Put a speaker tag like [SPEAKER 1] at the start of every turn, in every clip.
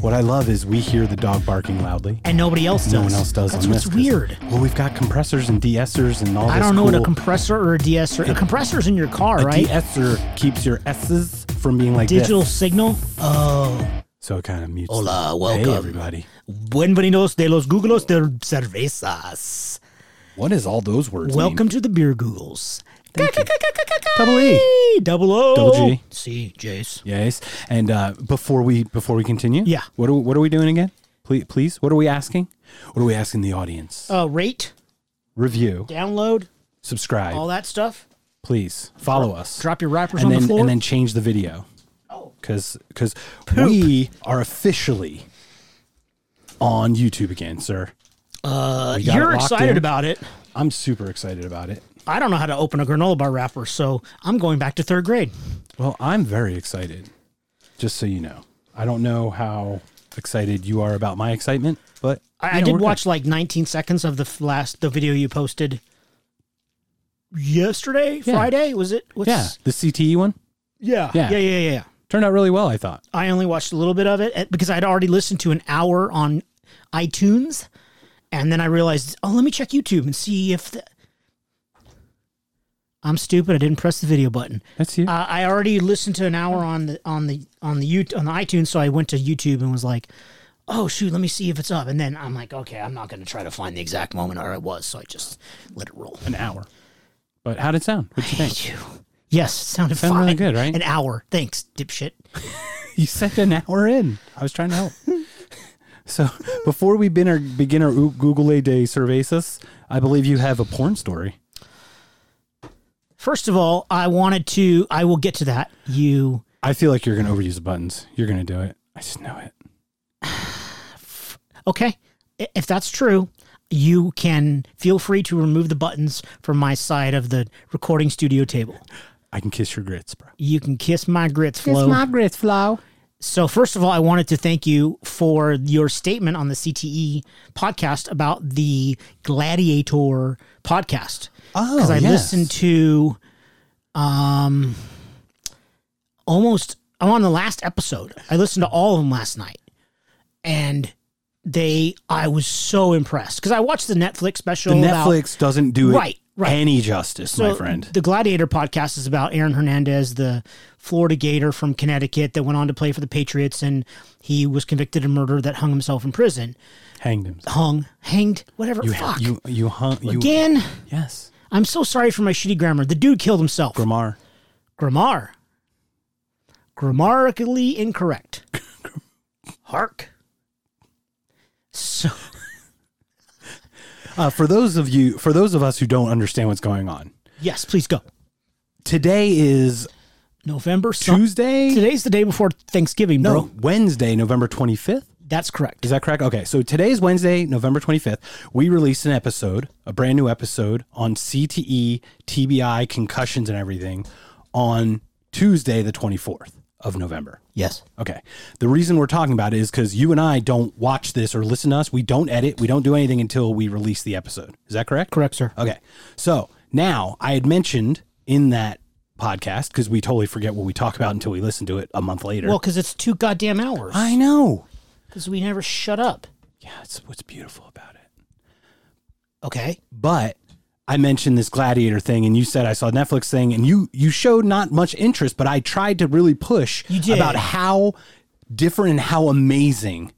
[SPEAKER 1] What I love is we hear the dog barking loudly.
[SPEAKER 2] and nobody else does.
[SPEAKER 1] No one else does
[SPEAKER 2] That's
[SPEAKER 1] on
[SPEAKER 2] what's
[SPEAKER 1] this. 'cause-
[SPEAKER 2] weird.
[SPEAKER 1] Well, we've got compressors and de-essers and all
[SPEAKER 2] I
[SPEAKER 1] this
[SPEAKER 2] don't know what a
[SPEAKER 1] cool-
[SPEAKER 2] compressor or a de-esser. A compressor's in your car,
[SPEAKER 1] A
[SPEAKER 2] right?
[SPEAKER 1] de-esser keeps your S's from being like
[SPEAKER 2] Digital
[SPEAKER 1] This.
[SPEAKER 2] signal. Oh,
[SPEAKER 1] So it kind of mutes.
[SPEAKER 2] Hola,
[SPEAKER 1] them.
[SPEAKER 2] welcome.
[SPEAKER 1] Hey, everybody.
[SPEAKER 2] bienvenidos de los googlos de cervezas.
[SPEAKER 1] What is all those words? mean?
[SPEAKER 2] Welcome to the beer googles. Thank you.
[SPEAKER 1] Double E.
[SPEAKER 2] Double O.
[SPEAKER 1] Double G.
[SPEAKER 2] C. J's.
[SPEAKER 1] Yes. And uh, before we before we continue,
[SPEAKER 2] Yeah.
[SPEAKER 1] What are, what are we doing again? Please, please. What are we asking? What are we asking the audience?
[SPEAKER 2] Uh, rate,
[SPEAKER 1] Review,
[SPEAKER 2] download,
[SPEAKER 1] subscribe,
[SPEAKER 2] all that stuff.
[SPEAKER 1] please. Follow us.
[SPEAKER 2] Drop your wrappers
[SPEAKER 1] and
[SPEAKER 2] on
[SPEAKER 1] then
[SPEAKER 2] the floor.
[SPEAKER 1] and then change the video.
[SPEAKER 2] Oh.
[SPEAKER 1] Because because we are officially on YouTube again, sir.
[SPEAKER 2] Uh,
[SPEAKER 1] got
[SPEAKER 2] you're
[SPEAKER 1] it locked
[SPEAKER 2] excited
[SPEAKER 1] in.
[SPEAKER 2] about it.
[SPEAKER 1] I'm super excited about it.
[SPEAKER 2] I don't know how to open a granola bar wrapper, so I'm going back to third grade.
[SPEAKER 1] Well, I'm very excited. Just so you know, I don't know how excited you are about my excitement, but
[SPEAKER 2] I,
[SPEAKER 1] you
[SPEAKER 2] I
[SPEAKER 1] know,
[SPEAKER 2] did
[SPEAKER 1] we're good.
[SPEAKER 2] watch like 19 seconds of the f- last the video you posted yesterday,
[SPEAKER 1] Yeah.
[SPEAKER 2] Friday. Was it? What's,
[SPEAKER 1] Yeah, the CTE one
[SPEAKER 2] yeah,
[SPEAKER 1] Yeah.
[SPEAKER 2] yeah, yeah, yeah, yeah.
[SPEAKER 1] turned out really well. I thought.
[SPEAKER 2] I only watched a little bit of it eh, because I'd already listened to an hour on iTunes, and then I realized, oh, let me check YouTube and see if. The... I'm stupid. I didn't press the video button.
[SPEAKER 1] That's you.
[SPEAKER 2] Uh, I already listened to an hour on the on the on the YouTube, on the iTunes, so I went to YouTube and was like, "Oh shoot, let me see if it's up." And then I'm like, "Okay, I'm not going to try to find the exact moment or it was," so I just let it roll.
[SPEAKER 1] An hour. But how'd it sound? What'd you think?
[SPEAKER 2] Phew. Yes, it sounded
[SPEAKER 1] Sounded
[SPEAKER 2] fine.
[SPEAKER 1] really good, right?
[SPEAKER 2] An hour, thanks, dipshit.
[SPEAKER 1] you said an hour in. I was trying to help. so before we begin our, begin our Oog- Google A Day Cervezas, I believe you have a porn story.
[SPEAKER 2] First of all, I wanted to. I will get to that. You
[SPEAKER 1] I feel like you're going to overuse the buttons. You're going to do it. I just know it.
[SPEAKER 2] okay? I- If that's true, you can feel free to remove the buttons from my side of the recording studio table.
[SPEAKER 1] I can kiss your grits, bro.
[SPEAKER 2] You can kiss my grits, Flo.
[SPEAKER 1] grits, Flo.
[SPEAKER 2] So, first of all, I wanted to thank you for your statement on the CTE podcast about the Gladiator podcast.
[SPEAKER 1] Oh,
[SPEAKER 2] I
[SPEAKER 1] yes.
[SPEAKER 2] listened to um, almost, I'm on the last episode. I listened to all of them last night. And they, I was so impressed because I watched the Netflix special.
[SPEAKER 1] The
[SPEAKER 2] about-
[SPEAKER 1] Netflix doesn't do it
[SPEAKER 2] Right, right.
[SPEAKER 1] any justice, my
[SPEAKER 2] so
[SPEAKER 1] friend.
[SPEAKER 2] The Gladiator podcast is about Aaron Hernandez, the Florida Gator from Connecticut that went on to play for the Patriots, and he was convicted of murder that hung himself in prison.
[SPEAKER 1] Hanged him.
[SPEAKER 2] Hung, hanged, whatever.
[SPEAKER 1] You,
[SPEAKER 2] Fuck.
[SPEAKER 1] you, you hung. You,
[SPEAKER 2] Again,
[SPEAKER 1] yes.
[SPEAKER 2] I'm so sorry for my shitty grammar. The dude killed himself.
[SPEAKER 1] Grammar.
[SPEAKER 2] Grammar. Grammatically incorrect. Hark. So,
[SPEAKER 1] Uh, for those of you, for those of us who don't understand what's going on,
[SPEAKER 2] yes, please go.
[SPEAKER 1] today is
[SPEAKER 2] November some-
[SPEAKER 1] Tuesday.
[SPEAKER 2] Today's the day before Thanksgiving, bro.
[SPEAKER 1] No, Wednesday, November 25th.
[SPEAKER 2] That's correct.
[SPEAKER 1] Is that correct? Okay. So today's Wednesday, November 25th. We released an episode, a brand new episode on E, CTE, TBI, concussions, and everything on Tuesday, the 24th of November.
[SPEAKER 2] Yes.
[SPEAKER 1] Okay. The reason we're talking about it is because you and I don't watch this or listen to us. We don't edit. We don't do anything until we release the episode. Is that correct?
[SPEAKER 2] Correct, sir.
[SPEAKER 1] Okay. So now I had mentioned in that podcast, because we totally forget what we talk about until we listen to it a month later.
[SPEAKER 2] Well, because it's two goddamn hours.
[SPEAKER 1] I know.
[SPEAKER 2] Because we never shut up.
[SPEAKER 1] Yeah, it's what's beautiful about it.
[SPEAKER 2] Okay.
[SPEAKER 1] But I mentioned this gladiator thing, and you said I saw a Netflix thing, and you you showed not much interest, but I tried to really push
[SPEAKER 2] You did.
[SPEAKER 1] about how different and how amazing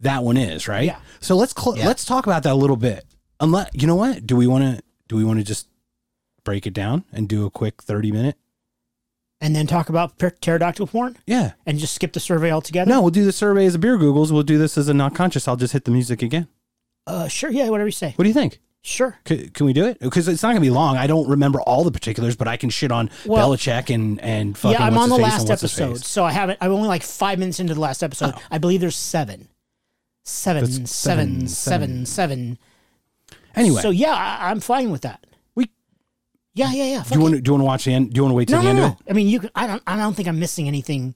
[SPEAKER 1] that one is, right?
[SPEAKER 2] Yeah.
[SPEAKER 1] So let's cl- let's talk about that a little bit. Unless you know what, do we want to do we want to just break it down and do a quick thirty minute?
[SPEAKER 2] And then talk about pter- pterodactyl porn
[SPEAKER 1] Yeah.
[SPEAKER 2] and just skip the survey altogether?
[SPEAKER 1] No, we'll do the survey as a beer googles. We'll do this as a not conscious. I'll just hit the music again.
[SPEAKER 2] Uh, sure. Yeah, whatever you say.
[SPEAKER 1] What do you think?
[SPEAKER 2] Sure.
[SPEAKER 1] C- can we do it? Because it's not going to be long. I don't remember all the particulars, but I can shit on
[SPEAKER 2] Well-
[SPEAKER 1] Belichick and and fucking.
[SPEAKER 2] yeah, I'm
[SPEAKER 1] what's
[SPEAKER 2] on the
[SPEAKER 1] his face and
[SPEAKER 2] last
[SPEAKER 1] what's his
[SPEAKER 2] episode.
[SPEAKER 1] face. Oh.
[SPEAKER 2] So I haven't, I'm only like five minutes into the last episode. I believe there's seven. Seven,
[SPEAKER 1] That's
[SPEAKER 2] seven,
[SPEAKER 1] seven,
[SPEAKER 2] seven,
[SPEAKER 1] seven.
[SPEAKER 2] seven, seven.
[SPEAKER 1] Anyway,
[SPEAKER 2] So yeah, I, I'm fine with that.
[SPEAKER 1] we
[SPEAKER 2] Yeah, yeah, yeah.
[SPEAKER 1] do you want to do you want to watch the end? Do you want to wait till
[SPEAKER 2] no,
[SPEAKER 1] the
[SPEAKER 2] no,
[SPEAKER 1] end
[SPEAKER 2] no.
[SPEAKER 1] of it?
[SPEAKER 2] I mean, you. Can, I don't. I don't think I'm missing anything.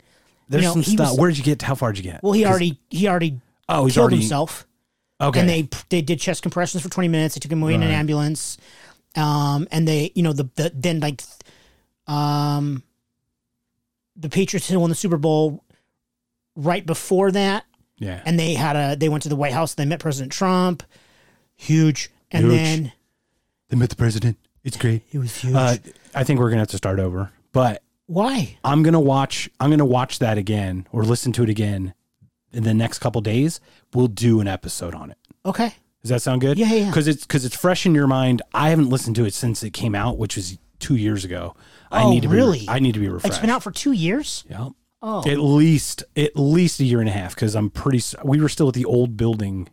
[SPEAKER 1] There's
[SPEAKER 2] know,
[SPEAKER 1] some
[SPEAKER 2] he
[SPEAKER 1] stuff.
[SPEAKER 2] was-
[SPEAKER 1] Where'd you get? How far would you get?
[SPEAKER 2] Well, he
[SPEAKER 1] 'Cause-
[SPEAKER 2] already. He already.
[SPEAKER 1] Oh, he's
[SPEAKER 2] killed
[SPEAKER 1] already-
[SPEAKER 2] himself.
[SPEAKER 1] okay.
[SPEAKER 2] and they they did chest compressions for 20 minutes. They took him away in an
[SPEAKER 1] Right.
[SPEAKER 2] ambulance. Um, and they, you know, the, the then like, um, the Patriots had won the Super Bowl. Right before that,
[SPEAKER 1] Yeah.
[SPEAKER 2] and they had a they went to the White House. They met President Trump, huge, and
[SPEAKER 1] Huge.
[SPEAKER 2] then
[SPEAKER 1] they met the president. It's great.
[SPEAKER 2] it was huge.
[SPEAKER 1] Uh, I think we're gonna have to start over, but
[SPEAKER 2] Why?
[SPEAKER 1] I'm gonna watch. I'm gonna watch that again or listen to it again in the next couple days. We'll do an episode on it.
[SPEAKER 2] Okay,
[SPEAKER 1] Does that sound good?
[SPEAKER 2] Yeah, yeah, yeah.
[SPEAKER 1] Because it's because it's fresh in your mind. I haven't listened to it since it came out, which was two years ago. I
[SPEAKER 2] Oh,
[SPEAKER 1] need to
[SPEAKER 2] really?
[SPEAKER 1] Be, I need to be refreshed.
[SPEAKER 2] it's been out for two years.
[SPEAKER 1] Yeah.
[SPEAKER 2] Oh,
[SPEAKER 1] At least at least a year and a half because I'm pretty. s- We were still at the old building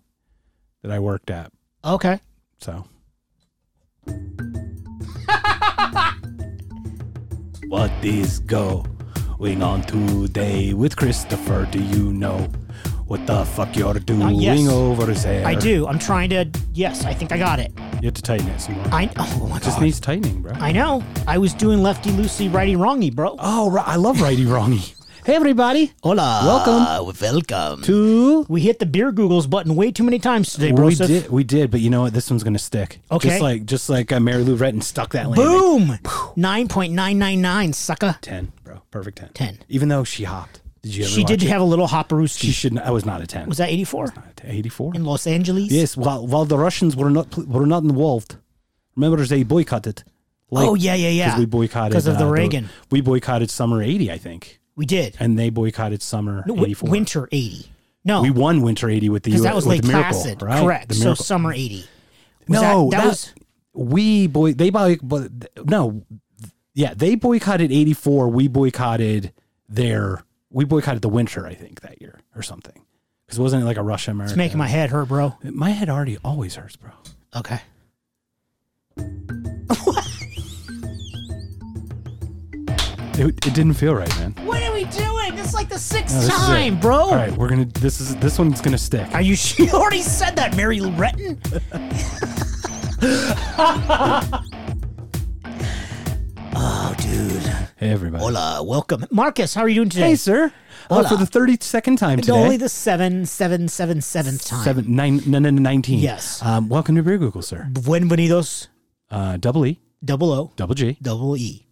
[SPEAKER 1] that I worked at.
[SPEAKER 2] okay.
[SPEAKER 1] So. what is going on today with Christopher? Do you know what the fuck you're doing
[SPEAKER 2] yes.
[SPEAKER 1] over there?
[SPEAKER 2] I do. I'm trying to. Yes, I think I got it.
[SPEAKER 1] You have to tighten it some more.
[SPEAKER 2] I. Oh my
[SPEAKER 1] Just
[SPEAKER 2] god.
[SPEAKER 1] needs tightening, bro.
[SPEAKER 2] I know. I was doing lefty loosey, righty wrongy, bro.
[SPEAKER 1] Oh, right. I love righty wrongy. hey, everybody.
[SPEAKER 2] Hola.
[SPEAKER 1] Welcome.
[SPEAKER 2] Welcome.
[SPEAKER 1] Two.
[SPEAKER 2] We hit the beer Googles button way too many times today, bro.
[SPEAKER 1] We did, we did, but you know what? This one's gonna stick.
[SPEAKER 2] Okay.
[SPEAKER 1] Just like, just like uh, Mary Lou Retton stuck that landing.
[SPEAKER 2] Boom. Nine point nine nine nine, sucker.
[SPEAKER 1] Ten, bro. Perfect ten.
[SPEAKER 2] 10.
[SPEAKER 1] Even though she hopped. Did you ever?
[SPEAKER 2] She
[SPEAKER 1] watch
[SPEAKER 2] did
[SPEAKER 1] It?
[SPEAKER 2] have a little hopperooski.
[SPEAKER 1] She shouldn't. I was not a ten.
[SPEAKER 2] was that eighty four
[SPEAKER 1] eighty four?
[SPEAKER 2] in Los Angeles?
[SPEAKER 1] Yes. While while the Russians were not pl- were not involved. Remember, they boycotted. Like,
[SPEAKER 2] oh yeah, yeah, yeah.
[SPEAKER 1] Because we boycotted
[SPEAKER 2] 'Cause of the
[SPEAKER 1] uh,
[SPEAKER 2] Reagan.
[SPEAKER 1] we boycotted summer eighty, I think,
[SPEAKER 2] We did.
[SPEAKER 1] and they boycotted summer
[SPEAKER 2] Wi-
[SPEAKER 1] eighty four.
[SPEAKER 2] Winter eighty. No,
[SPEAKER 1] We won Winter 80 with the
[SPEAKER 2] Oh. because that was
[SPEAKER 1] with
[SPEAKER 2] Lake
[SPEAKER 1] the miracle,
[SPEAKER 2] Placid,
[SPEAKER 1] right?
[SPEAKER 2] correct?
[SPEAKER 1] The
[SPEAKER 2] So
[SPEAKER 1] miracle.
[SPEAKER 2] summer eighty. Was
[SPEAKER 1] no,
[SPEAKER 2] that, that was
[SPEAKER 1] we boy they boy but no, yeah they boycotted 84. We boycotted their we boycotted the winter I think that year or something because wasn't it like a Russia America?
[SPEAKER 2] it's making my head hurt, bro.
[SPEAKER 1] my head already always hurts, bro.
[SPEAKER 2] Okay.
[SPEAKER 1] It, it didn't feel right, man.
[SPEAKER 2] What are we doing? This is like the sixth
[SPEAKER 1] No, this is it.
[SPEAKER 2] time, bro.
[SPEAKER 1] All right, we're gonna this is this one's gonna stick.
[SPEAKER 2] Are you? She already said that, Mary Lou Retton. oh, dude.
[SPEAKER 1] Hey everybody.
[SPEAKER 2] Hola, welcome, Marcus. How are you doing today?
[SPEAKER 1] Hey sir, uh,
[SPEAKER 2] Hola.
[SPEAKER 1] for the thirty second time today.
[SPEAKER 2] Only the seven, seven, seven, seventh time.
[SPEAKER 1] Seven, nine, nine, nine, 19.
[SPEAKER 2] Yes.
[SPEAKER 1] Um, welcome to Beer Google, sir.
[SPEAKER 2] Buenvenidos,
[SPEAKER 1] Uh, double E,
[SPEAKER 2] double O,
[SPEAKER 1] double G.
[SPEAKER 2] double E,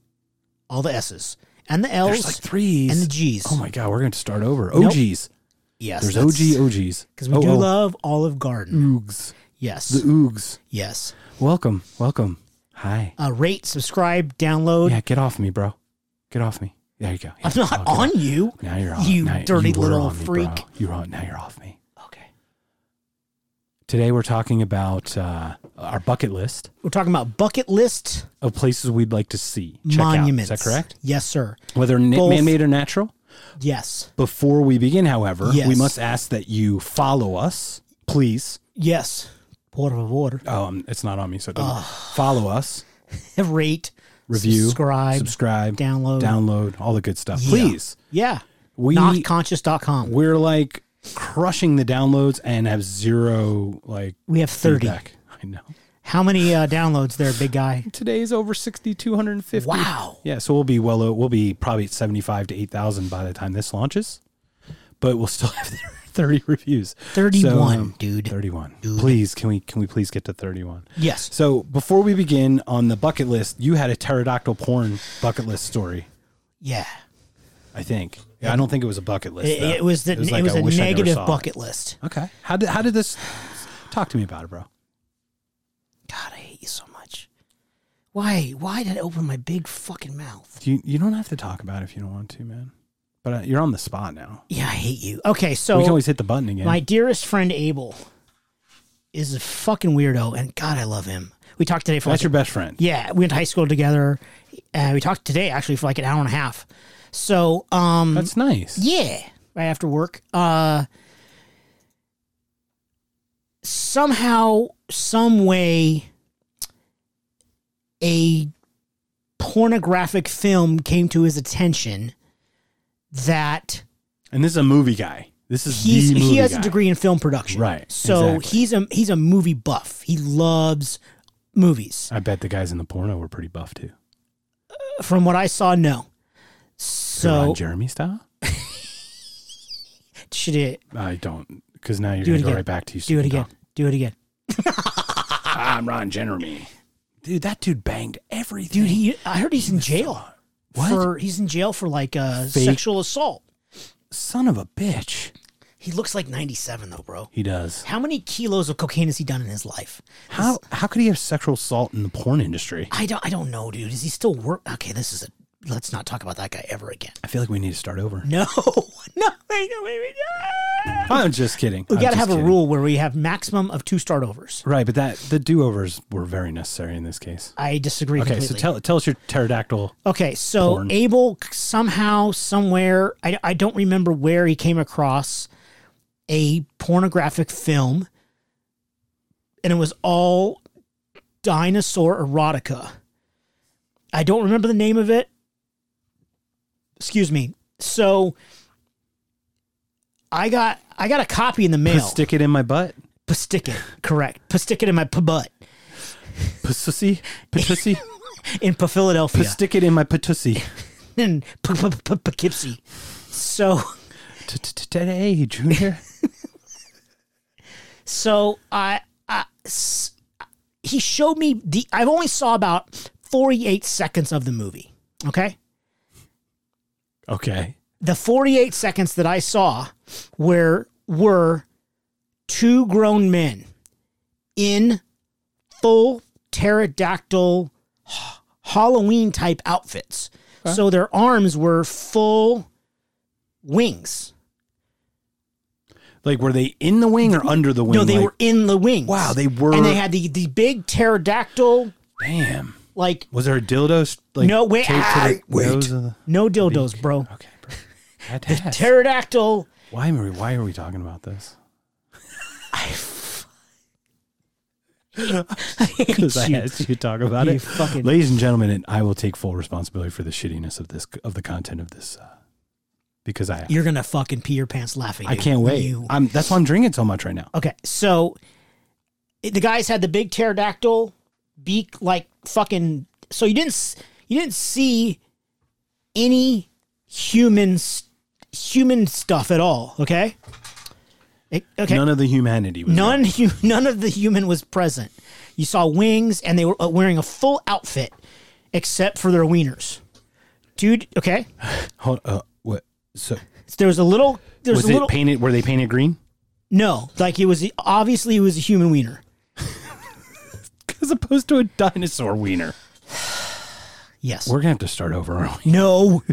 [SPEAKER 2] all the S's and the
[SPEAKER 1] There's
[SPEAKER 2] L's
[SPEAKER 1] like threes.
[SPEAKER 2] and the G's.
[SPEAKER 1] Oh my God, we're going to start over.
[SPEAKER 2] Nope.
[SPEAKER 1] OGs.
[SPEAKER 2] yes,
[SPEAKER 1] There's OG OGs.
[SPEAKER 2] because we
[SPEAKER 1] Oh,
[SPEAKER 2] do
[SPEAKER 1] oh,
[SPEAKER 2] love Olive Garden.
[SPEAKER 1] Oogs.
[SPEAKER 2] Yes,
[SPEAKER 1] Mm. The Oogs.
[SPEAKER 2] yes.
[SPEAKER 1] Welcome. Welcome. Hi.
[SPEAKER 2] Uh, rate, subscribe, download.
[SPEAKER 1] Yeah, get off me, bro. Get off me. There you go. Yeah,
[SPEAKER 2] Oh. I'm not
[SPEAKER 1] okay.
[SPEAKER 2] on you.
[SPEAKER 1] Now you're on.
[SPEAKER 2] you
[SPEAKER 1] now,
[SPEAKER 2] dirty
[SPEAKER 1] were
[SPEAKER 2] little
[SPEAKER 1] on me, bro.
[SPEAKER 2] freak.
[SPEAKER 1] You're on. Now you're off me.
[SPEAKER 2] Okay,
[SPEAKER 1] Today we're talking about uh, our bucket list
[SPEAKER 2] we're talking about bucket list
[SPEAKER 1] of places we'd like to see. Check out.
[SPEAKER 2] monuments.
[SPEAKER 1] Is that correct?
[SPEAKER 2] Yes, sir.
[SPEAKER 1] Whether na-
[SPEAKER 2] Both.
[SPEAKER 1] man-made or natural?
[SPEAKER 2] Yes,
[SPEAKER 1] Before we begin, however, we
[SPEAKER 2] Yes.
[SPEAKER 1] must ask that you follow us, please.
[SPEAKER 2] yes. Por favor,
[SPEAKER 1] Um, it's not on me, so it doesn't. follow us,
[SPEAKER 2] rate,
[SPEAKER 1] review,
[SPEAKER 2] subscribe,
[SPEAKER 1] subscribe,
[SPEAKER 2] download.
[SPEAKER 1] download, all the good stuff. Please,
[SPEAKER 2] Yeah,
[SPEAKER 1] we
[SPEAKER 2] notconscious.com.
[SPEAKER 1] we're like crushing the downloads and have zero like
[SPEAKER 2] We have thirty.
[SPEAKER 1] feedback. I know
[SPEAKER 2] How many uh, downloads there, big guy?
[SPEAKER 1] today is over sixty two hundred and fifty.
[SPEAKER 2] Wow.
[SPEAKER 1] Yeah, so we'll be well. o- We'll be probably at seventy five to eight thousand by the time this launches, but we'll still have thirty reviews.
[SPEAKER 2] 31, dude.
[SPEAKER 1] Thirty one. Please, can we can we please get to thirty one?
[SPEAKER 2] Yes.
[SPEAKER 1] So before we begin on the bucket list, you had a pterodactyl porn bucket list story,
[SPEAKER 2] Yeah.
[SPEAKER 1] I think. Yeah, I don't think it was a bucket list.
[SPEAKER 2] It,
[SPEAKER 1] though.
[SPEAKER 2] it was the, it was,
[SPEAKER 1] like, I
[SPEAKER 2] a
[SPEAKER 1] wish I never
[SPEAKER 2] negative
[SPEAKER 1] saw it.
[SPEAKER 2] bucket list.
[SPEAKER 1] Okay. How did how did this? Talk to me about it, bro.
[SPEAKER 2] God, I hate you so much. Why? Why did I open my big fucking mouth?
[SPEAKER 1] You you don't have to talk about it if you don't want to, man. But uh, you're on the spot now.
[SPEAKER 2] Yeah, I hate you. Okay,
[SPEAKER 1] we can
[SPEAKER 2] so
[SPEAKER 1] always hit the button again.
[SPEAKER 2] my dearest friend Abel is a fucking weirdo, and God, I love him. We talked today for
[SPEAKER 1] That's
[SPEAKER 2] like,
[SPEAKER 1] your best friend.
[SPEAKER 2] yeah, we went to high school together. Uh, we talked today actually for like an hour and a half. So, um,
[SPEAKER 1] That's nice.
[SPEAKER 2] Yeah, right after work. Uh somehow some way a pornographic film came to his attention that
[SPEAKER 1] And this is a movie guy. This is
[SPEAKER 2] he's
[SPEAKER 1] the movie
[SPEAKER 2] he has
[SPEAKER 1] guy.
[SPEAKER 2] a degree in film production.
[SPEAKER 1] Right,
[SPEAKER 2] So
[SPEAKER 1] exactly.
[SPEAKER 2] he's a he's a movie buff. He loves movies.
[SPEAKER 1] I bet the guys in the porno were pretty buff too.
[SPEAKER 2] From what I saw, no.
[SPEAKER 1] Ron
[SPEAKER 2] So
[SPEAKER 1] Jeremy style.
[SPEAKER 2] should it
[SPEAKER 1] I don't, because now you're
[SPEAKER 2] Do it
[SPEAKER 1] gonna go
[SPEAKER 2] again.
[SPEAKER 1] right back to you.
[SPEAKER 2] do it again. Do it again.
[SPEAKER 1] I'm Ron Jeremy. Dude, that dude banged everything.
[SPEAKER 2] Dude, he, I heard he's in jail.
[SPEAKER 1] What?
[SPEAKER 2] For he's in jail for like uh,
[SPEAKER 1] Fake-
[SPEAKER 2] sexual assault.
[SPEAKER 1] son of a bitch.
[SPEAKER 2] He looks like 97 though, bro.
[SPEAKER 1] He does.
[SPEAKER 2] How many kilos of cocaine has he done in his life?
[SPEAKER 1] How how could he have sexual assault in the porn industry?
[SPEAKER 2] I don't I don't know, dude. Is he still work? Okay, this is a let's not talk about that guy ever again.
[SPEAKER 1] I feel like we need to start over.
[SPEAKER 2] No, no, wait, no, wait, wait, no.
[SPEAKER 1] I'm just kidding.
[SPEAKER 2] We gotta have a rule where we have maximum of two start overs.
[SPEAKER 1] Right, but that the do overs were very necessary in this case.
[SPEAKER 2] I disagree.
[SPEAKER 1] Okay,
[SPEAKER 2] completely.
[SPEAKER 1] so tell tell us your pterodactyl.
[SPEAKER 2] Okay, so
[SPEAKER 1] Porn.
[SPEAKER 2] Abel somehow, somewhere, I, I don't remember where he came across a pornographic film, and it was all dinosaur erotica. I don't remember the name of it. Excuse me. So I got I got a copy in the mail.
[SPEAKER 1] Stick it in my butt.
[SPEAKER 2] Pastick it, correct. Pastick it in my p- butt
[SPEAKER 1] Pussy, pussy.
[SPEAKER 2] in p- Philadelphia
[SPEAKER 1] Stick it in my pussy.
[SPEAKER 2] in p- p- p- Poughkeepsie. So.
[SPEAKER 1] Today, Junior.
[SPEAKER 2] So I, I s- he showed me the. I've only saw about forty-eight seconds of the movie. Okay,
[SPEAKER 1] Okay.
[SPEAKER 2] the forty-eight seconds that I saw where were two grown men in full pterodactyl h- Halloween type outfits. So their arms were full wings.
[SPEAKER 1] Like, were they in the wing or under the wing?
[SPEAKER 2] no, they
[SPEAKER 1] Like,
[SPEAKER 2] were in the wings.
[SPEAKER 1] Wow, they were-
[SPEAKER 2] and they had the the big pterodactyl
[SPEAKER 1] Damn.
[SPEAKER 2] like
[SPEAKER 1] Was there a dildo? Like,
[SPEAKER 2] No, wait,
[SPEAKER 1] taped to the
[SPEAKER 2] I- wait. Oh.
[SPEAKER 1] nose of the-
[SPEAKER 2] No dildos, bro.
[SPEAKER 1] Okay, bro. I had to ask.
[SPEAKER 2] Pterodactyl.
[SPEAKER 1] why are we? Why are we talking about this? Because I
[SPEAKER 2] you.
[SPEAKER 1] asked you to talk about
[SPEAKER 2] You
[SPEAKER 1] it.
[SPEAKER 2] fucking-
[SPEAKER 1] Ladies and gentlemen, and I will take full responsibility for the shittiness of this of the content of this, uh, because I
[SPEAKER 2] You're gonna fucking pee your pants laughing.
[SPEAKER 1] I
[SPEAKER 2] dude.
[SPEAKER 1] can't wait.
[SPEAKER 2] You-
[SPEAKER 1] I'm that's why I'm drinking so much right now.
[SPEAKER 2] Okay, so it- the guys had the big pterodactyl beak, like fucking. So you didn't s- you didn't see any human s- human stuff at all. Okay. It- okay.
[SPEAKER 1] None of the humanity. Was
[SPEAKER 2] None, hu- none of the human was present. You saw wings, and they were uh, wearing a full outfit, except for their wieners. Dude, okay.
[SPEAKER 1] there. Hold, uh, what? So
[SPEAKER 2] So there was a little. There was,
[SPEAKER 1] was
[SPEAKER 2] a
[SPEAKER 1] it
[SPEAKER 2] little.
[SPEAKER 1] painted? Were they painted green?
[SPEAKER 2] no, like it was obviously it was a human wiener.
[SPEAKER 1] As opposed to a dinosaur wiener.
[SPEAKER 2] Yes.
[SPEAKER 1] We're gonna have to start over, aren't we?
[SPEAKER 2] no.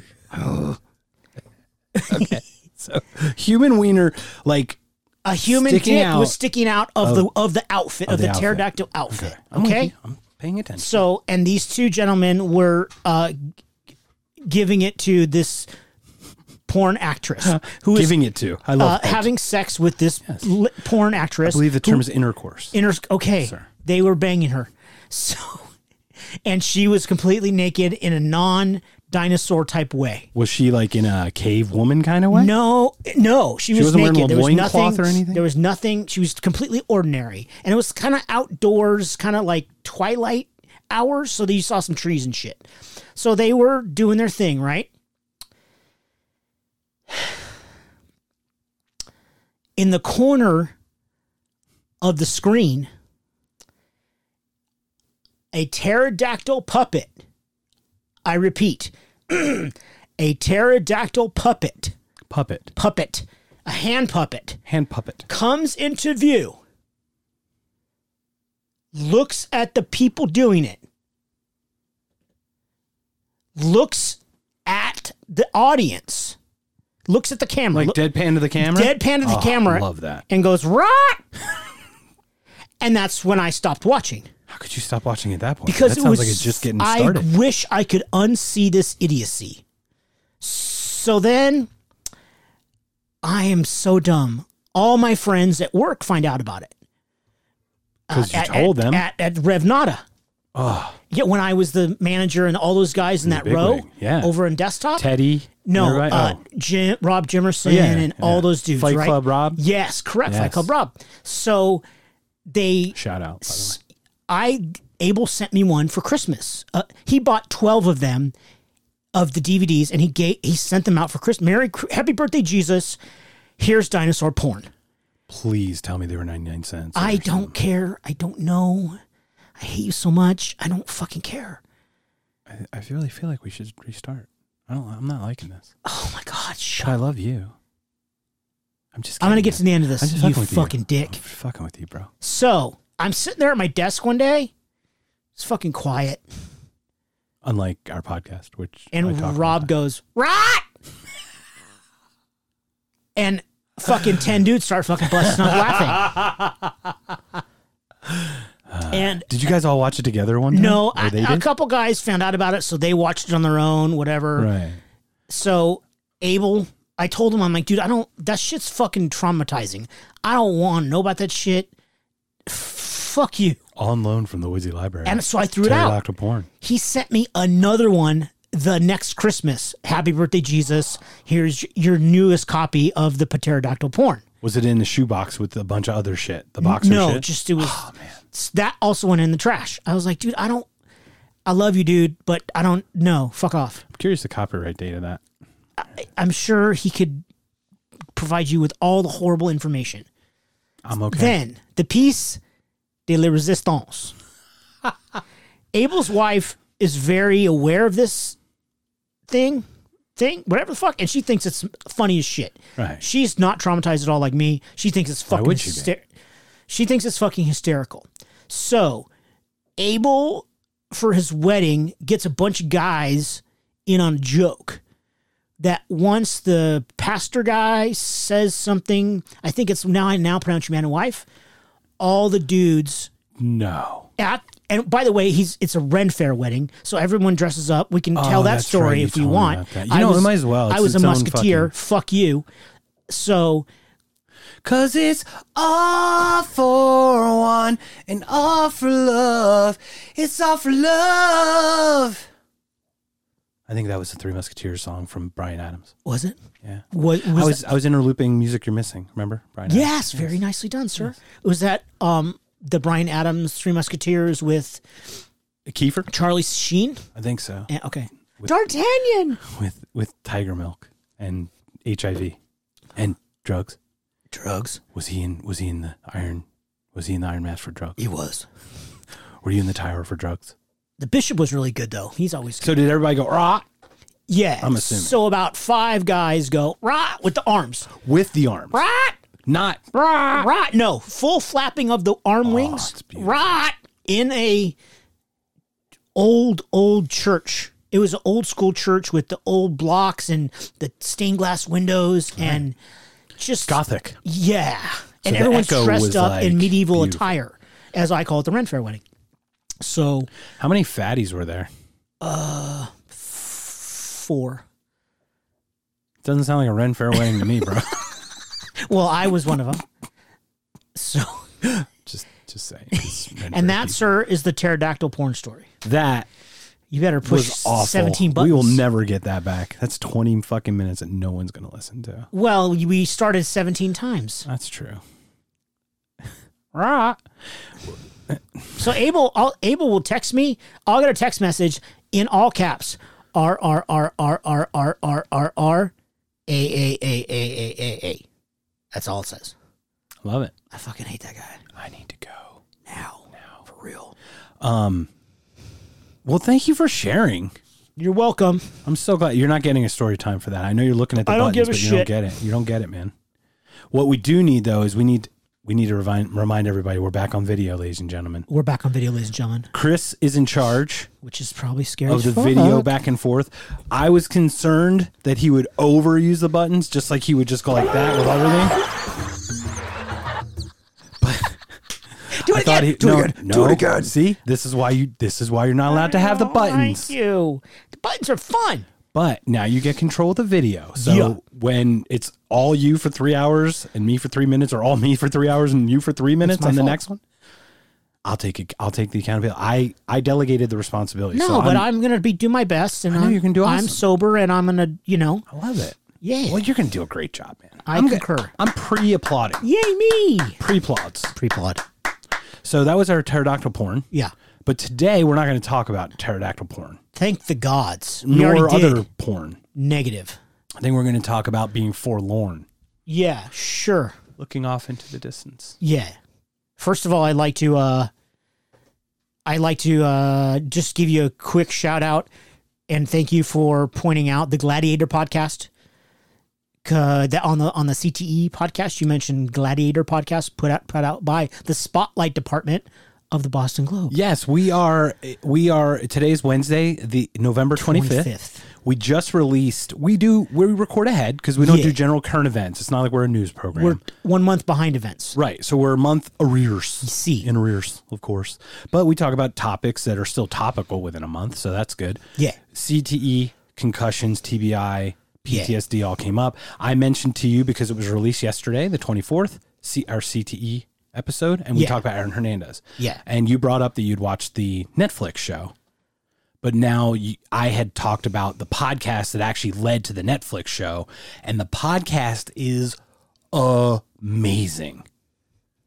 [SPEAKER 1] So human wiener, like
[SPEAKER 2] A human
[SPEAKER 1] Sticking
[SPEAKER 2] dick
[SPEAKER 1] out
[SPEAKER 2] was sticking out of, the of the outfit of,
[SPEAKER 1] the
[SPEAKER 2] the,
[SPEAKER 1] outfit.
[SPEAKER 2] pterodactyl outfit.
[SPEAKER 1] I'm with
[SPEAKER 2] okay?
[SPEAKER 1] you. I'm paying attention.
[SPEAKER 2] So, and these two gentlemen were uh, g- giving it to this porn actress who is
[SPEAKER 1] Giving it to. I love.
[SPEAKER 2] uh, having sex with this li- porn actress.
[SPEAKER 1] I believe the term is intercourse.
[SPEAKER 2] Inter- okay, they were banging her, so and she was completely naked in a non-dinosaur type way.
[SPEAKER 1] was she like in a cave woman kind of way?
[SPEAKER 2] No, no, she, was
[SPEAKER 1] wasn't wearing
[SPEAKER 2] naked.
[SPEAKER 1] a
[SPEAKER 2] there was
[SPEAKER 1] loincloth
[SPEAKER 2] nothing.
[SPEAKER 1] or anything?
[SPEAKER 2] There was nothing. She was completely ordinary, and it was kind of outdoors, kind of like twilight hours. So that you saw some trees and shit. So they were doing their thing, right? In the corner of the screen, a pterodactyl puppet. I repeat, a pterodactyl puppet
[SPEAKER 1] Puppet,
[SPEAKER 2] puppet, a hand puppet,
[SPEAKER 1] hand puppet.
[SPEAKER 2] comes into view, looks at the people doing it, looks at the audience, looks at the camera,
[SPEAKER 1] Like
[SPEAKER 2] look-
[SPEAKER 1] deadpan to the camera.
[SPEAKER 2] deadpan to the
[SPEAKER 1] Oh,
[SPEAKER 2] camera,
[SPEAKER 1] I love that.
[SPEAKER 2] and goes, rot! and that's when I stopped watching.
[SPEAKER 1] How could you stop watching at that point?
[SPEAKER 2] Because
[SPEAKER 1] that
[SPEAKER 2] it
[SPEAKER 1] sounds
[SPEAKER 2] was,
[SPEAKER 1] like it's just getting
[SPEAKER 2] I
[SPEAKER 1] started.
[SPEAKER 2] wish I could unsee this idiocy. So then, I am so dumb. All my friends at work find out about it. Uh,
[SPEAKER 1] 'Cause you
[SPEAKER 2] at-
[SPEAKER 1] told
[SPEAKER 2] at-
[SPEAKER 1] them?
[SPEAKER 2] at, at Revnata.
[SPEAKER 1] Oh,
[SPEAKER 2] Yeah, when I was the manager and all those guys in that
[SPEAKER 1] big
[SPEAKER 2] row,
[SPEAKER 1] wig, yeah.
[SPEAKER 2] over in desktop.
[SPEAKER 1] Teddy.
[SPEAKER 2] no,
[SPEAKER 1] everybody-
[SPEAKER 2] uh,
[SPEAKER 1] oh.
[SPEAKER 2] Jim, Rob Jimerson
[SPEAKER 1] Yeah,
[SPEAKER 2] and all
[SPEAKER 1] yeah.
[SPEAKER 2] those dudes.
[SPEAKER 1] Fight
[SPEAKER 2] right?
[SPEAKER 1] Club Rob?
[SPEAKER 2] Yes, correct. Fight
[SPEAKER 1] Yes.
[SPEAKER 2] Club Rob. So they
[SPEAKER 1] shout out. By the way.
[SPEAKER 2] I Abel sent me one for Christmas. Uh, he bought twelve of them of the DVDs, and he gave he sent them out for Christmas. Merry Happy Birthday, Jesus! Here's dinosaur porn.
[SPEAKER 1] Please tell me they were ninety nine cents.
[SPEAKER 2] I don't care. I don't know. I hate you so much. I don't fucking care.
[SPEAKER 1] I, I really feel like we should restart. I don't. I'm not liking this.
[SPEAKER 2] Oh my god! Shut.
[SPEAKER 1] I love you. I'm just.
[SPEAKER 2] I'm gonna
[SPEAKER 1] kidding.
[SPEAKER 2] get to the end of
[SPEAKER 1] I'm
[SPEAKER 2] this,
[SPEAKER 1] just
[SPEAKER 2] you
[SPEAKER 1] with
[SPEAKER 2] fucking
[SPEAKER 1] I'm
[SPEAKER 2] dick.
[SPEAKER 1] fucking with you, bro.
[SPEAKER 2] So I'm sitting there at my desk one day. It's fucking quiet,
[SPEAKER 1] Unlike our podcast, which I
[SPEAKER 2] and
[SPEAKER 1] talk
[SPEAKER 2] Rob goes rot, and fucking ten dudes start fucking busting up laughing. and
[SPEAKER 1] Did you guys all watch it together one time?
[SPEAKER 2] no,
[SPEAKER 1] Or
[SPEAKER 2] I,
[SPEAKER 1] they
[SPEAKER 2] a
[SPEAKER 1] did?
[SPEAKER 2] couple guys found out about it, so they watched it on their own, whatever.
[SPEAKER 1] Right.
[SPEAKER 2] So Abel, I told him, I'm like, dude, I don't. That shit's fucking traumatizing. I don't want to know about that shit. Fuck you.
[SPEAKER 1] On loan from the Woodsy Library.
[SPEAKER 2] And so I threw it out.
[SPEAKER 1] Pterodactyl porn.
[SPEAKER 2] He sent me another one the next Christmas. Happy birthday, Jesus. Here's your newest copy of the pterodactyl porn.
[SPEAKER 1] Was it in the shoebox with a bunch of other shit? The boxer
[SPEAKER 2] no,
[SPEAKER 1] shit.
[SPEAKER 2] just it was that also went in the trash. I was like, dude, I don't. I love you, dude, but I don't know. Fuck off.
[SPEAKER 1] I'm curious the copyright date of that.
[SPEAKER 2] I'm sure he could provide you with all the horrible information.
[SPEAKER 1] I'm okay.
[SPEAKER 2] Then the piece de la resistance. Abel's wife is very aware of this thing, thing, whatever the fuck, and she thinks it's funny as shit.
[SPEAKER 1] Right.
[SPEAKER 2] She's not traumatized at all like me. She thinks it's fucking
[SPEAKER 1] would she be?
[SPEAKER 2] hyster- she thinks it's fucking hysterical. So Abel for his wedding gets a bunch of guys in on a joke that once the pastor guy says something, I think it's now I now pronounce you man and wife, all the dudes
[SPEAKER 1] no.
[SPEAKER 2] at and by the way, he's it's a Ren Fair wedding, so everyone dresses up. We can tell
[SPEAKER 1] Oh,
[SPEAKER 2] that
[SPEAKER 1] that's
[SPEAKER 2] story
[SPEAKER 1] right. You
[SPEAKER 2] if we
[SPEAKER 1] told me
[SPEAKER 2] want.
[SPEAKER 1] about that. You know, it might as well.
[SPEAKER 2] I
[SPEAKER 1] It's
[SPEAKER 2] was a
[SPEAKER 1] its own
[SPEAKER 2] musketeer.
[SPEAKER 1] fucking-
[SPEAKER 2] Fuck you. So
[SPEAKER 1] Cause it's all for one and all for love. It's all for love. I think that was the Three Musketeers song from Brian Adams.
[SPEAKER 2] was it?
[SPEAKER 1] Yeah.
[SPEAKER 2] Was,
[SPEAKER 1] I
[SPEAKER 2] was
[SPEAKER 1] was I was interlooping music you're missing. Remember, Brian? Adams?
[SPEAKER 2] Yes, very nicely done, sir. It was that um the Brian Adams Three Musketeers with
[SPEAKER 1] Kiefer.
[SPEAKER 2] Charlie Sheen?
[SPEAKER 1] I think so.
[SPEAKER 2] Yeah, okay. D'Artagnan.
[SPEAKER 1] With with Tiger Milk and HIV and drugs.
[SPEAKER 2] Drugs.
[SPEAKER 1] Was he in Was he in the Iron Was he in the Iron Mask for drugs?
[SPEAKER 2] He was.
[SPEAKER 1] Were you in the Tower for drugs?
[SPEAKER 2] The bishop was really good though. He's always good.
[SPEAKER 1] So did everybody go rah
[SPEAKER 2] yeah.
[SPEAKER 1] I'm assuming.
[SPEAKER 2] So about five guys go rah with the arms.
[SPEAKER 1] with the arms?
[SPEAKER 2] Rah
[SPEAKER 1] Not
[SPEAKER 2] rah rah. No, full flapping of the arm wings.
[SPEAKER 1] it's beautiful.
[SPEAKER 2] Rah in a old old church. It was an old school church with the old blocks and the stained glass windows and just
[SPEAKER 1] gothic.
[SPEAKER 2] Yeah. and
[SPEAKER 1] the
[SPEAKER 2] everyone's
[SPEAKER 1] echo
[SPEAKER 2] dressed
[SPEAKER 1] was,
[SPEAKER 2] up
[SPEAKER 1] like,
[SPEAKER 2] in medieval
[SPEAKER 1] beautiful.
[SPEAKER 2] attire, as I call it the Ren Fair wedding. So
[SPEAKER 1] How many fatties were there?
[SPEAKER 2] four.
[SPEAKER 1] Doesn't sound like a Ren Fair wedding to me, bro.
[SPEAKER 2] Well, I was one of them. So
[SPEAKER 1] just just saying.
[SPEAKER 2] and that, sir, is the pterodactyl porn story.
[SPEAKER 1] that
[SPEAKER 2] You better push
[SPEAKER 1] was awful.
[SPEAKER 2] seventeen buttons.
[SPEAKER 1] We will never get that back. That's twenty fucking minutes that no one's gonna listen to.
[SPEAKER 2] well, we started seventeen times.
[SPEAKER 1] That's true.
[SPEAKER 2] Rah. So Abel, I'll, Abel will text me. I'll get a text message in all caps. R R R R R R R R R A A A A A A A. That's all it says.
[SPEAKER 1] Love it.
[SPEAKER 2] I fucking hate that guy.
[SPEAKER 1] I need to go.
[SPEAKER 2] Now. Now. For real.
[SPEAKER 1] Um. Well, thank you for sharing.
[SPEAKER 2] You're welcome.
[SPEAKER 1] I'm so glad you're not getting a story time for that. I know you're looking at the
[SPEAKER 2] I don't
[SPEAKER 1] buttons,
[SPEAKER 2] give a
[SPEAKER 1] but you don't
[SPEAKER 2] shit.
[SPEAKER 1] get it. You don't get it, man. What we do need though is we need we need to remind remind everybody we're back on video, ladies and gentlemen.
[SPEAKER 2] We're back on video, ladies and gentlemen,
[SPEAKER 1] Chris is in charge
[SPEAKER 2] which is probably scary.
[SPEAKER 1] of
[SPEAKER 2] as
[SPEAKER 1] Oh, the
[SPEAKER 2] fuck.
[SPEAKER 1] video back and forth. I was concerned that he would overuse the buttons, just like he would just go like that with everything.
[SPEAKER 2] Do it
[SPEAKER 1] I
[SPEAKER 2] again.
[SPEAKER 1] thought he
[SPEAKER 2] Do
[SPEAKER 1] no,
[SPEAKER 2] it again.
[SPEAKER 1] no.
[SPEAKER 2] Do it again.
[SPEAKER 1] See, this is why you this is why you're not allowed to have the buttons.
[SPEAKER 2] Thank you. The buttons are fun.
[SPEAKER 1] But now you get control of the video. So
[SPEAKER 2] Yeah.
[SPEAKER 1] when it's all you for three hours and me for three minutes, or all me for three hours and you for three minutes
[SPEAKER 2] my
[SPEAKER 1] on the
[SPEAKER 2] fault.
[SPEAKER 1] next one, I'll take it. I'll take the accountability. I I delegated the responsibility.
[SPEAKER 2] No,
[SPEAKER 1] so
[SPEAKER 2] but
[SPEAKER 1] I'm-
[SPEAKER 2] I'm, gonna be do my best, and
[SPEAKER 1] know
[SPEAKER 2] I'm,
[SPEAKER 1] you're gonna do
[SPEAKER 2] I'm
[SPEAKER 1] awesome.
[SPEAKER 2] sober, and I'm gonna, you know,
[SPEAKER 1] I love it.
[SPEAKER 2] yeah,
[SPEAKER 1] Well, you're gonna do a great job, man.
[SPEAKER 2] I
[SPEAKER 1] I'm go-
[SPEAKER 2] concur.
[SPEAKER 1] I'm pre applauding,
[SPEAKER 2] Yay me!
[SPEAKER 1] pre applauds.
[SPEAKER 2] Pre-plod.
[SPEAKER 1] So that was our pterodactyl porn.
[SPEAKER 2] Yeah.
[SPEAKER 1] But today we're not going to talk about pterodactyl porn
[SPEAKER 2] Thank the gods. We
[SPEAKER 1] nor
[SPEAKER 2] already
[SPEAKER 1] other
[SPEAKER 2] did.
[SPEAKER 1] porn.
[SPEAKER 2] negative.
[SPEAKER 1] I think we're going to talk about being forlorn,
[SPEAKER 2] Yeah, sure.
[SPEAKER 1] looking off into the distance.
[SPEAKER 2] Yeah. First of all, I'd like to uh I like to uh just give you a quick shout out and thank you for pointing out the Gladiator podcast uh, that on the on the CTE podcast you mentioned Gladiator podcast put out put out by the Spotlight Department of the Boston Globe.
[SPEAKER 1] Yes, we are. We are. Today's Wednesday, the November twenty fifth.
[SPEAKER 2] 25th.
[SPEAKER 1] We just released. We do. We record ahead because we don't
[SPEAKER 2] Yeah.
[SPEAKER 1] do general current events. It's not like we're a news program.
[SPEAKER 2] We're one month behind events.
[SPEAKER 1] right. So we're a month arrears.
[SPEAKER 2] see.
[SPEAKER 1] in arrears, of course. But we talk about topics that are still topical within a month, so that's good.
[SPEAKER 2] Yeah.
[SPEAKER 1] CTE, E, concussions, TBI,
[SPEAKER 2] Yeah.
[SPEAKER 1] PTSD all came up. I mentioned to you because it was released yesterday, the 24th, C- our CTE episode, and we
[SPEAKER 2] Yeah.
[SPEAKER 1] talked about Aaron Hernandez.
[SPEAKER 2] Yeah.
[SPEAKER 1] And you brought up that you'd watched the Netflix show. But now you, I had talked about the podcast that actually led to the Netflix show, and the podcast is amazing.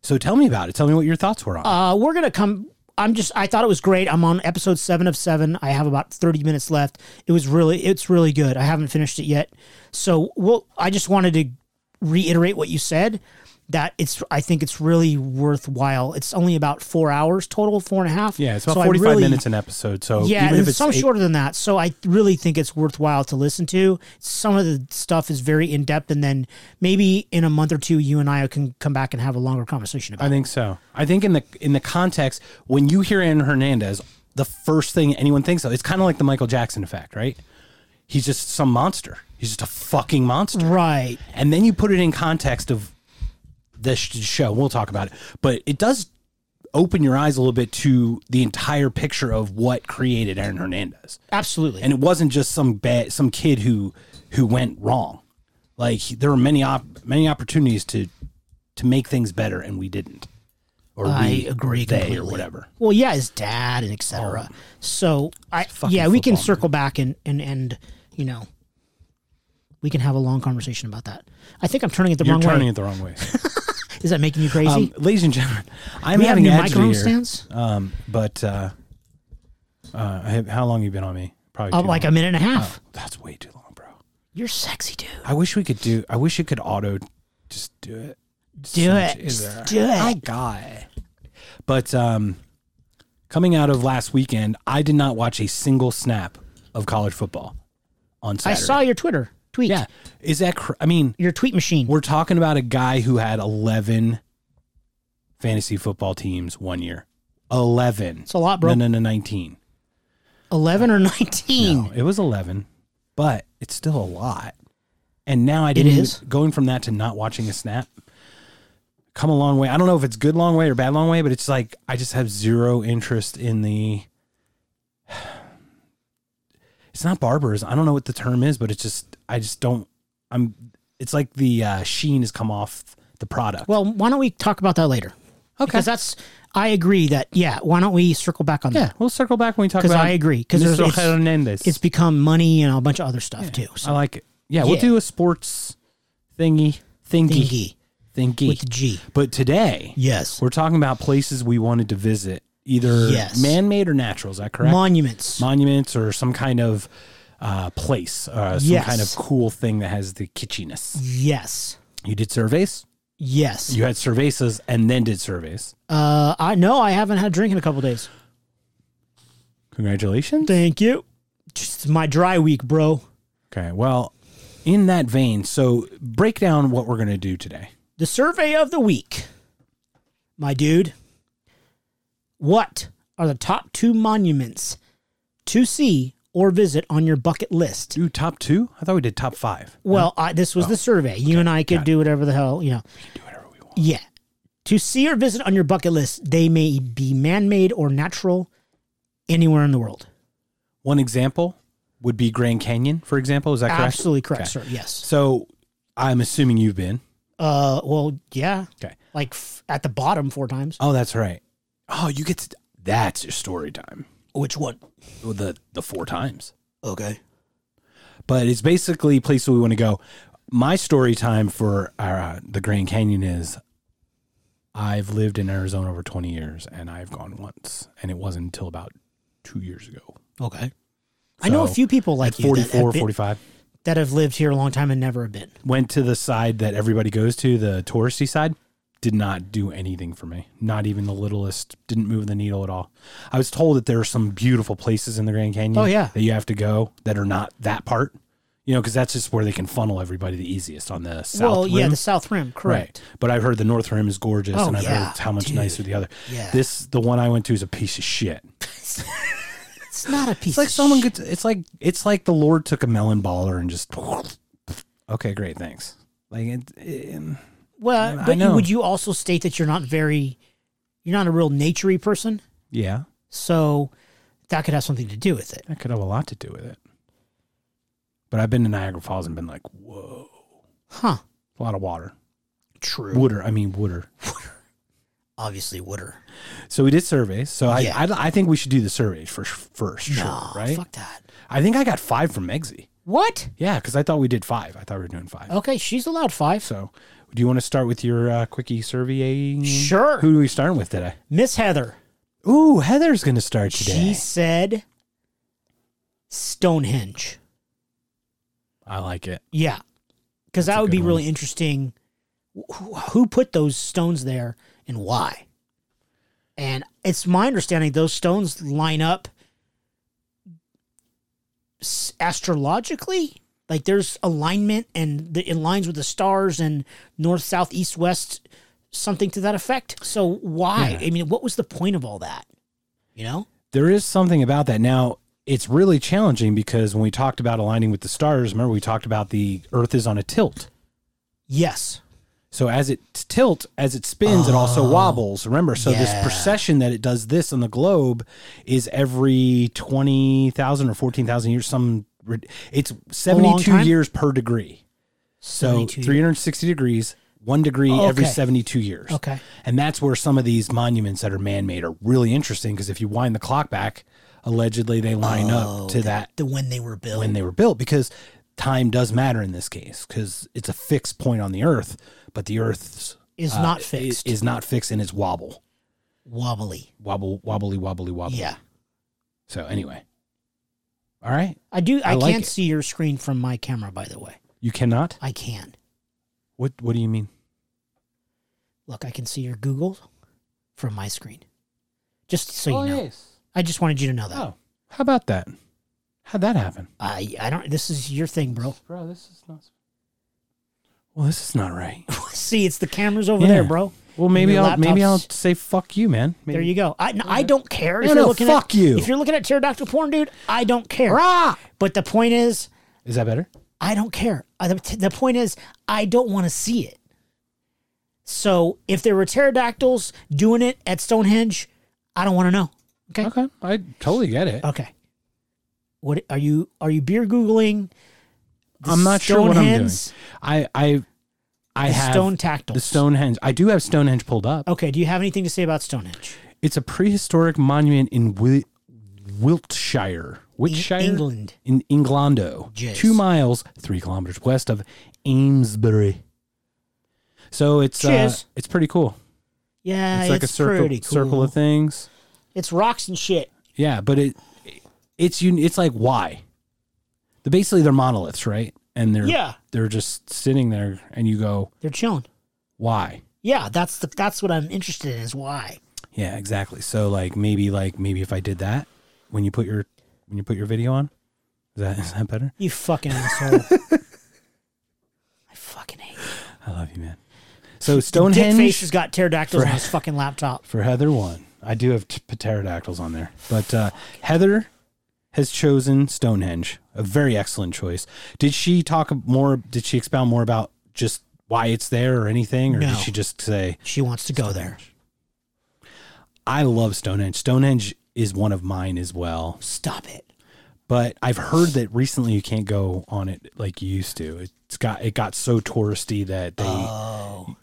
[SPEAKER 1] So tell me about it. Tell me what your thoughts were on. it.
[SPEAKER 2] Uh, we're gonna come. I'm just. I thought it was great. I'm on episode seven of seven. I have about thirty minutes left. It was really. It's really good. I haven't finished it yet. So well, I just wanted to reiterate what you said. That it's. I think it's really worthwhile. It's only about four hours total, four and a half.
[SPEAKER 1] Yeah, it's about
[SPEAKER 2] So I
[SPEAKER 1] 45
[SPEAKER 2] really-
[SPEAKER 1] minutes an episode. So
[SPEAKER 2] Yeah,
[SPEAKER 1] even
[SPEAKER 2] and
[SPEAKER 1] if
[SPEAKER 2] it's
[SPEAKER 1] it's
[SPEAKER 2] some
[SPEAKER 1] eight-
[SPEAKER 2] shorter than that. So I really think it's worthwhile to listen to. Some of the stuff is very in depth, and then maybe in a month or two, you and I can come back and have a longer conversation about.
[SPEAKER 1] I
[SPEAKER 2] it.
[SPEAKER 1] think so. I think in the in the context when you hear Aaron Hernandez, the first thing anyone thinks of, it's kind of like the Michael Jackson effect, right? He's just some monster. He's just a fucking monster.
[SPEAKER 2] Right.
[SPEAKER 1] And then you put it in context of this sh- show. We'll talk about it, but it does open your eyes a little bit to the entire picture of what created Aaron Hernandez.
[SPEAKER 2] Absolutely.
[SPEAKER 1] and it wasn't just some bad some kid who who went wrong like he- there were many op- many opportunities to to make things better and we didn't or we
[SPEAKER 2] I
[SPEAKER 1] or
[SPEAKER 2] agree
[SPEAKER 1] they
[SPEAKER 2] completely.
[SPEAKER 1] or whatever Oh.
[SPEAKER 2] Well, yeah, his dad and etc. So I
[SPEAKER 1] fucking
[SPEAKER 2] yeah, we can
[SPEAKER 1] football,
[SPEAKER 2] circle back and and and you know we can have a long conversation about that. I think I'm turning it the
[SPEAKER 1] you're
[SPEAKER 2] wrong
[SPEAKER 1] turning
[SPEAKER 2] way.
[SPEAKER 1] it the wrong way
[SPEAKER 2] Is that making you crazy?
[SPEAKER 1] um, ladies and gentlemen i'm
[SPEAKER 2] we have
[SPEAKER 1] having
[SPEAKER 2] new
[SPEAKER 1] an
[SPEAKER 2] microphone
[SPEAKER 1] here
[SPEAKER 2] stands.
[SPEAKER 1] um but uh uh I have- how long have you been on me probably
[SPEAKER 2] Oh,
[SPEAKER 1] too
[SPEAKER 2] like a
[SPEAKER 1] long.
[SPEAKER 2] minute and a half.
[SPEAKER 1] that's way too long bro
[SPEAKER 2] You're sexy, dude.
[SPEAKER 1] i wish we could do i wish it could auto just do it
[SPEAKER 2] Do
[SPEAKER 1] So much
[SPEAKER 2] it.
[SPEAKER 1] easier.
[SPEAKER 2] Just do it.
[SPEAKER 1] I got it. But um, coming out of last weekend, I did not watch a single snap of college football on
[SPEAKER 2] I
[SPEAKER 1] Saturday.
[SPEAKER 2] saw your Twitter tweet.
[SPEAKER 1] Yeah, is that? Cr- I mean,
[SPEAKER 2] Your tweet machine.
[SPEAKER 1] we're talking about a guy who had eleven fantasy football teams one year. Eleven.
[SPEAKER 2] It's a lot, bro.
[SPEAKER 1] No, no, no, nineteen.
[SPEAKER 2] 11 or 19.
[SPEAKER 1] No, it was eleven, but it's still a lot. And now I
[SPEAKER 2] It
[SPEAKER 1] didn't.
[SPEAKER 2] is.
[SPEAKER 1] even- going from that to not watching a snap. Come a long way. I don't know if it's good long way or bad long way, but it's like I just have zero interest in the. It's not barbers. I don't know what the term is, but it's just I just don't. I'm. It's like the uh, sheen has come off the product.
[SPEAKER 2] Well, why don't we talk about that later? Okay. Because that's I agree that yeah, why don't we circle back on that?
[SPEAKER 1] yeah, we'll circle back when we talk
[SPEAKER 2] 'Cause
[SPEAKER 1] about.
[SPEAKER 2] I agree, 'cause there's-
[SPEAKER 1] Mr.
[SPEAKER 2] it's-
[SPEAKER 1] Hernandez.
[SPEAKER 2] it's become money and a bunch of other stuff too.
[SPEAKER 1] I
[SPEAKER 2] So
[SPEAKER 1] like it. Yeah, we'll
[SPEAKER 2] Yeah.
[SPEAKER 1] do a sports thingy, thingy,
[SPEAKER 2] thingy
[SPEAKER 1] thingy.
[SPEAKER 2] with the G.
[SPEAKER 1] but today,
[SPEAKER 2] Yes.
[SPEAKER 1] we're talking about places we wanted to visit, either
[SPEAKER 2] Yes.
[SPEAKER 1] man-made or natural. Is that correct?
[SPEAKER 2] Monuments.
[SPEAKER 1] Monuments or some kind of uh, place, uh, some
[SPEAKER 2] Yes.
[SPEAKER 1] kind of cool thing that has the kitschiness.
[SPEAKER 2] yes.
[SPEAKER 1] You did surveys.
[SPEAKER 2] Yes.
[SPEAKER 1] You had cervezas and then did surveys.
[SPEAKER 2] Uh, I no, I haven't had a drink in a couple days.
[SPEAKER 1] Congratulations.
[SPEAKER 2] Thank you. Just my dry week, bro.
[SPEAKER 1] Okay. Well, in that vein, so break down what we're going to do today.
[SPEAKER 2] The survey of the week, my dude. What are the top two monuments to see or visit on your bucket list?
[SPEAKER 1] Do top two? I thought we did top five.
[SPEAKER 2] Well, I, this was the
[SPEAKER 1] Oh,
[SPEAKER 2] survey. You and I could do whatever the hell you know.
[SPEAKER 1] Do whatever we want.
[SPEAKER 2] Yeah. To see or visit on your bucket list, they may be man made or natural anywhere in the world.
[SPEAKER 1] One example would be Grand Canyon, for example. Is that correct?
[SPEAKER 2] Absolutely correct, sir. Yes.
[SPEAKER 1] So I'm assuming you've been.
[SPEAKER 2] Uh, well, yeah.
[SPEAKER 1] Okay.
[SPEAKER 2] Like f- at the bottom four times.
[SPEAKER 1] Oh, that's right. Oh, you get to. That's your story time.
[SPEAKER 2] Which one?
[SPEAKER 1] Well, The the four times,
[SPEAKER 2] Okay.
[SPEAKER 1] but it's basically places we want to go. My story time for our, uh, the Grand Canyon is. I've lived in Arizona over 20 years, and I've gone once, and it wasn't until about two years ago.
[SPEAKER 2] Okay. I know a
[SPEAKER 1] So,
[SPEAKER 2] few people like
[SPEAKER 1] Like
[SPEAKER 2] you that have,
[SPEAKER 1] 44,
[SPEAKER 2] been-
[SPEAKER 1] 45.
[SPEAKER 2] that have lived here a long time and never have been.
[SPEAKER 1] went to the side that everybody goes to, the touristy side, did not do anything for me. Not even the littlest. Didn't move the needle at all. I was told that there are some beautiful places in the Grand Canyon.
[SPEAKER 2] Oh, yeah.
[SPEAKER 1] that you have to go that are not that part. You know, because that's just where they can funnel everybody the easiest on the south
[SPEAKER 2] well, yeah,
[SPEAKER 1] rim.
[SPEAKER 2] the South Rim, correct?
[SPEAKER 1] Right. But I've heard the North Rim is gorgeous,
[SPEAKER 2] Oh,
[SPEAKER 1] and I've
[SPEAKER 2] yeah,
[SPEAKER 1] heard how much
[SPEAKER 2] dude.
[SPEAKER 1] nicer the other.
[SPEAKER 2] Yeah.
[SPEAKER 1] This the one I went to is a piece of shit.
[SPEAKER 2] It's not a piece.
[SPEAKER 1] It's like someone gets. It's like it's like the Lord took a melon baller and just. Okay, great, thanks. Like it, it-
[SPEAKER 2] Well,
[SPEAKER 1] I
[SPEAKER 2] but you-
[SPEAKER 1] know.
[SPEAKER 2] would you also state that you're not very, you're not a real naturey person?
[SPEAKER 1] yeah,
[SPEAKER 2] So that could have something to do with it.
[SPEAKER 1] that could have a lot to do with it. But I've been to Niagara Falls and been like, whoa,
[SPEAKER 2] Huh.
[SPEAKER 1] a lot of water,
[SPEAKER 2] True.
[SPEAKER 1] water. I mean, water.
[SPEAKER 2] Obviously, Wooder.
[SPEAKER 1] So we did surveys. So I,
[SPEAKER 2] Yeah.
[SPEAKER 1] I, I think we should do the surveys for first, sure,
[SPEAKER 2] No,
[SPEAKER 1] right?
[SPEAKER 2] fuck that.
[SPEAKER 1] I think I got five from Megzy.
[SPEAKER 2] What?
[SPEAKER 1] Yeah, because I thought we did five. I thought we were doing five.
[SPEAKER 2] Okay, she's allowed five.
[SPEAKER 1] So, do you want to start with your uh, quickie survey?
[SPEAKER 2] Sure.
[SPEAKER 1] Who are we starting with today?
[SPEAKER 2] Miss Heather.
[SPEAKER 1] Ooh, Heather's going to start today.
[SPEAKER 2] She said Stonehenge.
[SPEAKER 1] I like it.
[SPEAKER 2] Yeah. Because that
[SPEAKER 1] a
[SPEAKER 2] would be
[SPEAKER 1] good
[SPEAKER 2] really interesting. Wh- wh- Who put those stones there and why? And it's my understanding those stones line up s- astrologically. Like there's alignment and the, it lines with the stars and north, south, east, west, something to that effect. So why?
[SPEAKER 1] Yeah.
[SPEAKER 2] I mean, what was the point of all that? You know?
[SPEAKER 1] There is something about that. Now, it's really challenging because when we talked about aligning with the stars, remember we talked about the Earth is on a tilt.
[SPEAKER 2] Yes.
[SPEAKER 1] So as it tilt, as it spins, it also wobbles. Remember, so this
[SPEAKER 2] Oh. Yeah.
[SPEAKER 1] precession that it does this on the globe is every twenty thousand or fourteen thousand years. Some rid- it's
[SPEAKER 2] long
[SPEAKER 1] seventy-two
[SPEAKER 2] time?
[SPEAKER 1] years per degree. So
[SPEAKER 2] 72
[SPEAKER 1] three hundred sixty degrees, one degree every
[SPEAKER 2] Oh, Okay.
[SPEAKER 1] seventy-two years.
[SPEAKER 2] Okay.
[SPEAKER 1] and that's where some of these monuments that are man-made are really interesting because if you wind the clock back, allegedly they line
[SPEAKER 2] Oh,
[SPEAKER 1] up to that
[SPEAKER 2] The when they were built.
[SPEAKER 1] when they were built because time does matter in this case because it's a fixed point on the earth but the earth's
[SPEAKER 2] is
[SPEAKER 1] uh,
[SPEAKER 2] not
[SPEAKER 1] i-
[SPEAKER 2] fixed.
[SPEAKER 1] is not fixed and it's wobble
[SPEAKER 2] wobbly.
[SPEAKER 1] wobble wobbly wobbly wobble
[SPEAKER 2] Yeah.
[SPEAKER 1] so anyway all right
[SPEAKER 2] I do. I,
[SPEAKER 1] I like
[SPEAKER 2] can't
[SPEAKER 1] it.
[SPEAKER 2] see your screen from my camera, by the way.
[SPEAKER 1] you cannot
[SPEAKER 2] I can.
[SPEAKER 1] what what do you mean
[SPEAKER 2] Look, I can see your Google from my screen. Just so you know.
[SPEAKER 1] Oh, yes
[SPEAKER 2] I just wanted you to know that.
[SPEAKER 1] oh how about that how'd that happen
[SPEAKER 2] I, I don't. This is your thing, bro.
[SPEAKER 1] bro this is not well this is not right
[SPEAKER 2] see, it's the cameras over
[SPEAKER 1] Yeah.
[SPEAKER 2] there, bro.
[SPEAKER 1] well maybe
[SPEAKER 2] Your
[SPEAKER 1] i'll maybe
[SPEAKER 2] laptop's-
[SPEAKER 1] i'll say fuck you man maybe.
[SPEAKER 2] There you go. I, I don't care if
[SPEAKER 1] oh, No,
[SPEAKER 2] you're
[SPEAKER 1] no,
[SPEAKER 2] looking
[SPEAKER 1] fuck
[SPEAKER 2] at
[SPEAKER 1] you.
[SPEAKER 2] if you're looking at pterodactyl porn, dude. I don't care. But the point is,
[SPEAKER 1] is that better
[SPEAKER 2] I don't care. I, the, the point is, I don't want to see it. So if there were pterodactyls doing it at Stonehenge, I don't want to know. Okay.
[SPEAKER 1] okay i totally get it
[SPEAKER 2] Okay. What are you are you beer googling? the
[SPEAKER 1] I'm not sure what I'm doing.
[SPEAKER 2] Stonehenges,
[SPEAKER 1] I I I
[SPEAKER 2] the
[SPEAKER 1] have
[SPEAKER 2] stone tactiles.
[SPEAKER 1] the Stonehenge. I do have Stonehenge pulled up.
[SPEAKER 2] Okay. Do you have anything to say about Stonehenge?
[SPEAKER 1] It's a prehistoric monument in Wi- Wiltshire,
[SPEAKER 2] E-
[SPEAKER 1] Wiltshire,
[SPEAKER 2] England.
[SPEAKER 1] in Englando,
[SPEAKER 2] Yes.
[SPEAKER 1] two miles, three kilometers west of Amesbury. So it's uh,
[SPEAKER 2] Cheers.
[SPEAKER 1] it's pretty cool.
[SPEAKER 2] Yeah,
[SPEAKER 1] It's like a circle
[SPEAKER 2] pretty cool.
[SPEAKER 1] circle of things.
[SPEAKER 2] It's rocks and shit.
[SPEAKER 1] Yeah, but it it's un- it's like why? They're basically they're monoliths, right? And they're
[SPEAKER 2] Yeah.
[SPEAKER 1] they're just sitting there, and you go
[SPEAKER 2] They're chilling.
[SPEAKER 1] why?
[SPEAKER 2] Yeah, that's the that's what I'm interested in. Is why.
[SPEAKER 1] Yeah, exactly. So like maybe like maybe if I did that when you put your when you put your video on, is that is that better?
[SPEAKER 2] You fucking asshole. I fucking hate you.
[SPEAKER 1] I love you, man. So
[SPEAKER 2] Dick face
[SPEAKER 1] Stonehenge
[SPEAKER 2] has got pterodactyls on his fucking laptop.
[SPEAKER 1] for Heather one. I do have t- pterodactyls on there, but uh, Heather has chosen Stonehenge. A very excellent choice. Did she talk more? Did she expound more about just why it's there or anything, or
[SPEAKER 2] No.
[SPEAKER 1] did she just say
[SPEAKER 2] She wants to go there.
[SPEAKER 1] I love Stonehenge? Stonehenge is one of mine as well.
[SPEAKER 2] Stop it.
[SPEAKER 1] but I've heard that recently you can't go on it like you used to. It's got it got so touristy that they
[SPEAKER 2] Oh.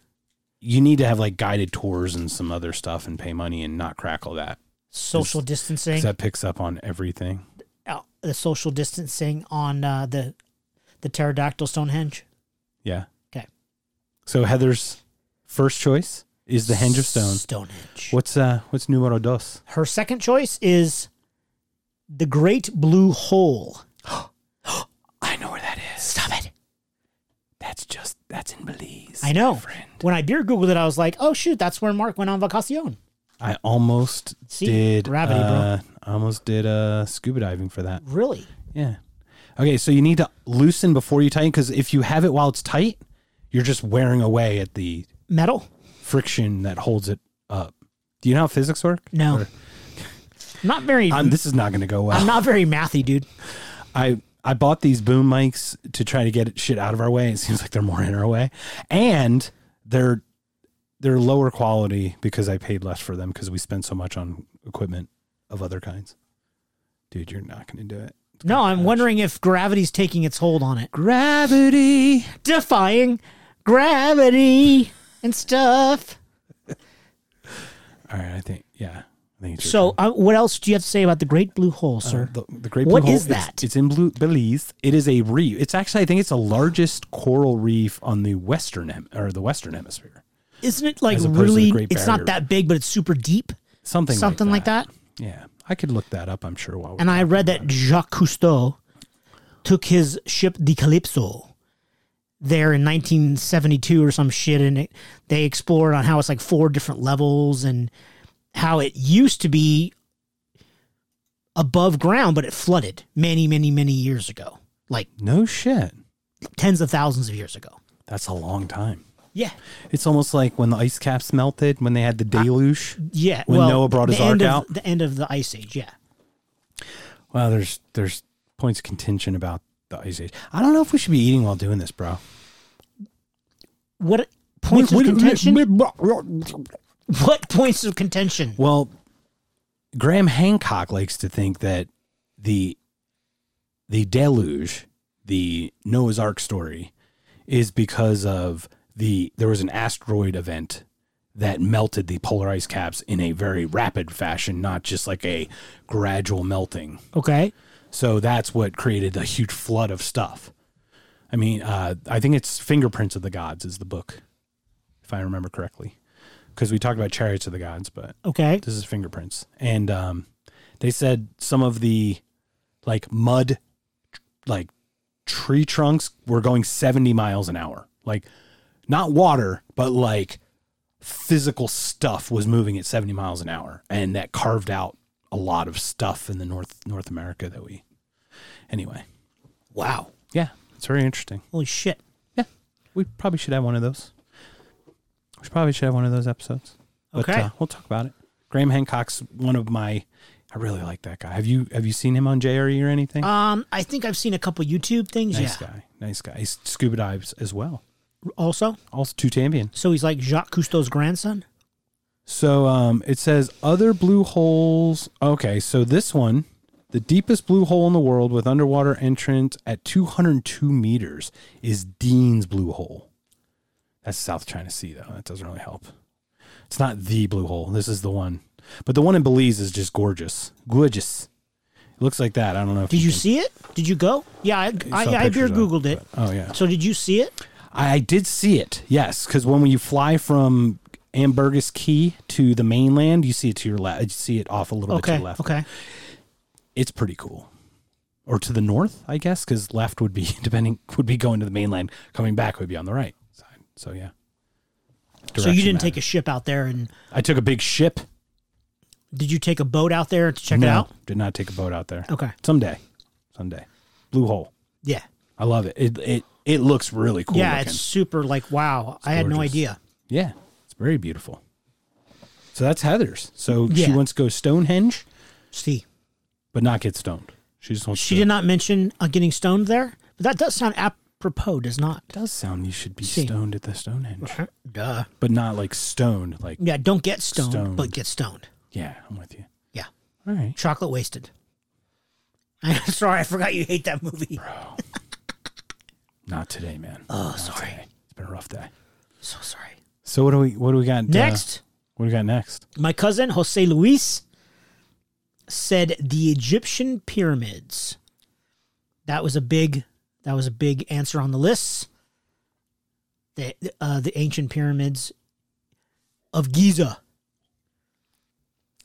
[SPEAKER 1] you need to have like guided tours and some other stuff and pay money and not crackle that
[SPEAKER 2] Social distancing.
[SPEAKER 1] 'Cause that picks up on everything.
[SPEAKER 2] out- the social distancing on uh, the the pterodactyl Stonehenge.
[SPEAKER 1] Yeah.
[SPEAKER 2] Okay.
[SPEAKER 1] So Heather's first choice is the Henge of Stone.
[SPEAKER 2] Stonehenge.
[SPEAKER 1] What's uh what's numero dos?
[SPEAKER 2] Her second choice is the Great Blue Hole.
[SPEAKER 1] I know where that is.
[SPEAKER 2] Stop it.
[SPEAKER 1] That's just that's in Belize.
[SPEAKER 2] I know.
[SPEAKER 1] Friend.
[SPEAKER 2] When I beer googled it, I was like, oh shoot, that's where Mark went on vacacion.
[SPEAKER 1] I almost
[SPEAKER 2] See?
[SPEAKER 1] did
[SPEAKER 2] Gravity, bro.
[SPEAKER 1] uh, I almost did uh scuba diving for that.
[SPEAKER 2] Really?
[SPEAKER 1] Yeah. Okay, so you need to loosen before you tighten because if you have it while it's tight, you're just wearing away at the
[SPEAKER 2] Metal?
[SPEAKER 1] friction that holds it up. Do you know how physics work?
[SPEAKER 2] No.
[SPEAKER 1] Or-
[SPEAKER 2] Not very.
[SPEAKER 1] I'm, this is not going to go well.
[SPEAKER 2] I'm not very mathy, dude.
[SPEAKER 1] I I bought these boom mics to try to get shit out of our way. It seems like they're more in our way, and they're they're lower quality because I paid less for them because we spend so much on equipment of other kinds. Dude, you're not going to do it.
[SPEAKER 2] No, I'm wondering if gravity's taking its hold on it.
[SPEAKER 1] Gravity.
[SPEAKER 2] Defying gravity and stuff.
[SPEAKER 1] All right, I think yeah. I think it's your
[SPEAKER 2] So, uh, what else do you have to say about the Great Blue Hole, sir?
[SPEAKER 1] Uh, The, the Great Blue
[SPEAKER 2] What
[SPEAKER 1] Hole
[SPEAKER 2] is
[SPEAKER 1] it's-
[SPEAKER 2] that?
[SPEAKER 1] It's, in Blue, Belize. It is a reef. It's actually, I think, it's the largest coral reef on the western hem, or the western hemisphere.
[SPEAKER 2] Isn't it like
[SPEAKER 1] As opposed to the
[SPEAKER 2] really?
[SPEAKER 1] Great
[SPEAKER 2] It's
[SPEAKER 1] Barrier
[SPEAKER 2] not that big, but it's super deep.
[SPEAKER 1] Something,
[SPEAKER 2] something like that.
[SPEAKER 1] Yeah, I could look that up. I'm sure. While we're
[SPEAKER 2] And I read that Jacques Cousteau took his ship the Calypso there in 1972 or some shit, and it, they explored on how it's like four different levels and how it used to be above ground, but it flooded many, many, many years ago, like
[SPEAKER 1] no shit.
[SPEAKER 2] tens of thousands of years ago.
[SPEAKER 1] That's a long time.
[SPEAKER 2] Yeah,
[SPEAKER 1] It's almost like when the ice caps melted, when they had the deluge.
[SPEAKER 2] yeah.
[SPEAKER 1] When
[SPEAKER 2] well,
[SPEAKER 1] Noah brought his
[SPEAKER 2] the
[SPEAKER 1] ark
[SPEAKER 2] end of-
[SPEAKER 1] out?
[SPEAKER 2] the end of the ice age. Yeah,
[SPEAKER 1] Well, there's there's points of contention about the ice age. I don't know if we should be eating while doing this, bro.
[SPEAKER 2] what points
[SPEAKER 1] What-
[SPEAKER 2] of
[SPEAKER 1] what-
[SPEAKER 2] contention? what points of contention?
[SPEAKER 1] Well, Graham Hancock likes to think that the the deluge, the Noah's Ark story, is because of the there was an asteroid event that melted the polar ice caps in a very rapid fashion, not just like a gradual melting.
[SPEAKER 2] Okay.
[SPEAKER 1] So that's what created a huge flood of stuff. I mean, uh, I think it's Fingerprints of the Gods is the book, if I remember correctly, because we talked about Chariots of the Gods, but
[SPEAKER 2] Okay.
[SPEAKER 1] this is fingerprints and um they said some of the like mud like tree trunks were going 70 miles an hour like not water but like physical stuff was moving at 70 miles an hour and that carved out a lot of stuff in the north north america that we anyway
[SPEAKER 2] Wow.
[SPEAKER 1] yeah it's very interesting
[SPEAKER 2] Holy shit.
[SPEAKER 1] yeah we probably should have one of those we should- probably should have one of those episodes but
[SPEAKER 2] Okay.
[SPEAKER 1] uh, we'll talk about it. Graham Hancock's one of my. I really like that guy. Have you have you seen him on JRE or anything?
[SPEAKER 2] Um, I think I've seen a couple YouTube things.
[SPEAKER 1] nice
[SPEAKER 2] yeah.
[SPEAKER 1] guy, nice guy. He's scuba dives as well.
[SPEAKER 2] Also,
[SPEAKER 1] Also Tutambian.
[SPEAKER 2] so he's like Jacques Cousteau's grandson.
[SPEAKER 1] So um, it says other blue holes. Okay, so this one, the deepest blue hole in the world with underwater entrance at 202 meters, is Dean's Blue Hole. That's South China Sea, though. That doesn't really help. It's not the blue hole. This is the one, but the one in Belize is just gorgeous. Gorgeous. It looks like that. I don't know. If
[SPEAKER 2] Did you
[SPEAKER 1] can-
[SPEAKER 2] see it? Did you go? Yeah, I I,
[SPEAKER 1] saw
[SPEAKER 2] I,
[SPEAKER 1] pictures
[SPEAKER 2] beer
[SPEAKER 1] of it,
[SPEAKER 2] googled it.
[SPEAKER 1] but- oh yeah,
[SPEAKER 2] So did you see it?
[SPEAKER 1] I, I did see it. Yes, because when you fly from Ambergris Key to the mainland, you see it to your left. You see it off a little bit to
[SPEAKER 2] Okay.
[SPEAKER 1] your left.
[SPEAKER 2] Okay.
[SPEAKER 1] It's pretty cool. Or to the north, I guess, because left would be depending would be going to the mainland. Coming back would be on the right side. So yeah.
[SPEAKER 2] so you didn't take a ship out there, and
[SPEAKER 1] I took a big ship.
[SPEAKER 2] did you take a boat out there to check
[SPEAKER 1] no,
[SPEAKER 2] it out?
[SPEAKER 1] Did not take a boat out there.
[SPEAKER 2] Okay.
[SPEAKER 1] Someday, someday, blue hole.
[SPEAKER 2] Yeah.
[SPEAKER 1] I love it. It it it looks really cool.
[SPEAKER 2] yeah,
[SPEAKER 1] looking.
[SPEAKER 2] it's super. Like wow, I had no
[SPEAKER 1] gorgeous.
[SPEAKER 2] idea.
[SPEAKER 1] Yeah, it's very beautiful. So that's Heather's. So she
[SPEAKER 2] Yeah.
[SPEAKER 1] wants to go Stonehenge,
[SPEAKER 2] See,
[SPEAKER 1] but not get stoned. She just wants.
[SPEAKER 2] she
[SPEAKER 1] to,
[SPEAKER 2] did not mention uh, getting stoned there, but that does sound apropos, does not?
[SPEAKER 1] does sound you should be
[SPEAKER 2] See.
[SPEAKER 1] stoned at the Stonehenge,
[SPEAKER 2] Duh.
[SPEAKER 1] but not like stoned. Like
[SPEAKER 2] Yeah, don't get stoned,
[SPEAKER 1] Stoned.
[SPEAKER 2] but get stoned.
[SPEAKER 1] yeah, I'm with you.
[SPEAKER 2] Yeah.
[SPEAKER 1] All right,
[SPEAKER 2] Chocolate Wasted. I'm sorry, I forgot you hate that movie.
[SPEAKER 1] not today, man.
[SPEAKER 2] Oh, sorry.
[SPEAKER 1] Today. It's been a rough day.
[SPEAKER 2] So sorry.
[SPEAKER 1] So what do we what do we got uh,
[SPEAKER 2] Next,
[SPEAKER 1] what do we got next?
[SPEAKER 2] my cousin Jose Luis said the Egyptian pyramids. That was a big that was a big answer on the list. The uh, the ancient pyramids of Giza.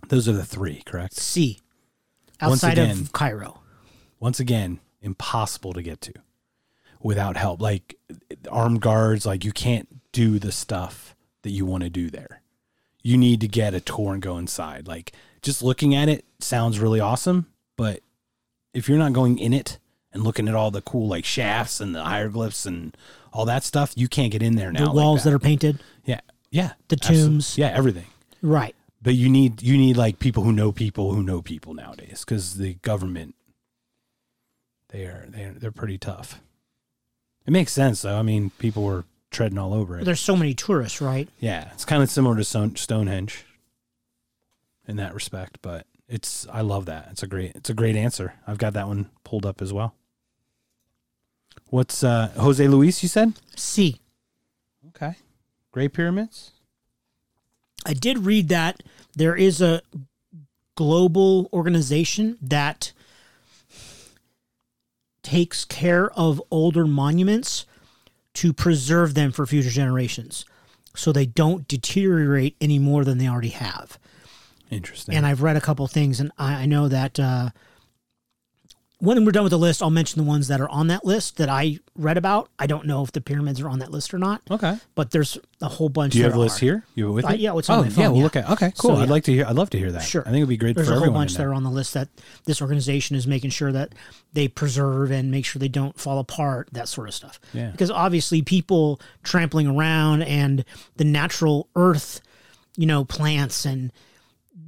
[SPEAKER 1] Those are the three, correct?
[SPEAKER 2] C.
[SPEAKER 1] Once
[SPEAKER 2] Outside
[SPEAKER 1] again.
[SPEAKER 2] of Cairo.
[SPEAKER 1] once again impossible to get to without help like armed guards like you can't do the stuff that you want to do there you need to get a tour and go inside like just looking at it sounds really awesome but if you're not going in it and looking at all the cool like shafts and the hieroglyphs and all that stuff. You can't get in there now.
[SPEAKER 2] the
[SPEAKER 1] like
[SPEAKER 2] walls that. are painted.
[SPEAKER 1] yeah, yeah,
[SPEAKER 2] the
[SPEAKER 1] absolutely.
[SPEAKER 2] tombs.
[SPEAKER 1] yeah, everything.
[SPEAKER 2] Right.
[SPEAKER 1] But you need you need like people who know people who know people nowadays because the government they are they are, they're pretty tough. It makes sense though. I mean, people were treading all over it.
[SPEAKER 2] There's so many tourists, right?
[SPEAKER 1] Yeah, it's kind of similar to Stone- Stonehenge in that respect, but it's I love that. It's a great it's a great answer. I've got that one pulled up as well. What's uh Jose Luis you said?
[SPEAKER 2] See,
[SPEAKER 1] Okay. Great pyramids?
[SPEAKER 2] I did read that there is a global organization that takes care of older monuments to preserve them for future generations so they don't deteriorate any more than they already have.
[SPEAKER 1] Interesting.
[SPEAKER 2] And I've read a couple things, and I, I know that uh, when we're done with the list, I'll mention the ones that are on that list that I read about. I don't know if the pyramids are on that list or not,
[SPEAKER 1] okay.
[SPEAKER 2] but there's a whole bunch.
[SPEAKER 1] Do you have
[SPEAKER 2] that
[SPEAKER 1] the list
[SPEAKER 2] are.
[SPEAKER 1] here? You have it with
[SPEAKER 2] Uh,
[SPEAKER 1] you?
[SPEAKER 2] yeah, it's
[SPEAKER 1] oh,
[SPEAKER 2] on my
[SPEAKER 1] Yeah,
[SPEAKER 2] phone,
[SPEAKER 1] we'll
[SPEAKER 2] yeah.
[SPEAKER 1] look at. Okay, cool.
[SPEAKER 2] So,
[SPEAKER 1] I'd
[SPEAKER 2] yeah.
[SPEAKER 1] like to hear I'd love to hear that.
[SPEAKER 2] Sure.
[SPEAKER 1] I think it'd be great
[SPEAKER 2] There's
[SPEAKER 1] for
[SPEAKER 2] a whole
[SPEAKER 1] everyone.
[SPEAKER 2] bunch
[SPEAKER 1] in
[SPEAKER 2] that
[SPEAKER 1] there.
[SPEAKER 2] are on the list that this organization is making sure that they preserve and make sure they don't fall apart, that sort of stuff.
[SPEAKER 1] Yeah.
[SPEAKER 2] Because obviously, people trampling around and the natural earth, you know, plants and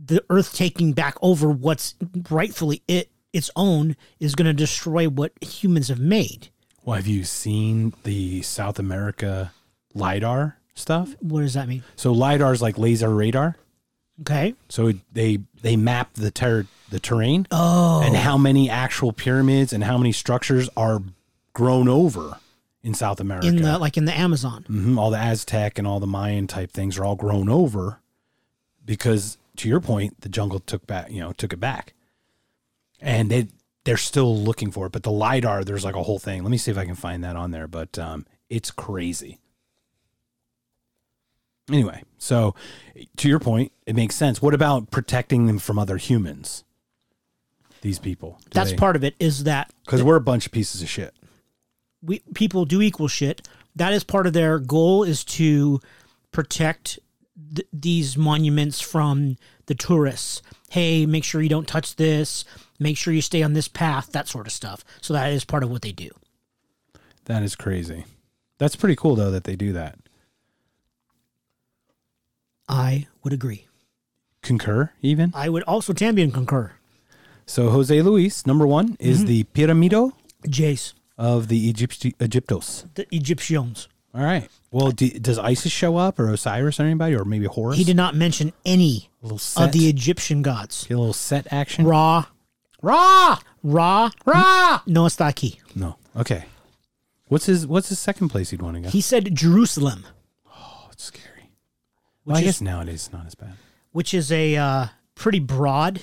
[SPEAKER 2] the earth taking back over what's rightfully it its own is going to destroy what humans have made.
[SPEAKER 1] Well, have you seen the South America lidar stuff?
[SPEAKER 2] What does that mean?
[SPEAKER 1] So lidar is like laser radar.
[SPEAKER 2] Okay.
[SPEAKER 1] So it, they they map the ter- the terrain
[SPEAKER 2] Oh,
[SPEAKER 1] and how many actual pyramids and how many structures are grown over in South America.
[SPEAKER 2] in the like in the Amazon.
[SPEAKER 1] Mhm, all the Aztec and all the Mayan type things are all grown over because, to your point, the jungle took back you know took it back, and they they're still looking for it. But the lidar, there's like a whole thing. Let me see if I can find that on there, but um, it's crazy. Anyway, so to your point, it makes sense. What about protecting them from other humans? These people.
[SPEAKER 2] That's part of it. Is that
[SPEAKER 1] because we're a bunch of pieces of shit.
[SPEAKER 2] we people do equal shit. That is part of their goal is to protect th- these monuments from the tourists. Hey, make sure you don't touch this. Make sure you stay on this path. That sort of stuff. So that is part of what they do.
[SPEAKER 1] That is crazy. That's pretty cool though that they do that.
[SPEAKER 2] I would agree.
[SPEAKER 1] Concur even.
[SPEAKER 2] I would also champion concur.
[SPEAKER 1] So Jose Luis, number one, is
[SPEAKER 2] Mm-hmm.
[SPEAKER 1] the Pyramido
[SPEAKER 2] Jace,
[SPEAKER 1] of the Egypti- Egyptos.
[SPEAKER 2] the Egyptians.
[SPEAKER 1] All right. Well, do, does Isis show up or Osiris or anybody or maybe Horus?
[SPEAKER 2] He did not mention any
[SPEAKER 1] a little set,
[SPEAKER 2] of the Egyptian gods.
[SPEAKER 1] Get a little set action.
[SPEAKER 2] Ra,
[SPEAKER 1] Ra!
[SPEAKER 2] Ra, Ra. No, it's not key.
[SPEAKER 1] No. Okay. What's his What's his second place he'd want to go?
[SPEAKER 2] He said Jerusalem.
[SPEAKER 1] oh, it's scary. Well, I
[SPEAKER 2] is-
[SPEAKER 1] guess nowadays it's not as bad.
[SPEAKER 2] which is a uh, pretty broad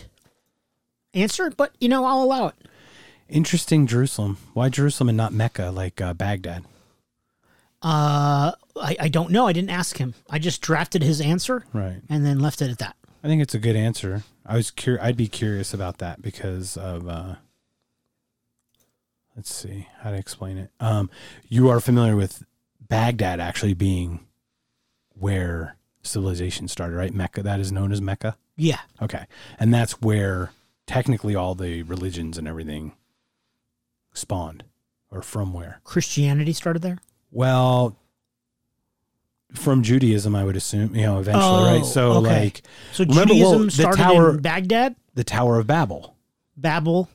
[SPEAKER 2] answer, but you know I'll allow it.
[SPEAKER 1] Interesting, Jerusalem. Why Jerusalem and not Mecca like uh, Baghdad?
[SPEAKER 2] Uh, I, I don't know. I didn't ask him. I just drafted his answer
[SPEAKER 1] Right.
[SPEAKER 2] and then left it at that.
[SPEAKER 1] I think it's a good answer. I was cur- I'd be curious about that because of uh let's see how to explain it. Um you are familiar with Baghdad actually being where civilization started, right? Mecca that is known as Mecca.
[SPEAKER 2] Yeah,
[SPEAKER 1] Okay. And that's where technically all the religions and everything spawned or from where?
[SPEAKER 2] Christianity started there.
[SPEAKER 1] Well, from Judaism, I would assume, you know, eventually, right?
[SPEAKER 2] Oh,
[SPEAKER 1] So
[SPEAKER 2] okay.
[SPEAKER 1] like
[SPEAKER 2] So
[SPEAKER 1] Remember, well,
[SPEAKER 2] Judaism
[SPEAKER 1] the
[SPEAKER 2] started
[SPEAKER 1] Tower-
[SPEAKER 2] in Baghdad,
[SPEAKER 1] the Tower of Babel.
[SPEAKER 2] Babel.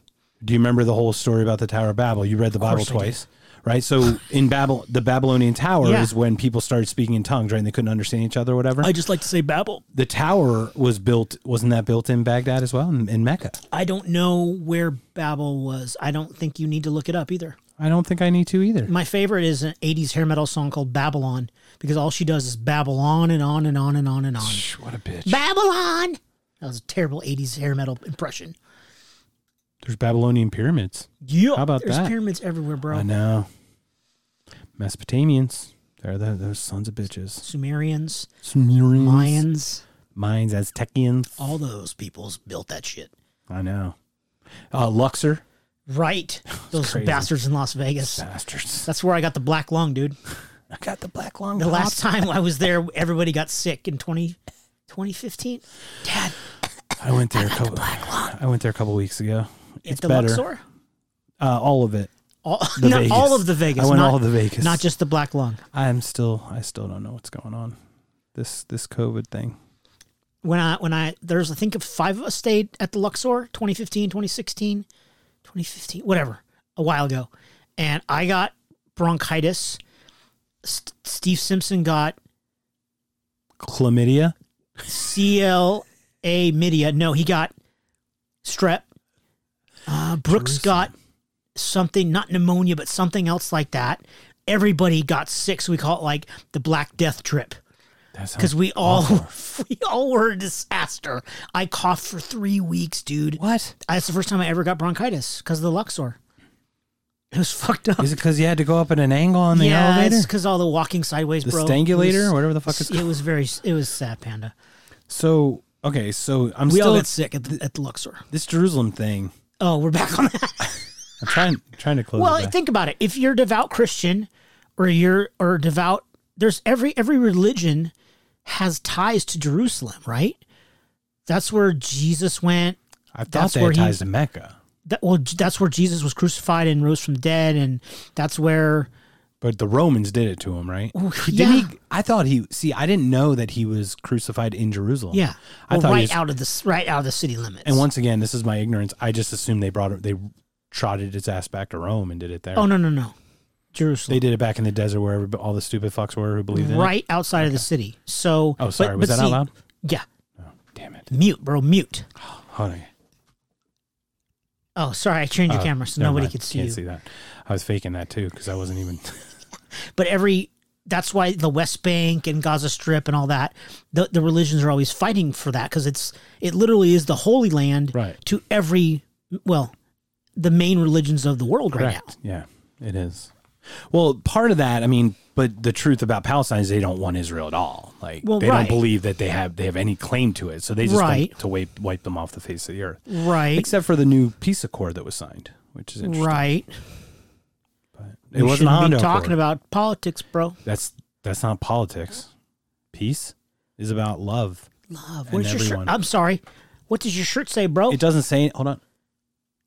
[SPEAKER 1] Do you remember the whole story about the Tower of Babel? You read the Bible
[SPEAKER 2] course I
[SPEAKER 1] twice, right? So in Babel, the Babylonian Tower
[SPEAKER 2] Yeah.
[SPEAKER 1] is when people started speaking in tongues, right? And they couldn't understand each other, or whatever.
[SPEAKER 2] just like to say Babel.
[SPEAKER 1] the tower was built, wasn't that built in Baghdad as well, in, in Mecca?
[SPEAKER 2] I don't know where Babel was. I don't think you need to look it up either.
[SPEAKER 1] I don't think I need to either.
[SPEAKER 2] My favorite is an 80s hair metal song called Babylon because all she does is babble on and on and on and on and on.
[SPEAKER 1] Shh, What a bitch!
[SPEAKER 2] Babylon. That was a terrible 80s hair metal impression.
[SPEAKER 1] There's Babylonian pyramids.
[SPEAKER 2] Yeah.
[SPEAKER 1] How about
[SPEAKER 2] There's
[SPEAKER 1] that?
[SPEAKER 2] pyramids everywhere,
[SPEAKER 1] I
[SPEAKER 2] bro.
[SPEAKER 1] know. Mesopotamians, they're the, those sons of bitches.
[SPEAKER 2] Sumerians,
[SPEAKER 1] Sumerians,
[SPEAKER 2] Mayans,
[SPEAKER 1] Mayans, Aztecians.
[SPEAKER 2] all those peoples built that shit.
[SPEAKER 1] I know. Uh, Luxor,
[SPEAKER 2] Right. Those
[SPEAKER 1] crazy.
[SPEAKER 2] bastards in Las Vegas.
[SPEAKER 1] bastards.
[SPEAKER 2] That's where I got the black lung, dude.
[SPEAKER 1] I got the black long.
[SPEAKER 2] The last time I was there, everybody got sick in 20, 2015. Dad,
[SPEAKER 1] I went there. a couple, I went there a couple weeks ago. It's
[SPEAKER 2] at the
[SPEAKER 1] better.
[SPEAKER 2] Luxor?
[SPEAKER 1] Uh, all of it.
[SPEAKER 2] All,
[SPEAKER 1] The
[SPEAKER 2] not
[SPEAKER 1] Vegas.
[SPEAKER 2] all of the Vegas.
[SPEAKER 1] I went
[SPEAKER 2] not,
[SPEAKER 1] all of the Vegas.
[SPEAKER 2] Not just the black lung.
[SPEAKER 1] I'm still I still don't know what's going on. This this COVID thing.
[SPEAKER 2] When I when I there's I think of five of us stayed at the Luxor 2015, 2016, 2015, whatever, a while ago, and I got bronchitis. St- Steve Simpson got
[SPEAKER 1] Chlamydia.
[SPEAKER 2] CLA Midia. No, he got strep. Uh, Brooks got something, not pneumonia, but something else like that. Everybody got sick, so we call it like the Black Death drip
[SPEAKER 1] That sounds
[SPEAKER 2] because we all we all were a disaster. I coughed for three weeks, dude.
[SPEAKER 1] what?
[SPEAKER 2] That's the first time I ever got bronchitis because of the Luxor. It was fucked up.
[SPEAKER 1] Is it because you had to go up at an angle on the
[SPEAKER 2] yeah,
[SPEAKER 1] elevator?
[SPEAKER 2] it's because all the walking sideways,
[SPEAKER 1] The
[SPEAKER 2] bro.
[SPEAKER 1] strangulator,
[SPEAKER 2] It was-
[SPEAKER 1] whatever the fuck it's
[SPEAKER 2] It was very. It was sad, panda.
[SPEAKER 1] So okay, so I'm
[SPEAKER 2] We
[SPEAKER 1] still
[SPEAKER 2] all got sick at the, at the Luxor.
[SPEAKER 1] this Jerusalem thing.
[SPEAKER 2] Oh, we're back on that.
[SPEAKER 1] I'm trying trying to close.
[SPEAKER 2] well,
[SPEAKER 1] it back.
[SPEAKER 2] think about it. If you're a devout Christian or you're or a devout, there's every every religion has ties to Jerusalem, right? That's where Jesus went.
[SPEAKER 1] I thought
[SPEAKER 2] that's
[SPEAKER 1] they
[SPEAKER 2] where
[SPEAKER 1] had
[SPEAKER 2] he-
[SPEAKER 1] ties to Mecca,
[SPEAKER 2] That well, J- that's where Jesus was crucified and rose from the dead, and that's where
[SPEAKER 1] but the Romans did it to him, right? Did
[SPEAKER 2] yeah.
[SPEAKER 1] he? e- I thought he. See, I didn't know that he was crucified in Jerusalem.
[SPEAKER 2] yeah,
[SPEAKER 1] I
[SPEAKER 2] well,
[SPEAKER 1] thought he
[SPEAKER 2] right
[SPEAKER 1] was-
[SPEAKER 2] out of the right out of the city limits.
[SPEAKER 1] And once again, this is my ignorance. I just assumed they brought it. They trotted its ass back to Rome and did it there.
[SPEAKER 2] oh no no no, Jerusalem.
[SPEAKER 1] They did it back in the desert where everyb- all the stupid fucks were who believed in it.
[SPEAKER 2] right outside of the city. So
[SPEAKER 1] Oh, sorry. was that out loud?
[SPEAKER 2] Yeah,
[SPEAKER 1] Damn it.
[SPEAKER 2] mute, bro, mute.
[SPEAKER 1] Hold on.
[SPEAKER 2] Oh, sorry, I turned your
[SPEAKER 1] Oh,
[SPEAKER 2] camera so
[SPEAKER 1] never
[SPEAKER 2] nobody
[SPEAKER 1] mind.
[SPEAKER 2] could see
[SPEAKER 1] Can't
[SPEAKER 2] you.
[SPEAKER 1] see that. I was faking that too because I wasn't even.
[SPEAKER 2] but every that's why the West Bank and Gaza Strip and all that the, the religions are always fighting for that because it's it literally is the holy land
[SPEAKER 1] Right.
[SPEAKER 2] to every well the main religions of the world right now
[SPEAKER 1] Correct. Yeah, it is. Well, part of that, I mean, but the truth about Palestine is they don't want Israel at all. Like
[SPEAKER 2] Well,
[SPEAKER 1] they
[SPEAKER 2] right.
[SPEAKER 1] don't believe that they have they have any claim to it. So they just
[SPEAKER 2] Right.
[SPEAKER 1] want to wipe wipe them off the face of the earth.
[SPEAKER 2] right
[SPEAKER 1] Except for the new peace accord that was signed, which is interesting.
[SPEAKER 2] right
[SPEAKER 1] It
[SPEAKER 2] We
[SPEAKER 1] wasn't a
[SPEAKER 2] shouldn't
[SPEAKER 1] Hondo
[SPEAKER 2] be talking
[SPEAKER 1] Accord.
[SPEAKER 2] about politics bro
[SPEAKER 1] that's that's not politics. Peace is about love.
[SPEAKER 2] love
[SPEAKER 1] And
[SPEAKER 2] what's your shirt
[SPEAKER 1] everyone.
[SPEAKER 2] I'm sorry what does your shirt say bro
[SPEAKER 1] It doesn't say hold on.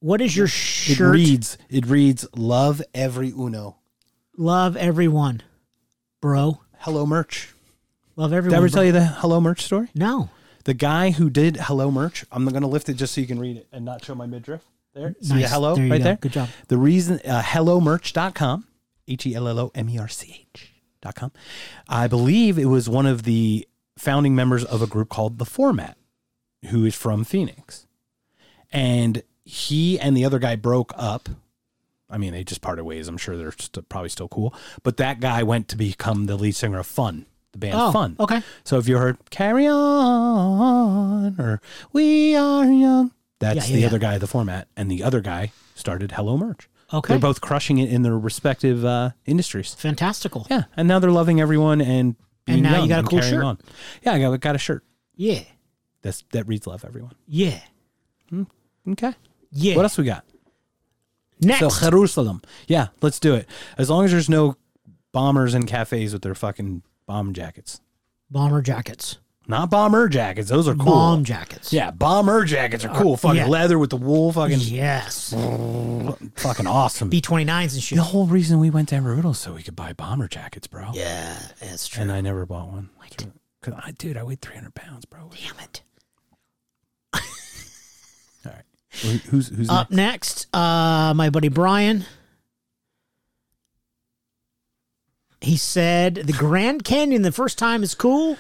[SPEAKER 2] what is your
[SPEAKER 1] It
[SPEAKER 2] Oh. shirt
[SPEAKER 1] reads it reads love every uno.
[SPEAKER 2] love everyone bro
[SPEAKER 1] Hello merch.
[SPEAKER 2] love
[SPEAKER 1] Did I
[SPEAKER 2] everyone
[SPEAKER 1] ever
[SPEAKER 2] bro.
[SPEAKER 1] tell you the hello merch story?
[SPEAKER 2] no
[SPEAKER 1] The guy who did hello merch, I'm going to lift it just so you can read it and not show my midriff. There, see the
[SPEAKER 2] Nice.
[SPEAKER 1] hello
[SPEAKER 2] There you
[SPEAKER 1] right
[SPEAKER 2] go.
[SPEAKER 1] there.
[SPEAKER 2] Good job.
[SPEAKER 1] The reason uh, hellomerch.com, H E L L O M E R C H dot com. I believe it was one of the founding members of a group called The Format, who is from Phoenix, and he and the other guy broke up. I mean, they just parted ways. I'm sure they're st- probably still cool. But that guy went to become the lead singer of Fun, the band
[SPEAKER 2] oh
[SPEAKER 1] Fun.
[SPEAKER 2] okay
[SPEAKER 1] So if you heard "Carry On" or "We Are Young," that's
[SPEAKER 2] Yeah, yeah,
[SPEAKER 1] the
[SPEAKER 2] yeah.
[SPEAKER 1] other guy, the format, and the other guy started Hello Merch.
[SPEAKER 2] okay
[SPEAKER 1] They're both crushing it in their respective uh, industries.
[SPEAKER 2] fantastical
[SPEAKER 1] Yeah, and now they're loving everyone and being
[SPEAKER 2] now
[SPEAKER 1] young
[SPEAKER 2] you got a cool
[SPEAKER 1] carrying
[SPEAKER 2] shirt.
[SPEAKER 1] On. Yeah, I got, got a shirt
[SPEAKER 2] yeah
[SPEAKER 1] that's that reads "Love Everyone."
[SPEAKER 2] yeah.
[SPEAKER 1] Okay,
[SPEAKER 2] Yeah.
[SPEAKER 1] what else we got?
[SPEAKER 2] Next.
[SPEAKER 1] So Jerusalem. Yeah, let's do it. As long as there's no bombers in cafes with their fucking bomb jackets.
[SPEAKER 2] bomber jackets.
[SPEAKER 1] Not bomber jackets; those are cool.
[SPEAKER 2] Bomb jackets.
[SPEAKER 1] Yeah, bomber jackets are cool. Fucking
[SPEAKER 2] yeah.
[SPEAKER 1] leather with the wool, fucking
[SPEAKER 2] Yes.
[SPEAKER 1] fucking awesome.
[SPEAKER 2] B 29s and shit.
[SPEAKER 1] the whole reason we went to Amarillo is so we could buy bomber jackets, bro.
[SPEAKER 2] Yeah, that's true.
[SPEAKER 1] And I never bought one. Cause I, dude, I weighed 300 pounds, bro. All
[SPEAKER 2] Damn
[SPEAKER 1] right.
[SPEAKER 2] it.
[SPEAKER 1] Who- Who's, who's
[SPEAKER 2] Up next, uh, my buddy Brian. He said the Grand Canyon the first time is cool.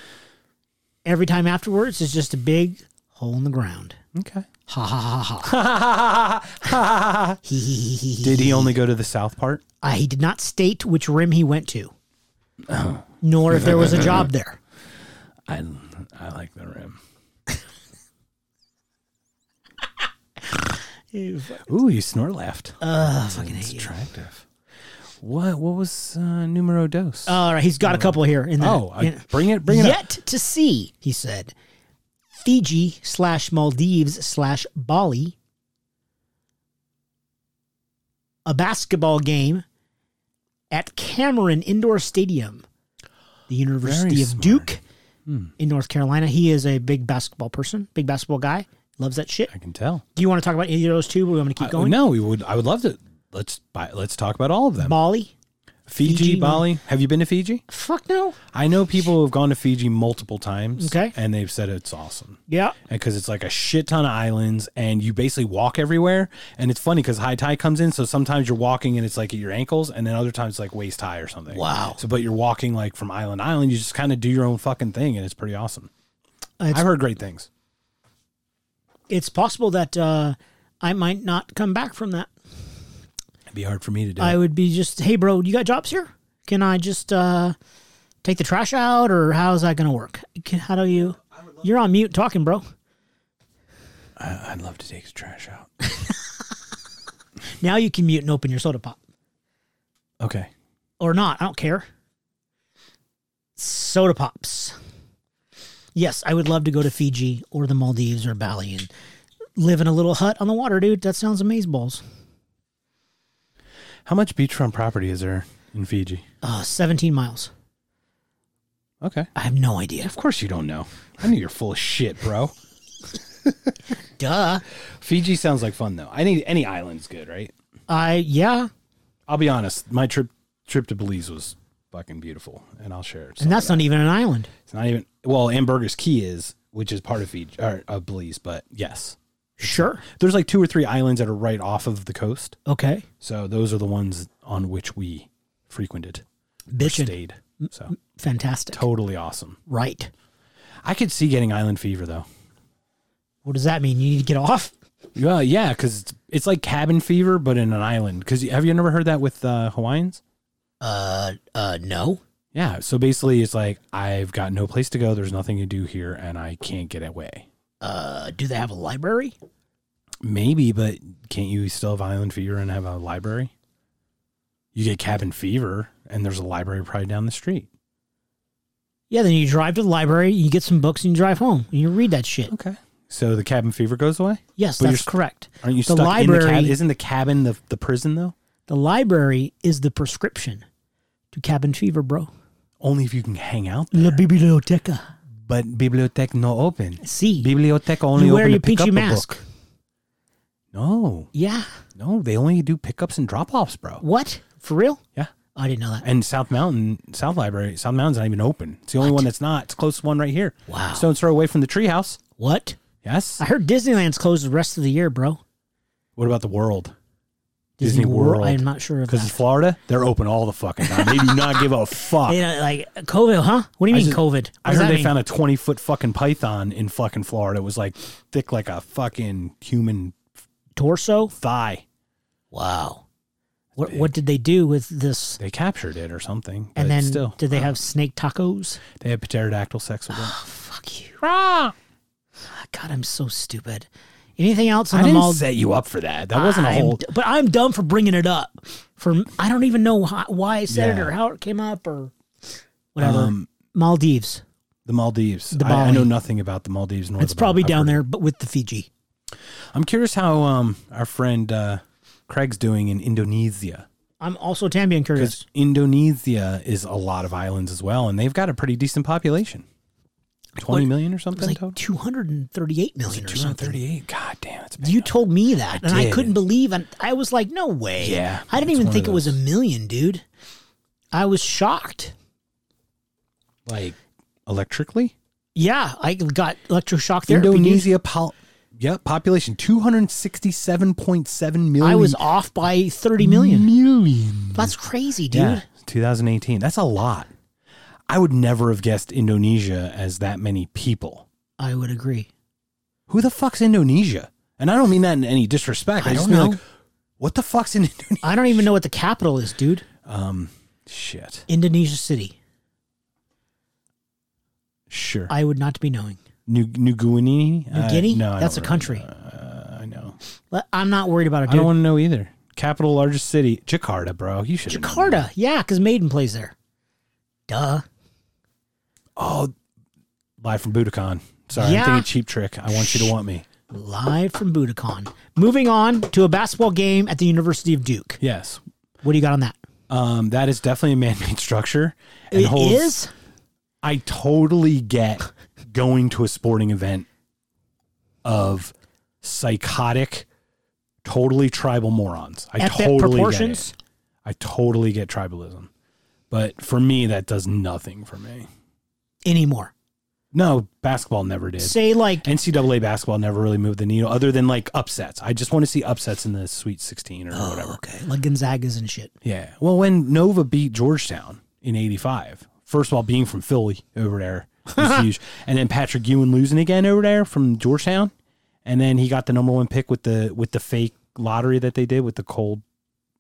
[SPEAKER 2] Every time afterwards is just a big hole in the ground.
[SPEAKER 1] next? Okay.
[SPEAKER 2] Ha ha ha ha. He, he, he, he, he.
[SPEAKER 1] Did he only go to the south part?
[SPEAKER 2] Uh, he did not state which rim he went to, nor if there was a job there.
[SPEAKER 1] I, I like the rim. Oh. Ooh, you snort left.
[SPEAKER 2] Uh, fucking
[SPEAKER 1] it's
[SPEAKER 2] hate you.
[SPEAKER 1] attractive. What what was uh, numero dos?
[SPEAKER 2] All right, he's got a couple here. In the,
[SPEAKER 1] oh, I-
[SPEAKER 2] in-
[SPEAKER 1] bring it, bring it up.
[SPEAKER 2] yet to see, he said. Fiji slash Maldives slash Bali. A basketball game at Cameron Indoor Stadium, the University
[SPEAKER 1] Very
[SPEAKER 2] of
[SPEAKER 1] smart. Hmm.
[SPEAKER 2] Duke in North Carolina. He is a big basketball person, big basketball guy, loves that shit.
[SPEAKER 1] I can tell.
[SPEAKER 2] Do you want to talk about either of those two? We're going to keep
[SPEAKER 1] I-
[SPEAKER 2] going.
[SPEAKER 1] no, we would. I would love to. let's buy, let's talk about all of them.
[SPEAKER 2] Bali?
[SPEAKER 1] Fiji,
[SPEAKER 2] Fiji, Mal-
[SPEAKER 1] Bali. Have you been to Fiji?
[SPEAKER 2] Fuck no.
[SPEAKER 1] I know people who've gone to Fiji multiple times.
[SPEAKER 2] Okay.
[SPEAKER 1] And they've said it's awesome.
[SPEAKER 2] Yeah.
[SPEAKER 1] because it's like a shit ton of islands and you basically walk everywhere and it's funny because high tide comes in so sometimes you're walking and it's like at your ankles and then other times it's like waist high or something
[SPEAKER 2] Wow.
[SPEAKER 1] so but you're walking like from island to island you just kind of do your own fucking thing and it's pretty awesome
[SPEAKER 2] It's,
[SPEAKER 1] i've heard great things
[SPEAKER 2] it's possible that uh, I might not come back from that.
[SPEAKER 1] it'd be hard for me to do
[SPEAKER 2] I would be just, hey, bro, you got jobs here? Can I just uh, take the trash out, or how's that going to work? Can, how do you? You're on mute talking, bro.
[SPEAKER 1] I, would love to take the trash out
[SPEAKER 2] Now you can mute and open your soda pop,
[SPEAKER 1] okay
[SPEAKER 2] or not. I don't care. Soda pops. Yes, I would love to go to Fiji or the Maldives or Bali and live in a little hut on the water, dude. That sounds amazing balls.
[SPEAKER 1] how much beachfront property is there in fiji
[SPEAKER 2] Uh, 17 miles.
[SPEAKER 1] okay
[SPEAKER 2] I have no idea.
[SPEAKER 1] of course you don't know i knew you're full of shit bro
[SPEAKER 2] Duh.
[SPEAKER 1] fiji sounds like fun though i think any island's good right
[SPEAKER 2] I yeah,
[SPEAKER 1] I'll be honest. My trip trip to Belize was fucking beautiful, and I'll share. Some
[SPEAKER 2] and
[SPEAKER 1] of
[SPEAKER 2] that's not even an island.
[SPEAKER 1] that. it's not even well. Hamburger's Key is, which is part of Fiji or of Belize, but yes,
[SPEAKER 2] Sure.
[SPEAKER 1] there's like two or three islands that are right off of the coast.
[SPEAKER 2] Okay.
[SPEAKER 1] So those are the ones on which we frequented, or
[SPEAKER 2] Bitchin.
[SPEAKER 1] stayed. So
[SPEAKER 2] Fantastic.
[SPEAKER 1] totally awesome.
[SPEAKER 2] Right.
[SPEAKER 1] I could see getting island fever though.
[SPEAKER 2] What does that mean? You need to get off?
[SPEAKER 1] Yeah, yeah, because it's, it's like cabin fever, but in an island. Because have you never heard that with uh, Hawaiians?
[SPEAKER 2] Uh uh no.
[SPEAKER 1] Yeah. So basically, it's like I've got no place to go. There's nothing to do here, and I can't get away.
[SPEAKER 2] Uh do they have a library?
[SPEAKER 1] Maybe, but can't you still have island fever and have a library? You get cabin fever, and there's a library probably down the street.
[SPEAKER 2] Yeah, then you drive to the library, you get some books and you drive home and you read that shit.
[SPEAKER 1] Okay. So the cabin fever goes away.
[SPEAKER 2] Yes,
[SPEAKER 1] But you're
[SPEAKER 2] that's
[SPEAKER 1] st-
[SPEAKER 2] correct.
[SPEAKER 1] Aren't you
[SPEAKER 2] The
[SPEAKER 1] stuck in the cabin?
[SPEAKER 2] library-
[SPEAKER 1] Isn't the cabin the the prison though?
[SPEAKER 2] The library is the prescription to cabin fever, bro.
[SPEAKER 1] Only if you can hang out.
[SPEAKER 2] La biblioteca.
[SPEAKER 1] But bibliothèque no open.
[SPEAKER 2] See.
[SPEAKER 1] Bibliothèque only
[SPEAKER 2] you wear
[SPEAKER 1] open
[SPEAKER 2] your
[SPEAKER 1] to pick
[SPEAKER 2] pinchy
[SPEAKER 1] up
[SPEAKER 2] mask.
[SPEAKER 1] a book. No,
[SPEAKER 2] Yeah.
[SPEAKER 1] no, they only do pickups and drop offs, bro.
[SPEAKER 2] What? For real? Oh,
[SPEAKER 1] Yeah.
[SPEAKER 2] I didn't know that.
[SPEAKER 1] And South Mountain, South Library, South Mountain's not even open. It's the only one that's not. It's the closest one right here.
[SPEAKER 2] Wow.
[SPEAKER 1] Stone's throw away from the treehouse.
[SPEAKER 2] What?
[SPEAKER 1] Yes.
[SPEAKER 2] I heard Disneyland's closed the rest of the year, bro.
[SPEAKER 1] What about the world? Disney World.
[SPEAKER 2] I'm not sure of
[SPEAKER 1] Because it's
[SPEAKER 2] that.
[SPEAKER 1] Florida, they're open all the fucking time. They do not give a fuck.
[SPEAKER 2] They don't- like COVID, huh? What do you
[SPEAKER 1] I
[SPEAKER 2] mean
[SPEAKER 1] just-
[SPEAKER 2] COVID? What
[SPEAKER 1] I
[SPEAKER 2] does
[SPEAKER 1] heard
[SPEAKER 2] that
[SPEAKER 1] they
[SPEAKER 2] mean?
[SPEAKER 1] found a 20 foot fucking python in fucking Florida. It was like thick like a fucking human
[SPEAKER 2] torso.
[SPEAKER 1] thigh.
[SPEAKER 2] Wow. What what did they do with this?
[SPEAKER 1] They captured it or something. but
[SPEAKER 2] And then
[SPEAKER 1] still,
[SPEAKER 2] did they have snake tacos?
[SPEAKER 1] they had pterodactyl sex with it.
[SPEAKER 2] Oh, fuck you.
[SPEAKER 1] I
[SPEAKER 2] God, I'm so stupid. Anything else on the
[SPEAKER 1] didn't
[SPEAKER 2] mall?
[SPEAKER 1] set you up for that. That wasn't a
[SPEAKER 2] I'm
[SPEAKER 1] whole.
[SPEAKER 2] d- but I'm dumb for bringing it up. From I don't even know how, why I said
[SPEAKER 1] Yeah.
[SPEAKER 2] it or how it came up or whatever.
[SPEAKER 1] Um,
[SPEAKER 2] Maldives.
[SPEAKER 1] The Maldives.
[SPEAKER 2] The
[SPEAKER 1] I, I know
[SPEAKER 2] Bali.
[SPEAKER 1] nothing about the Maldives. Nor
[SPEAKER 2] It's
[SPEAKER 1] the Bali.
[SPEAKER 2] probably
[SPEAKER 1] I've
[SPEAKER 2] down
[SPEAKER 1] heard-
[SPEAKER 2] there, but with the Fiji.
[SPEAKER 1] I'm curious how um, our friend uh, Craig's doing in Indonesia
[SPEAKER 2] I'm also Tambien
[SPEAKER 1] because
[SPEAKER 2] curious.
[SPEAKER 1] Indonesia is a lot of islands as well, and they've got a pretty decent population. twenty
[SPEAKER 2] What-
[SPEAKER 1] million or
[SPEAKER 2] It was
[SPEAKER 1] something
[SPEAKER 2] like
[SPEAKER 1] total.
[SPEAKER 2] 238 million or something.
[SPEAKER 1] 238. God damn, it's big.
[SPEAKER 2] You told me that, and I
[SPEAKER 1] did.
[SPEAKER 2] couldn't believe, and I was like, "No way!"
[SPEAKER 1] Yeah,
[SPEAKER 2] I didn't
[SPEAKER 1] it's
[SPEAKER 2] even
[SPEAKER 1] one
[SPEAKER 2] think it
[SPEAKER 1] of
[SPEAKER 2] was a million, dude. I was shocked.
[SPEAKER 1] like electrically.
[SPEAKER 2] Yeah, I got electroshock therapy. dude.
[SPEAKER 1] Indonesia, pol- yeah, population 267.7 million.
[SPEAKER 2] I was off by 30 million.
[SPEAKER 1] million.
[SPEAKER 2] That's crazy, dude.
[SPEAKER 1] Yeah, 2018. That's a lot. I would never have guessed Indonesia as that many people.
[SPEAKER 2] I would agree.
[SPEAKER 1] who the fuck's Indonesia? And I don't mean that in any disrespect. I,
[SPEAKER 2] I
[SPEAKER 1] just
[SPEAKER 2] don't
[SPEAKER 1] mean
[SPEAKER 2] know.
[SPEAKER 1] like, what the fuck's in Indonesia?
[SPEAKER 2] I don't even know what the capital is, dude.
[SPEAKER 1] Um, shit.
[SPEAKER 2] Indonesia City.
[SPEAKER 1] Sure.
[SPEAKER 2] I would not be knowing.
[SPEAKER 1] New New Guinea.
[SPEAKER 2] New Guinea?
[SPEAKER 1] Uh, No, I
[SPEAKER 2] That's a
[SPEAKER 1] don't really-
[SPEAKER 2] country.
[SPEAKER 1] uh, I know.
[SPEAKER 2] But I'm not worried about it,
[SPEAKER 1] I
[SPEAKER 2] dude.
[SPEAKER 1] don't want to know either. Capital, largest city, Jakarta, bro. You should.
[SPEAKER 2] Jakarta. Yeah, because Maiden plays there. Duh.
[SPEAKER 1] Oh, live from Budokan. Sorry,
[SPEAKER 2] Yeah.
[SPEAKER 1] I'm thinking Cheap Trick. I want you to want me.
[SPEAKER 2] Live from Budokan. Moving on to a basketball game at the University of Duke.
[SPEAKER 1] Yes.
[SPEAKER 2] What do you got on that?
[SPEAKER 1] Um, that is definitely a man-made structure. And
[SPEAKER 2] It
[SPEAKER 1] holds-
[SPEAKER 2] is?
[SPEAKER 1] I totally get going to a sporting event of psychotic totally tribal morons. I
[SPEAKER 2] Epic
[SPEAKER 1] totally
[SPEAKER 2] proportions.
[SPEAKER 1] get it. I totally get tribalism. But for me, that does nothing for me.
[SPEAKER 2] anymore.
[SPEAKER 1] No, basketball never did.
[SPEAKER 2] Say like
[SPEAKER 1] NCAA basketball never really moved the needle, other than like upsets. I just want to see upsets in the Sweet 16 or whatever.
[SPEAKER 2] okay, like Gonzagas and shit.
[SPEAKER 1] Yeah. Well, when Nova beat Georgetown in '85, first of all, being from Philly over there was huge, and then Patrick Ewing losing again over there from Georgetown, and then he got the number one pick with the with the fake lottery that they did with the cold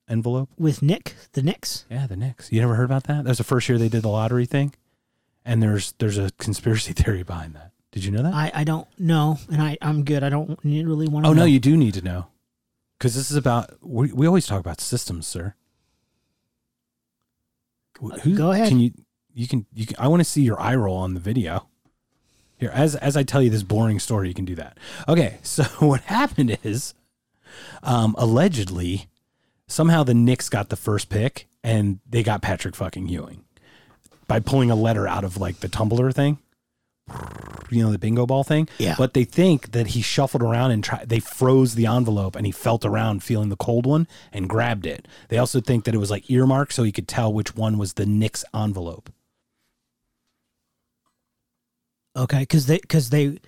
[SPEAKER 1] envelope.
[SPEAKER 2] With Nick, the Knicks.
[SPEAKER 1] Yeah, the Knicks. You never heard about that? That was the first year they did the lottery thing, and there's there's a conspiracy theory behind that. Did you know that?
[SPEAKER 2] I, I don't know, and I I'm good. I don't need- really want to.
[SPEAKER 1] oh
[SPEAKER 2] know.
[SPEAKER 1] no, you do need to know, because this is about we, we always talk about systems, sir. Wh- Who,
[SPEAKER 2] Uh, go ahead.
[SPEAKER 1] Can you? You can. You can. I want to see your eye roll on the video. Here, as as I tell you this boring story, you can do that. Okay, so what happened is, um, allegedly, somehow the Knicks got the first pick and they got Patrick fucking Ewing by pulling a letter out of like the tumbler thing. You know the bingo ball thing,
[SPEAKER 2] Yeah.
[SPEAKER 1] But they think that he shuffled around and tried. They froze the envelope, and he felt around, feeling the cold one, and grabbed it. They also think that it was like earmarked, so he could tell which one was the Knicks envelope.
[SPEAKER 2] okay, because they because they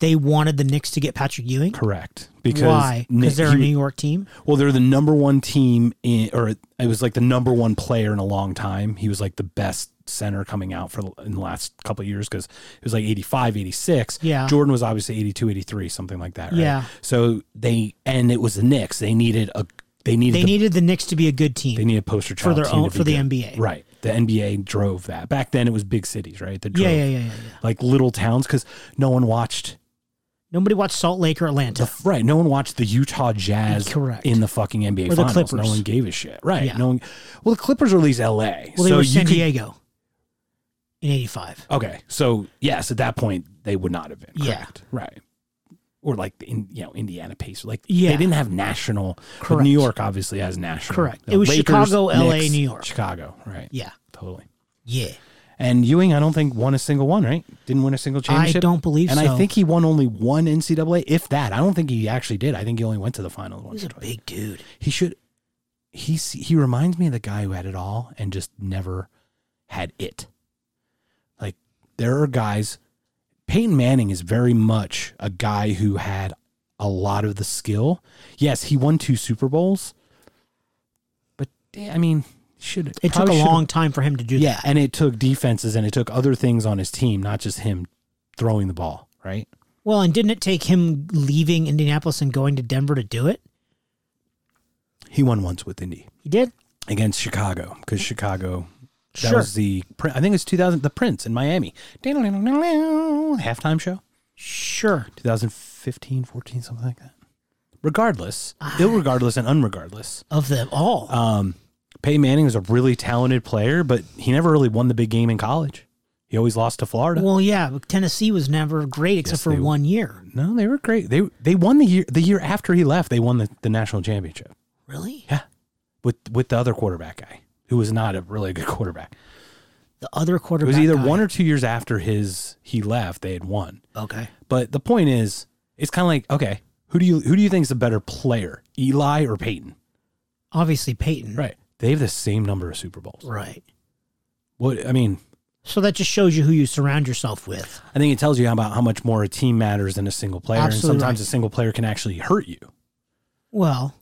[SPEAKER 2] they wanted the Knicks to get Patrick Ewing.
[SPEAKER 1] Correct. Because
[SPEAKER 2] Why?
[SPEAKER 1] Knick-
[SPEAKER 2] Because they're a
[SPEAKER 1] he-
[SPEAKER 2] New York team.
[SPEAKER 1] well, they're the number one team in, or it was like the number one player in a long time. He was like the best center coming out for in the last couple of years because it was like 85, 86.
[SPEAKER 2] Yeah.
[SPEAKER 1] Jordan was obviously 82, 83, something like that. Right?
[SPEAKER 2] Yeah.
[SPEAKER 1] So they, and it was the Knicks. They needed a, they needed,
[SPEAKER 2] They
[SPEAKER 1] the-
[SPEAKER 2] needed the Knicks to be a good team.
[SPEAKER 1] they needed a poster
[SPEAKER 2] for
[SPEAKER 1] child
[SPEAKER 2] their
[SPEAKER 1] team
[SPEAKER 2] own-
[SPEAKER 1] to be
[SPEAKER 2] for the
[SPEAKER 1] good.
[SPEAKER 2] NBA.
[SPEAKER 1] Right. The NBA drove that. Back then it was big cities, right? That drove
[SPEAKER 2] yeah, yeah, yeah, yeah, yeah.
[SPEAKER 1] Like little towns because no one watched
[SPEAKER 2] Nobody watched Salt Lake or Atlanta.
[SPEAKER 1] the- right. No one watched the Utah Jazz
[SPEAKER 2] Correct.
[SPEAKER 1] in the fucking NBA
[SPEAKER 2] Or the
[SPEAKER 1] finals.
[SPEAKER 2] Clippers.
[SPEAKER 1] No one gave a shit. Right.
[SPEAKER 2] Yeah.
[SPEAKER 1] No one Well, the Clippers were at least LA.
[SPEAKER 2] well, they
[SPEAKER 1] so
[SPEAKER 2] were
[SPEAKER 1] you
[SPEAKER 2] San
[SPEAKER 1] could-
[SPEAKER 2] Diego in '85.
[SPEAKER 1] Okay. So yes, at that point they would not have been.
[SPEAKER 2] Yeah.
[SPEAKER 1] Correct. Right. Or like the in, you know Indiana Pacers, like
[SPEAKER 2] Yeah.
[SPEAKER 1] they didn't have national. But
[SPEAKER 2] Correct.
[SPEAKER 1] New York obviously has national.
[SPEAKER 2] Correct.
[SPEAKER 1] The
[SPEAKER 2] It was Chicago, LA, New York.
[SPEAKER 1] Chicago, right?
[SPEAKER 2] Yeah,
[SPEAKER 1] totally.
[SPEAKER 2] yeah.
[SPEAKER 1] And Ewing, I don't think won a single one, right? Didn't win a single
[SPEAKER 2] I
[SPEAKER 1] championship.
[SPEAKER 2] don't believe
[SPEAKER 1] and
[SPEAKER 2] so.
[SPEAKER 1] I think he won only one NCAA, if that. I don't think he actually did. I think he only went to the final once. or
[SPEAKER 2] he's a
[SPEAKER 1] twice.
[SPEAKER 2] big dude.
[SPEAKER 1] He should. He s- he reminds me of the guy who had it all and just never had it. Like there are guys. Peyton Manning is very much a guy who had a lot of the skill. Yes, he won two Super Bowls, but eh, I mean, should
[SPEAKER 2] It took a
[SPEAKER 1] probably should've-
[SPEAKER 2] long time for him to do that.
[SPEAKER 1] yeah, and it took defenses and it took other things on his team, not just him throwing the ball, right?
[SPEAKER 2] Well, and didn't it take him leaving Indianapolis and going to Denver to do it?
[SPEAKER 1] He won once with Indy
[SPEAKER 2] He did.
[SPEAKER 1] against Chicago because Chicago. That
[SPEAKER 2] Sure.
[SPEAKER 1] was the Pri- I think it's 2000 the Prince in Miami. Halftime show
[SPEAKER 2] Sure.
[SPEAKER 1] 2015 14 something like that. Regardless,
[SPEAKER 2] Ah.
[SPEAKER 1] ill regardless and unregardless.
[SPEAKER 2] Of them all.
[SPEAKER 1] Um Peyton Manning was a really talented player, but he never really won the big game in college. He always lost to Florida.
[SPEAKER 2] well, yeah, but Tennessee was never great except
[SPEAKER 1] Yes,
[SPEAKER 2] for
[SPEAKER 1] they were.
[SPEAKER 2] one year.
[SPEAKER 1] no, they were great. They they won the year the year after he left, they won the, the national championship.
[SPEAKER 2] Really?
[SPEAKER 1] Yeah, with with the other quarterback guy who was not a really good quarterback.
[SPEAKER 2] The other
[SPEAKER 1] It
[SPEAKER 2] quarterback
[SPEAKER 1] was either
[SPEAKER 2] guy.
[SPEAKER 1] one or two years after his he left, they had won.
[SPEAKER 2] Okay.
[SPEAKER 1] But the point is, it's kind of like okay, who do you who do you think is the better player, Eli or Peyton?
[SPEAKER 2] Obviously Peyton.
[SPEAKER 1] Right, they have the same number of Super Bowls.
[SPEAKER 2] Right.
[SPEAKER 1] What I mean,
[SPEAKER 2] So that just shows you who you surround yourself with.
[SPEAKER 1] I think it tells you about how much more a team matters than a single player,
[SPEAKER 2] Absolutely
[SPEAKER 1] and sometimes
[SPEAKER 2] right.
[SPEAKER 1] a single player can actually hurt you
[SPEAKER 2] Well,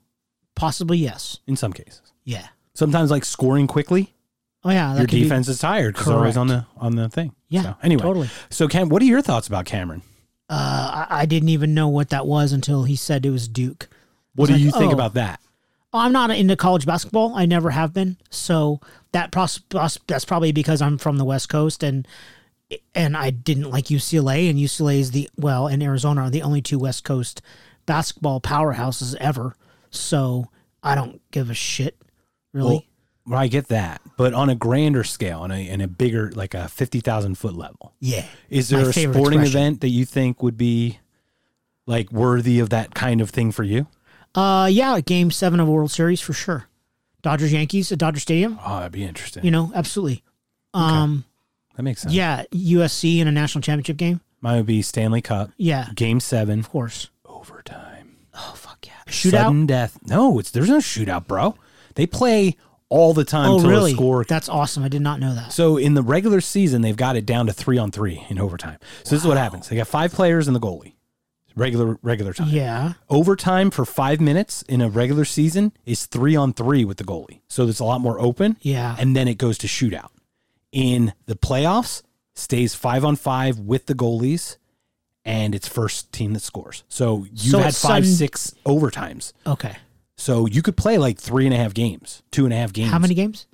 [SPEAKER 2] possibly yes.
[SPEAKER 1] in some cases.
[SPEAKER 2] Yeah.
[SPEAKER 1] Sometimes like scoring quickly,
[SPEAKER 2] Oh yeah. That
[SPEAKER 1] your
[SPEAKER 2] could be-
[SPEAKER 1] defense is tired because they're always on the on the thing.
[SPEAKER 2] Yeah,
[SPEAKER 1] So, anyway,
[SPEAKER 2] totally.
[SPEAKER 1] So Cam, what are your thoughts about Cameron?
[SPEAKER 2] uh, I, I didn't even know what that was until he said it was Duke.
[SPEAKER 1] What do
[SPEAKER 2] was like,
[SPEAKER 1] you think
[SPEAKER 2] oh.
[SPEAKER 1] about that?
[SPEAKER 2] I'm not into college basketball. I never have been. So that pros- pros- that's probably because I'm from the West Coast and and I didn't like UCLA and UCLA is the well and Arizona are the only two West Coast basketball powerhouses ever. So I don't give a shit really.
[SPEAKER 1] Well, I get that, but on a grander scale, on a in a bigger, like a fifty thousand foot level,
[SPEAKER 2] yeah.
[SPEAKER 1] is
[SPEAKER 2] My
[SPEAKER 1] there a
[SPEAKER 2] favorite
[SPEAKER 1] sporting
[SPEAKER 2] expression.
[SPEAKER 1] event that you think would be like worthy of that kind of thing for you?
[SPEAKER 2] Uh yeah, game 7 of World Series for sure. Dodgers Yankees at Dodger Stadium,
[SPEAKER 1] Oh, that'd be interesting.
[SPEAKER 2] you know, absolutely. Um
[SPEAKER 1] that makes sense.
[SPEAKER 2] yeah, USC in a national championship game.
[SPEAKER 1] Mine would be Stanley Cup,
[SPEAKER 2] Yeah,
[SPEAKER 1] Game Seven,
[SPEAKER 2] of course.
[SPEAKER 1] overtime.
[SPEAKER 2] Oh fuck yeah. Shootout?
[SPEAKER 1] Sudden death. No, it's there's no shootout, bro. They play all the time
[SPEAKER 2] Oh,
[SPEAKER 1] till
[SPEAKER 2] really?
[SPEAKER 1] a score
[SPEAKER 2] That's awesome. I did not know that.
[SPEAKER 1] So in the regular season, they've got it down to three on three in overtime. So this is what happens: they got five players and the goalie. Regular regular time.
[SPEAKER 2] Yeah.
[SPEAKER 1] Overtime for five minutes in a regular season is three on three with the goalie. So it's a lot more open.
[SPEAKER 2] Yeah.
[SPEAKER 1] And then it goes to shootout. In the playoffs, stays five on five with the goalies, and it's first team that scores. So you've
[SPEAKER 2] So
[SPEAKER 1] had
[SPEAKER 2] it's
[SPEAKER 1] five,
[SPEAKER 2] sudden-
[SPEAKER 1] six overtimes.
[SPEAKER 2] Okay.
[SPEAKER 1] So you could play like three and a half games, two and a half games.
[SPEAKER 2] How many games?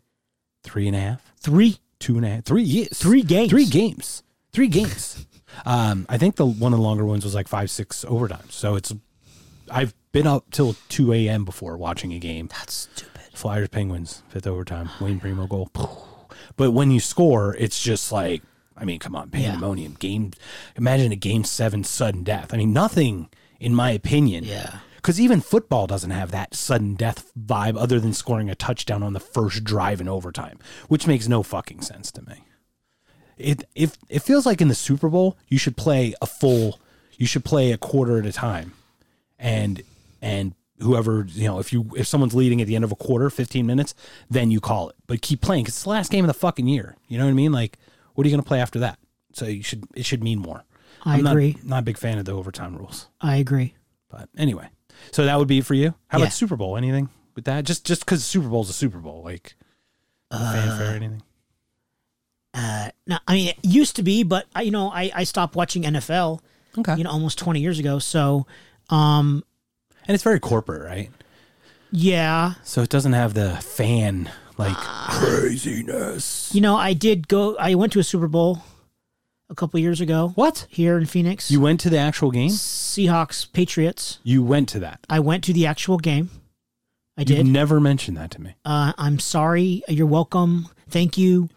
[SPEAKER 1] Three and a half
[SPEAKER 2] Three.
[SPEAKER 1] two and a half, three years,
[SPEAKER 2] Three games.
[SPEAKER 1] three games, three games. um, I think the one of the longer ones was like five, six overtimes. So it's, I've been up till two a.m. before watching a game.
[SPEAKER 2] That's stupid.
[SPEAKER 1] Flyers Penguins fifth overtime, Wayne Primo goal. But when you score, it's just like, I mean, come on, pandemonium game. Imagine a game seven sudden death. I mean, nothing in my opinion.
[SPEAKER 2] Yeah.
[SPEAKER 1] Because even football doesn't have that sudden death vibe other than scoring a touchdown on the first drive in overtime, which makes no fucking sense to me. It if it feels like in the Super Bowl, you should play a full you should play a quarter at a time. And and whoever, you know, if you if someone's leading at the end of a quarter, 15 minutes, then you call it. But keep playing 'cause it's the last game of the fucking year. You know what I mean? Like what are you going to play after that? So you should it should mean more.
[SPEAKER 2] I
[SPEAKER 1] I'm not-
[SPEAKER 2] agree.
[SPEAKER 1] not a big fan of the overtime rules.
[SPEAKER 2] I agree.
[SPEAKER 1] But anyway, so that would be for you. How
[SPEAKER 2] Yeah.
[SPEAKER 1] about Super Bowl? Anything with that? Just just because Super Bowl's a Super Bowl, like fanfare or anything?
[SPEAKER 2] Uh, no, I mean, it used to be, but I, you know, I, I stopped watching NFL,
[SPEAKER 1] Okay.
[SPEAKER 2] you know, almost 20 years ago. So, um,
[SPEAKER 1] and it's very corporate, right?
[SPEAKER 2] yeah,
[SPEAKER 1] So it doesn't have the fan like
[SPEAKER 2] Ah.
[SPEAKER 1] craziness.
[SPEAKER 2] you know, I did go, I went to a Super Bowl a couple years ago.
[SPEAKER 1] What?
[SPEAKER 2] Here in Phoenix.
[SPEAKER 1] You went to the actual game?
[SPEAKER 2] Seahawks, Patriots.
[SPEAKER 1] You went to that.
[SPEAKER 2] I went to the actual game. I
[SPEAKER 1] You
[SPEAKER 2] did.
[SPEAKER 1] never mentioned that to me.
[SPEAKER 2] Uh, I'm sorry. You're welcome. Thank you.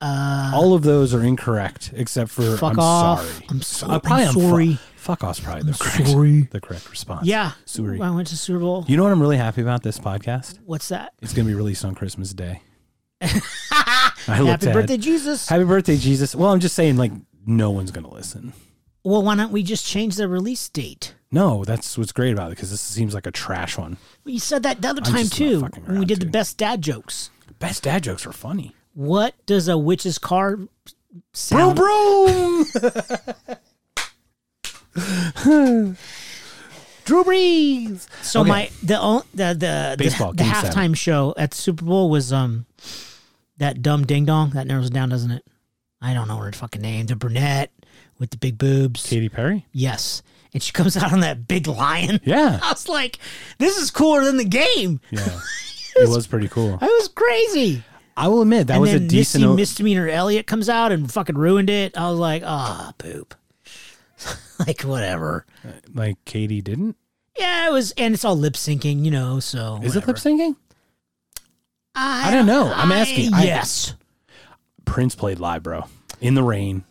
[SPEAKER 2] Uh,
[SPEAKER 1] All of those are incorrect except for
[SPEAKER 2] Fuck
[SPEAKER 1] I'm
[SPEAKER 2] off.
[SPEAKER 1] sorry.
[SPEAKER 2] I'm so-
[SPEAKER 1] Uh, probably
[SPEAKER 2] I'm
[SPEAKER 1] fu-
[SPEAKER 2] sorry.
[SPEAKER 1] fuck off's probably the correct
[SPEAKER 2] sorry.
[SPEAKER 1] the correct response.
[SPEAKER 2] yeah.
[SPEAKER 1] Sorry.
[SPEAKER 2] I went to Super Bowl.
[SPEAKER 1] You know what I'm really happy about this podcast?
[SPEAKER 2] What's that?
[SPEAKER 1] It's gonna be released on Christmas Day. I looked
[SPEAKER 2] Happy
[SPEAKER 1] at it.
[SPEAKER 2] birthday, Jesus.
[SPEAKER 1] Happy birthday, Jesus. Well, I'm just saying, like, no one's going to listen.
[SPEAKER 2] Well, why don't we just change the release date?
[SPEAKER 1] No, that's what's great about it because this seems like a trash one.
[SPEAKER 2] Well, you said that the other
[SPEAKER 1] I'm
[SPEAKER 2] time
[SPEAKER 1] just not
[SPEAKER 2] too
[SPEAKER 1] fucking
[SPEAKER 2] when we
[SPEAKER 1] around,
[SPEAKER 2] did the
[SPEAKER 1] dude.
[SPEAKER 2] best dad jokes.
[SPEAKER 1] Best dad jokes are funny.
[SPEAKER 2] What does a witch's car
[SPEAKER 1] Broom,
[SPEAKER 2] sound?
[SPEAKER 1] broom. Drew Brees.
[SPEAKER 2] So
[SPEAKER 1] Okay.
[SPEAKER 2] my the o- the the
[SPEAKER 1] Baseball,
[SPEAKER 2] the, the
[SPEAKER 1] game
[SPEAKER 2] halftime
[SPEAKER 1] seven.
[SPEAKER 2] show at the Super Bowl was um that dumb ding dong that narrows it down, doesn't it? I don't know her fucking name. The brunette with the big boobs.
[SPEAKER 1] Katy Perry.
[SPEAKER 2] Yes, and she comes out on that big lion.
[SPEAKER 1] Yeah.
[SPEAKER 2] I was like, this is cooler than the game.
[SPEAKER 1] Yeah. it was pretty cool.
[SPEAKER 2] I was crazy.
[SPEAKER 1] I will admit that
[SPEAKER 2] and
[SPEAKER 1] was a
[SPEAKER 2] then
[SPEAKER 1] decent.
[SPEAKER 2] Missy
[SPEAKER 1] o-
[SPEAKER 2] misdemeanor Elliot comes out and fucking ruined it. I was like, ah, poop. like whatever.
[SPEAKER 1] like Katie didn't.
[SPEAKER 2] Yeah, it was, and it's all lip syncing, you know. So
[SPEAKER 1] Is it
[SPEAKER 2] whatever.
[SPEAKER 1] lip syncing?
[SPEAKER 2] I,
[SPEAKER 1] I don't know. I'm asking. I-
[SPEAKER 2] yes,
[SPEAKER 1] Prince played live, bro. In the rain.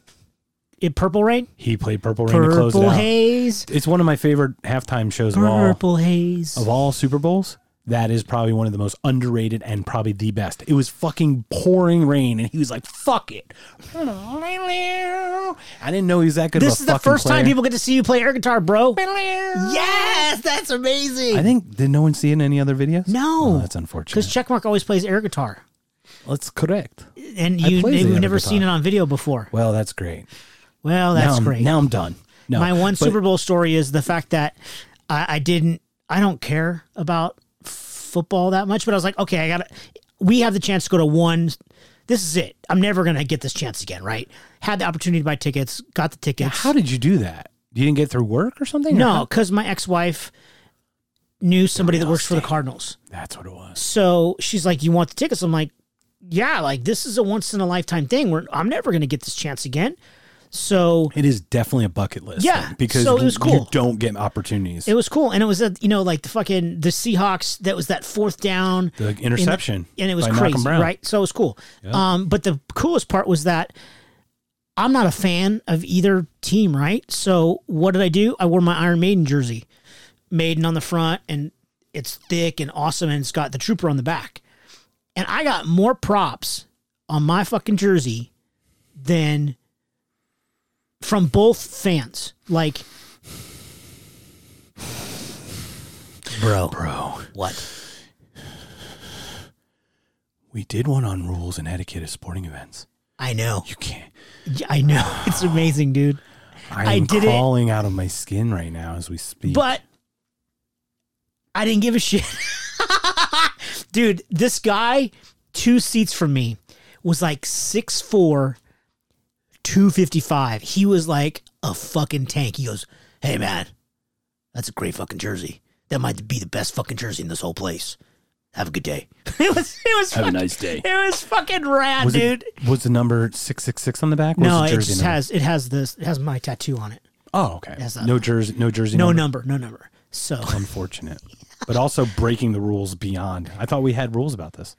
[SPEAKER 2] it purple rain,
[SPEAKER 1] He played Purple Rain to close it
[SPEAKER 2] purple
[SPEAKER 1] out.
[SPEAKER 2] haze,
[SPEAKER 1] It's one of my favorite halftime shows of all.
[SPEAKER 2] purple haze.
[SPEAKER 1] of all Super Bowls, that is probably one of the most underrated and probably the best. It was fucking pouring rain, and he was like, "Fuck it." I didn't know he was that good.
[SPEAKER 2] This
[SPEAKER 1] of a
[SPEAKER 2] is the
[SPEAKER 1] fucking
[SPEAKER 2] first
[SPEAKER 1] player.
[SPEAKER 2] time people get to see you play air guitar, bro.
[SPEAKER 1] Yeah.
[SPEAKER 2] Yes, that's amazing.
[SPEAKER 1] I think did no one see it in any other videos?
[SPEAKER 2] No.
[SPEAKER 1] Oh, that's
[SPEAKER 2] because
[SPEAKER 1] unfortunate.
[SPEAKER 2] Checkmark always plays air guitar,
[SPEAKER 1] That's correct.
[SPEAKER 2] and you
[SPEAKER 1] plays the
[SPEAKER 2] you've
[SPEAKER 1] air
[SPEAKER 2] never
[SPEAKER 1] guitar.
[SPEAKER 2] seen it on video before.
[SPEAKER 1] Well, that's great.
[SPEAKER 2] Well,
[SPEAKER 1] now
[SPEAKER 2] that's
[SPEAKER 1] I'm,
[SPEAKER 2] great.
[SPEAKER 1] Now I'm done. No,
[SPEAKER 2] My one
[SPEAKER 1] but
[SPEAKER 2] Super Bowl story is the fact that I, I didn't, I don't care about f- football that much, but I was like, okay, I got to, we have the chance to go to one. This is it. I'm never going to get this chance again, right? Had the opportunity to buy tickets, got the tickets.
[SPEAKER 1] How did you do that? You didn't get through work or something? Or
[SPEAKER 2] no,
[SPEAKER 1] how-
[SPEAKER 2] because my ex wife knew somebody that works for the Cardinals.
[SPEAKER 1] that's what it was.
[SPEAKER 2] So she's like, you want the tickets? I'm like, yeah, like this is a once in a lifetime thing. We're, I'm never going to get this chance again. So
[SPEAKER 1] It is definitely a bucket list.
[SPEAKER 2] Yeah,
[SPEAKER 1] thing, because
[SPEAKER 2] so it was
[SPEAKER 1] you
[SPEAKER 2] cool.
[SPEAKER 1] don't get opportunities.
[SPEAKER 2] It was cool, and it was a, you know like the fucking the Seahawks. That was that fourth down,
[SPEAKER 1] The interception
[SPEAKER 2] and it was
[SPEAKER 1] by Malcolm
[SPEAKER 2] crazy,
[SPEAKER 1] Brown.
[SPEAKER 2] right? So it was cool. Um, but the coolest part was that I'm not a fan of either team, right? So what did I do? I wore my Iron Maiden jersey, Maiden on the front, and it's thick and awesome, and it's got the Trooper on the back, and I got more props on my fucking jersey than from both fans, like. Bro,
[SPEAKER 1] Bro,
[SPEAKER 2] what?
[SPEAKER 1] we did one on rules and etiquette at sporting events.
[SPEAKER 2] I know.
[SPEAKER 1] You can't.
[SPEAKER 2] Yeah, I know. It's amazing, dude.
[SPEAKER 1] I'm
[SPEAKER 2] I did it-
[SPEAKER 1] crawling out of my skin right now as we speak.
[SPEAKER 2] But I didn't give a shit. Dude, this guy, two seats from me, was like 6'4, 255. He was like a fucking tank. He goes, Hey, man, that's a great fucking jersey. That might be the best fucking jersey in this whole place. Have a good day. it was, it was, fucking,
[SPEAKER 1] nice day.
[SPEAKER 2] it was fucking rad,
[SPEAKER 1] was
[SPEAKER 2] dude.
[SPEAKER 1] It, was the number six six six on the back? Or was
[SPEAKER 2] no, it
[SPEAKER 1] the jersey
[SPEAKER 2] just
[SPEAKER 1] number?
[SPEAKER 2] has, it has this, it has my tattoo on it.
[SPEAKER 1] Oh, okay.
[SPEAKER 2] has that
[SPEAKER 1] No jersey. No jersey.
[SPEAKER 2] No
[SPEAKER 1] number.
[SPEAKER 2] number, no number. So,
[SPEAKER 1] Unfortunate, but also breaking the rules beyond. I thought we had rules about this.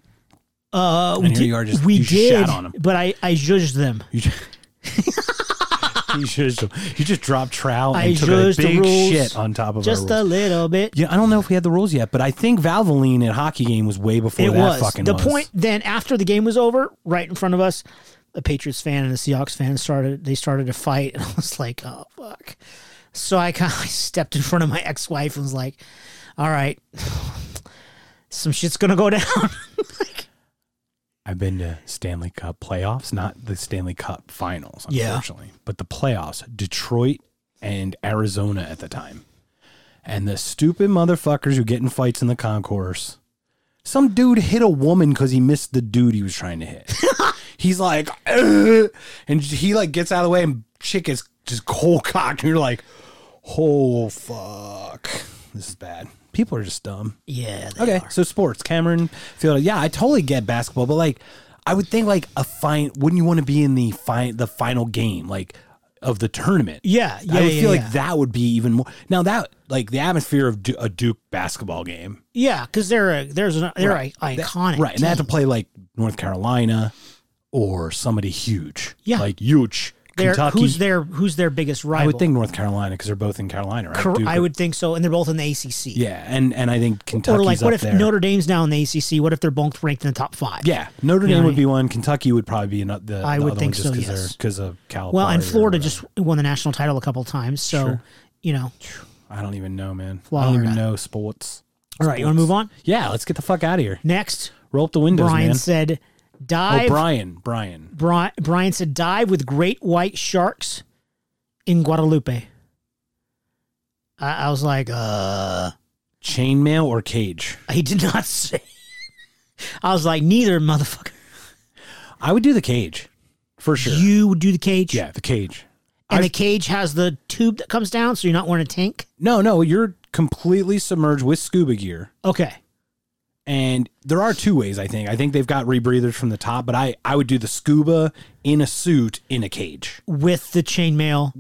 [SPEAKER 2] Uh, we
[SPEAKER 1] here
[SPEAKER 2] did.
[SPEAKER 1] you are just-
[SPEAKER 2] we
[SPEAKER 1] you
[SPEAKER 2] did,
[SPEAKER 1] shat on 'em.
[SPEAKER 2] but I I judged them.
[SPEAKER 1] You just, you just, you just dropped trowel and
[SPEAKER 2] I
[SPEAKER 1] took a
[SPEAKER 2] judged the
[SPEAKER 1] big
[SPEAKER 2] rules.
[SPEAKER 1] shit on top of
[SPEAKER 2] Just
[SPEAKER 1] our
[SPEAKER 2] a
[SPEAKER 1] rules.
[SPEAKER 2] little bit.
[SPEAKER 1] yeah, I don't know if we had the rules yet, but I think Valvoline at hockey game was way before
[SPEAKER 2] it
[SPEAKER 1] that
[SPEAKER 2] was
[SPEAKER 1] fucking
[SPEAKER 2] the
[SPEAKER 1] was.
[SPEAKER 2] point. Then after the game was over, right in front of us, a Patriots fan and a Seahawks fan started. They started a fight, and I was like, "Oh fuck!" So I kind of stepped in front of my ex wife and was like, "All right, some shit's gonna go down."
[SPEAKER 1] I've been to Stanley Cup playoffs, not the Stanley Cup finals,
[SPEAKER 2] Yeah.
[SPEAKER 1] unfortunately, but the playoffs, Detroit and Arizona at the time. And the stupid motherfuckers who get in fights in the concourse. Some dude hit a woman because he missed the dude he was trying to hit. He's like, "Ugh," and he like gets out of the way, and chick is just cold cocked. And you're like, oh fuck, this is bad. People are just dumb.
[SPEAKER 2] yeah. They
[SPEAKER 1] Okay,
[SPEAKER 2] are.
[SPEAKER 1] so sports, Cameron Field. Yeah, I totally get basketball, but like, I would think like a fine. Wouldn't you want to be in the fine the final game like of the tournament?
[SPEAKER 2] Yeah. Yeah.
[SPEAKER 1] I would
[SPEAKER 2] yeah,
[SPEAKER 1] feel
[SPEAKER 2] yeah.
[SPEAKER 1] like that would be even more. Now that like the atmosphere of Du- a Duke basketball game,
[SPEAKER 2] Yeah, because they're a, there's an, they're
[SPEAKER 1] Right.
[SPEAKER 2] a,
[SPEAKER 1] That-
[SPEAKER 2] iconic.
[SPEAKER 1] right? And they have to
[SPEAKER 2] team.
[SPEAKER 1] play like North Carolina or somebody huge,
[SPEAKER 2] Yeah.
[SPEAKER 1] like huge
[SPEAKER 2] They're-
[SPEAKER 1] Kentucky.
[SPEAKER 2] who's their who's their biggest rival?
[SPEAKER 1] I would think North Carolina because they're both in Carolina, right?
[SPEAKER 2] Cor-
[SPEAKER 1] Duke-
[SPEAKER 2] I would think so, and they're both in the ACC.
[SPEAKER 1] yeah, and and I think Kentucky's
[SPEAKER 2] or like, what
[SPEAKER 1] up
[SPEAKER 2] if
[SPEAKER 1] there.
[SPEAKER 2] Notre Dame's now in the ACC? What if they're both ranked in the top five?
[SPEAKER 1] Yeah, Notre
[SPEAKER 2] You know
[SPEAKER 1] Dame
[SPEAKER 2] what
[SPEAKER 1] would
[SPEAKER 2] I
[SPEAKER 1] be one. Kentucky would probably be another. The,
[SPEAKER 2] I
[SPEAKER 1] the
[SPEAKER 2] would
[SPEAKER 1] other
[SPEAKER 2] think
[SPEAKER 1] one just
[SPEAKER 2] so,
[SPEAKER 1] Because
[SPEAKER 2] yes.
[SPEAKER 1] of Cal.
[SPEAKER 2] Well, and Florida just won the national title a couple of times, so
[SPEAKER 1] Sure.
[SPEAKER 2] you know.
[SPEAKER 1] I don't even know, man. I don't even
[SPEAKER 2] Florida.
[SPEAKER 1] know sports.
[SPEAKER 2] All right, you want to move on?
[SPEAKER 1] Yeah, let's get the fuck out of here.
[SPEAKER 2] Next,
[SPEAKER 1] Roll up the windows,
[SPEAKER 2] Brian
[SPEAKER 1] man.
[SPEAKER 2] said,
[SPEAKER 1] Oh,
[SPEAKER 2] "Dive."
[SPEAKER 1] Brian, Brian.
[SPEAKER 2] Bri- Brian said, "Dive with great white sharks in Guadalupe." I, I was like, "Uh."
[SPEAKER 1] Chainmail or cage?
[SPEAKER 2] He did not say. I was like, neither, motherfucker.
[SPEAKER 1] I would do the cage for sure.
[SPEAKER 2] You would do the cage.
[SPEAKER 1] yeah, the cage.
[SPEAKER 2] And the
[SPEAKER 1] I've-
[SPEAKER 2] cage has the tube that comes down, so you're not wearing a tank.
[SPEAKER 1] No, no, you're completely submerged with scuba gear.
[SPEAKER 2] Okay.
[SPEAKER 1] And there are two ways, I think. I think they've got rebreathers from the top, but I, I would do the scuba in a suit in a cage.
[SPEAKER 2] With the chainmail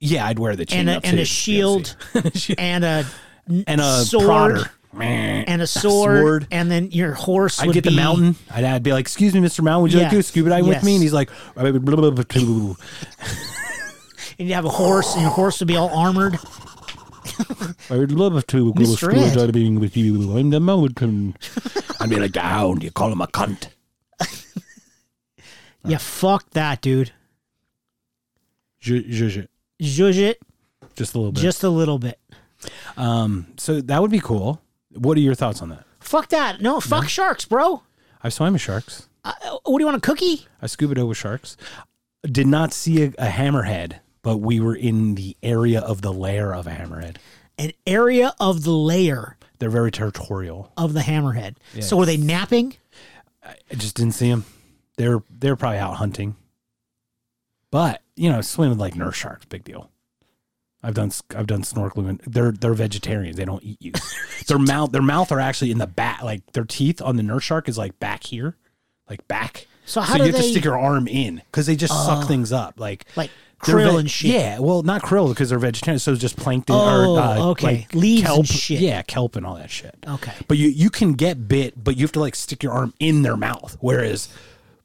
[SPEAKER 1] Yeah, I'd wear the chain
[SPEAKER 2] and a,
[SPEAKER 1] up
[SPEAKER 2] and
[SPEAKER 1] too.
[SPEAKER 2] a shield and a
[SPEAKER 1] and a
[SPEAKER 2] sword
[SPEAKER 1] prodder.
[SPEAKER 2] and a sword,
[SPEAKER 1] sword.
[SPEAKER 2] and then your horse
[SPEAKER 1] I'd
[SPEAKER 2] would
[SPEAKER 1] get
[SPEAKER 2] be
[SPEAKER 1] the mountain. I'd, I'd be like, "Excuse me, Mister Mountain, would you like to
[SPEAKER 2] Yeah.
[SPEAKER 1] go scuba diving with
[SPEAKER 2] Yes.
[SPEAKER 1] me?" And he's like, "Blah, blah, blah, blah, blah."
[SPEAKER 2] and you have a horse and your horse would be all armored.
[SPEAKER 1] "I would love to go
[SPEAKER 2] Mr.
[SPEAKER 1] scuba
[SPEAKER 2] Ed.
[SPEAKER 1] diving with you. I'm the mountain." I'd be like, "Down! You call him a cunt."
[SPEAKER 2] Yeah, fuck that, dude.
[SPEAKER 1] Zh- zh- zh.
[SPEAKER 2] Zhuzh it
[SPEAKER 1] Just a little bit.
[SPEAKER 2] just a little bit.
[SPEAKER 1] um, so that would be cool. What are your thoughts on that?
[SPEAKER 2] Fuck that. No, fuck sharks, bro.
[SPEAKER 1] I swam with sharks.
[SPEAKER 2] Uh, what do you want a cookie?
[SPEAKER 1] I scuba dove with sharks. Did not see a, a hammerhead, but we were in the area of the lair of a hammerhead.
[SPEAKER 2] An area of the layer
[SPEAKER 1] They're very territorial.
[SPEAKER 2] of the hammerhead. So were they napping?
[SPEAKER 1] I just didn't see them. They're they're probably out hunting. But you know, swim with like nurse sharks, big deal. I've done s- I've done snorkeling. and They're they're vegetarians. They don't eat you. their mouth their mouth are actually in the back. Like their teeth on the nurse shark is like back here, like back.
[SPEAKER 2] So how
[SPEAKER 1] you
[SPEAKER 2] do
[SPEAKER 1] have to
[SPEAKER 2] they- Oh.
[SPEAKER 1] stick your arm in because they just suck things up, like
[SPEAKER 2] Like
[SPEAKER 1] they're
[SPEAKER 2] krill
[SPEAKER 1] ve-
[SPEAKER 2] and shit.
[SPEAKER 1] Yeah, well, not krill because they're vegetarian. So it's just plankton
[SPEAKER 2] Oh,
[SPEAKER 1] or uh,
[SPEAKER 2] okay.
[SPEAKER 1] like
[SPEAKER 2] Leaves and
[SPEAKER 1] kelp.
[SPEAKER 2] shit.
[SPEAKER 1] Yeah, kelp and all that shit.
[SPEAKER 2] Okay.
[SPEAKER 1] But you you can get bit, but you have to like stick your arm in their mouth. Whereas,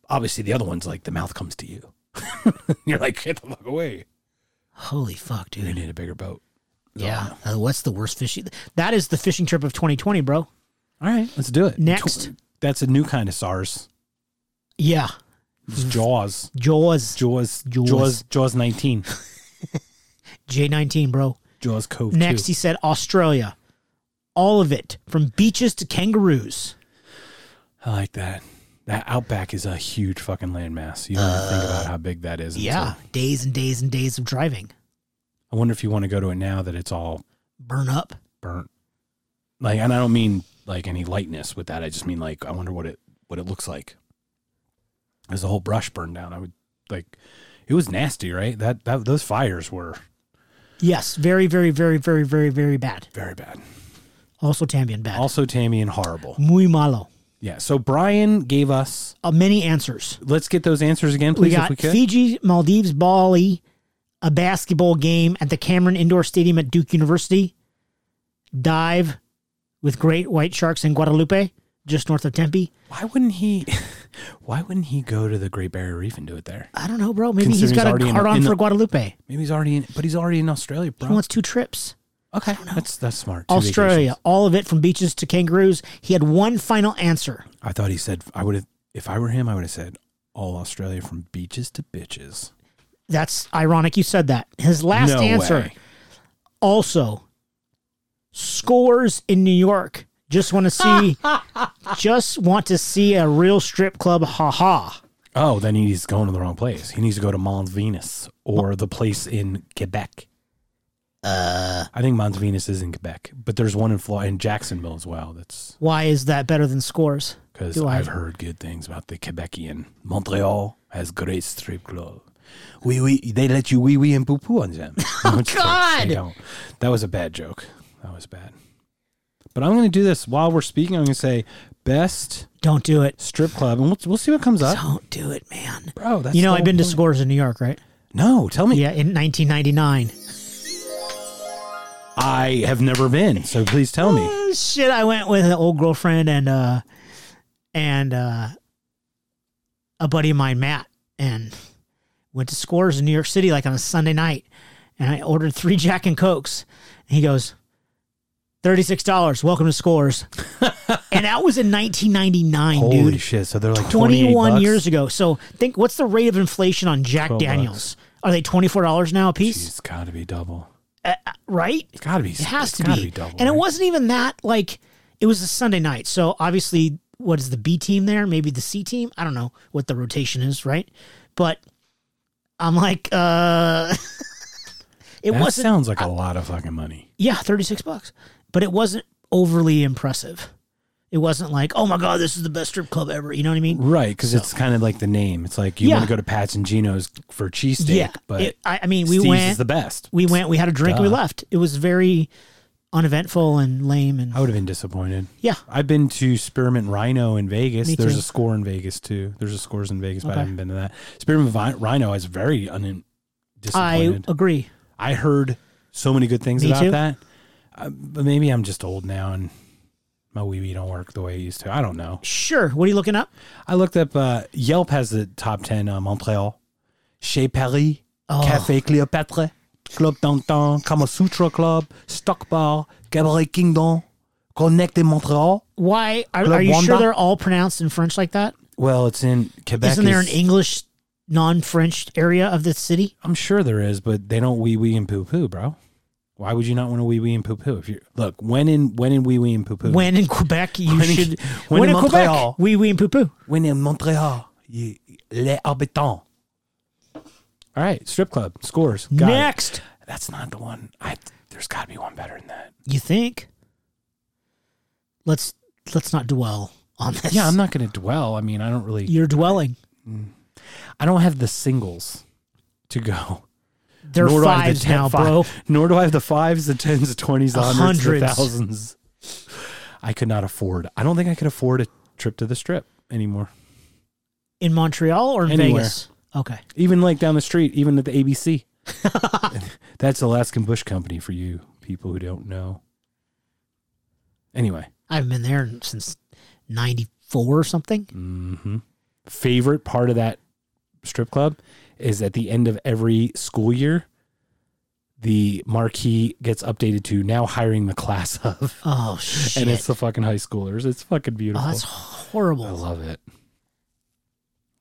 [SPEAKER 1] obviously, the other one's like the mouth comes to you. You're like get the fuck away.
[SPEAKER 2] Holy fuck, dude.
[SPEAKER 1] You need a bigger boat.
[SPEAKER 2] Yeah. Uh, what's the worst fishing? That is the fishing trip of 2020, bro.
[SPEAKER 1] All right, let's do it.
[SPEAKER 2] Next.
[SPEAKER 1] Tw- that's a new kind of SARS.
[SPEAKER 2] Yeah.
[SPEAKER 1] It's Jaws.
[SPEAKER 2] Jaws.
[SPEAKER 1] Jaws.
[SPEAKER 2] Jaws.
[SPEAKER 1] Jaws. Jaws. Jaws 19.
[SPEAKER 2] J19, bro.
[SPEAKER 1] Jaws Cove.
[SPEAKER 2] Next,
[SPEAKER 1] 2.
[SPEAKER 2] he said Australia. all of it from beaches to kangaroos.
[SPEAKER 1] I like that. That outback is a huge fucking landmass. You don't even think about how big that is. until-
[SPEAKER 2] Uh, Yeah, days and days and days of driving,
[SPEAKER 1] I wonder if you want to go to it now that it's all
[SPEAKER 2] burn up.
[SPEAKER 1] burnt. Like, and I don't mean like any lightness with that. I just mean like I wonder what it what it looks like. As the whole brush burned down, I would like. It was nasty, right? That that those fires were
[SPEAKER 2] Yes, very, very, very, very, very, very bad.
[SPEAKER 1] very bad.
[SPEAKER 2] Also Tambien bad.
[SPEAKER 1] Also, Tammy and horrible.
[SPEAKER 2] Muy malo.
[SPEAKER 1] Yeah. So Brian gave us.
[SPEAKER 2] Uh, many answers.
[SPEAKER 1] Let's get those answers again,
[SPEAKER 2] We
[SPEAKER 1] please, if
[SPEAKER 2] got
[SPEAKER 1] we could.
[SPEAKER 2] Fiji, Maldives, Bali, a basketball game at the Cameron Indoor Stadium at Duke University, dive with great white sharks in Guadalupe, just north of Tempe.
[SPEAKER 1] Why wouldn't he? Why wouldn't he go to the Great Barrier Reef and do it there?
[SPEAKER 2] I don't know, bro. Maybe he's
[SPEAKER 1] Considering he's
[SPEAKER 2] got
[SPEAKER 1] already
[SPEAKER 2] a
[SPEAKER 1] in-
[SPEAKER 2] card on
[SPEAKER 1] in
[SPEAKER 2] for
[SPEAKER 1] the-
[SPEAKER 2] Guadalupe.
[SPEAKER 1] Maybe he's already in, but he's already in Australia, bro.
[SPEAKER 2] He wants two trips.
[SPEAKER 1] okay, that's that's smart. Two
[SPEAKER 2] Australia,
[SPEAKER 1] vacations.
[SPEAKER 2] all of it from beaches to kangaroos. He had one final answer.
[SPEAKER 1] I thought he said I would have. If I were him, I would have said all Australia from beaches to bitches.
[SPEAKER 2] That's ironic you said that. His last
[SPEAKER 1] No
[SPEAKER 2] answer
[SPEAKER 1] way.
[SPEAKER 2] also scores in New York. Just want to see just want to see a real strip club. Haha.
[SPEAKER 1] Oh, then he's going to the wrong place. He needs to go to Mont Venus or the place in Quebec. Uh, I think Mont Venus is in Quebec, but there's one in Florida in Jacksonville as well. That's
[SPEAKER 2] Why is that better than scores?
[SPEAKER 1] because
[SPEAKER 2] Do I-
[SPEAKER 1] I've heard good things about the Quebecian. Montreal has great strip club. Wee wee, they let you wee wee and poo poo on them. Oh
[SPEAKER 2] God!
[SPEAKER 1] That was a bad joke. That was bad. But I'm going to do this while we're speaking. I'm going to say best
[SPEAKER 2] Don't do it.
[SPEAKER 1] strip club, and we'll, we'll see what comes up,
[SPEAKER 2] Don't do it, man.
[SPEAKER 1] bro. That's
[SPEAKER 2] You know,
[SPEAKER 1] the
[SPEAKER 2] I've been to
[SPEAKER 1] whole
[SPEAKER 2] scores in New York, right?
[SPEAKER 1] point. No, tell me.
[SPEAKER 2] Yeah, in 1999.
[SPEAKER 1] I have never been, so please tell me.
[SPEAKER 2] Oh, Shit, I went with an old girlfriend and uh and uh a buddy of mine, Matt, and went to Scores in New York City like on a Sunday night, and I ordered three Jack and Cokes, and he goes, thirty six dollars. Welcome to Scores, and that was in nineteen ninety nine,
[SPEAKER 1] Holy
[SPEAKER 2] dude.
[SPEAKER 1] shit! So they're like
[SPEAKER 2] Twenty one
[SPEAKER 1] 28
[SPEAKER 2] years
[SPEAKER 1] bucks?
[SPEAKER 2] ago. So think, what's the rate of inflation on Jack
[SPEAKER 1] 12
[SPEAKER 2] Daniels? Are they twenty four dollars now a piece?
[SPEAKER 1] It's got to be double.
[SPEAKER 2] Right?
[SPEAKER 1] It's got to be.
[SPEAKER 2] It has
[SPEAKER 1] it's
[SPEAKER 2] to
[SPEAKER 1] gotta
[SPEAKER 2] be.
[SPEAKER 1] double.
[SPEAKER 2] and it
[SPEAKER 1] right?
[SPEAKER 2] wasn't even that like it was a Sunday night. So obviously what is the B team there? Maybe the C team? I don't know what the rotation is, right? But I'm like uh it
[SPEAKER 1] That
[SPEAKER 2] wasn't
[SPEAKER 1] sounds like a lot of fucking money.
[SPEAKER 2] yeah, 36 bucks. But it wasn't overly impressive. It wasn't like, "Oh my god, this is the best strip club ever." You know what I mean?
[SPEAKER 1] Right, because it's kind of like the name. It's like you
[SPEAKER 2] Yeah.
[SPEAKER 1] want to go to Pat's and Gino's for cheesesteak,
[SPEAKER 2] Yeah.
[SPEAKER 1] but
[SPEAKER 2] It- I, I mean, we
[SPEAKER 1] Steve's
[SPEAKER 2] went
[SPEAKER 1] is the best.
[SPEAKER 2] we went, we had a drink, and we
[SPEAKER 1] Duh.
[SPEAKER 2] left. It was very uneventful and lame and
[SPEAKER 1] I would have been disappointed.
[SPEAKER 2] yeah.
[SPEAKER 1] I've been to Spearmint Rhino in Vegas.
[SPEAKER 2] Me
[SPEAKER 1] There's
[SPEAKER 2] too.
[SPEAKER 1] a score in Vegas too. There's a scores in Vegas, but
[SPEAKER 2] Okay.
[SPEAKER 1] I haven't been to that. Spearmint Vi- Rhino is very un-
[SPEAKER 2] I
[SPEAKER 1] disappointed.
[SPEAKER 2] agree.
[SPEAKER 1] I heard so many good things
[SPEAKER 2] Me
[SPEAKER 1] about
[SPEAKER 2] too.
[SPEAKER 1] that. Uh, but maybe I'm just old now and my wee wee don't work the way it used to. I don't know.
[SPEAKER 2] Sure. What are you looking up?
[SPEAKER 1] I looked up uh, Yelp has the top 10 uh, Montreal, Chez Paris,
[SPEAKER 2] Oh.
[SPEAKER 1] Café Cléopâtre, Club Danton, Kama Sutra Club, Stock Bar, Cabaret Kingdom, Connect in Montreal.
[SPEAKER 2] Why are,
[SPEAKER 1] Club
[SPEAKER 2] are you sure
[SPEAKER 1] Wanda?
[SPEAKER 2] they're all pronounced in French like that?
[SPEAKER 1] Well, it's in Quebec.
[SPEAKER 2] Isn't there an
[SPEAKER 1] is-
[SPEAKER 2] English, non-French area of the city?
[SPEAKER 1] I'm sure there is, but they don't wee wee and poo poo, bro. Why would you not want to wee wee and poo poo? If you look, when in when in wee wee and poo poo?
[SPEAKER 2] When in Quebec, you
[SPEAKER 1] When in-
[SPEAKER 2] should.
[SPEAKER 1] when in
[SPEAKER 2] Quebec,
[SPEAKER 1] Montreal.
[SPEAKER 2] wee wee and poo poo.
[SPEAKER 1] when in Montreal, you, les habitants. All right, strip club scores. Got it.
[SPEAKER 2] Next,
[SPEAKER 1] That's not the one. I there's got to be one better than that.
[SPEAKER 2] you think? Let's let's not dwell on this.
[SPEAKER 1] Yeah, I'm not going to dwell. I mean, I don't really.
[SPEAKER 2] You're dwelling.
[SPEAKER 1] I don't have the singles to go.
[SPEAKER 2] There are
[SPEAKER 1] Nor do I have
[SPEAKER 2] fives
[SPEAKER 1] the ten-
[SPEAKER 2] now,
[SPEAKER 1] fi-
[SPEAKER 2] bro.
[SPEAKER 1] Nor do I have the fives, the tens, the twenties, the
[SPEAKER 2] The
[SPEAKER 1] hundreds, the
[SPEAKER 2] hundreds.
[SPEAKER 1] thousands. I could not afford. I don't think I could afford a trip to the strip anymore.
[SPEAKER 2] In Montreal or in
[SPEAKER 1] Anywhere.
[SPEAKER 2] Vegas? Okay.
[SPEAKER 1] Even like down the street, even at the ABC. That's Alaskan Bush Company for you people who don't know. Anyway,
[SPEAKER 2] I haven't been there since '94 or something.
[SPEAKER 1] Mm. Mm-hmm. favorite part of that strip club is at the end of every school year, the marquee gets updated to now hiring the class of,
[SPEAKER 2] Oh shit!
[SPEAKER 1] and it's the fucking high schoolers. It's fucking
[SPEAKER 2] oh,
[SPEAKER 1] beautiful.
[SPEAKER 2] that's horrible.
[SPEAKER 1] I love it.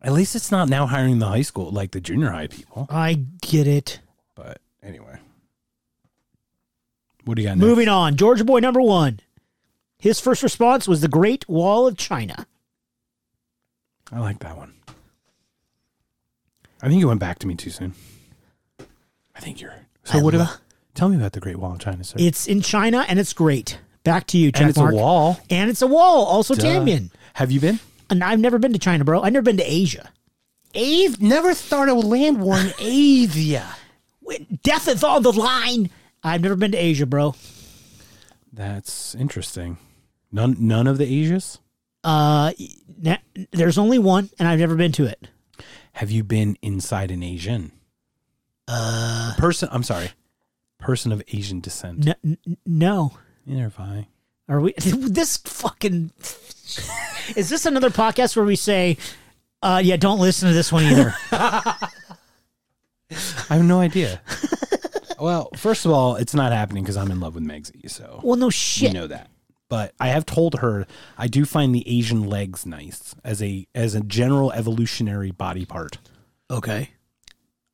[SPEAKER 1] At least it's not now hiring the high school like the junior high people.
[SPEAKER 2] I get it.
[SPEAKER 1] But anyway, what do you got? next?
[SPEAKER 2] Moving on, Georgia boy number one, His first response was the Great Wall of China.
[SPEAKER 1] I like that one. I think you went back to me too soon. I think you're. So
[SPEAKER 2] I
[SPEAKER 1] what
[SPEAKER 2] lo-
[SPEAKER 1] about? Tell me about the Great Wall of China, sir.
[SPEAKER 2] It's in China and it's great. Back to you, Jack
[SPEAKER 1] and it's
[SPEAKER 2] Mark.
[SPEAKER 1] a wall.
[SPEAKER 2] And it's a wall. Also,
[SPEAKER 1] Duh.
[SPEAKER 2] Damien.
[SPEAKER 1] Have you been?
[SPEAKER 2] And I've never been to China, bro. I've never been to Asia.
[SPEAKER 1] I've never started a land war in Asia.
[SPEAKER 2] Wait, Death is on the line. I've never been to Asia, bro.
[SPEAKER 1] That's interesting. None, none of the Asias.
[SPEAKER 2] Uh, na- there's only one, and I've never been to it.
[SPEAKER 1] Have you been inside an Asian? Uh, person. I'm sorry. Person of Asian descent.
[SPEAKER 2] N- n- no.
[SPEAKER 1] Neither have I.
[SPEAKER 2] Are we this fucking Is this another podcast where we say uh yeah, don't listen to this one either.
[SPEAKER 1] I have no idea. well, first of all, it's not happening because I'm in love with Megzy, so
[SPEAKER 2] well, no
[SPEAKER 1] you
[SPEAKER 2] shit.
[SPEAKER 1] know that. But I have told her I do find the Asian legs nice as a as a general evolutionary body part.
[SPEAKER 2] Okay.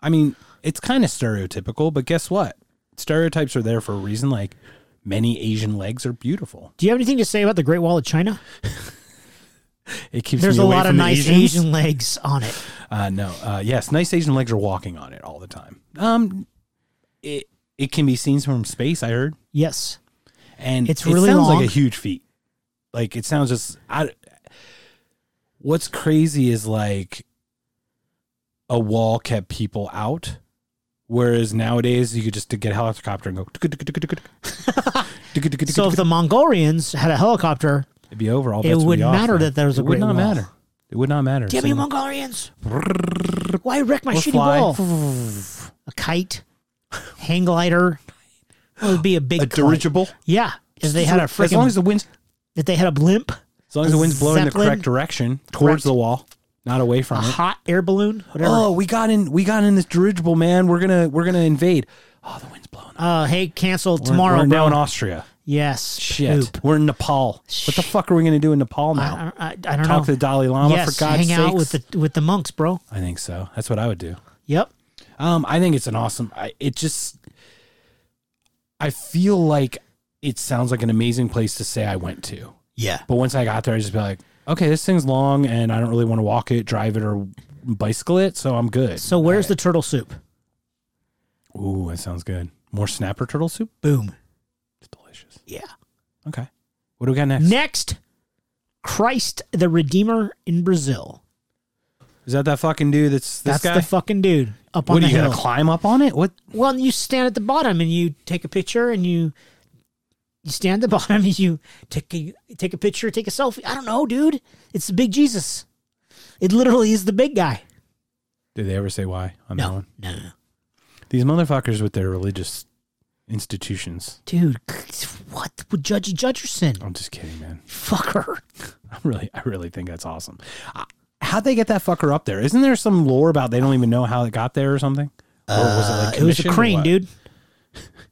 [SPEAKER 1] I mean, it's kind of stereotypical, but guess what? Stereotypes are there for a reason. Like many Asian legs are beautiful.
[SPEAKER 2] Do you have anything to say about the Great Wall of China?
[SPEAKER 1] It keeps
[SPEAKER 2] There's
[SPEAKER 1] me
[SPEAKER 2] a
[SPEAKER 1] away
[SPEAKER 2] lot of
[SPEAKER 1] from the
[SPEAKER 2] nice
[SPEAKER 1] Asians.
[SPEAKER 2] Asian legs on it.
[SPEAKER 1] Uh, no, uh, yes, nice Asian legs are walking on it all the time. Um, it it can be seen from space. I heard.
[SPEAKER 2] Yes.
[SPEAKER 1] and
[SPEAKER 2] It's
[SPEAKER 1] it
[SPEAKER 2] really
[SPEAKER 1] sounds
[SPEAKER 2] long.
[SPEAKER 1] like a huge feat. Like it sounds just. I, what's crazy is like a wall kept people out, whereas nowadays you could just get a helicopter and go.
[SPEAKER 2] So if the Mongolians had a helicopter,
[SPEAKER 1] it'd be over. All
[SPEAKER 2] it
[SPEAKER 1] bets would
[SPEAKER 2] wouldn't
[SPEAKER 1] be off,
[SPEAKER 2] matter
[SPEAKER 1] man.
[SPEAKER 2] that there was a
[SPEAKER 1] It would
[SPEAKER 2] great
[SPEAKER 1] not
[SPEAKER 2] wall.
[SPEAKER 1] matter. It would not matter.
[SPEAKER 2] damn you
[SPEAKER 1] So
[SPEAKER 2] Mongolians. Why wreck my
[SPEAKER 1] or
[SPEAKER 2] shitty
[SPEAKER 1] fly.
[SPEAKER 2] wall? A kite, hang glider. It would be a big
[SPEAKER 1] A
[SPEAKER 2] kite.
[SPEAKER 1] dirigible.
[SPEAKER 2] Yeah, if they had a
[SPEAKER 1] as long
[SPEAKER 2] freaking
[SPEAKER 1] as the winds
[SPEAKER 2] if they had a blimp,
[SPEAKER 1] as long as the wind's blowing
[SPEAKER 2] Zeppelin?
[SPEAKER 1] the correct direction towards
[SPEAKER 2] Correct.
[SPEAKER 1] the wall, not away
[SPEAKER 2] a
[SPEAKER 1] from it.
[SPEAKER 2] hot air balloon, whatever.
[SPEAKER 1] Oh, we got in. We got in this dirigible, man. We're gonna we're gonna invade. Oh, the wind's blowing. Up.
[SPEAKER 2] Uh, hey, cancel
[SPEAKER 1] We're-
[SPEAKER 2] tomorrow,
[SPEAKER 1] we're
[SPEAKER 2] bro.
[SPEAKER 1] now in Austria.
[SPEAKER 2] yes,
[SPEAKER 1] Shit,
[SPEAKER 2] poop.
[SPEAKER 1] we're in Nepal. What the fuck are we gonna do in Nepal now?
[SPEAKER 2] I, I, I don't
[SPEAKER 1] Talk
[SPEAKER 2] know.
[SPEAKER 1] to the Dalai Lama
[SPEAKER 2] yes,
[SPEAKER 1] for God's
[SPEAKER 2] hang
[SPEAKER 1] sake.
[SPEAKER 2] out with the with the monks, bro.
[SPEAKER 1] I think so. That's what I would do.
[SPEAKER 2] Yep.
[SPEAKER 1] Um, I think it's an awesome. I, it just, I feel like it sounds like an amazing place to say I went to.
[SPEAKER 2] Yeah.
[SPEAKER 1] But once I got there, I just be like, okay, this thing's long, and I don't really want to walk it, drive it, or bicycle it, so I'm good.
[SPEAKER 2] So where's the turtle soup?
[SPEAKER 1] Ooh, that sounds good. More snapper turtle soup.
[SPEAKER 2] Boom.
[SPEAKER 1] It's delicious.
[SPEAKER 2] Yeah.
[SPEAKER 1] Okay. What do we got next?
[SPEAKER 2] Next, Christ the Redeemer in Brazil.
[SPEAKER 1] Is that that fucking dude? That's this
[SPEAKER 2] That's
[SPEAKER 1] guy.
[SPEAKER 2] the fucking dude up on
[SPEAKER 1] what are
[SPEAKER 2] the
[SPEAKER 1] you
[SPEAKER 2] hill.
[SPEAKER 1] gonna climb up on it? What?
[SPEAKER 2] Well, you stand at the bottom and you take a picture and you you stand at the bottom and you take a, take a picture, take a selfie. I don't know, dude. It's the big Jesus. It literally is the big guy.
[SPEAKER 1] Did they ever say why on that
[SPEAKER 2] No,
[SPEAKER 1] one?
[SPEAKER 2] no, no, no.
[SPEAKER 1] These motherfuckers with their religious institutions.
[SPEAKER 2] dude. What would Judgy Judgerson?
[SPEAKER 1] I'm just kidding, man.
[SPEAKER 2] Fucker.
[SPEAKER 1] I really, I really think that's awesome. I- How'd they get that fucker up there? Isn't there some lore about they don't even know how it got there or something? Or was
[SPEAKER 2] Uh, it was a
[SPEAKER 1] commissioned or
[SPEAKER 2] crane,
[SPEAKER 1] what?
[SPEAKER 2] dude.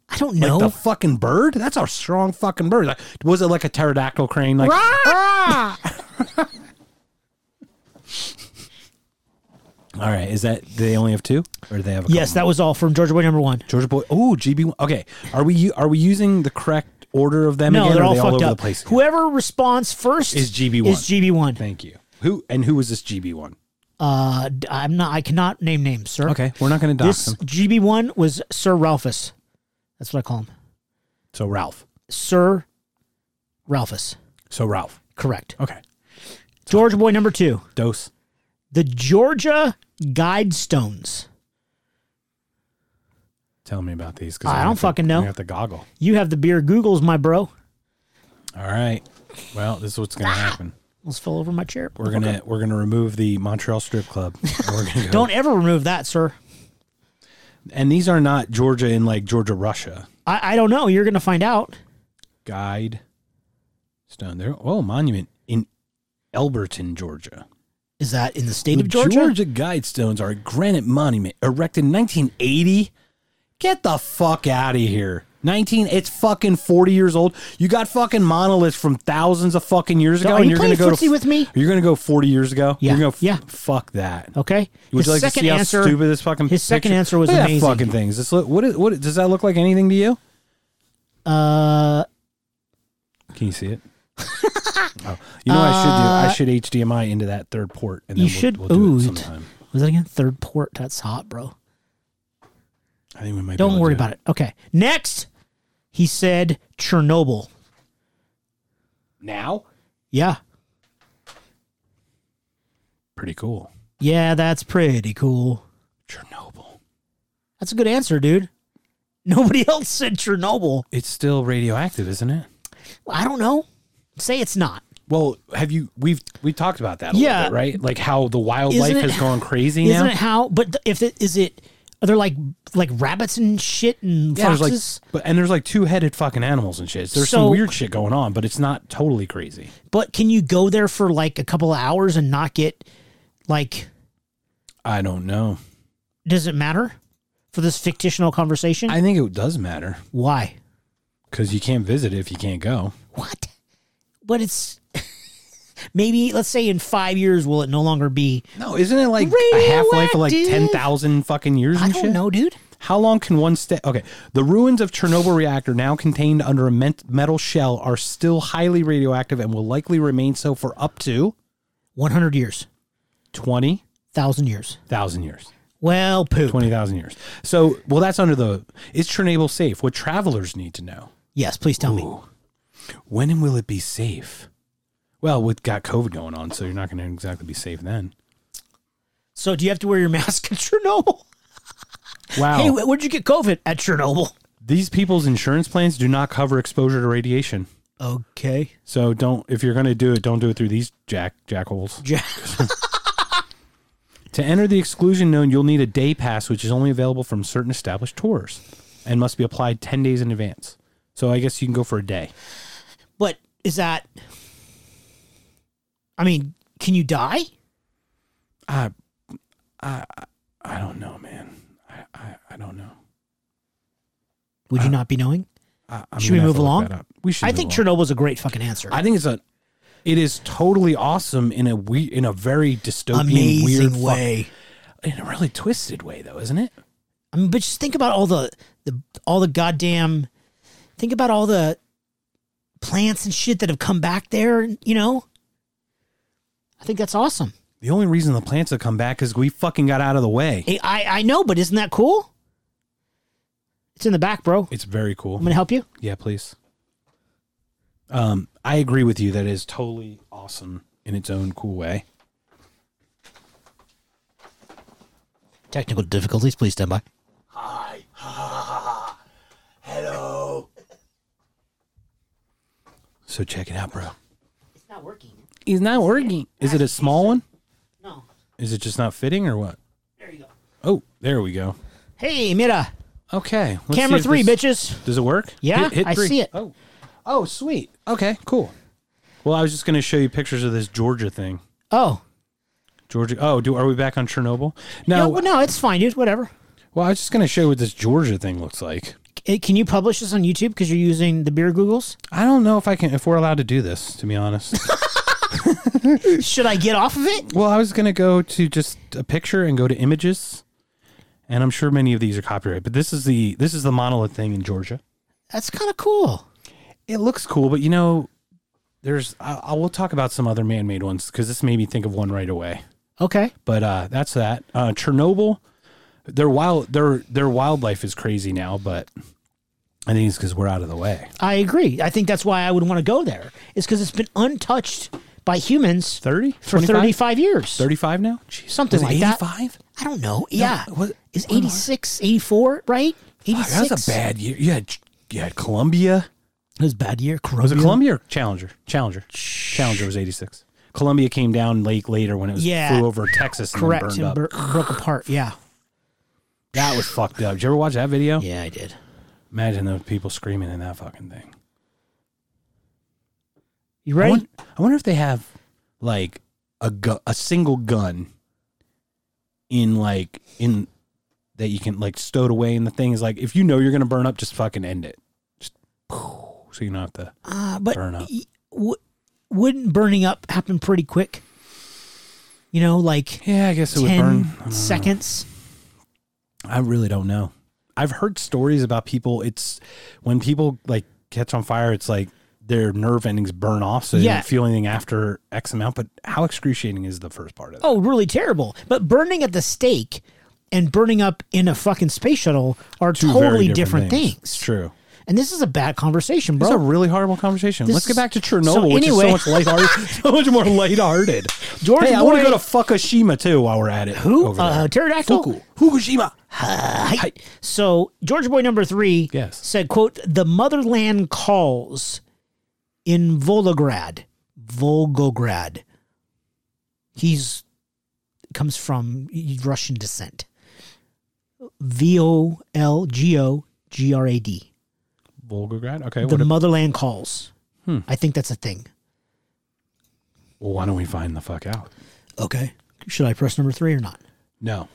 [SPEAKER 2] I don't
[SPEAKER 1] Like
[SPEAKER 2] know.
[SPEAKER 1] the fucking bird? That's a strong fucking bird. Like, was it like a pterodactyl crane? Like,
[SPEAKER 2] Ah!
[SPEAKER 1] all right, is that do they only have two, or do they have? A
[SPEAKER 2] yes,
[SPEAKER 1] couple
[SPEAKER 2] that was all from Georgia Boy number one.
[SPEAKER 1] Georgia Boy. Oh, GB. Okay, are we are we using the correct order of them?
[SPEAKER 2] No,
[SPEAKER 1] again,
[SPEAKER 2] they're
[SPEAKER 1] or are
[SPEAKER 2] all
[SPEAKER 1] they
[SPEAKER 2] fucked
[SPEAKER 1] all over
[SPEAKER 2] up.
[SPEAKER 1] the place. again?
[SPEAKER 2] Whoever responds first
[SPEAKER 1] Is GB1.
[SPEAKER 2] Is GB one?
[SPEAKER 1] Thank you. Who and who was this GB one?
[SPEAKER 2] Uh, d- I'm not. I cannot name names, sir.
[SPEAKER 1] Okay, we're not going to dox
[SPEAKER 2] This
[SPEAKER 1] him.
[SPEAKER 2] GB one was Sir Ralphus. That's what I call him,
[SPEAKER 1] So Ralph.
[SPEAKER 2] Sir Ralphus.
[SPEAKER 1] So Ralph.
[SPEAKER 2] Correct.
[SPEAKER 1] Okay.
[SPEAKER 2] Georgia boy number two,
[SPEAKER 1] Dose.
[SPEAKER 2] the Georgia Guidestones.
[SPEAKER 1] Tell me about these. I'm
[SPEAKER 2] I don't
[SPEAKER 1] gonna have to-
[SPEAKER 2] fucking know.
[SPEAKER 1] I'm gonna have to goggle.
[SPEAKER 2] You have the beer Googles, my bro.
[SPEAKER 1] All right. Well, this is what's
[SPEAKER 2] Ah!
[SPEAKER 1] going to happen.
[SPEAKER 2] Let's fell over my chair.
[SPEAKER 1] We're gonna we're gonna remove the Montreal Strip Club. And, we're gonna go-
[SPEAKER 2] Don't ever remove that, sir.
[SPEAKER 1] and these are not Georgia in like Georgia Russia
[SPEAKER 2] I, I don't know. You're gonna find out.
[SPEAKER 1] guide stone. There. Oh, monument in Elberton, Georgia.
[SPEAKER 2] Is that in the state
[SPEAKER 1] The
[SPEAKER 2] of Georgia?
[SPEAKER 1] Georgia Guidestones are a granite monument erected in 1980. Get the fuck out of here. 19, it's fucking 40 years old. You got fucking monoliths from thousands of fucking years ago,
[SPEAKER 2] Are
[SPEAKER 1] and
[SPEAKER 2] you
[SPEAKER 1] you're gonna
[SPEAKER 2] playing
[SPEAKER 1] go
[SPEAKER 2] footsie
[SPEAKER 1] to,
[SPEAKER 2] with me?
[SPEAKER 1] You're gonna go 40 years ago.
[SPEAKER 2] Yeah,
[SPEAKER 1] You're gonna go,
[SPEAKER 2] yeah. Oh,
[SPEAKER 1] Fuck that.
[SPEAKER 2] Okay.
[SPEAKER 1] Would you like to see how stupid this fucking?
[SPEAKER 2] his second
[SPEAKER 1] picture-
[SPEAKER 2] answer was
[SPEAKER 1] Look at
[SPEAKER 2] amazing.
[SPEAKER 1] That fucking thing. Does this look, what, is, what? Does that look like anything to you?
[SPEAKER 2] Uh,
[SPEAKER 1] Can you see it? Oh, You know, what I should do. I should HDMI into that third port, and then
[SPEAKER 2] Uh, you
[SPEAKER 1] we'll,
[SPEAKER 2] should-
[SPEAKER 1] we'll do
[SPEAKER 2] ooh,
[SPEAKER 1] it
[SPEAKER 2] t-
[SPEAKER 1] sometime.
[SPEAKER 2] Was that again? Third port. That's hot, bro.
[SPEAKER 1] I think we might. be able
[SPEAKER 2] Don't
[SPEAKER 1] to
[SPEAKER 2] worry
[SPEAKER 1] do
[SPEAKER 2] about it. Okay. Next, he said Chernobyl.
[SPEAKER 1] now.
[SPEAKER 2] Yeah.
[SPEAKER 1] Pretty cool.
[SPEAKER 2] Yeah, that's pretty cool.
[SPEAKER 1] Chernobyl.
[SPEAKER 2] That's a good answer, dude. Nobody else said Chernobyl.
[SPEAKER 1] It's still radioactive, isn't it?
[SPEAKER 2] I don't know. Say it's not.
[SPEAKER 1] Well, have you? We've we talked about that. A
[SPEAKER 2] Yeah.
[SPEAKER 1] little bit, right. Like how the wildlife
[SPEAKER 2] Isn't it-
[SPEAKER 1] has gone crazy
[SPEAKER 2] Isn't
[SPEAKER 1] now.
[SPEAKER 2] it how? But th- if it is it, are there like like rabbits and shit and
[SPEAKER 1] Yeah, there's like,
[SPEAKER 2] foxes?
[SPEAKER 1] but and there's like two headed fucking animals and shit. There's
[SPEAKER 2] So-
[SPEAKER 1] some weird shit going on, but it's not totally crazy.
[SPEAKER 2] but can you go there for like a couple of hours and not get like?
[SPEAKER 1] I don't know.
[SPEAKER 2] Does it matter for this fictional conversation?
[SPEAKER 1] I think it does matter
[SPEAKER 2] Why?
[SPEAKER 1] because you can't visit if you can't go.
[SPEAKER 2] What? But it's maybe let's say in five years will it no longer be?
[SPEAKER 1] No, isn't it like a half life of like ten
[SPEAKER 2] Radioactive.
[SPEAKER 1] thousand fucking years? And
[SPEAKER 2] I don't
[SPEAKER 1] shit?
[SPEAKER 2] know, dude.
[SPEAKER 1] How long can one stay? Okay. The ruins of Chernobyl reactor, now contained under a men- metal shell, are still highly radioactive and will likely remain so for up to
[SPEAKER 2] One hundred years,
[SPEAKER 1] 20,000
[SPEAKER 2] thousand years.
[SPEAKER 1] years.
[SPEAKER 2] Well, poop.
[SPEAKER 1] 20,000 years. So, well, that's under the. Is Chernobyl safe? What travelers need to know.
[SPEAKER 2] Yes, please tell me.
[SPEAKER 1] When and will it be safe? Well, we've got COVID going on, so you're not going to exactly be safe then.
[SPEAKER 2] So, do you have to wear your mask at Chernobyl?
[SPEAKER 1] Wow.
[SPEAKER 2] Hey, wh- where'd you get COVID at Chernobyl?
[SPEAKER 1] These people's insurance plans do not cover exposure to radiation.
[SPEAKER 2] Okay.
[SPEAKER 1] So don't if you're going to do it, don't do it through these jack jackholes.
[SPEAKER 2] Jack.
[SPEAKER 1] To enter the exclusion zone, you'll need a day pass, which is only available from certain established tours, and must be applied ten days in advance. So I guess you can go for a day.
[SPEAKER 2] But is that? I mean, can you die?
[SPEAKER 1] I, I, I don't know, man. I, I, I don't know.
[SPEAKER 2] Would you not be knowing?
[SPEAKER 1] I, I'm
[SPEAKER 2] Should we
[SPEAKER 1] gonna have
[SPEAKER 2] move
[SPEAKER 1] to look
[SPEAKER 2] along?
[SPEAKER 1] that up. We should.
[SPEAKER 2] I
[SPEAKER 1] move
[SPEAKER 2] think
[SPEAKER 1] along.
[SPEAKER 2] Chernobyl's a great fucking answer.
[SPEAKER 1] I think it's a. It is totally awesome in a we in a very dystopian, weird fuck- in a really twisted way, though, isn't it?
[SPEAKER 2] I mean, but just think about all the the all the goddamn. Think about all the plants and shit that have come back there. You know. I think that's awesome.
[SPEAKER 1] The only reason the plants have come back is we fucking got out of the way.
[SPEAKER 2] Hey, I I know, but isn't that cool? It's in the back, bro.
[SPEAKER 1] It's very cool.
[SPEAKER 2] I'm gonna help you.
[SPEAKER 1] Yeah, please. Um, I agree with you. That is totally awesome in its own cool way.
[SPEAKER 2] Technical difficulties, please stand by.
[SPEAKER 1] So check it out, bro.
[SPEAKER 2] It's not working.
[SPEAKER 1] He's not working. Is it a small one?
[SPEAKER 2] No.
[SPEAKER 1] Is it just not fitting or what?
[SPEAKER 2] There you go.
[SPEAKER 1] Oh, there we go.
[SPEAKER 2] Hey, Mira.
[SPEAKER 1] Okay. let's see
[SPEAKER 2] Camera
[SPEAKER 1] if
[SPEAKER 2] three,
[SPEAKER 1] this-
[SPEAKER 2] bitches.
[SPEAKER 1] Does it work?
[SPEAKER 2] Yeah,
[SPEAKER 1] Hit- hit
[SPEAKER 2] I
[SPEAKER 1] three.
[SPEAKER 2] see it.
[SPEAKER 1] Oh, oh, sweet. Okay, cool. Well, I was just going to show you pictures of this Georgia thing.
[SPEAKER 2] Oh.
[SPEAKER 1] Georgia. Oh, do are we back on Chernobyl?
[SPEAKER 2] No,
[SPEAKER 1] No.
[SPEAKER 2] well, no, it's fine, dude. Whatever.
[SPEAKER 1] well, I was just going to show you what this Georgia thing looks like.
[SPEAKER 2] C- Can you publish this on YouTube because you're using the beer Googles?
[SPEAKER 1] I don't know if I can if we're allowed to do this. To be honest.
[SPEAKER 2] Should I get off of it?
[SPEAKER 1] Well, I was going to go to just a picture and go to images. And I'm sure many of these are copyright, but this is the this is the monolith thing in Georgia.
[SPEAKER 2] That's kind of cool.
[SPEAKER 1] It looks cool, but you know, there's I, I will talk about some other man-made ones because this made me think of one right away.
[SPEAKER 2] Okay.
[SPEAKER 1] But uh, that's that. Uh, Chernobyl, their wild their their wildlife is crazy now, but I think it's because we're out of the way.
[SPEAKER 2] I agree. I think that's why I would want to go there, is because it's been untouched by humans
[SPEAKER 1] 30?
[SPEAKER 2] for 35 years.
[SPEAKER 1] 35 now? Jeez.
[SPEAKER 2] Something
[SPEAKER 1] Was it
[SPEAKER 2] like that.
[SPEAKER 1] 85?
[SPEAKER 2] I don't know. Yeah.
[SPEAKER 1] what-
[SPEAKER 2] Is
[SPEAKER 1] what am I-
[SPEAKER 2] 86, 84, right? 86.
[SPEAKER 1] That was a bad year. You had you had Columbia.
[SPEAKER 2] It was a bad year.
[SPEAKER 1] Was it
[SPEAKER 2] Corona.
[SPEAKER 1] Columbia or Challenger? Challenger. Challenger was 86. Columbia came down late later when it was
[SPEAKER 2] Yeah.
[SPEAKER 1] flew over Texas and
[SPEAKER 2] Correct.
[SPEAKER 1] then
[SPEAKER 2] and
[SPEAKER 1] burned up.
[SPEAKER 2] bur- broke apart. Yeah.
[SPEAKER 1] That was fucked up. Did you ever watch that video?
[SPEAKER 2] Yeah, I did.
[SPEAKER 1] Imagine those people screaming in that fucking thing.
[SPEAKER 2] You
[SPEAKER 1] I,
[SPEAKER 2] ready?
[SPEAKER 1] wonder, I wonder if they have like a gu- a single gun in like in that you can like stowed away in the thing is like if you know you're gonna burn up, just fucking end it. Just so you don't have to.
[SPEAKER 2] Uh, but
[SPEAKER 1] Burn up.
[SPEAKER 2] y- W- wouldn't burning up happen pretty quick? You know, like
[SPEAKER 1] Yeah, I guess it would burn.
[SPEAKER 2] ten
[SPEAKER 1] I don't know.
[SPEAKER 2] seconds.
[SPEAKER 1] I really don't know. I've heard stories about people. It's when people like catch on fire. It's like their nerve endings burn off, so they
[SPEAKER 2] Yeah.
[SPEAKER 1] don't feel anything after X amount. But how excruciating is the first part of it?
[SPEAKER 2] Oh, really terrible. But burning at the stake and burning up in a fucking space shuttle are
[SPEAKER 1] Two very
[SPEAKER 2] totally different, things.
[SPEAKER 1] It's true.
[SPEAKER 2] And this is a bad conversation,
[SPEAKER 1] It's
[SPEAKER 2] bro.
[SPEAKER 1] a really horrible conversation.
[SPEAKER 2] This
[SPEAKER 1] Let's get
[SPEAKER 2] is-
[SPEAKER 1] back to
[SPEAKER 2] so
[SPEAKER 1] Chernobyl, which is so
[SPEAKER 2] anyway-
[SPEAKER 1] much lighthearted, so much more lighthearted.
[SPEAKER 2] George
[SPEAKER 1] hey, I want to
[SPEAKER 2] Boy-
[SPEAKER 1] go to Fukushima too while we're at it.
[SPEAKER 2] Who?
[SPEAKER 1] Over
[SPEAKER 2] Uh,
[SPEAKER 1] there.
[SPEAKER 2] pterodactyl?
[SPEAKER 1] Fuku. Fukushima.
[SPEAKER 2] Uh, Hi. So George Boy number three
[SPEAKER 1] Yes.
[SPEAKER 2] said, quote, the motherland calls in Volgograd. Volgograd. He's comes from Russian descent. V O L G O G R A D.
[SPEAKER 1] Volgograd. Okay.
[SPEAKER 2] The
[SPEAKER 1] What a,
[SPEAKER 2] motherland calls.
[SPEAKER 1] Hmm.
[SPEAKER 2] I think that's a thing.
[SPEAKER 1] well, why don't we find the fuck out?
[SPEAKER 2] Okay. Should I press number three or not?
[SPEAKER 1] No.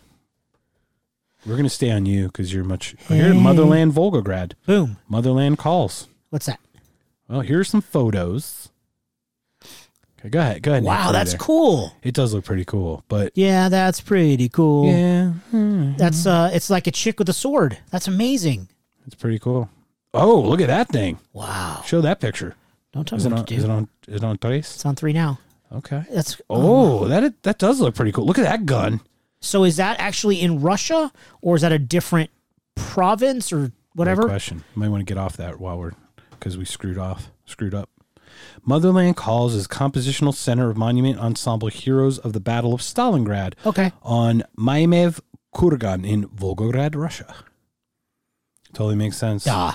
[SPEAKER 1] We're gonna stay on you because you're much. Oh, You're in Motherland Volgograd.
[SPEAKER 2] Boom.
[SPEAKER 1] Motherland calls.
[SPEAKER 2] What's that?
[SPEAKER 1] Well, here's some photos. Okay, go ahead. Go ahead. Nick,
[SPEAKER 2] Wow,
[SPEAKER 1] over
[SPEAKER 2] that's
[SPEAKER 1] there.
[SPEAKER 2] cool.
[SPEAKER 1] It does look pretty cool, but
[SPEAKER 2] Yeah, that's pretty cool.
[SPEAKER 1] yeah, hmm,
[SPEAKER 2] That's uh it's like a chick with a sword. That's amazing.
[SPEAKER 1] it's pretty cool. Oh, look at that thing!
[SPEAKER 2] Wow.
[SPEAKER 1] Show that picture.
[SPEAKER 2] Don't tell
[SPEAKER 1] Is
[SPEAKER 2] me
[SPEAKER 1] it
[SPEAKER 2] what
[SPEAKER 1] on?
[SPEAKER 2] to
[SPEAKER 1] Is
[SPEAKER 2] do.
[SPEAKER 1] it on? Is it on Trace?
[SPEAKER 2] it's on three now.
[SPEAKER 1] Okay.
[SPEAKER 2] That's
[SPEAKER 1] Oh, that that does look pretty cool. Look at that gun.
[SPEAKER 2] so is that actually in Russia or is that a different province or
[SPEAKER 1] Good
[SPEAKER 2] whatever?
[SPEAKER 1] question. You might want to get off that while we're because we screwed off, screwed up. Motherland Calls is compositional center of monument ensemble heroes of the Battle of Stalingrad
[SPEAKER 2] Okay.
[SPEAKER 1] on Maimev Kurgan in Volgograd, Russia. Totally makes sense.
[SPEAKER 2] Duh.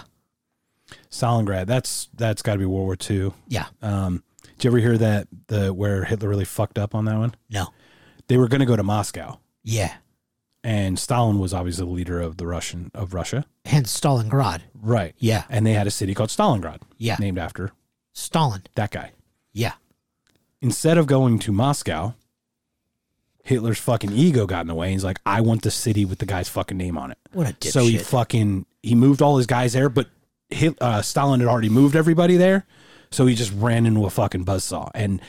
[SPEAKER 1] Stalingrad. That's that's got to be World War II.
[SPEAKER 2] Yeah.
[SPEAKER 1] Um, did you ever hear that the where Hitler really fucked up on that one?
[SPEAKER 2] No.
[SPEAKER 1] They were going to go to Moscow,
[SPEAKER 2] Yeah.
[SPEAKER 1] and Stalin was obviously the leader of the Russian of Russia,
[SPEAKER 2] Hence Stalingrad.
[SPEAKER 1] right?
[SPEAKER 2] Yeah.
[SPEAKER 1] And they had a city called Stalingrad,
[SPEAKER 2] Yeah.
[SPEAKER 1] named after
[SPEAKER 2] Stalin.
[SPEAKER 1] that guy.
[SPEAKER 2] Yeah.
[SPEAKER 1] Instead of going to Moscow, Hitler's fucking ego got in the way. He's like, I want the city with the guy's fucking name on it.
[SPEAKER 2] What a dipshit.
[SPEAKER 1] So he fucking he moved all his guys there, but Hit, uh, Stalin had already moved everybody there, so he just ran into a fucking buzzsaw, and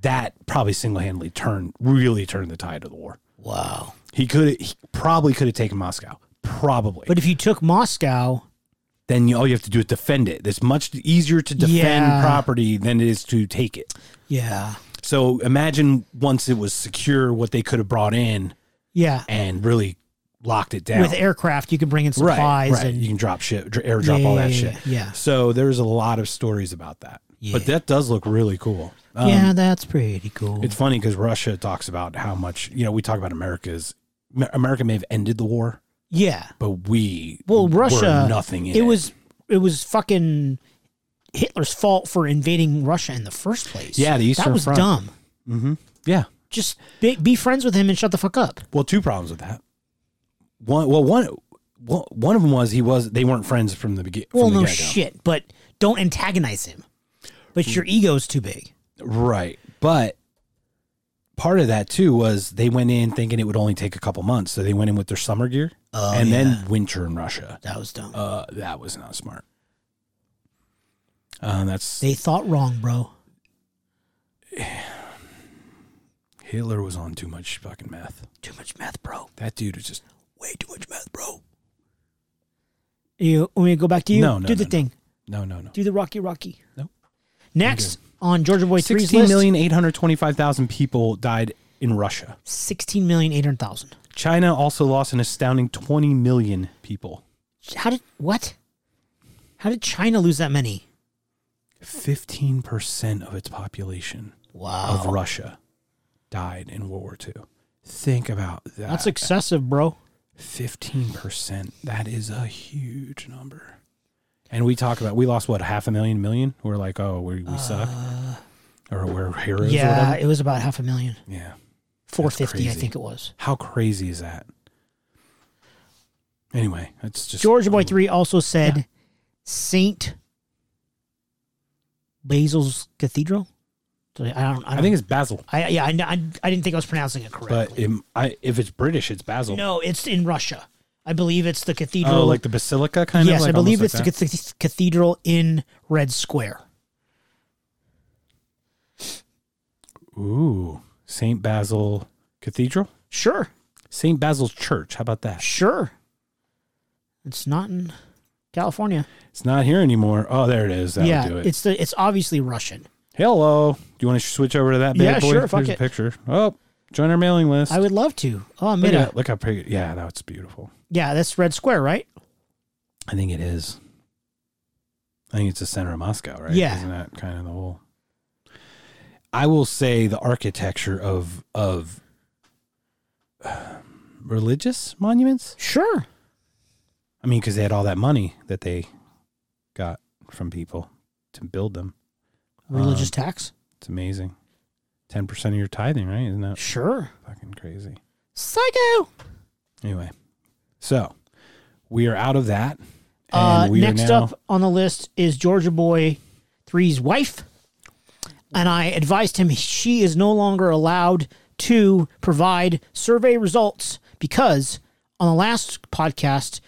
[SPEAKER 1] that probably single handedly turned really turned the tide of the war.
[SPEAKER 2] wow.
[SPEAKER 1] He could he probably could have taken Moscow, probably.
[SPEAKER 2] But if you took Moscow,
[SPEAKER 1] then you, all you have to do is defend it. It's much easier to defend
[SPEAKER 2] Yeah.
[SPEAKER 1] property than it is to take it.
[SPEAKER 2] yeah.
[SPEAKER 1] So imagine once it was secure, what they could have brought in
[SPEAKER 2] Yeah.
[SPEAKER 1] and really locked it down
[SPEAKER 2] With aircraft you can bring in
[SPEAKER 1] Right,
[SPEAKER 2] supplies
[SPEAKER 1] right.
[SPEAKER 2] and
[SPEAKER 1] you can drop shit, dr- airdrop all
[SPEAKER 2] Yeah,
[SPEAKER 1] that
[SPEAKER 2] yeah,
[SPEAKER 1] shit.
[SPEAKER 2] yeah, yeah.
[SPEAKER 1] So there's a lot of stories about that.
[SPEAKER 2] Yeah.
[SPEAKER 1] But that does look really cool. Um,
[SPEAKER 2] Yeah, that's pretty cool.
[SPEAKER 1] It's funny because Russia talks about how much you know. We talk about America's Amer- America may have ended the war,
[SPEAKER 2] Yeah.
[SPEAKER 1] but we
[SPEAKER 2] Well,
[SPEAKER 1] were
[SPEAKER 2] Russia.
[SPEAKER 1] nothing. In
[SPEAKER 2] it, was it was fucking Hitler's fault for invading Russia in the first place.
[SPEAKER 1] Yeah, the
[SPEAKER 2] that
[SPEAKER 1] Eastern
[SPEAKER 2] was
[SPEAKER 1] Front.
[SPEAKER 2] dumb.
[SPEAKER 1] yeah.
[SPEAKER 2] Just be, be friends with him and shut the fuck up.
[SPEAKER 1] Well, two problems with that. One, well, one, one one of them was he was they weren't friends from the beginning.
[SPEAKER 2] Well,
[SPEAKER 1] from the
[SPEAKER 2] no
[SPEAKER 1] get-go.
[SPEAKER 2] shit, but don't antagonize him. But your ego's too big.
[SPEAKER 1] Right. But part of that too was they went in thinking it would only take a couple months. So they went in with their summer gear and then winter in Russia.
[SPEAKER 2] That was dumb.
[SPEAKER 1] Uh, that was not smart. Uh, that's
[SPEAKER 2] they thought wrong, bro.
[SPEAKER 1] Hitler was on too much fucking meth.
[SPEAKER 2] Too much meth, bro.
[SPEAKER 1] That dude was just
[SPEAKER 2] Way too much meth, bro. You want me to go back to you?
[SPEAKER 1] No, no,
[SPEAKER 2] Do the
[SPEAKER 1] no, no.
[SPEAKER 2] thing.
[SPEAKER 1] no, no, no.
[SPEAKER 2] Do the Rocky Rocky.
[SPEAKER 1] Nope.
[SPEAKER 2] Next on Georgia Boy 3's
[SPEAKER 1] Sixteen
[SPEAKER 2] list,
[SPEAKER 1] million eight hundred twenty-five thousand people died in Russia.
[SPEAKER 2] 16,800,000.
[SPEAKER 1] China also lost an astounding twenty million people.
[SPEAKER 2] How did what? How did China lose that many?
[SPEAKER 1] Fifteen percent of its population.
[SPEAKER 2] Wow,
[SPEAKER 1] of Russia died in World War II. Think about that.
[SPEAKER 2] that's excessive, bro.
[SPEAKER 1] fifteen percent. That is a huge number. And we talk about we lost what half a million million. We're like, oh, we, we suck, or we're heroes. or
[SPEAKER 2] Uh, Yeah,
[SPEAKER 1] whatever.
[SPEAKER 2] it was about half a million,
[SPEAKER 1] yeah.
[SPEAKER 2] four fifty, I
[SPEAKER 1] crazy.
[SPEAKER 2] think it was.
[SPEAKER 1] How crazy is that? Anyway, it's just
[SPEAKER 2] Georgia Boy Three also said Saint Basil's Cathedral. Did I I don't. I,
[SPEAKER 1] I
[SPEAKER 2] don't,
[SPEAKER 1] think it's Basil,
[SPEAKER 2] I yeah. I, kn- I, I didn't think I was pronouncing it
[SPEAKER 1] but
[SPEAKER 2] correctly.
[SPEAKER 1] it, I, if it's British, it's Basil.
[SPEAKER 2] no, it's in Russia. I believe it's the cathedral.
[SPEAKER 1] oh, like the basilica kind of.
[SPEAKER 2] yes,
[SPEAKER 1] like
[SPEAKER 2] I believe it's
[SPEAKER 1] almost like
[SPEAKER 2] the cath- cathedral in Red Square.
[SPEAKER 1] that? Ooh, Saint Basil Cathedral,
[SPEAKER 2] Sure,
[SPEAKER 1] Saint Basil's Church. How about that?
[SPEAKER 2] sure. It's not in. California.
[SPEAKER 1] It's not here anymore. Oh, there it is. That
[SPEAKER 2] yeah,
[SPEAKER 1] would do it.
[SPEAKER 2] it's the it's obviously Russian.
[SPEAKER 1] Hello. Do you want to switch over to that bad
[SPEAKER 2] Yeah,
[SPEAKER 1] boy?
[SPEAKER 2] sure, fuck
[SPEAKER 1] Here's a
[SPEAKER 2] it.
[SPEAKER 1] picture. Oh, join our mailing list.
[SPEAKER 2] I would love to. Oh,
[SPEAKER 1] look, at
[SPEAKER 2] Mida.
[SPEAKER 1] that. look how pretty. Yeah, that's beautiful.
[SPEAKER 2] Yeah, that's Red Square, right?
[SPEAKER 1] I think it is. I think it's the center of Moscow, right?
[SPEAKER 2] Yeah.
[SPEAKER 1] Isn't that kind of the whole? I will say the architecture of of uh, religious monuments.
[SPEAKER 2] Sure.
[SPEAKER 1] I mean, because they had all that money that they got from people to build them. Uh,
[SPEAKER 2] Religious tax.
[SPEAKER 1] It's amazing. Ten percent of your tithing, right? Isn't that
[SPEAKER 2] Sure.
[SPEAKER 1] fucking crazy?
[SPEAKER 2] Psycho.
[SPEAKER 1] Anyway, so we are out of that.
[SPEAKER 2] Uh,
[SPEAKER 1] we
[SPEAKER 2] next up on the list is Georgia Boy Three's wife, and I advised him she is no longer allowed to provide survey results because on the last podcast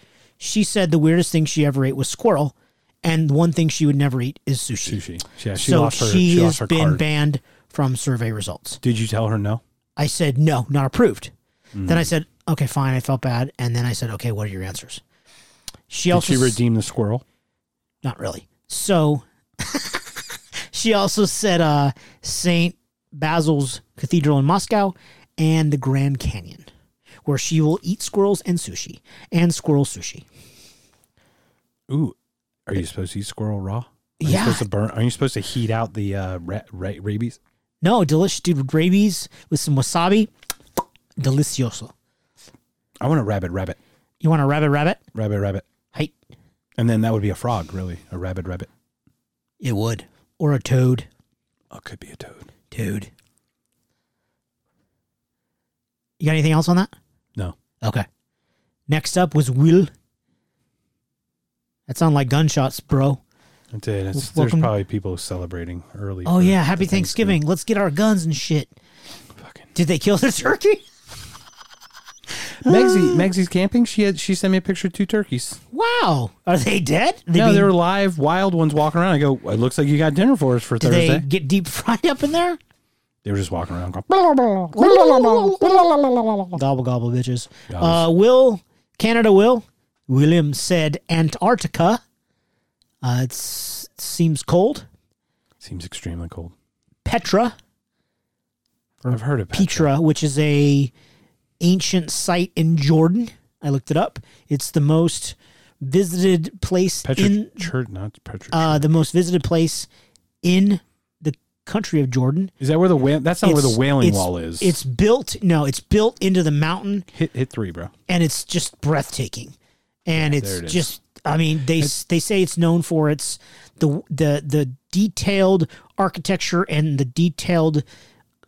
[SPEAKER 2] she said the weirdest thing she ever ate was squirrel, and the one thing she would never eat is sushi.
[SPEAKER 1] sushi. Yeah, she
[SPEAKER 2] so
[SPEAKER 1] lost her.
[SPEAKER 2] she,
[SPEAKER 1] She,
[SPEAKER 2] has
[SPEAKER 1] lost her
[SPEAKER 2] been
[SPEAKER 1] card.
[SPEAKER 2] banned from survey results.
[SPEAKER 1] Did you tell her no?
[SPEAKER 2] I said, no, not approved.
[SPEAKER 1] Hmm.
[SPEAKER 2] Then I said, okay, fine. I felt bad. And then I said, okay, what are your answers? She
[SPEAKER 1] Did
[SPEAKER 2] also,
[SPEAKER 1] she
[SPEAKER 2] s-
[SPEAKER 1] redeem the squirrel?
[SPEAKER 2] not really. So she also said uh, St. Basil's Cathedral in Moscow and the Grand Canyon, where she will eat squirrels and sushi and squirrel sushi.
[SPEAKER 1] Ooh, are you supposed to eat squirrel raw? Are you
[SPEAKER 2] Yeah.
[SPEAKER 1] supposed to burn? Are you supposed to heat out the uh, ra- ra- rabies?
[SPEAKER 2] No, delicious, dude, with rabies with some wasabi. Delicioso.
[SPEAKER 1] I want a rabbit, rabbit,
[SPEAKER 2] You want a rabbit rabbit?
[SPEAKER 1] rabbit, rabbit,
[SPEAKER 2] Hey,
[SPEAKER 1] and then that would be a frog, really, a rabbit, rabbit.
[SPEAKER 2] it would. Or a toad.
[SPEAKER 1] Oh, could be a toad.
[SPEAKER 2] Dude. You got anything else on that?
[SPEAKER 1] No,
[SPEAKER 2] Okay. Next up was Will. That sounded like gunshots, bro.
[SPEAKER 1] that's it. It's, there's
[SPEAKER 2] Welcome-
[SPEAKER 1] probably people celebrating early.
[SPEAKER 2] Oh
[SPEAKER 1] for
[SPEAKER 2] yeah, happy
[SPEAKER 1] the
[SPEAKER 2] Thanksgiving. Let's get our guns and shit.
[SPEAKER 1] Fucking
[SPEAKER 2] Did they kill the turkey?
[SPEAKER 1] Megsy, Megsy's camping. She had. She sent me a picture of two turkeys.
[SPEAKER 2] Wow. Are they dead? They
[SPEAKER 1] no,
[SPEAKER 2] being-
[SPEAKER 1] they were live, wild ones walking around. I go, it looks like you got dinner for us for
[SPEAKER 2] did
[SPEAKER 1] Thursday.
[SPEAKER 2] they
[SPEAKER 1] They,
[SPEAKER 2] get deep fried up in there?
[SPEAKER 1] were just walking around. Going,
[SPEAKER 2] Gobble gobble bitches. Uh, Will Canada Will William said Antarctica. Uh, it seems cold.
[SPEAKER 1] Seems extremely cold.
[SPEAKER 2] Petra.
[SPEAKER 1] I've heard of Petra.
[SPEAKER 2] Petra, which is a ancient site in Jordan. I looked it up. It's the most visited place
[SPEAKER 1] Petra
[SPEAKER 2] in
[SPEAKER 1] Church, not Petra.
[SPEAKER 2] uh, the most visited place in the country of Jordan.
[SPEAKER 1] is that where the whale? That's not Oh, where the
[SPEAKER 2] It's-
[SPEAKER 1] whaling
[SPEAKER 2] it's-
[SPEAKER 1] wall is.
[SPEAKER 2] It's built no, it's built into the mountain
[SPEAKER 1] hit hit three, bro.
[SPEAKER 2] and it's just breathtaking. And it's
[SPEAKER 1] there it is.
[SPEAKER 2] just I mean, they s they say it's known for its the the the detailed architecture and the detailed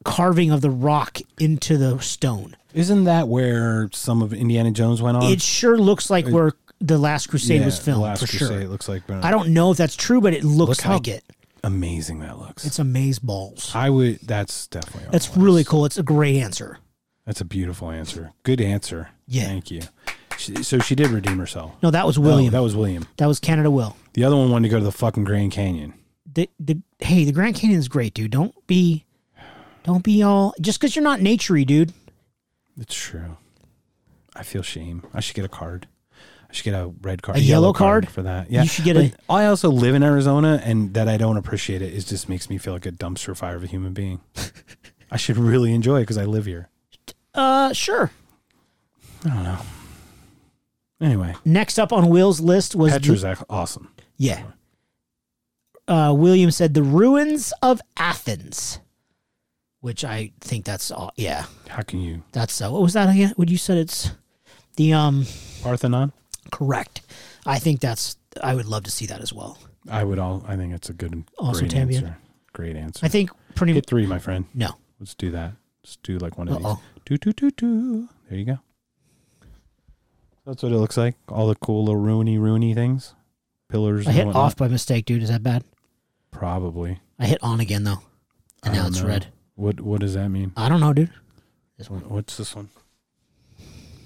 [SPEAKER 2] carving of the rock into the stone.
[SPEAKER 1] Isn't that where some of Indiana Jones went on?
[SPEAKER 2] It sure looks like where the Last Crusade
[SPEAKER 1] Um,
[SPEAKER 2] was
[SPEAKER 1] uh, The
[SPEAKER 2] filmed
[SPEAKER 1] Last
[SPEAKER 2] for
[SPEAKER 1] Crusade,
[SPEAKER 2] sure.
[SPEAKER 1] It looks like
[SPEAKER 2] I don't know if that's true, but it looks
[SPEAKER 1] Look how-
[SPEAKER 2] like it.
[SPEAKER 1] amazing that looks.
[SPEAKER 2] It's a maze balls.
[SPEAKER 1] I would. That's definitely. on
[SPEAKER 2] That's
[SPEAKER 1] the list.
[SPEAKER 2] really cool. It's a great answer.
[SPEAKER 1] That's a beautiful answer. Good answer.
[SPEAKER 2] Yeah.
[SPEAKER 1] Thank you. She, so she did redeem herself.
[SPEAKER 2] No, that was
[SPEAKER 1] Oh,
[SPEAKER 2] William.
[SPEAKER 1] that was William.
[SPEAKER 2] that was Canada Will.
[SPEAKER 1] The other one wanted to go to the fucking Grand Canyon.
[SPEAKER 2] The, the hey, the Grand Canyon is great, dude. Don't be, don't be all just because you're not naturey, dude.
[SPEAKER 1] It's true. I feel shame. I should get a card. I should get a red card,
[SPEAKER 2] A yellow card?
[SPEAKER 1] for that. Yeah,
[SPEAKER 2] You should get
[SPEAKER 1] But
[SPEAKER 2] a-
[SPEAKER 1] I also live in Arizona, and that I don't appreciate it is just makes me feel like a dumpster fire of a human being. I should really enjoy it because I live here.
[SPEAKER 2] Uh, sure.
[SPEAKER 1] Anyway,
[SPEAKER 2] Next up on Will's list was the-
[SPEAKER 1] Petra's ac- awesome.
[SPEAKER 2] yeah. Uh, William said the ruins of Athens, which I think that's all. Yeah,
[SPEAKER 1] How can you
[SPEAKER 2] That's uh, what was that again? What you said? It's the um
[SPEAKER 1] Parthenon?
[SPEAKER 2] correct. I think that's. I would love to see that as well.
[SPEAKER 1] I would all. I think it's a good,
[SPEAKER 2] Awesome,
[SPEAKER 1] great
[SPEAKER 2] Tambien.
[SPEAKER 1] answer. Great answer.
[SPEAKER 2] I think pretty.
[SPEAKER 1] Hit three, my friend.
[SPEAKER 2] no,
[SPEAKER 1] Let's do that. Let's do like one of
[SPEAKER 2] Uh-oh.
[SPEAKER 1] these. Do do do do. There you go. That's what it looks like. All the cool little ruiny ruiny things, pillars.
[SPEAKER 2] I
[SPEAKER 1] and
[SPEAKER 2] hit
[SPEAKER 1] whatnot.
[SPEAKER 2] off by mistake, dude. Is that bad?
[SPEAKER 1] Probably.
[SPEAKER 2] I hit on again though,
[SPEAKER 1] I
[SPEAKER 2] and now
[SPEAKER 1] don't
[SPEAKER 2] it's
[SPEAKER 1] know.
[SPEAKER 2] red.
[SPEAKER 1] What What does that mean?
[SPEAKER 2] I don't know, dude. This one.
[SPEAKER 1] What's this one?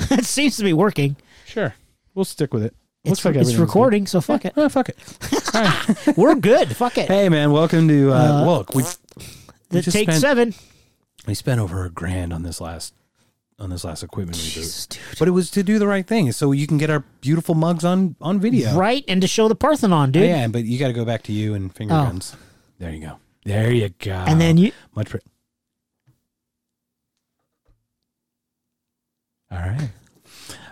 [SPEAKER 2] it seems to be working.
[SPEAKER 1] Sure, we'll stick with it.
[SPEAKER 2] It's, it's
[SPEAKER 1] everything's
[SPEAKER 2] recording, so fuck
[SPEAKER 1] good.
[SPEAKER 2] it.
[SPEAKER 1] Oh, fuck it. All right.
[SPEAKER 2] We're good. Fuck it.
[SPEAKER 1] hey man, welcome to uh,
[SPEAKER 2] Uh,
[SPEAKER 1] look. We
[SPEAKER 2] the
[SPEAKER 1] just
[SPEAKER 2] take
[SPEAKER 1] spent-
[SPEAKER 2] seven.
[SPEAKER 1] we spent over a grand on this last on this last equipment reboot.
[SPEAKER 2] Jesus, dude.
[SPEAKER 1] But it was to do the right thing, so you can get our beautiful mugs on on video.
[SPEAKER 2] Right, and to show the Parthenon, dude.
[SPEAKER 1] Yeah, but you got to go back to you and finger
[SPEAKER 2] Oh.
[SPEAKER 1] guns. There you go. There you go.
[SPEAKER 2] And then you,
[SPEAKER 1] much. Pre- All right.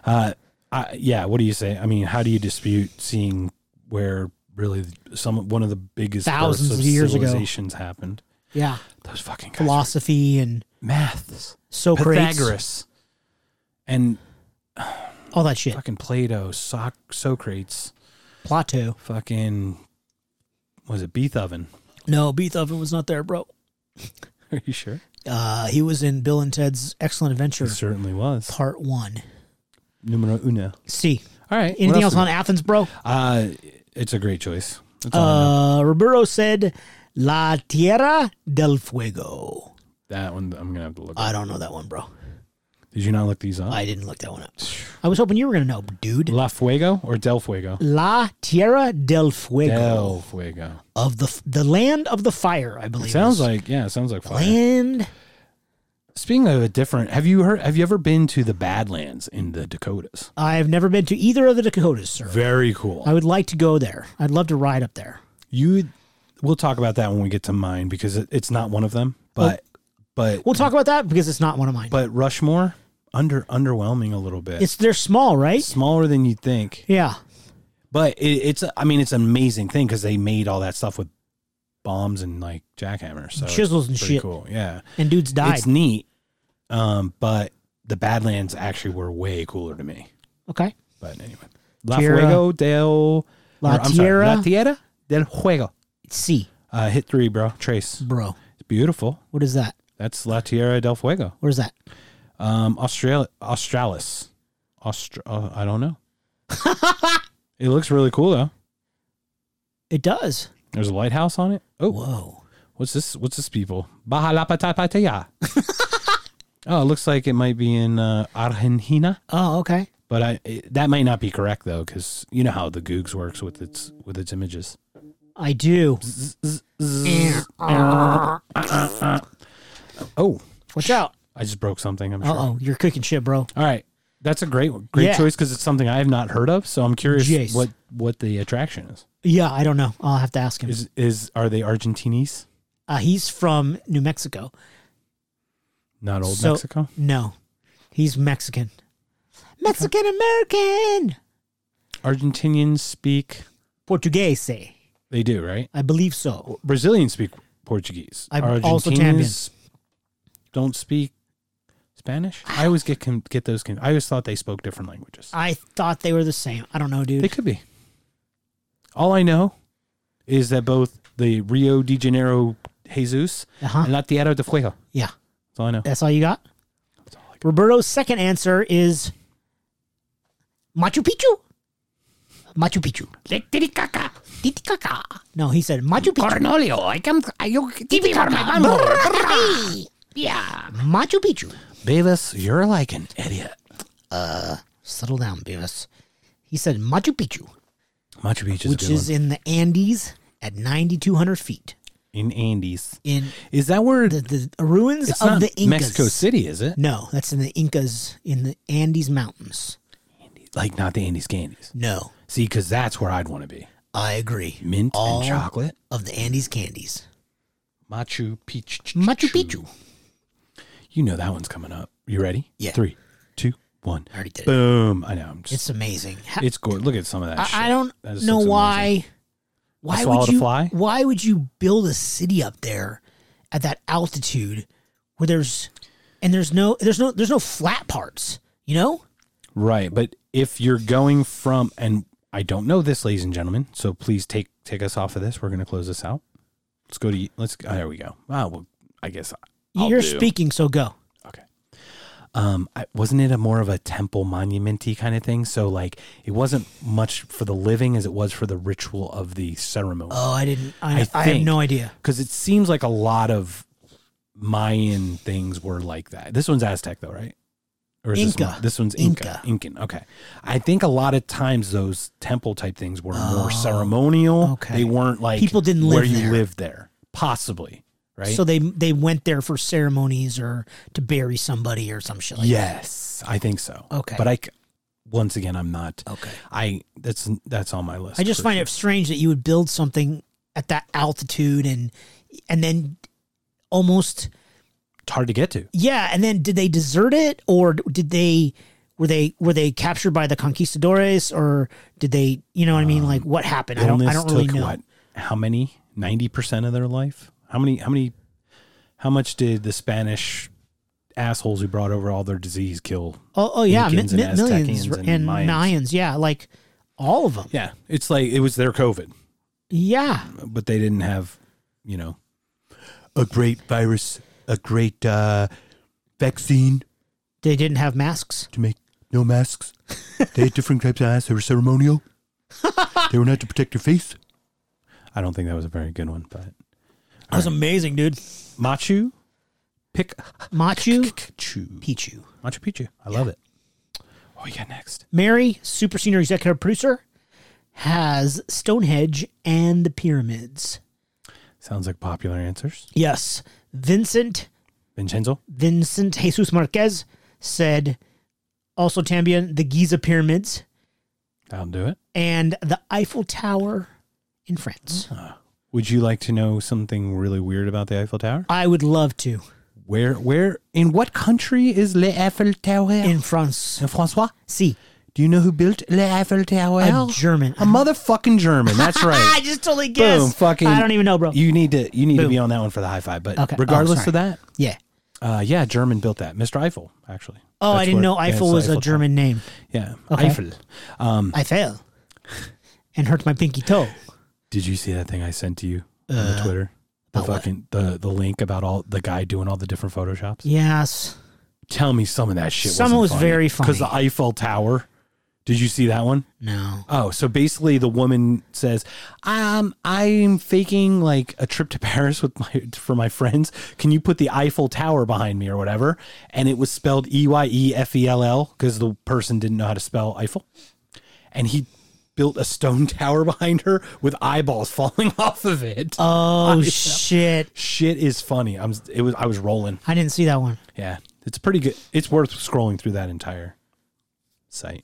[SPEAKER 1] Uh, I, yeah. What do you say? I mean, how do you dispute seeing where really some one of the biggest
[SPEAKER 2] Thousands
[SPEAKER 1] bursts
[SPEAKER 2] of years ago.
[SPEAKER 1] civilizations happened?
[SPEAKER 2] yeah,
[SPEAKER 1] Those fucking guys. were-
[SPEAKER 2] philosophy and
[SPEAKER 1] Maths.
[SPEAKER 2] Socrates,
[SPEAKER 1] Pythagoras. And
[SPEAKER 2] all that shit.
[SPEAKER 1] fucking Plato, so- Socrates,
[SPEAKER 2] Plato.
[SPEAKER 1] fucking was it Beethoven?
[SPEAKER 2] No, Beethoven was not there, bro.
[SPEAKER 1] Are you sure?
[SPEAKER 2] Uh, he was in Bill and Ted's Excellent Adventure,
[SPEAKER 1] It certainly was.
[SPEAKER 2] Part One.
[SPEAKER 1] Numero uno.
[SPEAKER 2] C.
[SPEAKER 1] All right.
[SPEAKER 2] Anything else on Athens, bro?
[SPEAKER 1] Uh, it's a great choice. That's all I know.
[SPEAKER 2] Uh, Roberto said, "La Tierra del Fuego."
[SPEAKER 1] that one I'm gonna have to look. up.
[SPEAKER 2] I don't know that one, bro.
[SPEAKER 1] Did you not look these up?
[SPEAKER 2] I didn't look that one up. I was hoping you were gonna know, dude.
[SPEAKER 1] La Fuego or Del Fuego?
[SPEAKER 2] La Tierra del Fuego
[SPEAKER 1] Del Fuego.
[SPEAKER 2] of the f- the land of the fire, I believe.
[SPEAKER 1] Sounds
[SPEAKER 2] is.
[SPEAKER 1] like yeah, it sounds like fire.
[SPEAKER 2] land.
[SPEAKER 1] Speaking of a different, have you heard? Have you ever been to the Badlands in the Dakotas?
[SPEAKER 2] I've never been to either of the Dakotas, sir.
[SPEAKER 1] Very cool.
[SPEAKER 2] I would like to go there. I'd love to ride up there.
[SPEAKER 1] You, we'll talk about that when we get to mine because it, it's not one of them. But but
[SPEAKER 2] We'll talk about that because it's not one of mine.
[SPEAKER 1] but Rushmore under underwhelming a little bit.
[SPEAKER 2] it's they're small, right?
[SPEAKER 1] smaller than you'd think.
[SPEAKER 2] Yeah.
[SPEAKER 1] But it, it's, I mean, it's an amazing thing because they made all that stuff with bombs and like jackhammers, so it's
[SPEAKER 2] Chisels and
[SPEAKER 1] pretty
[SPEAKER 2] shit.
[SPEAKER 1] Cool, yeah.
[SPEAKER 2] And dudes died.
[SPEAKER 1] It's neat. Um, but the Badlands actually were way cooler to me.
[SPEAKER 2] okay.
[SPEAKER 1] But anyway, La
[SPEAKER 2] Tierra-
[SPEAKER 1] Fuego del
[SPEAKER 2] La
[SPEAKER 1] or, I'm sorry,
[SPEAKER 2] Tierra.
[SPEAKER 1] La Tierra del Fuego.
[SPEAKER 2] It's C,
[SPEAKER 1] Uh, hit three, bro. Trace.
[SPEAKER 2] bro.
[SPEAKER 1] It's beautiful.
[SPEAKER 2] What is that?
[SPEAKER 1] That's La Tierra del Fuego.
[SPEAKER 2] Where's that?
[SPEAKER 1] Um, Austral Australis. Austra- uh, I don't know. it looks really cool though.
[SPEAKER 2] It does.
[SPEAKER 1] There's a lighthouse on it. Oh,
[SPEAKER 2] Whoa.
[SPEAKER 1] What's this? What's this people? Baja la Patapataya. oh, it looks like it might be in uh, Argentina,
[SPEAKER 2] Oh, okay.
[SPEAKER 1] but I it, that might not be correct though, because you know how the Googs works with its with its images.
[SPEAKER 2] I do.
[SPEAKER 1] Oh,
[SPEAKER 2] Watch out.
[SPEAKER 1] I just broke something. I'm
[SPEAKER 2] Uh
[SPEAKER 1] sure.
[SPEAKER 2] oh, you're cooking shit, bro.
[SPEAKER 1] All right, that's a great great
[SPEAKER 2] Yeah.
[SPEAKER 1] choice because it's something I have not heard of. So I'm curious
[SPEAKER 2] Jace.
[SPEAKER 1] what what the attraction is.
[SPEAKER 2] Yeah, I don't know. I'll have to ask him.
[SPEAKER 1] Is is are they Argentines?
[SPEAKER 2] Uh, he's from New Mexico.
[SPEAKER 1] Not old
[SPEAKER 2] So-
[SPEAKER 1] Mexico.
[SPEAKER 2] No, he's Mexican. Mexican American.
[SPEAKER 1] Argentinians speak.
[SPEAKER 2] Portuguese.
[SPEAKER 1] They do right.
[SPEAKER 2] I believe so.
[SPEAKER 1] Brazilians speak Portuguese.
[SPEAKER 2] I'm
[SPEAKER 1] Argentinians
[SPEAKER 2] also
[SPEAKER 1] Don't speak Spanish. I always get com- get those. con I always thought they spoke different languages.
[SPEAKER 2] I thought they were the same. I don't know,
[SPEAKER 1] They
[SPEAKER 2] dude.
[SPEAKER 1] could be. All I know is that both the Rio de Janeiro Jesus
[SPEAKER 2] Uh-huh.
[SPEAKER 1] and La Tierra de Fuego.
[SPEAKER 2] Yeah,
[SPEAKER 1] That's all I know.
[SPEAKER 2] that's all you got?
[SPEAKER 1] That's all I got.
[SPEAKER 2] Roberto's second answer is Machu Picchu. Machu Picchu.
[SPEAKER 3] Titicaca, Titicaca.
[SPEAKER 2] No, he said Machu Picchu.
[SPEAKER 3] Cornolio, I come, I, you, Titicaca, vamos. Brrrr. Yeah.
[SPEAKER 2] Machu Picchu.
[SPEAKER 1] Beavis, you're like an idiot.
[SPEAKER 2] Settle down, Beavis. He said Machu Picchu,
[SPEAKER 1] Machu Picchu is a
[SPEAKER 2] which
[SPEAKER 1] good
[SPEAKER 2] is
[SPEAKER 1] one.
[SPEAKER 2] in the Andes at 9,200 feet
[SPEAKER 1] in Andes.
[SPEAKER 2] in
[SPEAKER 1] Is that where
[SPEAKER 2] the, the ruins
[SPEAKER 1] it's
[SPEAKER 2] of
[SPEAKER 1] not
[SPEAKER 2] the Incas.
[SPEAKER 1] Mexico City? Is it
[SPEAKER 2] No, that's in the Incas in the Andes Mountains.
[SPEAKER 1] like not the Andes candies?
[SPEAKER 2] No,
[SPEAKER 1] See, because that's where I'd want to be.
[SPEAKER 2] I agree.
[SPEAKER 1] Mint
[SPEAKER 2] All
[SPEAKER 1] and chocolate.
[SPEAKER 2] of the Andes candies.
[SPEAKER 1] Machu Picchu.
[SPEAKER 2] Machu Picchu.
[SPEAKER 1] You know that one's coming up. You ready?
[SPEAKER 2] Yeah.
[SPEAKER 1] Three, two, one.
[SPEAKER 2] I already did. It.
[SPEAKER 1] Boom. I know. I'm just,
[SPEAKER 2] It's amazing. Ha-
[SPEAKER 1] it's gorgeous. Look at some of that shit.
[SPEAKER 2] I, I don't
[SPEAKER 1] That just
[SPEAKER 2] know
[SPEAKER 1] looks
[SPEAKER 2] why. Why
[SPEAKER 1] swallowed
[SPEAKER 2] would
[SPEAKER 1] a
[SPEAKER 2] you?
[SPEAKER 1] fly?
[SPEAKER 2] Why would you build a city up there at that altitude where there's and there's no there's no there's no flat parts? You know,
[SPEAKER 1] Right. But if you're going from, and I don't know this, ladies and gentlemen, so please take take us off of this. We're going to close this out. Let's go to, let's, oh, there we go. Wow. Well, I guess I'll
[SPEAKER 2] you're
[SPEAKER 1] do.
[SPEAKER 2] speaking, so go.
[SPEAKER 1] Okay. Um, I, wasn't it a more of a temple monumenty kind of thing? So like, it wasn't much for the living as it was for the ritual of the ceremony.
[SPEAKER 2] Oh, I didn't. I, I,
[SPEAKER 1] I
[SPEAKER 2] have
[SPEAKER 1] think-
[SPEAKER 2] no idea.
[SPEAKER 1] because it seems like a lot of Mayan things were like that. This one's Aztec though, right? Or is This,
[SPEAKER 2] Inca.
[SPEAKER 1] Ma- this one's Inca. Incan. Okay. I think a lot of times those temple type things were more ceremonial.
[SPEAKER 2] Oh, okay.
[SPEAKER 1] They weren't like
[SPEAKER 2] People didn't
[SPEAKER 1] where
[SPEAKER 2] live
[SPEAKER 1] you
[SPEAKER 2] there.
[SPEAKER 1] lived there, possibly. right?
[SPEAKER 2] So they they went there for ceremonies or to bury somebody or some shit. Like
[SPEAKER 1] yes, I think so.
[SPEAKER 2] Okay. Oh.
[SPEAKER 1] but I c- once again, I'm not.
[SPEAKER 2] Okay.
[SPEAKER 1] I that's that's on my list.
[SPEAKER 2] I just
[SPEAKER 1] for
[SPEAKER 2] find
[SPEAKER 1] sure.
[SPEAKER 2] it strange that you would build something at that altitude and and then almost
[SPEAKER 1] it's hard to get to.
[SPEAKER 2] yeah. And then did they desert it or did they were they were they captured by the conquistadores or did they you know what I mean like what happened? I don't I
[SPEAKER 1] Illness
[SPEAKER 2] don't really
[SPEAKER 1] took
[SPEAKER 2] know.
[SPEAKER 1] what? How many? Ninety percent of their life. How many? How many? How much did the Spanish assholes who brought over all their disease kill?
[SPEAKER 2] Oh, oh yeah, mi-
[SPEAKER 1] Incans and
[SPEAKER 2] mi- millions
[SPEAKER 1] Aztecians
[SPEAKER 2] and,
[SPEAKER 1] and Mayans.
[SPEAKER 2] Mayans. Yeah, like all of them.
[SPEAKER 1] Yeah, it's like it was their COVID,
[SPEAKER 2] Yeah.
[SPEAKER 1] but they didn't have, you know, a great virus, a great uh, vaccine
[SPEAKER 2] They didn't have masks.
[SPEAKER 1] to make no masks. they had different types of masks. They were ceremonial. they were not to protect your face. I don't think that was a very good one, but
[SPEAKER 2] That was amazing, dude.
[SPEAKER 1] Machu, pick
[SPEAKER 2] Machu
[SPEAKER 1] Picchu.
[SPEAKER 2] Picchu.
[SPEAKER 1] Machu Picchu. I love it. What we got next?
[SPEAKER 2] Mary, super senior executive producer, has Stonehenge and the pyramids.
[SPEAKER 1] Sounds like popular answers.
[SPEAKER 2] Yes. Vincent,
[SPEAKER 1] Vincenzo.
[SPEAKER 2] Vincent Jesus Marquez said also Tambien, the Giza pyramids
[SPEAKER 1] That'll do it.
[SPEAKER 2] and the Eiffel Tower in France.
[SPEAKER 1] Oh. Would you like to know something really weird about the Eiffel Tower?
[SPEAKER 2] I would love to.
[SPEAKER 1] Where, where, in what country is Le Eiffel Tower?
[SPEAKER 2] In France.
[SPEAKER 1] Francois,
[SPEAKER 2] See,
[SPEAKER 1] do you know who built Le Eiffel Tower?
[SPEAKER 2] I'm German.
[SPEAKER 1] A motherfucking German. That's
[SPEAKER 2] I
[SPEAKER 1] right.
[SPEAKER 2] just totally guessed.
[SPEAKER 1] Boom. Fucking.
[SPEAKER 2] I don't even know, bro.
[SPEAKER 1] You need to. You need to
[SPEAKER 2] Boom.
[SPEAKER 1] be on that one for the high five. But
[SPEAKER 2] Okay. Oh,
[SPEAKER 1] regardless
[SPEAKER 2] sorry.
[SPEAKER 1] of that,
[SPEAKER 2] yeah.
[SPEAKER 1] uh, yeah, German built that. Mr. Eiffel, actually.
[SPEAKER 2] Oh,
[SPEAKER 1] That's
[SPEAKER 2] I didn't
[SPEAKER 1] where-
[SPEAKER 2] know
[SPEAKER 1] yeah, it's
[SPEAKER 2] Eiffel
[SPEAKER 1] the
[SPEAKER 2] was a
[SPEAKER 1] Eiffel Tower.
[SPEAKER 2] German name.
[SPEAKER 1] Yeah,
[SPEAKER 2] Okay.
[SPEAKER 1] Eiffel. Um,
[SPEAKER 2] I fell and hurt my pinky toe.
[SPEAKER 1] Did you see that thing I sent to you on the Twitter? The
[SPEAKER 2] Uh, about what?
[SPEAKER 1] fucking the the link about all the guy doing all the different photoshops.
[SPEAKER 2] Yes.
[SPEAKER 1] Tell me some of that shit.
[SPEAKER 2] Some
[SPEAKER 1] wasn't
[SPEAKER 2] was very funny.
[SPEAKER 1] because the Eiffel Tower. Did you see that one?
[SPEAKER 2] No.
[SPEAKER 1] Oh, so basically the woman says, "Um, I'm faking like a trip to Paris with my for my friends. Can you put the Eiffel Tower behind me or whatever?" And it was spelled E Y E F E L L because the person didn't know how to spell Eiffel, and he built a stone tower behind her with eyeballs falling off of it.
[SPEAKER 2] Oh shit!
[SPEAKER 1] Shit is funny. I'm it was I was rolling.
[SPEAKER 2] I didn't see that one.
[SPEAKER 1] Yeah, it's pretty good. It's worth scrolling through that entire site.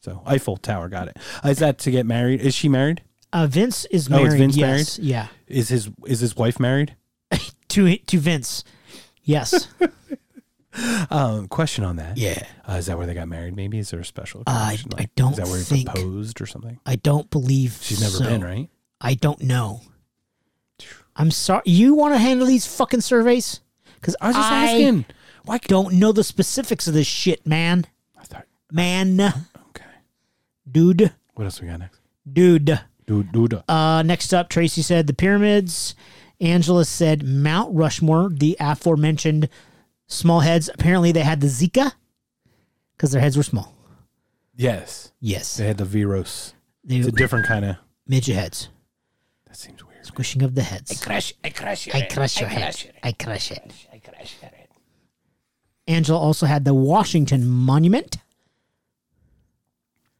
[SPEAKER 1] So Eiffel Tower got it. Is that to get married? Is she married?
[SPEAKER 2] Uh, Vince is
[SPEAKER 1] Oh, it's
[SPEAKER 2] married.
[SPEAKER 1] Vince
[SPEAKER 2] yes. Yeah.
[SPEAKER 1] Is his is his wife married?
[SPEAKER 2] To to Vince. Yes.
[SPEAKER 1] Um, question on that.
[SPEAKER 2] yeah.
[SPEAKER 1] Uh, is that where they got married? Maybe is there a special?
[SPEAKER 2] I-
[SPEAKER 1] connection?
[SPEAKER 2] I don't
[SPEAKER 1] Is that where he
[SPEAKER 2] think-
[SPEAKER 1] proposed or something?
[SPEAKER 2] I don't believe
[SPEAKER 1] She's never
[SPEAKER 2] so.
[SPEAKER 1] been right.
[SPEAKER 2] I don't know. I'm sorry. You want to handle these fucking surveys? Because
[SPEAKER 1] I was just asking. Why? c-
[SPEAKER 2] Don't know the specifics of this shit, man.
[SPEAKER 1] I thought.
[SPEAKER 2] Man,
[SPEAKER 1] Okay.
[SPEAKER 2] dude,
[SPEAKER 1] What else we got next?
[SPEAKER 2] dude.
[SPEAKER 1] Do do do.
[SPEAKER 2] Uh, next up, Tracy said the pyramids. Angela said Mount Rushmore, the aforementioned small heads. Apparently, they had the Zika because their heads were small.
[SPEAKER 1] Yes,
[SPEAKER 2] Yes,
[SPEAKER 1] they had the Viros.
[SPEAKER 2] they
[SPEAKER 1] It's a
[SPEAKER 2] were
[SPEAKER 1] different kind of.
[SPEAKER 2] midget heads,
[SPEAKER 1] That seems weird.
[SPEAKER 2] squishing of the heads.
[SPEAKER 3] Crush, I crush your
[SPEAKER 2] I
[SPEAKER 3] head.
[SPEAKER 2] crush your head.
[SPEAKER 3] crush your
[SPEAKER 2] I crush it.
[SPEAKER 3] I crush your head.
[SPEAKER 2] Angela also had the Washington Monument.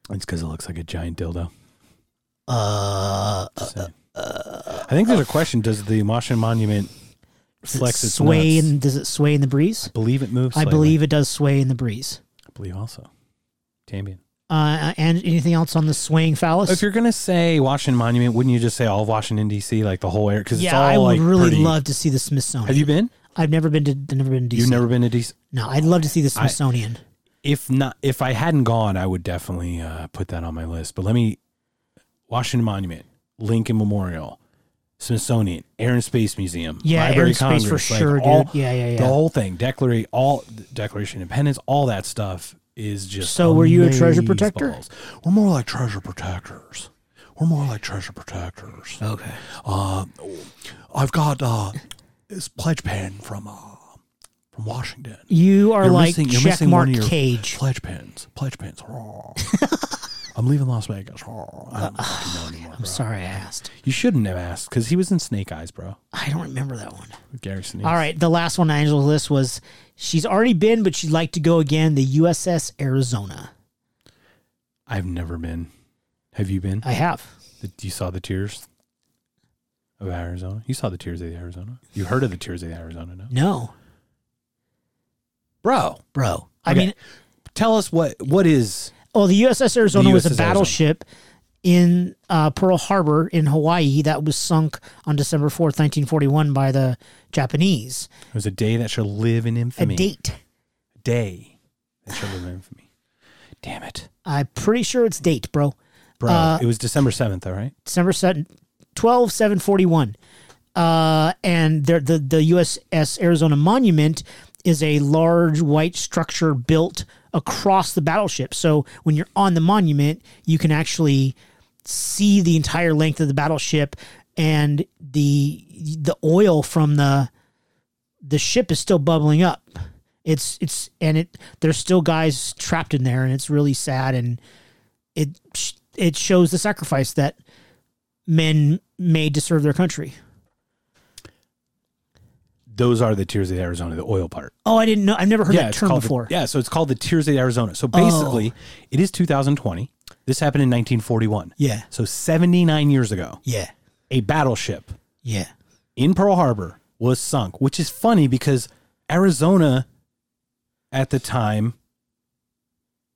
[SPEAKER 1] It's because it looks like a giant dildo.
[SPEAKER 2] Uh,
[SPEAKER 1] So- I think there's a question. Does the Washington Monument
[SPEAKER 2] does
[SPEAKER 1] flex
[SPEAKER 2] it
[SPEAKER 1] its
[SPEAKER 2] sway
[SPEAKER 1] nuts?
[SPEAKER 2] in, does it sway in the breeze?
[SPEAKER 1] believe it moves.
[SPEAKER 2] I
[SPEAKER 1] slightly.
[SPEAKER 2] believe it does sway in the breeze.
[SPEAKER 1] I believe also. Tambien.
[SPEAKER 2] Uh, and anything else on the swaying phallus?
[SPEAKER 1] If you're gonna say Washington Monument, wouldn't you just say all of Washington D.C. like the whole area? Because it's
[SPEAKER 2] yeah,
[SPEAKER 1] all
[SPEAKER 2] I would
[SPEAKER 1] like
[SPEAKER 2] really
[SPEAKER 1] pretty-
[SPEAKER 2] love to see the Smithsonian.
[SPEAKER 1] Have you been?
[SPEAKER 2] I've never been to never been to DC.
[SPEAKER 1] You've never been to D.C.
[SPEAKER 2] No, I'd love to see the Smithsonian.
[SPEAKER 1] If not, if I hadn't gone, I would definitely uh, put that on my list. But let me Washington Monument, Lincoln Memorial, Smithsonian, Air and Space Museum,
[SPEAKER 2] yeah,
[SPEAKER 1] Library
[SPEAKER 2] Air and
[SPEAKER 1] of
[SPEAKER 2] Space
[SPEAKER 1] Congress,
[SPEAKER 2] for
[SPEAKER 1] like,
[SPEAKER 2] sure,
[SPEAKER 1] all-
[SPEAKER 2] dude. Yeah, yeah, yeah.
[SPEAKER 1] The whole thing, Declara- all Declaration of Independence, all that stuff is just.
[SPEAKER 2] So were you a treasure protector?
[SPEAKER 1] amazeballs. We're more like treasure protectors. We're more like treasure protectors.
[SPEAKER 2] okay.
[SPEAKER 1] Uh, I've got uh, this pledge pen from uh, from Washington.
[SPEAKER 2] You are like
[SPEAKER 1] you're
[SPEAKER 2] checkmark Cage.
[SPEAKER 1] pledge pens. Pledge pens. Oh. I'm leaving Las Vegas. Oh, I don't fucking know anymore,
[SPEAKER 2] I'm
[SPEAKER 1] bro.
[SPEAKER 2] sorry I asked.
[SPEAKER 1] You shouldn't have asked because he was in Snake Eyes, bro.
[SPEAKER 2] I don't remember that one.
[SPEAKER 1] With Gary Sinise.
[SPEAKER 2] All right, the last one on Angela's list was she's already been, but she'd like to go again. The USS Arizona.
[SPEAKER 1] I've never been. Have you been?
[SPEAKER 2] I have.
[SPEAKER 1] The- you saw the tears. of Arizona. You saw the Tears of the Arizona. You heard of the Tears of the Arizona, no?
[SPEAKER 2] No,
[SPEAKER 1] Bro,
[SPEAKER 2] bro. I
[SPEAKER 1] Okay.
[SPEAKER 2] mean,
[SPEAKER 1] tell us what what is
[SPEAKER 2] oh, the USS Arizona
[SPEAKER 1] The
[SPEAKER 2] was a
[SPEAKER 1] USS Arizona.
[SPEAKER 2] battleship in uh, Pearl Harbor in Hawaii that was sunk on December fourth, nineteen forty-one, by the Japanese.
[SPEAKER 1] it was a day that shall live in
[SPEAKER 2] A
[SPEAKER 1] infamy.
[SPEAKER 2] date.
[SPEAKER 1] Day that shall live in infamy. Damn it.
[SPEAKER 2] I'm pretty sure it's date, bro.
[SPEAKER 1] Bro,
[SPEAKER 2] Uh,
[SPEAKER 1] it was December 7th, all right?
[SPEAKER 2] December 7, 12, 741. Uh, and there, the, the USS Arizona Monument is a large white structure built across the battleship. So when you're on the monument, you can actually see the entire length of the battleship and the the oil from the the ship is still bubbling up. It's it's and it there's still guys trapped in there and it's really sad and it sh- it shows the sacrifice that men made to serve their country.
[SPEAKER 1] Those are the Tears of the Arizona, the oil part.
[SPEAKER 2] Oh, I didn't know. I've never heard that
[SPEAKER 1] it's
[SPEAKER 2] term
[SPEAKER 1] called the-
[SPEAKER 2] before. Oh.
[SPEAKER 1] yeah, so it's called the Tears of the Arizona. So basically, it is 2020. This happened in 1941.
[SPEAKER 2] yeah,
[SPEAKER 1] So 79 years ago,
[SPEAKER 2] yeah,
[SPEAKER 1] a battleship
[SPEAKER 2] yeah.
[SPEAKER 1] in Pearl Harbor was sunk, which is funny because Arizona at the time,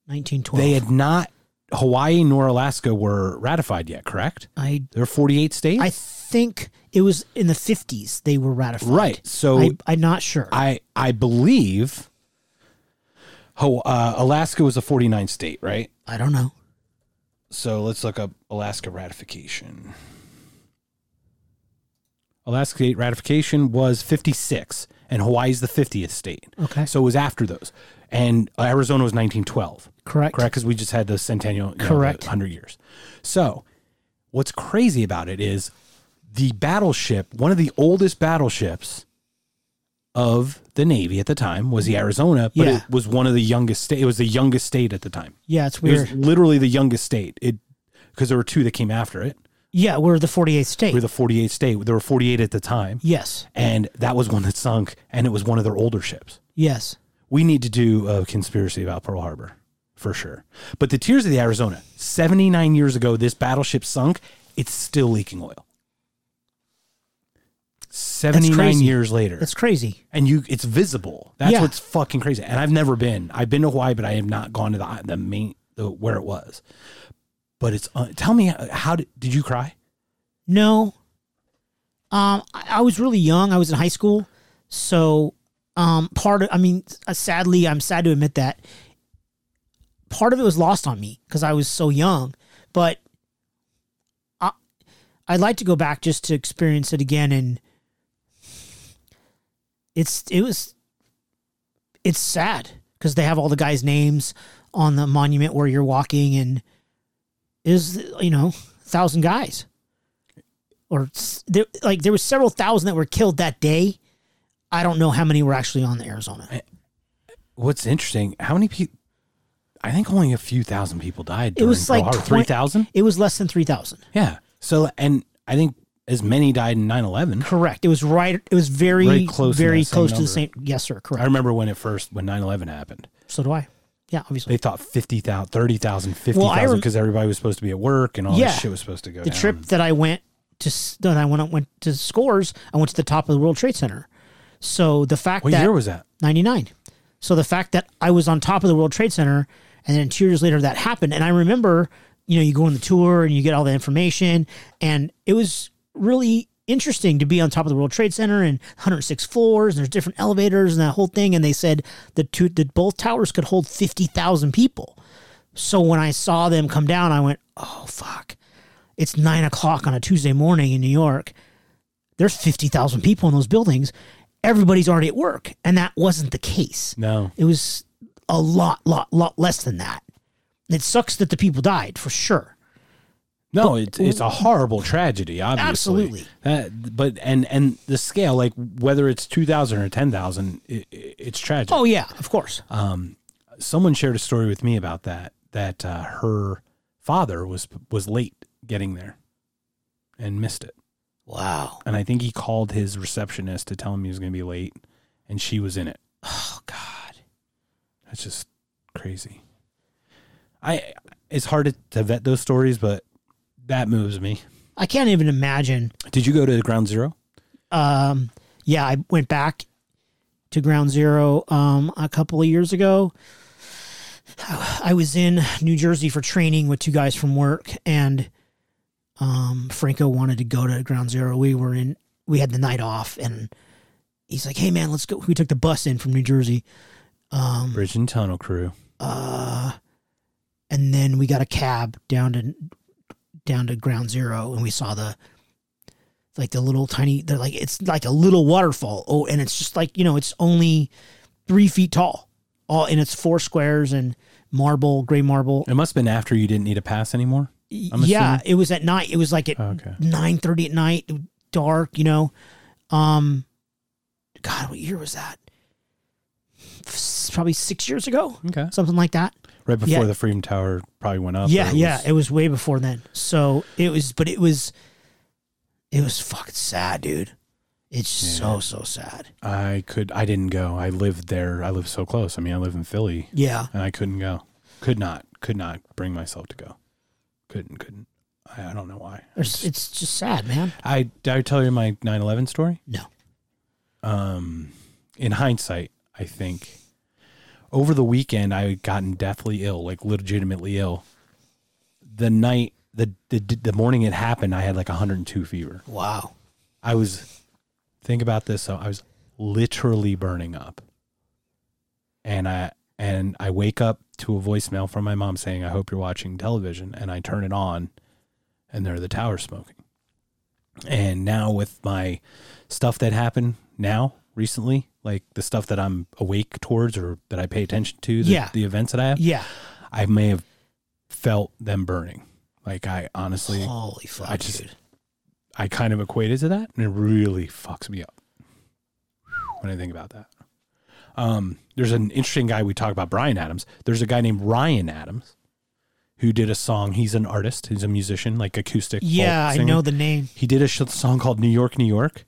[SPEAKER 2] 1912.
[SPEAKER 1] they had not, Hawaii nor Alaska were ratified yet, correct?
[SPEAKER 2] I
[SPEAKER 1] There were 48 states?
[SPEAKER 2] I think it was in the 50s they were ratified.
[SPEAKER 1] right. So
[SPEAKER 2] I, I'm not sure.
[SPEAKER 1] I I believe Ho- uh, Alaska was a 49 state, right?
[SPEAKER 2] I don't know.
[SPEAKER 1] So let's look up Alaska ratification. Alaska state ratification was 56, and Hawaii's the 50th state.
[SPEAKER 2] Okay.
[SPEAKER 1] So it was after those. And Arizona was 1912,
[SPEAKER 2] Correct.
[SPEAKER 1] correct? Because we just had the centennial, you know, the
[SPEAKER 2] Correct.
[SPEAKER 1] 100 years. So what's crazy about it is the battleship, one of the oldest battleships of the Navy at the time was the Arizona, but
[SPEAKER 2] Yeah.
[SPEAKER 1] it was one of the youngest state. It was the youngest state at the time.
[SPEAKER 2] Yeah, it's
[SPEAKER 1] It
[SPEAKER 2] weird.
[SPEAKER 1] was literally the youngest state. It because there were two that came after it.
[SPEAKER 2] yeah, we're the 48th state.
[SPEAKER 1] We were the 48th state. There were 48 at the time,
[SPEAKER 2] yes,
[SPEAKER 1] and that was one that sunk, and it was one of their older ships.
[SPEAKER 2] yes.
[SPEAKER 1] We need to do a conspiracy about Pearl Harbor for sure. But the Tears of the Arizona, 79 years ago, this battleship sunk. It's still leaking oil. 79
[SPEAKER 2] crazy.
[SPEAKER 1] years later
[SPEAKER 2] That's crazy.
[SPEAKER 1] and you it's visible. That's
[SPEAKER 2] Yeah.
[SPEAKER 1] what's fucking crazy. And I've never been. I've been to Hawaii, but I have not gone to the the main the, where it was. But it's uh, tell me how did, did you cry?
[SPEAKER 2] No. Um, I, I was really young. I was in high school, so um, part of I mean, uh, sadly, I'm sad to admit that part of it was lost on me because I was so young. But I, I'd like to go back just to experience it again, and it's it was it's sad because they have all the guys' names on the monument where you're walking, and is you know thousand guys or s- there, like there was several thousand that were killed that day. I don't know how many were actually on the Arizona.
[SPEAKER 1] Eh, What's interesting? How many people? I think only a few thousand people died.
[SPEAKER 2] It was
[SPEAKER 1] during
[SPEAKER 2] like
[SPEAKER 1] Pearl Harbor.
[SPEAKER 2] 20
[SPEAKER 1] three thousand.
[SPEAKER 2] It was less than three thousand.
[SPEAKER 1] Yeah. So and I think as many died in 9-11.
[SPEAKER 2] Correct. It was right. It was very,
[SPEAKER 1] Very close to
[SPEAKER 2] very
[SPEAKER 1] that same
[SPEAKER 2] close to the
[SPEAKER 1] number.
[SPEAKER 2] same. Yes, sir.
[SPEAKER 1] I
[SPEAKER 2] Correct.
[SPEAKER 1] remember when it first when 9-11 happened.
[SPEAKER 2] So do I. Yeah, obviously.
[SPEAKER 1] They thought 50,000, 30,000,
[SPEAKER 2] Well, I
[SPEAKER 1] 50,000
[SPEAKER 2] rem-
[SPEAKER 1] because everybody was supposed to be at work and all
[SPEAKER 2] Yeah.
[SPEAKER 1] this shit was supposed to go
[SPEAKER 2] the
[SPEAKER 1] down.
[SPEAKER 2] trip that I went to s- that I went went to scores. I went to the top of the World Trade Center. So the fact
[SPEAKER 1] What
[SPEAKER 2] that
[SPEAKER 1] year was that?
[SPEAKER 2] 99. So the fact that I was on top of the World Trade Center and then two years later that happened. And I remember, you know, you go on the tour and you get all the information. And it was really interesting to be on top of the World Trade Center and 106 floors. And there's different elevators and that whole thing. And they said the two, that both towers could hold 50,000 people. So when I saw them come down, I went, oh, fuck. It's nine o'clock on a Tuesday morning in New York there's 50,000 people in those buildings. Everybody's already at work. And that wasn't the case.
[SPEAKER 1] No.
[SPEAKER 2] It was a lot, lot, lot less than that. It sucks that the people died for sure.
[SPEAKER 1] No, it's it's a horrible tragedy, obviously.
[SPEAKER 2] Absolutely.
[SPEAKER 1] That, but and and the scale, like whether it's two thousand or ten thousand, it, it, it's tragic.
[SPEAKER 2] Oh, yeah, of course.
[SPEAKER 1] Someone shared a story with me about that. That uh, her father was was late getting there, and missed it.
[SPEAKER 2] wow.
[SPEAKER 1] And I think he called his receptionist to tell him he was going to be late, and she was in it.
[SPEAKER 2] Oh, God.
[SPEAKER 1] That's just crazy. I it's hard to, to vet those stories, but that moves me.
[SPEAKER 2] I can't even imagine.
[SPEAKER 1] Did you go to ground zero?
[SPEAKER 2] Um, yeah, I went back to Ground Zero um, a couple of years ago. I was in New Jersey for training with two guys from work, and um, Franco wanted to go to Ground Zero. We were in, we had the night off, and he's like, "Hey, man, let's go." We took the bus in from New Jersey, um,
[SPEAKER 1] Bridge and Tunnel Crew.
[SPEAKER 2] uh, and then we got a cab down to down to Ground Zero, and we saw the like the little tiny. They're like it's like a little waterfall. Oh, and it's just like you know, it's only three feet tall, all and it's four squares and marble, gray marble.
[SPEAKER 1] It must have been after you didn't need a pass anymore. I'm
[SPEAKER 2] yeah, it was at night. It was like at
[SPEAKER 1] Oh, Okay.
[SPEAKER 2] nine thirty at night, dark. You know, um, God, what year was that? S- Probably six years ago,
[SPEAKER 1] Okay.
[SPEAKER 2] something like that.
[SPEAKER 1] Right before
[SPEAKER 2] Yeah.
[SPEAKER 1] the Freedom Tower probably went up.
[SPEAKER 2] yeah,
[SPEAKER 1] or it
[SPEAKER 2] yeah,
[SPEAKER 1] was-
[SPEAKER 2] it was way before then. So it was, but it was, it was fucking sad, dude. It's so so sad.
[SPEAKER 1] I could. I didn't go. I lived there. I lived so close. I mean, I live in Philly,
[SPEAKER 2] Yeah,
[SPEAKER 1] and I couldn't go. Could not. Could not bring myself to go. Couldn't. Couldn't. I, I don't know why.
[SPEAKER 2] it's, it's just sad, man.
[SPEAKER 1] I did I tell you my 9/11 story?
[SPEAKER 2] No.
[SPEAKER 1] Um, in hindsight, I think over the weekend I had gotten deathly ill, like legitimately ill. The night, the the the morning it happened, I had like 102 fever.
[SPEAKER 2] Wow.
[SPEAKER 1] I was think about this. So I was literally burning up, and I and I wake up to a voicemail from my mom saying, "I hope you're watching television." And I turn it on, and there are the towers smoking. And now with my stuff that happened now recently, like the stuff that I'm awake towards or that I pay attention to, the,
[SPEAKER 2] Yeah.
[SPEAKER 1] the events that I have,
[SPEAKER 2] Yeah.
[SPEAKER 1] I may have felt them burning. Like I honestly,
[SPEAKER 2] Holy fuck,
[SPEAKER 1] I just-
[SPEAKER 2] dude.
[SPEAKER 1] I kind of equated to that, and it really fucks me up when I think about that. Um, there's an interesting guy we talk about, Brian Adams. There's a guy named Ryan Adams who did a song. He's an artist. He's a musician, like acoustic. folk
[SPEAKER 2] Yeah, I
[SPEAKER 1] singer.
[SPEAKER 2] know the name.
[SPEAKER 1] He did a sh- song called New York, New York,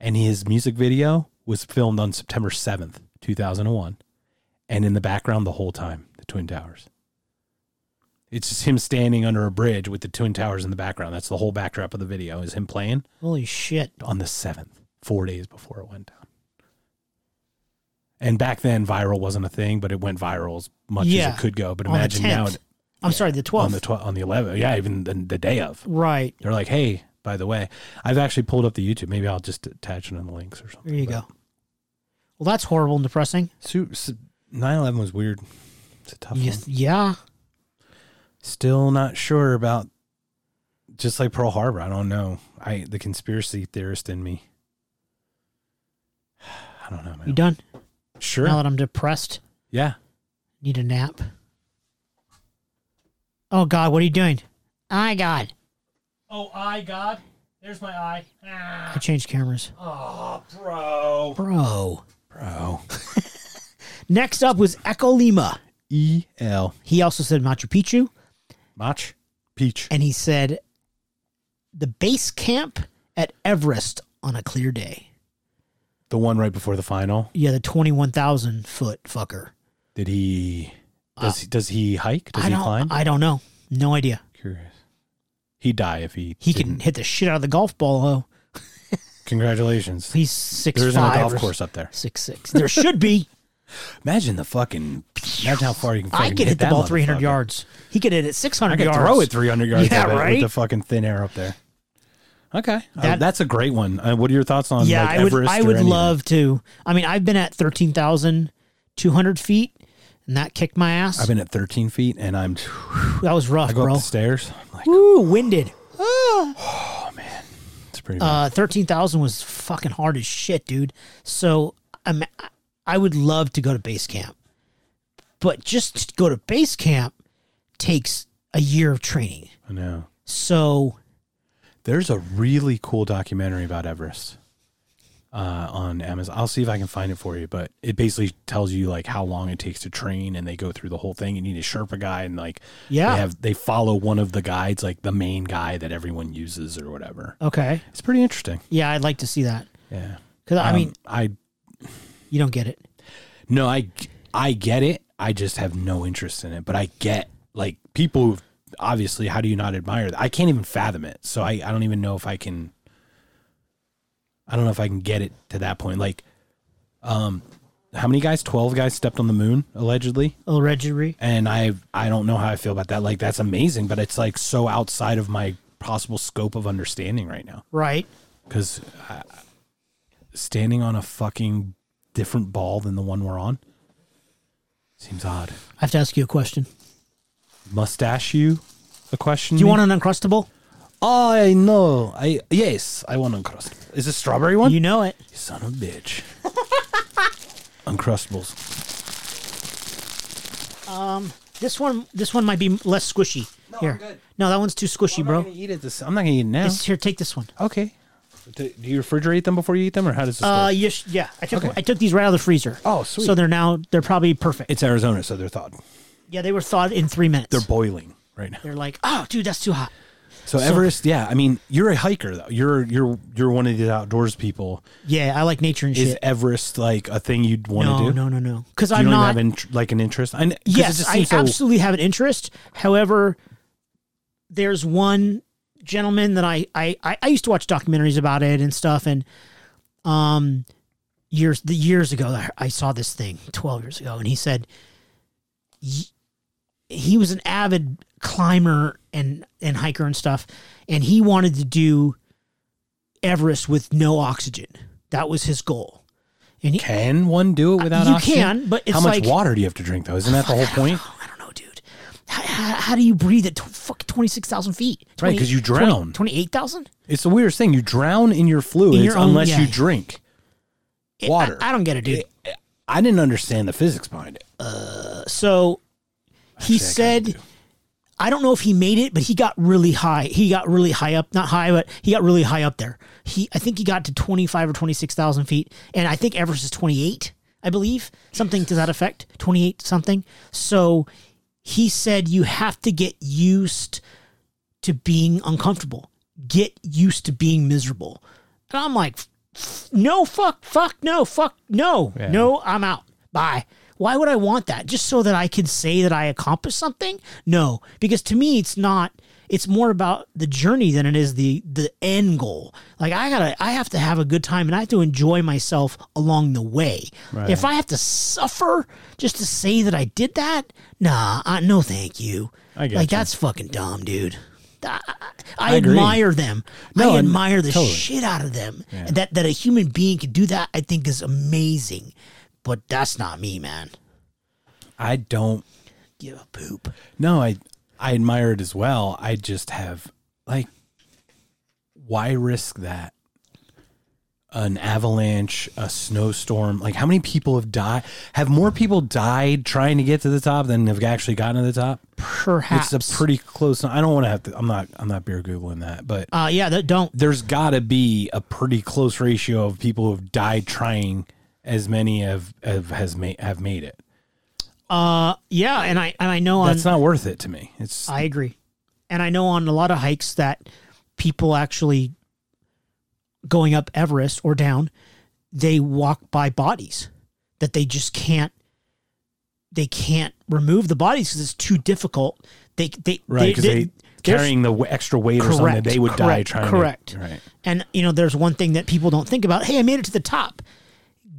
[SPEAKER 1] and his music video was filmed on September 7th, 2001. And in the background, the whole time, the Twin Towers. It's just him standing under a bridge with the Twin Towers in the background. That's the whole backdrop of the video, is him playing
[SPEAKER 2] Holy shit.
[SPEAKER 1] on the 7th, four days before it went down. And back then, viral wasn't a thing, but it went viral as much
[SPEAKER 2] Yeah.
[SPEAKER 1] as it could go. But
[SPEAKER 2] On the
[SPEAKER 1] imagine now
[SPEAKER 2] 10th. I'm sorry, the
[SPEAKER 1] on
[SPEAKER 2] twelfth.
[SPEAKER 1] the, tw- on the 11th. Yeah, even the, the day of.
[SPEAKER 2] right.
[SPEAKER 1] They're like, hey, by the way, I've actually pulled up the YouTube. Maybe I'll just attach it in the links or something.
[SPEAKER 2] There you go. Well, that's horrible and depressing.
[SPEAKER 1] Su- su- 9-11 was weird. It's a tough
[SPEAKER 2] Yes,
[SPEAKER 1] one.
[SPEAKER 2] yeah.
[SPEAKER 1] Still not sure about, just like Pearl Harbor, I don't know. I The conspiracy theorist in me. I don't know,
[SPEAKER 2] You
[SPEAKER 1] man.
[SPEAKER 2] done?
[SPEAKER 1] Sure.
[SPEAKER 2] Now that I'm depressed,
[SPEAKER 1] yeah.
[SPEAKER 2] need a nap. Oh God, what are you doing? I God,
[SPEAKER 1] Oh, I God. There's my eye. Ah.
[SPEAKER 2] I changed cameras,
[SPEAKER 1] Oh, bro.
[SPEAKER 2] bro.
[SPEAKER 1] Bro.
[SPEAKER 2] Next up was Echo Lima.
[SPEAKER 1] E-L.
[SPEAKER 2] He also said Machu Picchu,
[SPEAKER 1] E Mach. Peach.
[SPEAKER 2] and he said the base camp at Everest on a clear day.
[SPEAKER 1] The one right before the final.
[SPEAKER 2] Yeah, the twenty-one thousand foot fucker.
[SPEAKER 1] Did he... Does, he does he hike? Does
[SPEAKER 2] Uh, I
[SPEAKER 1] he
[SPEAKER 2] don't.
[SPEAKER 1] climb?
[SPEAKER 2] I don't know. No idea.
[SPEAKER 1] Curious. He'd die if he.
[SPEAKER 2] He
[SPEAKER 1] didn't.
[SPEAKER 2] can hit the shit out of the golf ball though.
[SPEAKER 1] Congratulations.
[SPEAKER 2] He's six
[SPEAKER 1] There isn't
[SPEAKER 2] five
[SPEAKER 1] a golf
[SPEAKER 2] or
[SPEAKER 1] course up there.
[SPEAKER 2] Six six. There should be.
[SPEAKER 1] Imagine the fucking. Imagine how far you can.
[SPEAKER 2] I
[SPEAKER 1] fucking
[SPEAKER 2] could hit the
[SPEAKER 1] that
[SPEAKER 2] ball 300
[SPEAKER 1] motherfucker.
[SPEAKER 2] yards. He could hit it 600
[SPEAKER 1] I could
[SPEAKER 2] yards.
[SPEAKER 1] throw it 300 yards.
[SPEAKER 2] Yeah,
[SPEAKER 1] I bet,
[SPEAKER 2] right?
[SPEAKER 1] With the fucking thin air up there. Okay, Uh,
[SPEAKER 2] That-
[SPEAKER 1] that's a great one. Uh, what are your thoughts on?
[SPEAKER 2] Yeah,
[SPEAKER 1] like,
[SPEAKER 2] I would.
[SPEAKER 1] Everest
[SPEAKER 2] I
[SPEAKER 1] or
[SPEAKER 2] would
[SPEAKER 1] any of
[SPEAKER 2] love to. I mean, I've been at 13,200 feet, and that kicked my
[SPEAKER 1] them? I've
[SPEAKER 2] ass.
[SPEAKER 1] been at 13 feet, and I'm.
[SPEAKER 2] that was rough,
[SPEAKER 1] I go
[SPEAKER 2] bro.
[SPEAKER 1] up the stairs. I'm like,
[SPEAKER 2] Ooh, winded.
[SPEAKER 1] it's pretty. rough.
[SPEAKER 2] Uh, 13,000 was fucking hard as shit, dude. So I'm, I would love to go to base camp, but just to go to base camp takes a year of training.
[SPEAKER 1] I know.
[SPEAKER 2] So
[SPEAKER 1] There's a really cool documentary about Everest uh, on Amazon. I'll see if I can find it for you, but it basically tells you like how long it takes to train, and they go through the whole thing. You need a Sherpa guy, and like
[SPEAKER 2] Yeah.
[SPEAKER 1] they have they follow one of the guides, like the main guy that everyone uses or whatever.
[SPEAKER 2] okay,
[SPEAKER 1] It's pretty interesting.
[SPEAKER 2] yeah, I'd like to see that
[SPEAKER 1] Yeah,
[SPEAKER 2] because I
[SPEAKER 1] Um,
[SPEAKER 2] mean,
[SPEAKER 1] I
[SPEAKER 2] you don't get it.
[SPEAKER 1] no, I I get it. I just have no interest in it, but I get like people who've obviously, how do you not admire that? I can't even fathom it. So I, I don't even know if I can. I don't know if I can get it to that point. Like, um, how many guys? Twelve guys stepped on the moon allegedly,
[SPEAKER 2] Allegedly.
[SPEAKER 1] and I I don't know how I feel about that. Like, that's amazing, but it's like so outside of my possible scope of understanding right now.
[SPEAKER 2] Right.
[SPEAKER 1] Because standing on a fucking different ball than the one we're on seems odd.
[SPEAKER 2] I have to ask you a question.
[SPEAKER 1] Mustache you a question?
[SPEAKER 2] Do you want an uncrustable?
[SPEAKER 1] I know. I yes, I want uncrustable. Is it strawberry one?
[SPEAKER 2] You know it.
[SPEAKER 1] Son of a bitch. Uncrustables.
[SPEAKER 2] This one this one might be less squishy. No, here. No, that one's too squishy,
[SPEAKER 1] I'm not
[SPEAKER 2] bro.
[SPEAKER 1] gonna eat it. This, I'm not gonna eat it now.
[SPEAKER 2] It's, here, take this one.
[SPEAKER 1] okay. Do, do you refrigerate them before you eat them, or how does this
[SPEAKER 2] Uh,
[SPEAKER 1] work?
[SPEAKER 2] you sh- yeah, I took
[SPEAKER 1] Okay.
[SPEAKER 2] I took these right out of the freezer.
[SPEAKER 1] Oh, sweet.
[SPEAKER 2] So they're now they're probably perfect.
[SPEAKER 1] It's Arizona, so they're thawed.
[SPEAKER 2] yeah, they were thawed in three minutes.
[SPEAKER 1] They're boiling right now.
[SPEAKER 2] They're like, oh, dude, that's too hot.
[SPEAKER 1] So Everest, yeah. I mean, you're a hiker though. You're you're you're one of these outdoors people.
[SPEAKER 2] Yeah, I like nature and
[SPEAKER 1] Is
[SPEAKER 2] shit.
[SPEAKER 1] Everest like a thing you'd want
[SPEAKER 2] No,
[SPEAKER 1] to do?
[SPEAKER 2] no, no, no. Because
[SPEAKER 1] You
[SPEAKER 2] I'm
[SPEAKER 1] don't even
[SPEAKER 2] not.
[SPEAKER 1] have in, like an interest. I, kn- 'cause it
[SPEAKER 2] yes,
[SPEAKER 1] just
[SPEAKER 2] I
[SPEAKER 1] seems so-
[SPEAKER 2] absolutely have an interest. However, there's one gentleman that I, I I I used to watch documentaries about it and stuff, and um, years the years ago I- I saw this thing twelve years ago, and he said y- he was an avid climber and and hiker and stuff, and he wanted to do Everest with no oxygen. That was his goal. And he,
[SPEAKER 1] Can one do it without
[SPEAKER 2] you
[SPEAKER 1] oxygen?
[SPEAKER 2] can, but it's
[SPEAKER 1] how much
[SPEAKER 2] like-
[SPEAKER 1] water do you have to drink though? Isn't that the whole point?
[SPEAKER 2] Oh, I don't know, dude. How, how, how do you breathe at tw fuck twenty six thousand feet?
[SPEAKER 1] Right, 'cause you drown.
[SPEAKER 2] Twenty eight thousand.
[SPEAKER 1] It's the weirdest thing. You drown in your fluids
[SPEAKER 2] your own-
[SPEAKER 1] unless
[SPEAKER 2] yeah.
[SPEAKER 1] you drink water. Eh,
[SPEAKER 2] I, I don't get it, dude.
[SPEAKER 1] I didn't understand the physics behind it.
[SPEAKER 2] so
[SPEAKER 1] Actually,
[SPEAKER 2] he
[SPEAKER 1] I
[SPEAKER 2] said,
[SPEAKER 1] kinda do.
[SPEAKER 2] I don't know if he made it, but he got really high. He got really high up, not high, but he got really high up there. He, I think he got to twenty five or twenty six thousand feet, and I think Everest is twenty eight, I believe, something to that effect, twenty eight something. So he said you have to get used to being uncomfortable, get used to being miserable, and I'm like, f- no, fuck, fuck, no, fuck, no,
[SPEAKER 1] Yeah.
[SPEAKER 2] no, I'm out, bye. Why would I want that? Just so that I could say that I accomplished something? No, because to me, it's not. It's more about the journey than it is the the end goal. Like I gotta, I have to have a good time, and I have to enjoy myself along the way. If I have to suffer just to say that I did that, nah, I, no, thank you.
[SPEAKER 1] I get
[SPEAKER 2] like
[SPEAKER 1] you.
[SPEAKER 2] that's fucking dumb, dude. I, I
[SPEAKER 1] agree.
[SPEAKER 2] admire them.
[SPEAKER 1] No,
[SPEAKER 2] I
[SPEAKER 1] and-
[SPEAKER 2] admire the
[SPEAKER 1] totally.
[SPEAKER 2] shit out of them. And that that a human being could do that, I think, is amazing. But that's not me, man.
[SPEAKER 1] I don't
[SPEAKER 2] Give a poop.
[SPEAKER 1] No, I I admire it as well. I just have like why risk that? An avalanche, a snowstorm. Like how many people have died have more people died trying to get to the top than have actually gotten to the top?
[SPEAKER 2] Perhaps.
[SPEAKER 1] It's a pretty close I don't want to have to I'm not I'm not beer googling that, but
[SPEAKER 2] uh, yeah, that don't.
[SPEAKER 1] there's got to be a pretty close ratio of people who have died trying as many have have has made have made it.
[SPEAKER 2] Uh, yeah, and I and I know on
[SPEAKER 1] That's not worth it to me. It's
[SPEAKER 2] I agree. And I know on a lot of hikes that people actually going up Everest or down, they walk by bodies that they just can't they can't remove the bodies because it's too difficult. They they
[SPEAKER 1] Right, because they,
[SPEAKER 2] there's-
[SPEAKER 1] carrying the w- extra weight or something,
[SPEAKER 2] Correct,
[SPEAKER 1] they would die
[SPEAKER 2] correct,
[SPEAKER 1] trying. to-
[SPEAKER 2] correct.
[SPEAKER 1] right.
[SPEAKER 2] And you know, there's one thing that people don't think about. Hey, I made it to the top.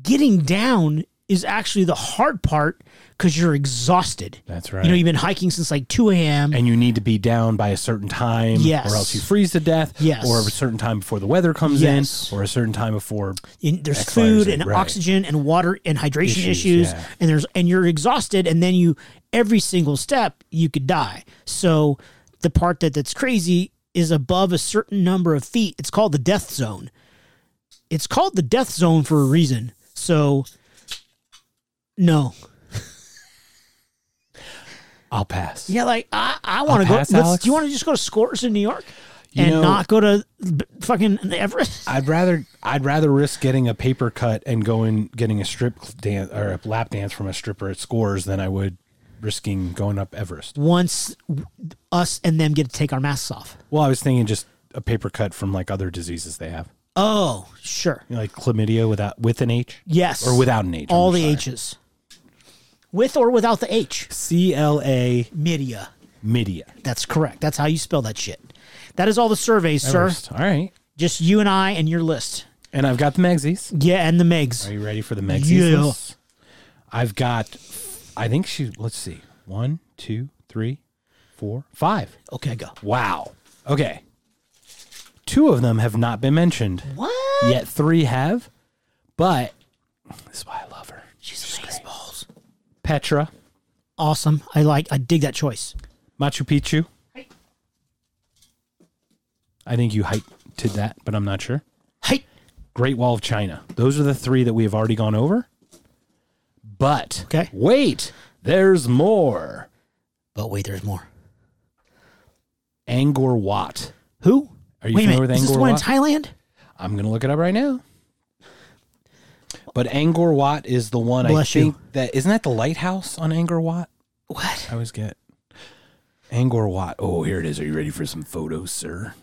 [SPEAKER 2] Getting down is actually the hard part because you're exhausted.
[SPEAKER 1] That's
[SPEAKER 2] You
[SPEAKER 1] right.
[SPEAKER 2] know, you've been hiking since like 2 a.m.
[SPEAKER 1] And you need to be down by a certain time,
[SPEAKER 2] Yes.
[SPEAKER 1] or else you freeze to death,
[SPEAKER 2] Yes.
[SPEAKER 1] or a certain time before the weather comes
[SPEAKER 2] Yes.
[SPEAKER 1] in, or a certain time before.
[SPEAKER 2] in, there's
[SPEAKER 1] X, Y, or
[SPEAKER 2] food
[SPEAKER 1] Z,
[SPEAKER 2] and
[SPEAKER 1] right.
[SPEAKER 2] oxygen and water and hydration
[SPEAKER 1] Issues,
[SPEAKER 2] issues,
[SPEAKER 1] yeah.
[SPEAKER 2] and there's and you're exhausted and then you every single step you could die so the part that that's crazy is above a certain number of feet it's called the death zone it's called the death zone for a reason so no
[SPEAKER 1] I'll pass.
[SPEAKER 2] yeah like i, I want to go
[SPEAKER 1] pass,
[SPEAKER 2] let's,
[SPEAKER 1] Alex.
[SPEAKER 2] do you want to just go to scores in new york
[SPEAKER 1] You
[SPEAKER 2] and
[SPEAKER 1] know-
[SPEAKER 2] not go to b- fucking everest
[SPEAKER 1] I'd rather I'd rather risk getting a paper cut and going getting a strip dance or a lap dance from a stripper at Scores than I would risking going up Everest.
[SPEAKER 2] once w- us and them get to take our masks off
[SPEAKER 1] Well, I was thinking just a paper cut from like other diseases they have,
[SPEAKER 2] oh sure
[SPEAKER 1] You know, like chlamydia without with an H
[SPEAKER 2] Yes.
[SPEAKER 1] or without an H. I'm
[SPEAKER 2] all the
[SPEAKER 1] sorry.
[SPEAKER 2] H's. With or without the H.
[SPEAKER 1] C L A
[SPEAKER 2] Media.
[SPEAKER 1] Media.
[SPEAKER 2] That's correct. That's how you spell that shit. That is all the surveys, sir.
[SPEAKER 1] First. All right.
[SPEAKER 2] Just you and I and your list.
[SPEAKER 1] And I've got the Megsies.
[SPEAKER 2] Yeah, and the Megs.
[SPEAKER 1] Are you ready for the Megsies?
[SPEAKER 2] Yeah.
[SPEAKER 1] list? I've got, I think she, let's see, one, two, three, four, five.
[SPEAKER 2] Okay, go.
[SPEAKER 1] Wow. Okay. Two of them have not been mentioned,
[SPEAKER 2] What?
[SPEAKER 1] yet three have. But this is why I love her.
[SPEAKER 2] She's amazing. balls.
[SPEAKER 1] Petra,
[SPEAKER 2] Awesome. I like. I dig that choice.
[SPEAKER 1] Machu Picchu. I think you hyped to that, but I'm not sure.
[SPEAKER 2] Hey,
[SPEAKER 1] Great Wall of China. Those are the three that we have already gone over. But
[SPEAKER 2] Okay.
[SPEAKER 1] wait, there's more.
[SPEAKER 2] but wait, there's more.
[SPEAKER 1] Angkor Wat.
[SPEAKER 2] Who?
[SPEAKER 1] Are you
[SPEAKER 2] wait a
[SPEAKER 1] familiar
[SPEAKER 2] minute.
[SPEAKER 1] with
[SPEAKER 2] is this
[SPEAKER 1] Angkor
[SPEAKER 2] the one in
[SPEAKER 1] Wat?
[SPEAKER 2] Thailand?
[SPEAKER 1] I'm gonna look it up right now. But Angkor Wat is the one
[SPEAKER 2] Bless
[SPEAKER 1] I
[SPEAKER 2] you.
[SPEAKER 1] think that isn't that the lighthouse on Angkor Wat?
[SPEAKER 2] What?
[SPEAKER 1] I always get Angkor Wat. Oh, here it is. Are you ready for some photos, sir?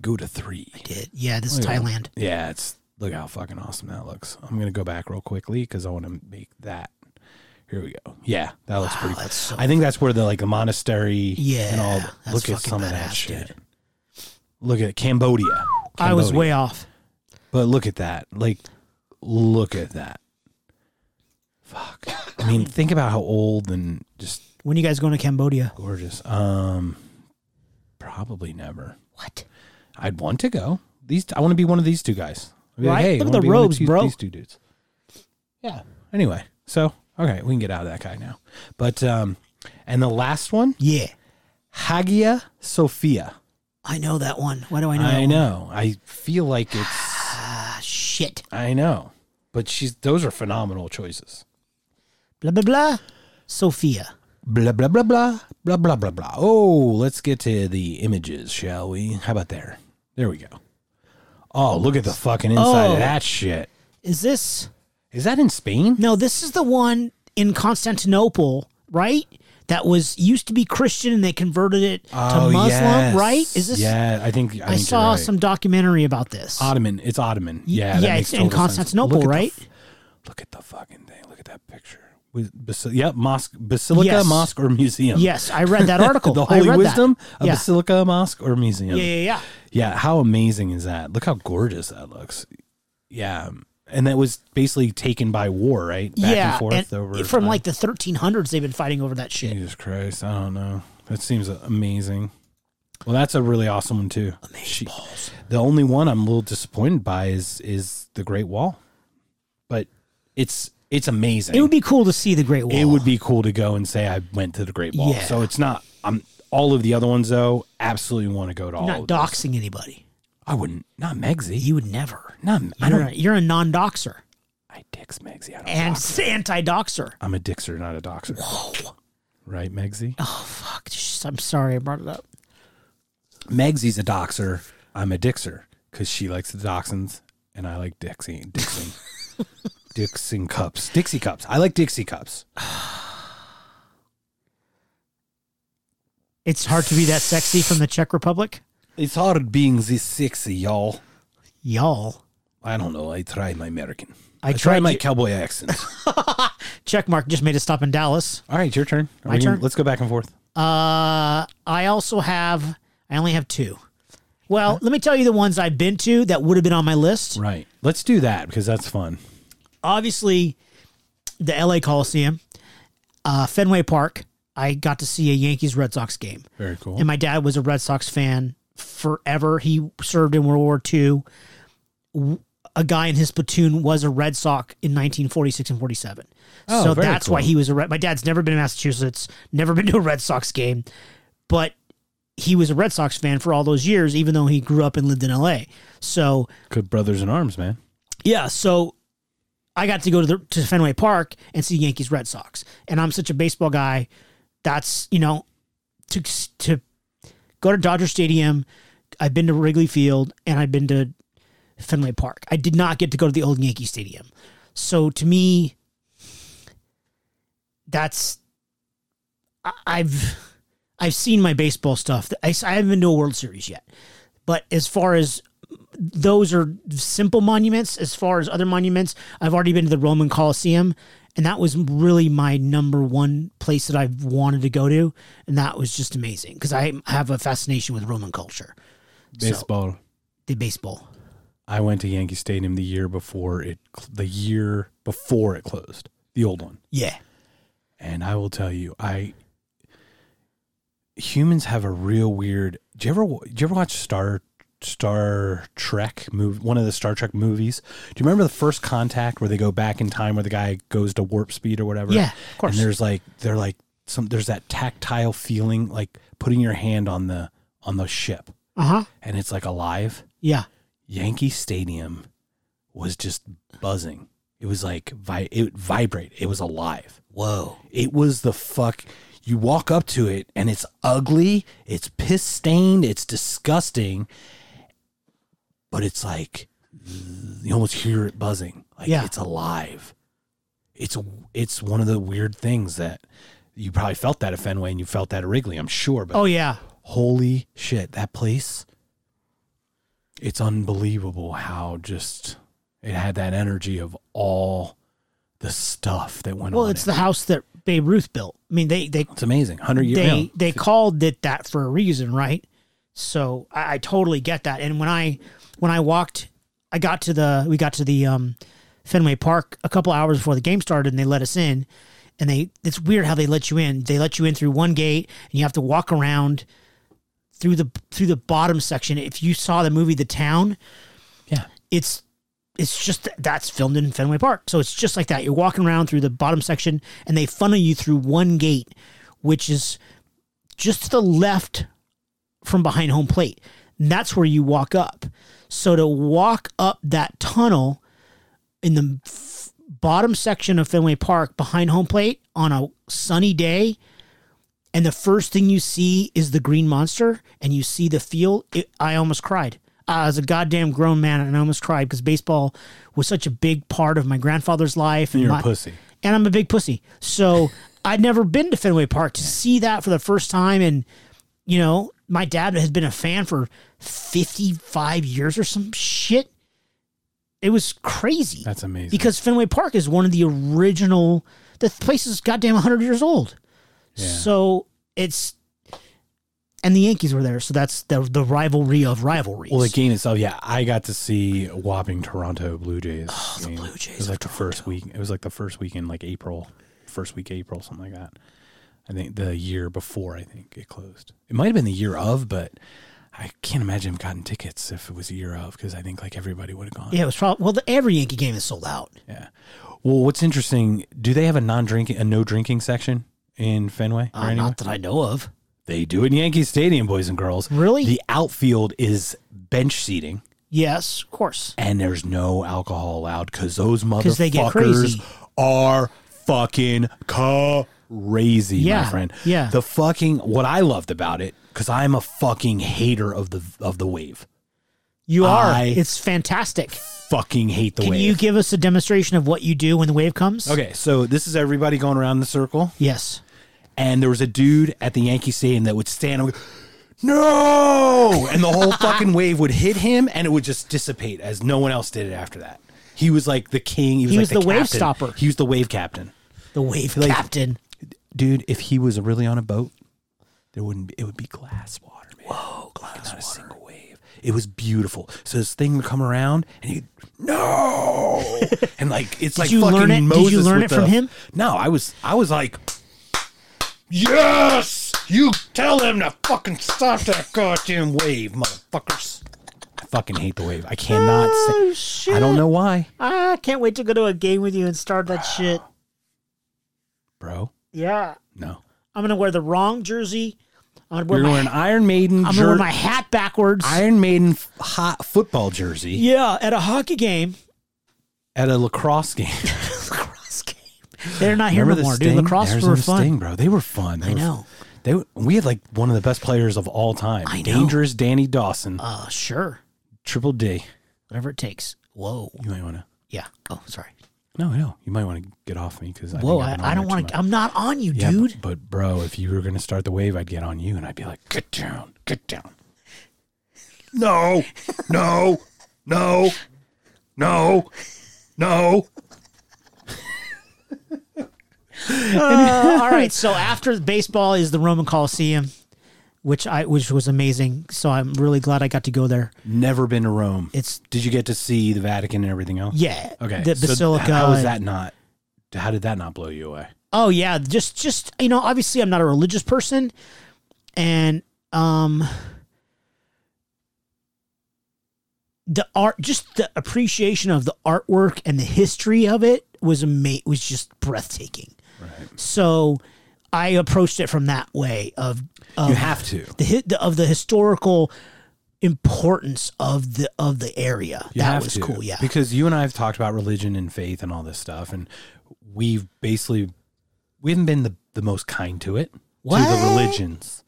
[SPEAKER 1] Go to three.
[SPEAKER 2] Did yeah? This is
[SPEAKER 1] Look at that.
[SPEAKER 2] Thailand.
[SPEAKER 1] Oh, Yeah, it's look how fucking awesome that looks. I'm gonna go back real quickly because I want to make that. Here we go. Yeah, that looks pretty.
[SPEAKER 2] that's so-
[SPEAKER 1] I think that's where the like the monastery. and
[SPEAKER 2] Yeah,
[SPEAKER 1] all.
[SPEAKER 2] that's
[SPEAKER 1] Look at
[SPEAKER 2] fucking
[SPEAKER 1] some of that
[SPEAKER 2] badass,
[SPEAKER 1] shit.
[SPEAKER 2] dude.
[SPEAKER 1] Look at Cambodia.
[SPEAKER 2] I was
[SPEAKER 1] Cambodia.
[SPEAKER 2] way off.
[SPEAKER 1] But look at that. Like, look at that. Fuck. I mean, think about how old and just
[SPEAKER 2] When you guys going to Cambodia?
[SPEAKER 1] gorgeous. Um, probably never.
[SPEAKER 2] What?
[SPEAKER 1] I'd want to go. These I want to be one of these two guys. I'd be
[SPEAKER 2] Right?
[SPEAKER 1] hey, I
[SPEAKER 2] Look at
[SPEAKER 1] wanna
[SPEAKER 2] the
[SPEAKER 1] be one of
[SPEAKER 2] robes,
[SPEAKER 1] these-
[SPEAKER 2] bro.
[SPEAKER 1] These two dudes. Yeah. Anyway, so okay, we can get out of that guy now. But um, and the last one,
[SPEAKER 2] Yeah,
[SPEAKER 1] Hagia Sophia.
[SPEAKER 2] I know that one. Why do I know? that
[SPEAKER 1] I
[SPEAKER 2] one?
[SPEAKER 1] know. I feel like it's.
[SPEAKER 2] Ah, shit.
[SPEAKER 1] I know, but she's. Those are phenomenal choices.
[SPEAKER 2] Blah blah blah. Sophia.
[SPEAKER 1] blah blah blah blah blah blah blah blah. Oh, let's get to the images, shall we? How about there? There we go. Oh, look at the fucking inside
[SPEAKER 2] Oh.
[SPEAKER 1] of that shit.
[SPEAKER 2] Is this?
[SPEAKER 1] Is that in Spain?
[SPEAKER 2] No, this is the one in Constantinople, right? That was used to be Christian and they converted it to Muslim,
[SPEAKER 1] Oh, yes.
[SPEAKER 2] right? Is this?
[SPEAKER 1] Yeah, I think I, think
[SPEAKER 2] I
[SPEAKER 1] you're
[SPEAKER 2] saw
[SPEAKER 1] right. Uh,
[SPEAKER 2] some documentary about this.
[SPEAKER 1] Ottoman. It's Ottoman. Yeah, that
[SPEAKER 2] yeah,
[SPEAKER 1] makes
[SPEAKER 2] it's in
[SPEAKER 1] total sense.
[SPEAKER 2] Constantinople,
[SPEAKER 1] Look at the
[SPEAKER 2] right?
[SPEAKER 1] f- look at the fucking thing. Look at that picture. With basi- yep, mosque, basilica,
[SPEAKER 2] Yes.
[SPEAKER 1] mosque, or museum.
[SPEAKER 2] yes, I read that article.
[SPEAKER 1] the
[SPEAKER 2] I
[SPEAKER 1] Holy
[SPEAKER 2] read
[SPEAKER 1] Wisdom,
[SPEAKER 2] That.
[SPEAKER 1] a
[SPEAKER 2] Yeah.
[SPEAKER 1] basilica, mosque, or museum.
[SPEAKER 2] yeah, yeah, yeah.
[SPEAKER 1] Yeah, how amazing is that? Look how gorgeous that looks. Yeah, and that was basically taken by war, right? Back
[SPEAKER 2] yeah,
[SPEAKER 1] and forth
[SPEAKER 2] and
[SPEAKER 1] over
[SPEAKER 2] from
[SPEAKER 1] time.
[SPEAKER 2] like the 1300s, they've been fighting over that shit.
[SPEAKER 1] Jesus Christ, I don't know. That seems amazing. Well, that's a really awesome one too. Amazing
[SPEAKER 2] balls.
[SPEAKER 1] The only one I'm a little disappointed by is is the Great Wall, but it's it's amazing.
[SPEAKER 2] It would be cool to see the Great Wall.
[SPEAKER 1] It would be cool to go and say I went to the Great Wall.
[SPEAKER 2] Yeah.
[SPEAKER 1] So it's not. I'm all of the other ones though. Absolutely want to go to all.
[SPEAKER 2] You're not
[SPEAKER 1] of them.
[SPEAKER 2] doxing anybody.
[SPEAKER 1] I wouldn't. Not Megzy.
[SPEAKER 2] You would never.
[SPEAKER 1] Not. I
[SPEAKER 2] You're
[SPEAKER 1] don't.
[SPEAKER 2] a, you're a non-doxer
[SPEAKER 1] I dicks Megsy. I don't
[SPEAKER 2] and
[SPEAKER 1] dox.
[SPEAKER 2] anti-doxer.
[SPEAKER 1] I'm a dixer, not a doxer. Right, Megsy?
[SPEAKER 2] Oh fuck! Just- I'm sorry I brought it up.
[SPEAKER 1] Megsy's a doxer. I'm a dixer because she likes the doxins and I like Dixie. Dixon. Dixon cups. Dixie cups. I like Dixie cups.
[SPEAKER 2] It's hard to be that sexy from the Czech Republic,
[SPEAKER 1] It's hard being this sexy, y'all.
[SPEAKER 2] y'all.
[SPEAKER 1] I don't know. I tried my American.
[SPEAKER 2] I
[SPEAKER 1] I, tried
[SPEAKER 2] tried
[SPEAKER 1] my
[SPEAKER 2] you-
[SPEAKER 1] cowboy accent.
[SPEAKER 2] Checkmark just made a stop in Dallas.
[SPEAKER 1] All right, your turn. Are
[SPEAKER 2] My
[SPEAKER 1] we gonna-
[SPEAKER 2] turn?
[SPEAKER 1] let's go back and forth.
[SPEAKER 2] Uh, I also have. I only have two. Well, let me tell you the ones I've been to that would have been on my list.
[SPEAKER 1] Right. Let's do that because that's fun.
[SPEAKER 2] Obviously, the L.A. Coliseum, uh, Fenway Park. I got to see a Yankees Red Sox game.
[SPEAKER 1] Very cool.
[SPEAKER 2] And my dad was a Red Sox fan forever. He served in World War II. W- A guy in his platoon was a Red Sox in 1946 and 47.
[SPEAKER 1] Oh,
[SPEAKER 2] so
[SPEAKER 1] very
[SPEAKER 2] that's why
[SPEAKER 1] cool.
[SPEAKER 2] he was a Red. My dad's never been to Massachusetts, never been to a Red Sox game, but he was a Red Sox fan for all those years, even though he grew up and lived in LA. So
[SPEAKER 1] Good brothers in arms, man.
[SPEAKER 2] yeah, so I got to go to the to Fenway Park and see Yankees Red Sox, and I'm such a baseball guy. That's you know to to go to Dodger Stadium. I've been to Wrigley Field and I've been to Fenway Park. I did not get to go to the old Yankee Stadium, so to me, that's I- I've I've seen my baseball stuff. I, I haven't been to a World Series yet, but as far as those are simple monuments. As far as other monuments, I've already been to the Roman Colosseum And that was really my number one place that I wanted to go to. And that was just amazing because I have a fascination with Roman culture,
[SPEAKER 1] Baseball.
[SPEAKER 2] the baseball.
[SPEAKER 1] I went to Yankee Stadium the year before it cl- the year before it closed, the old one.
[SPEAKER 2] Yeah.
[SPEAKER 1] And I will tell you, I humans have a real weird. Do you ever do you ever watch Star Star Trek move one of the Star Trek movies? Do you remember the first contact where they go back in time where the guy goes to warp speed or whatever?
[SPEAKER 2] Yeah, of course.
[SPEAKER 1] And there's like they're like some there's that tactile feeling like putting your hand on the on the ship
[SPEAKER 2] Uh huh.
[SPEAKER 1] and it's like alive.
[SPEAKER 2] Yeah.
[SPEAKER 1] Yankee Stadium was just buzzing. It was like vi- it vibrate. It was alive.
[SPEAKER 2] Whoa.
[SPEAKER 1] It was the fuck. You walk up to it and it's ugly. It's piss stained. It's disgusting. But it's like you almost hear it buzzing. Like
[SPEAKER 2] Yeah.
[SPEAKER 1] it's alive. It's it's one of the weird things that you probably felt that at Fenway and you felt that at Wrigley. I'm sure. But
[SPEAKER 2] Oh, yeah.
[SPEAKER 1] holy shit that place it's unbelievable how just it had that energy of all the stuff that went
[SPEAKER 2] Well,
[SPEAKER 1] on
[SPEAKER 2] it's
[SPEAKER 1] it.
[SPEAKER 2] the house that Babe Ruth built. I mean, they, they,
[SPEAKER 1] it's amazing 100 years
[SPEAKER 2] they
[SPEAKER 1] yeah.
[SPEAKER 2] they called it that for a reason, right? So I, I totally get that. And when I when I walked, I got to the we got to the um, Fenway Park a couple hours before the game started, and they let us in. And they it's weird how they let you in. They let you in through one gate, and you have to walk around through the through the bottom section. If you saw the movie The Town,
[SPEAKER 1] yeah
[SPEAKER 2] it's it's just that's filmed in Fenway Park. So it's just like that. You're walking around through the bottom section and they funnel you through one gate, which is just to the left from behind home plate. And that's where you walk up. So to walk up that tunnel in the f- bottom section of Fenway Park behind home plate on a sunny day and the first thing you see is the green monster and you see the field it, i almost cried i was a goddamn grown man and i almost cried because baseball was such a big part of my grandfather's life and
[SPEAKER 1] you're
[SPEAKER 2] my-
[SPEAKER 1] a pussy
[SPEAKER 2] and i'm a big pussy so i'd never been to fenway park to see that for the first time and you know my dad has been a fan for 55 years or some shit it was crazy
[SPEAKER 1] that's amazing
[SPEAKER 2] because Fenway Park is one of the original. The place is goddamn 100 years old.
[SPEAKER 1] Yeah.
[SPEAKER 2] So it's and the Yankees were there, so that's the the rivalry of rivalries.
[SPEAKER 1] well the game itself yeah i got to see a whopping toronto blue jays
[SPEAKER 2] Oh, the
[SPEAKER 1] game.
[SPEAKER 2] Blue
[SPEAKER 1] it
[SPEAKER 2] Jays
[SPEAKER 1] was
[SPEAKER 2] of
[SPEAKER 1] like the first week it was like the first week in like april first week april something like that i think the year before i think it closed it might have been the year of but i can't imagine i've gotten tickets if it was the year of because i think like everybody would have gone
[SPEAKER 2] yeah, it was probably well. The, every Yankee game is sold out.
[SPEAKER 1] Yeah. Well, what's interesting? Do they have a non-drinking, a no drinking section in Fenway?
[SPEAKER 2] Uh, Not that I know of.
[SPEAKER 1] They do it in Yankee Stadium, boys and girls.
[SPEAKER 2] Really?
[SPEAKER 1] The outfield is bench seating,
[SPEAKER 2] Yes, of course.
[SPEAKER 1] and there's no alcohol allowed because those motherfuckers
[SPEAKER 2] they get crazy.
[SPEAKER 1] are fucking crazy,
[SPEAKER 2] Yeah,
[SPEAKER 1] my friend.
[SPEAKER 2] yeah.
[SPEAKER 1] The fucking what I loved about it because I'm a fucking hater of the of the wave.
[SPEAKER 2] You are.
[SPEAKER 1] I-
[SPEAKER 2] it's fantastic.
[SPEAKER 1] Fucking hate the
[SPEAKER 2] Can
[SPEAKER 1] wave.
[SPEAKER 2] you give us a demonstration of what you do when the wave comes?
[SPEAKER 1] okay, so this is everybody going around in the circle.
[SPEAKER 2] Yes.
[SPEAKER 1] and there was a dude at the Yankee Stadium that would stand and go, no, and the whole fucking wave would hit him, and it would just dissipate as no one else did it after that. He was like the king. He was,
[SPEAKER 2] He
[SPEAKER 1] like
[SPEAKER 2] was the wave
[SPEAKER 1] captain.
[SPEAKER 2] stopper.
[SPEAKER 1] He was the wave captain,
[SPEAKER 2] The wave
[SPEAKER 1] Like-
[SPEAKER 2] captain.
[SPEAKER 1] dude. If he was really on a boat, there wouldn't. Be, it would be glass water, man. Whoa, glass Not a single wave. It was beautiful. So this thing would come around, and he no, and like it's like
[SPEAKER 2] you
[SPEAKER 1] fucking
[SPEAKER 2] learn it- did you
[SPEAKER 1] Moses
[SPEAKER 2] learn
[SPEAKER 1] with
[SPEAKER 2] it from
[SPEAKER 1] the-
[SPEAKER 2] him?
[SPEAKER 1] No, I was I was like Yes! You tell them to fucking stop that goddamn wave, motherfuckers. I fucking hate the wave. I cannot say.
[SPEAKER 2] Oh, shit.
[SPEAKER 1] I don't know why,
[SPEAKER 2] I can't wait to go to a game with you and start that shit.
[SPEAKER 1] bro.
[SPEAKER 2] Yeah.
[SPEAKER 1] No.
[SPEAKER 2] I'm gonna wear the wrong jersey. I'm gonna wear
[SPEAKER 1] You're
[SPEAKER 2] my
[SPEAKER 1] wearing Iron Maiden
[SPEAKER 2] I'm gonna wear
[SPEAKER 1] jer-
[SPEAKER 2] my hat backwards.
[SPEAKER 1] Iron Maiden f- hot football jersey
[SPEAKER 2] yeah, at a hockey game.
[SPEAKER 1] at a lacrosse game.
[SPEAKER 2] lacrosse game. They're not here
[SPEAKER 1] Remember the
[SPEAKER 2] no more,
[SPEAKER 1] Sting?
[SPEAKER 2] dude. Lacrosse
[SPEAKER 1] Arizona
[SPEAKER 2] were fun.
[SPEAKER 1] Sting, bro. They were fun. They
[SPEAKER 2] I
[SPEAKER 1] were-
[SPEAKER 2] know.
[SPEAKER 1] They were- we had like one of the best players of all time.
[SPEAKER 2] I know.
[SPEAKER 1] Dangerous Danny Dawson,
[SPEAKER 2] Uh, sure.
[SPEAKER 1] Triple D.
[SPEAKER 2] Whatever it takes. Whoa.
[SPEAKER 1] You might want to.
[SPEAKER 2] Yeah. Oh, sorry.
[SPEAKER 1] No, no. You might want to get off me because I
[SPEAKER 2] Whoa.
[SPEAKER 1] think I've
[SPEAKER 2] I,
[SPEAKER 1] been on
[SPEAKER 2] I
[SPEAKER 1] there
[SPEAKER 2] don't
[SPEAKER 1] too
[SPEAKER 2] want
[SPEAKER 1] much.
[SPEAKER 2] to. I'm not on you,
[SPEAKER 1] Yeah,
[SPEAKER 2] dude.
[SPEAKER 1] But, but bro, if you were gonna start the wave, I'd get on you and I'd be like, get down, get down. No, no, no, no, no.
[SPEAKER 2] Uh, all right. So after baseball is the Roman Coliseum, which I which was amazing. So I'm really glad I got to go there.
[SPEAKER 1] Never been to Rome.
[SPEAKER 2] It's
[SPEAKER 1] Did you get to see the Vatican and everything else?
[SPEAKER 2] yeah.
[SPEAKER 1] Okay.
[SPEAKER 2] The
[SPEAKER 1] so
[SPEAKER 2] Basilica.
[SPEAKER 1] how was
[SPEAKER 2] and-
[SPEAKER 1] that not? How did that not blow you away?
[SPEAKER 2] Oh yeah, just just you know, obviously I'm not a religious person, and um, the art, just the appreciation of the artwork and the history of it was ama- was just breathtaking. Right. So I approached it from that way of, of
[SPEAKER 1] You have to.
[SPEAKER 2] the, hi- the of the historical importance of the of the area.
[SPEAKER 1] You
[SPEAKER 2] that
[SPEAKER 1] have
[SPEAKER 2] was
[SPEAKER 1] to,
[SPEAKER 2] cool. Yeah.
[SPEAKER 1] Because you and I have talked about religion and faith and all this stuff, and we've basically we haven't been the, the most kind to it to
[SPEAKER 2] What?
[SPEAKER 1] the religions,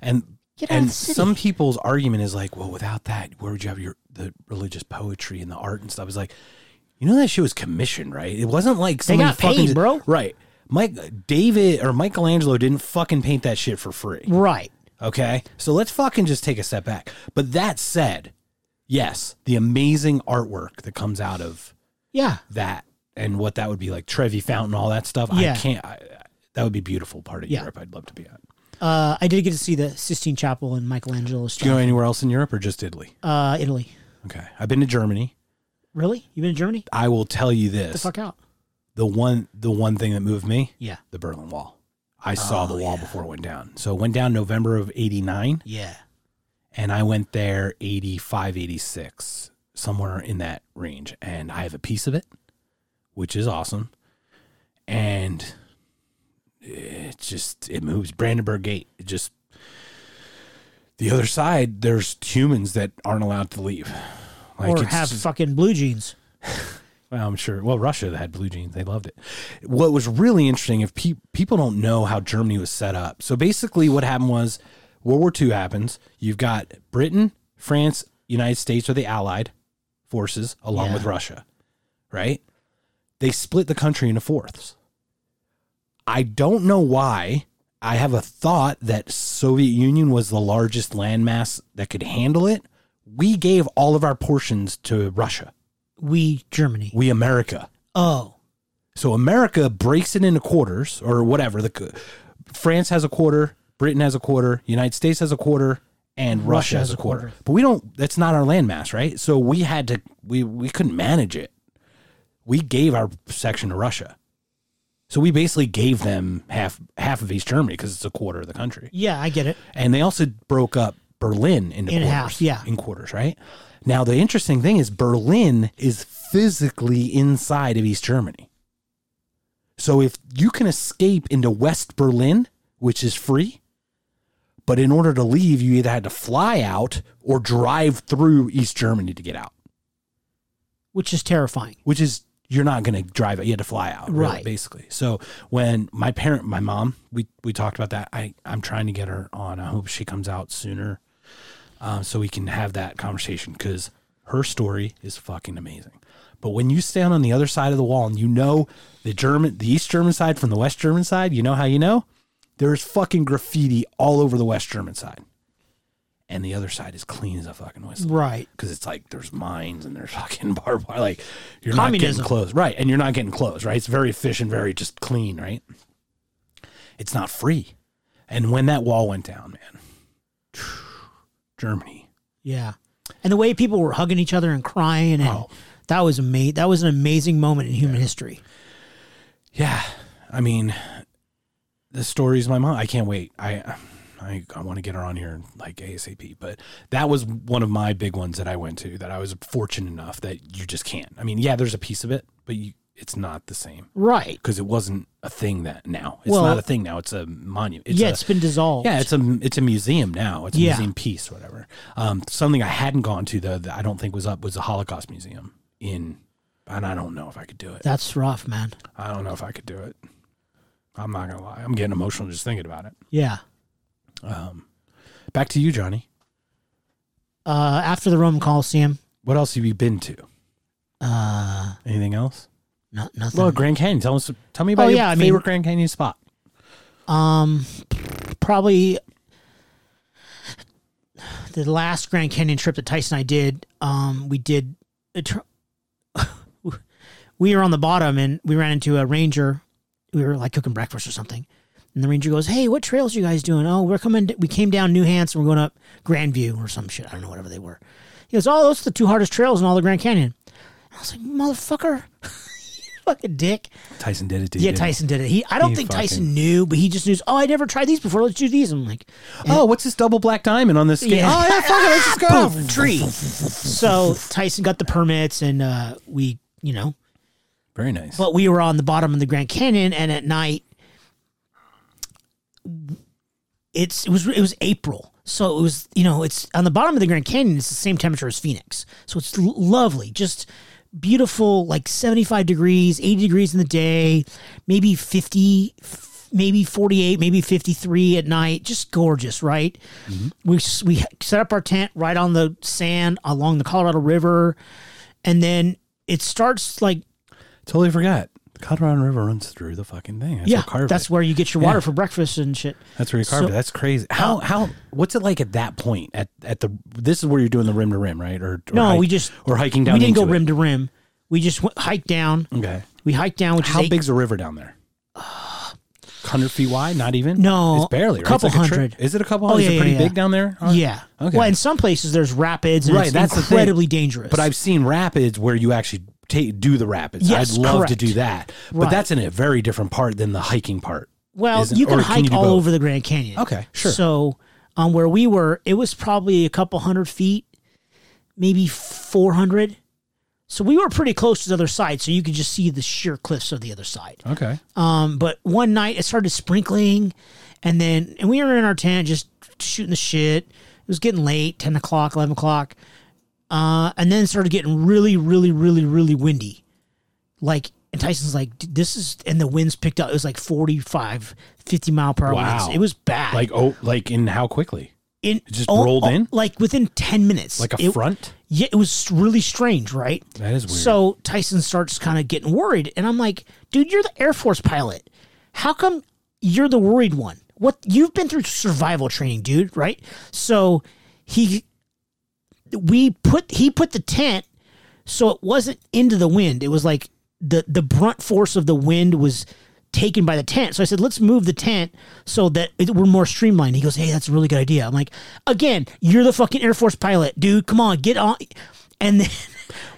[SPEAKER 1] and
[SPEAKER 3] Get out of
[SPEAKER 1] and
[SPEAKER 3] the city.
[SPEAKER 1] some people's argument is like, well, without that, where would you have your the religious poetry and the art and stuff? It's like, you know, that shit was commissioned, right? It wasn't like somebody
[SPEAKER 2] got paid,
[SPEAKER 1] fucking-
[SPEAKER 2] bro.
[SPEAKER 1] Right. Mike David or Michelangelo didn't fucking paint that shit for free.
[SPEAKER 2] right.
[SPEAKER 1] Okay. So let's fucking just take a step back. But that said, yes, the amazing artwork that comes out of
[SPEAKER 2] Yeah.
[SPEAKER 1] that and what that would be like Trevi Fountain, all that stuff.
[SPEAKER 2] Yeah.
[SPEAKER 1] I can't, I, that would be a beautiful part of
[SPEAKER 2] Yeah.
[SPEAKER 1] Europe. I'd love to be at.
[SPEAKER 2] Uh, I did get to see the Sistine Chapel and Michelangelo's
[SPEAKER 1] Do you
[SPEAKER 2] stuff.
[SPEAKER 1] go anywhere else in Europe or just Italy?
[SPEAKER 2] Uh, Italy.
[SPEAKER 1] Okay. I've been to Germany.
[SPEAKER 2] Really? You been to Germany?
[SPEAKER 1] I will tell you
[SPEAKER 2] The
[SPEAKER 1] this.
[SPEAKER 2] fuck out.
[SPEAKER 1] the one, the one thing that moved me,
[SPEAKER 2] Yeah.
[SPEAKER 1] the Berlin Wall. I
[SPEAKER 2] Oh,
[SPEAKER 1] saw the wall before it went down. So it went down November of 89
[SPEAKER 2] Yeah.
[SPEAKER 1] and I went there 85, 86, somewhere in that range. And I have a piece of it, which is awesome. And it just it moves Brandenburg Gate. It just the other side, there's humans that aren't allowed to leave.
[SPEAKER 2] or
[SPEAKER 1] it's
[SPEAKER 2] have fucking blue jeans.
[SPEAKER 1] well, I'm sure. Well, Russia had blue jeans. They loved it. What was really interesting, if pe- people don't know how Germany was set up. So basically, what happened was World War II happens. You've got Britain, France, United States are the Allied forces along
[SPEAKER 2] Yeah.
[SPEAKER 1] with Russia, right? They split the country into fourths. I don't know why. I have a thought that Soviet Union was the largest landmass that could handle it. We gave all of our portions to Russia.
[SPEAKER 2] We Germany.
[SPEAKER 1] We America.
[SPEAKER 2] Oh.
[SPEAKER 1] So America breaks it into quarters or whatever. The France has a quarter, Britain has a quarter, United States has a quarter, and Russia, has a quarter. But we don't. That's not our landmass, right? So we had to. We we couldn't manage it. We gave our section to Russia. So we basically gave them half half of East Germany because it's a quarter of the country.
[SPEAKER 2] Yeah, I get it.
[SPEAKER 1] And they also broke up Berlin into
[SPEAKER 2] In
[SPEAKER 1] quarters.
[SPEAKER 2] half, yeah.
[SPEAKER 1] In quarters, right? Now, the interesting thing is Berlin is physically inside of East Germany. So if you can escape into West Berlin, which is free, but in order to leave, you either had to fly out or drive through East Germany to get out,
[SPEAKER 2] Which is terrifying.
[SPEAKER 1] which is you're not going to drive it. You had to fly out, really,
[SPEAKER 2] Right.
[SPEAKER 1] Basically. So when my parent, my mom, we we talked about that. I I'm trying to get her on. I hope she comes out sooner um, so we can have that conversation because her story is fucking amazing. But when you stand on the other side of the wall and you know the German, the East German side from the West German side, you know how you know? There's fucking graffiti all over the West German side. And the other side is clean as a fucking whistle.
[SPEAKER 2] Right.
[SPEAKER 1] Because it's like there's mines and there's fucking barbed wire. Like you're
[SPEAKER 2] Communism.
[SPEAKER 1] not getting close. Right. And you're not getting close, right? It's very efficient, very just clean, right? It's not free. And when that wall went down, man, Germany.
[SPEAKER 2] Yeah. And the way people were hugging each other and crying and
[SPEAKER 1] Oh.
[SPEAKER 2] that was ama- that was an amazing moment in human history.
[SPEAKER 1] Yeah. I mean, the stories my mom, I can't wait. I, I, I want to get her on here like ASAP, but that was one of my big ones that I went to that I was fortunate enough that you just can't. I mean, yeah, there's a piece of it, but you, it's not the same
[SPEAKER 2] Right.
[SPEAKER 1] because it wasn't a thing that now. It's
[SPEAKER 2] Well-
[SPEAKER 1] not a thing now. It's a monument. It's
[SPEAKER 2] yeah,
[SPEAKER 1] a-
[SPEAKER 2] it's been dissolved.
[SPEAKER 1] Yeah, it's a it's a museum now. It's a
[SPEAKER 2] Yeah.
[SPEAKER 1] museum piece, whatever. Um, something I hadn't gone to though that I don't think was up was the Holocaust Museum in, and I don't know if I could do it.
[SPEAKER 2] That's rough, man.
[SPEAKER 1] I don't know if I could do it. I'm not gonna lie. I'm getting emotional just thinking about it.
[SPEAKER 2] Yeah.
[SPEAKER 1] Um, back to you, Johnny.
[SPEAKER 2] Uh, after the Roman Coliseum,
[SPEAKER 1] What else have you been to?
[SPEAKER 2] uh,
[SPEAKER 1] Anything else?
[SPEAKER 2] not nothing.
[SPEAKER 1] Well, Grand Canyon. Tell us. Tell me about
[SPEAKER 2] Oh,
[SPEAKER 1] your
[SPEAKER 2] yeah, I mean-
[SPEAKER 1] favorite Grand Canyon spot.
[SPEAKER 2] Um, probably the last Grand Canyon trip that Tyson and I did. Um, we did. a tr- we were on the bottom and we ran into a ranger we were like cooking breakfast or something. And the ranger goes, "Hey, what trails are you guys doing? Oh, we're coming. We came down New Hampshire. We're going up Grandview or some shit. I don't know whatever they were." He goes, "Oh, those are the two hardest trails in all the Grand Canyon." I was like, "Motherfucker, fucking dick."
[SPEAKER 1] Tyson did it to
[SPEAKER 2] Yeah,
[SPEAKER 1] you. didn't he?
[SPEAKER 2] Tyson did it. He, I don't
[SPEAKER 1] He
[SPEAKER 2] think
[SPEAKER 1] fucking-
[SPEAKER 2] Tyson knew, but he just knew. Oh, I never tried these before. Let's do these. I'm like,
[SPEAKER 1] Oh, what's this double black diamond on this? Game?
[SPEAKER 2] Yeah.
[SPEAKER 1] Oh yeah, fuck it, let's just go.
[SPEAKER 2] Boom.
[SPEAKER 1] Tree.
[SPEAKER 2] so Tyson got the permits, and uh, we, you know,
[SPEAKER 1] Very nice.
[SPEAKER 2] but we were on the bottom of the Grand Canyon, and at night, it's it was it was April, so it was you know it's on the bottom of the Grand Canyon. It's the same temperature as Phoenix, so it's l- lovely, just beautiful, like seventy five degrees, eighty degrees in the day, maybe fifty. f- Maybe forty eight, maybe fifty three at night, just gorgeous, right? We s We we set up our tent right on the sand along the Colorado River, and then it starts like
[SPEAKER 1] totally forgot. The Colorado River runs through the fucking thing. That's
[SPEAKER 2] yeah,
[SPEAKER 1] what carved
[SPEAKER 2] that's
[SPEAKER 1] it.
[SPEAKER 2] where you get your water
[SPEAKER 1] Yeah.
[SPEAKER 2] for breakfast and shit.
[SPEAKER 1] That's where you carved
[SPEAKER 2] So- Oh.
[SPEAKER 1] it. That's crazy. How how what's it like at that point? At at the this is where you're doing the rim to rim, right? Or, or
[SPEAKER 2] No,
[SPEAKER 1] hike-
[SPEAKER 2] we just
[SPEAKER 1] or hiking down.
[SPEAKER 2] We didn't go
[SPEAKER 1] into it.
[SPEAKER 2] rim to rim. We just went, hiked down.
[SPEAKER 1] Okay.
[SPEAKER 2] We hiked down, which
[SPEAKER 1] How
[SPEAKER 2] is eight-
[SPEAKER 1] big's the river down there? Hundred feet wide? Not even.
[SPEAKER 2] No,
[SPEAKER 1] it's barely. right?
[SPEAKER 2] a
[SPEAKER 1] It's
[SPEAKER 2] couple
[SPEAKER 1] a tri-
[SPEAKER 2] hundred.
[SPEAKER 1] Is it a couple
[SPEAKER 2] Oh,
[SPEAKER 1] hundred?
[SPEAKER 2] yeah,
[SPEAKER 1] is it
[SPEAKER 2] yeah,
[SPEAKER 1] pretty
[SPEAKER 2] yeah.
[SPEAKER 1] big down there? Uh,
[SPEAKER 2] Yeah.
[SPEAKER 1] Okay.
[SPEAKER 2] Well, in some places there's rapids. And
[SPEAKER 1] Right,
[SPEAKER 2] It's
[SPEAKER 1] that's the thing.
[SPEAKER 2] incredibly dangerous.
[SPEAKER 1] But I've seen rapids where you actually take do the rapids.
[SPEAKER 2] Yes,
[SPEAKER 1] I'd love to
[SPEAKER 2] correct.
[SPEAKER 1] do that. But
[SPEAKER 2] Right.
[SPEAKER 1] that's in a very different part than the hiking part.
[SPEAKER 2] well,
[SPEAKER 1] Isn't-
[SPEAKER 2] you can
[SPEAKER 1] or can
[SPEAKER 2] hike
[SPEAKER 1] you do
[SPEAKER 2] all
[SPEAKER 1] both?
[SPEAKER 2] over the Grand Canyon.
[SPEAKER 1] Okay, sure.
[SPEAKER 2] So, um, where we were, it was probably a couple hundred feet, maybe four hundred. So we were pretty close to the other side, so you could just see the sheer cliffs of the other side.
[SPEAKER 1] Okay.
[SPEAKER 2] Um, but one night it started sprinkling, and then and we were in our tent just shooting the shit. It was getting late, ten o'clock, eleven o'clock, uh, and then it started getting really, really, really, really windy. Like and Tyson's like, "Dude, this is, and the winds picked up. It was like 45, 50 mile per hour
[SPEAKER 1] Wow.
[SPEAKER 2] winds. It was bad.
[SPEAKER 1] Like oh, like in how quickly?
[SPEAKER 2] in,
[SPEAKER 1] it just rolled in?
[SPEAKER 2] like within ten minutes,
[SPEAKER 1] Like a
[SPEAKER 2] It-
[SPEAKER 1] front?
[SPEAKER 2] Yeah, it was really strange, right?
[SPEAKER 1] That is weird.
[SPEAKER 2] So Tyson starts kind of getting worried, and I'm like, "Dude, you're the Air Force pilot. How come you're the worried one? What you've been through survival training, dude, right?" So he, we put he put the tent so it wasn't into the wind. It was like the the brunt force of the wind was taken by the tent. So I said, let's move the tent so that it, we're more streamlined. He goes, hey, that's a really good idea. I'm like, again, you're the fucking Air Force pilot, dude. Come on, get on. And then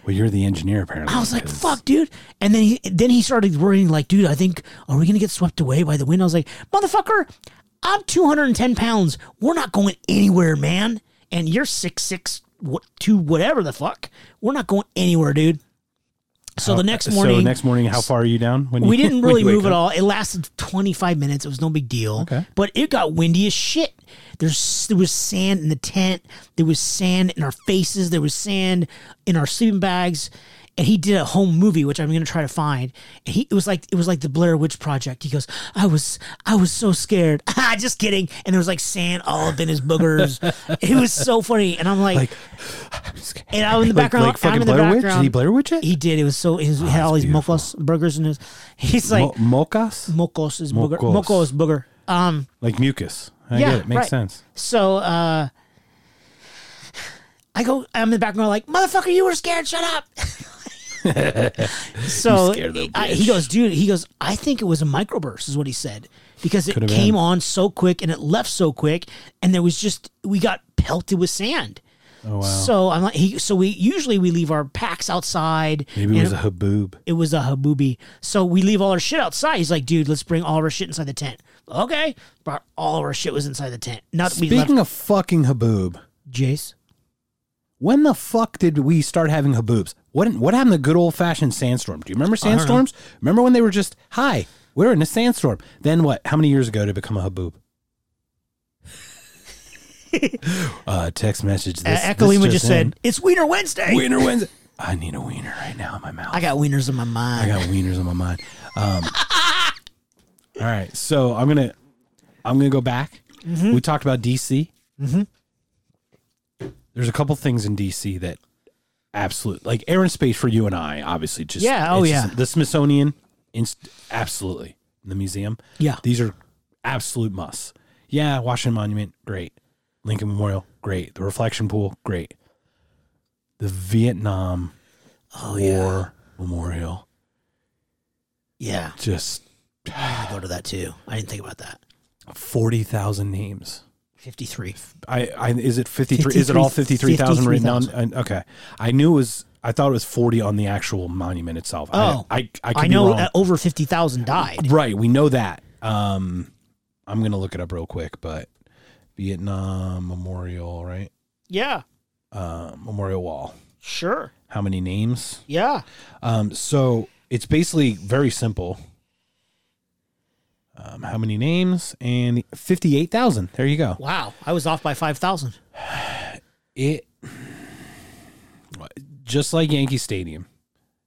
[SPEAKER 1] well, you're the engineer apparently.
[SPEAKER 2] I was like,
[SPEAKER 1] 'cause-
[SPEAKER 2] fuck, dude. And then he then he started worrying, like, dude, I think are we gonna get swept away by the wind? I was like, motherfucker, I'm 210 pounds. We're not going anywhere, man. And you're six six what two whatever the fuck. We're not going anywhere, dude. So the next morning,
[SPEAKER 1] Uh, So next morning, how far are you down? When
[SPEAKER 2] we
[SPEAKER 1] you,
[SPEAKER 2] didn't
[SPEAKER 1] when
[SPEAKER 2] really
[SPEAKER 1] you wake
[SPEAKER 2] move at
[SPEAKER 1] up?
[SPEAKER 2] all. It lasted 25 minutes. It was no big deal.
[SPEAKER 1] Okay.
[SPEAKER 2] But it got windy as shit. There's there was sand in the tent. There was sand in our faces. There was sand in our sleeping bags. And he did a home movie, which I'm gonna try to find. And he it was like it was like the Blair Witch Project. He goes, I was I was so scared. Ah, just kidding. And there was like sand all up in his boogers. it was so funny. And I'm like,
[SPEAKER 1] Like-
[SPEAKER 2] and I'm in the
[SPEAKER 1] Like-
[SPEAKER 2] background.
[SPEAKER 1] like
[SPEAKER 2] I'm
[SPEAKER 1] fucking
[SPEAKER 2] in the
[SPEAKER 1] Blair Witch?
[SPEAKER 2] background.
[SPEAKER 1] Did he Blair Witch it?
[SPEAKER 2] He did. It was so. He had all these
[SPEAKER 1] Ah, beautiful.
[SPEAKER 2] mofos burgers in his. He's like
[SPEAKER 1] Mo- mocas?
[SPEAKER 2] Mocos is booger.
[SPEAKER 1] Mocos.
[SPEAKER 2] Moco is booger. Um,
[SPEAKER 1] Like mucus. I
[SPEAKER 2] Yeah,
[SPEAKER 1] get it. Makes
[SPEAKER 2] right.
[SPEAKER 1] sense.
[SPEAKER 2] so uh, I go. I'm in the background, like motherfucker, you were scared. Shut up. so
[SPEAKER 1] scared little
[SPEAKER 2] I- he goes, dude. He goes. I think it was a microburst, is what he said, because it
[SPEAKER 1] Could've
[SPEAKER 2] came
[SPEAKER 1] been.
[SPEAKER 2] on so quick and it left so quick, and there was just we got pelted with sand.
[SPEAKER 1] Oh wow.
[SPEAKER 2] So I'm like, he, so we usually we leave our packs outside.
[SPEAKER 1] Maybe it
[SPEAKER 2] and
[SPEAKER 1] was a haboob.
[SPEAKER 2] it was a habubi. So we leave all our shit outside. He's like, dude, let's bring all of our shit inside the tent. Okay. Brought all of our shit was inside the tent. Not that we left
[SPEAKER 1] Speaking of fucking haboob,
[SPEAKER 2] Jace.
[SPEAKER 1] when the fuck did we start having haboobs? What what happened to good old fashioned sandstorm? Do you remember
[SPEAKER 2] know.
[SPEAKER 1] sandstorms? Remember when they were just hi, we're in a sandstorm. Then what? How many years ago to become a haboob? uh, text message.
[SPEAKER 2] Uh,
[SPEAKER 1] This,
[SPEAKER 2] Ekalima
[SPEAKER 1] this
[SPEAKER 2] just,
[SPEAKER 1] in.
[SPEAKER 2] said, it's Wiener Wednesday.
[SPEAKER 1] "Wiener Wednesday." I need a wiener right now in my mouth.
[SPEAKER 2] I got wieners in my
[SPEAKER 1] I
[SPEAKER 2] mind.
[SPEAKER 1] got wieners on my mind. Um, all right, so I'm gonna I'm gonna go back.
[SPEAKER 2] Mm-hmm.
[SPEAKER 1] We talked about DC. There's a couple things in DC that absolute like air and space for you and I. Obviously, just
[SPEAKER 2] Yeah, oh,
[SPEAKER 1] it's just-
[SPEAKER 2] yeah.
[SPEAKER 1] the Smithsonian, inst- absolutely the museum.
[SPEAKER 2] Yeah.
[SPEAKER 1] these are absolute musts. Yeah, Washington Monument, great. Lincoln Memorial, great. The Reflection Pool, great. The Vietnam
[SPEAKER 2] Oh,
[SPEAKER 1] War Memorial
[SPEAKER 2] yeah.
[SPEAKER 1] just
[SPEAKER 2] I go to that too. I didn't think about that.
[SPEAKER 1] Forty thousand names.
[SPEAKER 2] 53.
[SPEAKER 1] I, I is it fifty three? Is it all fifty three thousand written down? And- Okay, I knew it was. I thought it was forty on the actual monument itself.
[SPEAKER 2] Oh,
[SPEAKER 1] I I, I, could
[SPEAKER 2] I
[SPEAKER 1] be
[SPEAKER 2] know
[SPEAKER 1] wrong.
[SPEAKER 2] uh, over 50,000 died.
[SPEAKER 1] Right, we know that. Um, I'm gonna look it up real quick, but Vietnam Memorial, right?
[SPEAKER 2] Yeah,
[SPEAKER 1] Uh, Memorial Wall.
[SPEAKER 2] sure.
[SPEAKER 1] How many names?
[SPEAKER 2] Yeah.
[SPEAKER 1] Um, so it's basically very simple. Um, how many names and fifty-eight thousand? There you go.
[SPEAKER 2] Wow. I was off by 5,000.
[SPEAKER 1] It just like Yankee Stadium,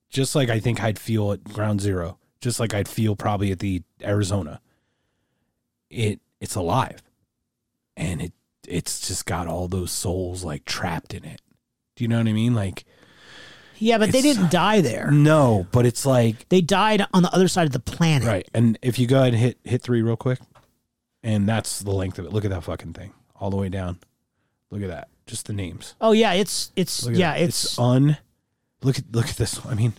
[SPEAKER 1] just like I think I'd feel at Ground Zero, just like I'd feel probably at the Arizona. It it's alive, and it it's just got all those souls like trapped in it. Do you know what I mean? Like
[SPEAKER 2] Yeah, but they
[SPEAKER 1] It's- Mm.
[SPEAKER 2] didn't die there.
[SPEAKER 1] no, but it's like
[SPEAKER 2] They died on the other side of the planet.
[SPEAKER 1] Right. And if you go ahead and hit hit three real quick, and that's the length of it. Look at that fucking thing. All the way down. Look at that. Just the names.
[SPEAKER 2] Oh yeah, it's it's
[SPEAKER 1] Look at
[SPEAKER 2] yeah,
[SPEAKER 1] that.
[SPEAKER 2] it's,
[SPEAKER 1] un look at look at this one. I mean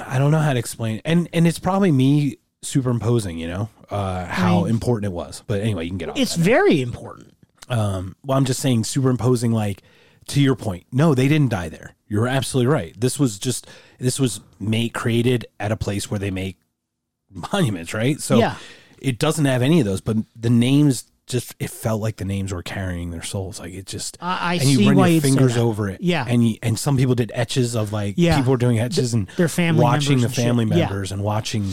[SPEAKER 1] I don't know how to explain it. and and it's probably me superimposing, you know, uh how
[SPEAKER 2] Right.
[SPEAKER 1] important it was. But anyway, you can get off.
[SPEAKER 2] it's
[SPEAKER 1] that.
[SPEAKER 2] very important.
[SPEAKER 1] um well I'm just saying superimposing like to your point. No, they didn't die there. You're absolutely right. This was just this was made created at a place where they make monuments, right? So
[SPEAKER 2] Yeah.
[SPEAKER 1] it doesn't have any of those, but the names just it felt like the names were carrying their souls. Like it just
[SPEAKER 2] I, I
[SPEAKER 1] and you
[SPEAKER 2] see
[SPEAKER 1] run
[SPEAKER 2] why
[SPEAKER 1] your
[SPEAKER 2] you'd say
[SPEAKER 1] fingers
[SPEAKER 2] that.
[SPEAKER 1] over it.
[SPEAKER 2] Yeah.
[SPEAKER 1] And you, and some people did etches of like
[SPEAKER 2] Yeah.
[SPEAKER 1] people were doing etches and
[SPEAKER 2] their family
[SPEAKER 1] watching
[SPEAKER 2] members
[SPEAKER 1] the
[SPEAKER 2] and shit.
[SPEAKER 1] family
[SPEAKER 2] Yeah.
[SPEAKER 1] members and watching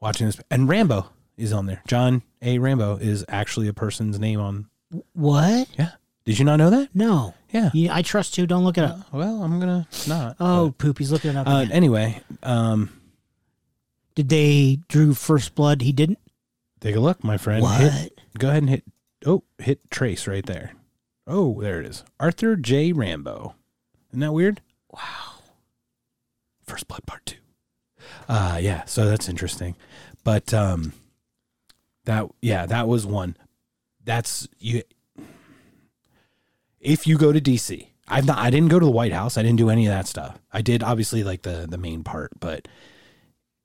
[SPEAKER 1] watching this and Rambo is on there. John A. Rambo is actually a person's name on
[SPEAKER 2] What?
[SPEAKER 1] Yeah. Did you not know that?
[SPEAKER 2] No.
[SPEAKER 1] Yeah.
[SPEAKER 2] You- I trust you. Don't look it up.
[SPEAKER 1] Well, I'm gonna not.
[SPEAKER 2] Oh, Poopy's looking it up.
[SPEAKER 1] but- uh,
[SPEAKER 2] again.
[SPEAKER 1] anyway, um
[SPEAKER 2] Did they drew first blood? He didn't.
[SPEAKER 1] take a look, my friend. Hit-
[SPEAKER 2] What?
[SPEAKER 1] go ahead and hit oh hit trace right there oh there it is arthur j rambo isn't that weird
[SPEAKER 2] Wow.
[SPEAKER 1] first blood part two uh yeah so that's interesting but um that yeah that was one that's you if you go to dc i've not i didn't go to the white house i didn't do any of that stuff i did obviously like the the main part but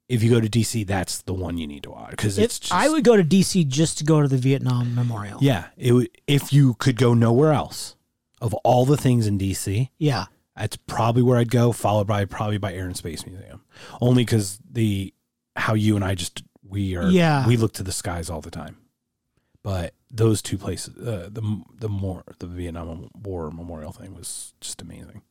[SPEAKER 1] if you go to dc that's the one you need to watch because
[SPEAKER 2] If
[SPEAKER 1] it's just
[SPEAKER 2] I would go to DC just to go to the Vietnam Memorial.
[SPEAKER 1] Yeah, it would, if you could go nowhere else, of all the things in DC,
[SPEAKER 2] Yeah.
[SPEAKER 1] that's probably where I'd go. Followed by probably by Air and Space Museum, only because the how you and I just we are
[SPEAKER 2] Yeah.
[SPEAKER 1] we look to the skies all the time, but those two places, uh, the the more the Vietnam War Memorial thing was just amazing.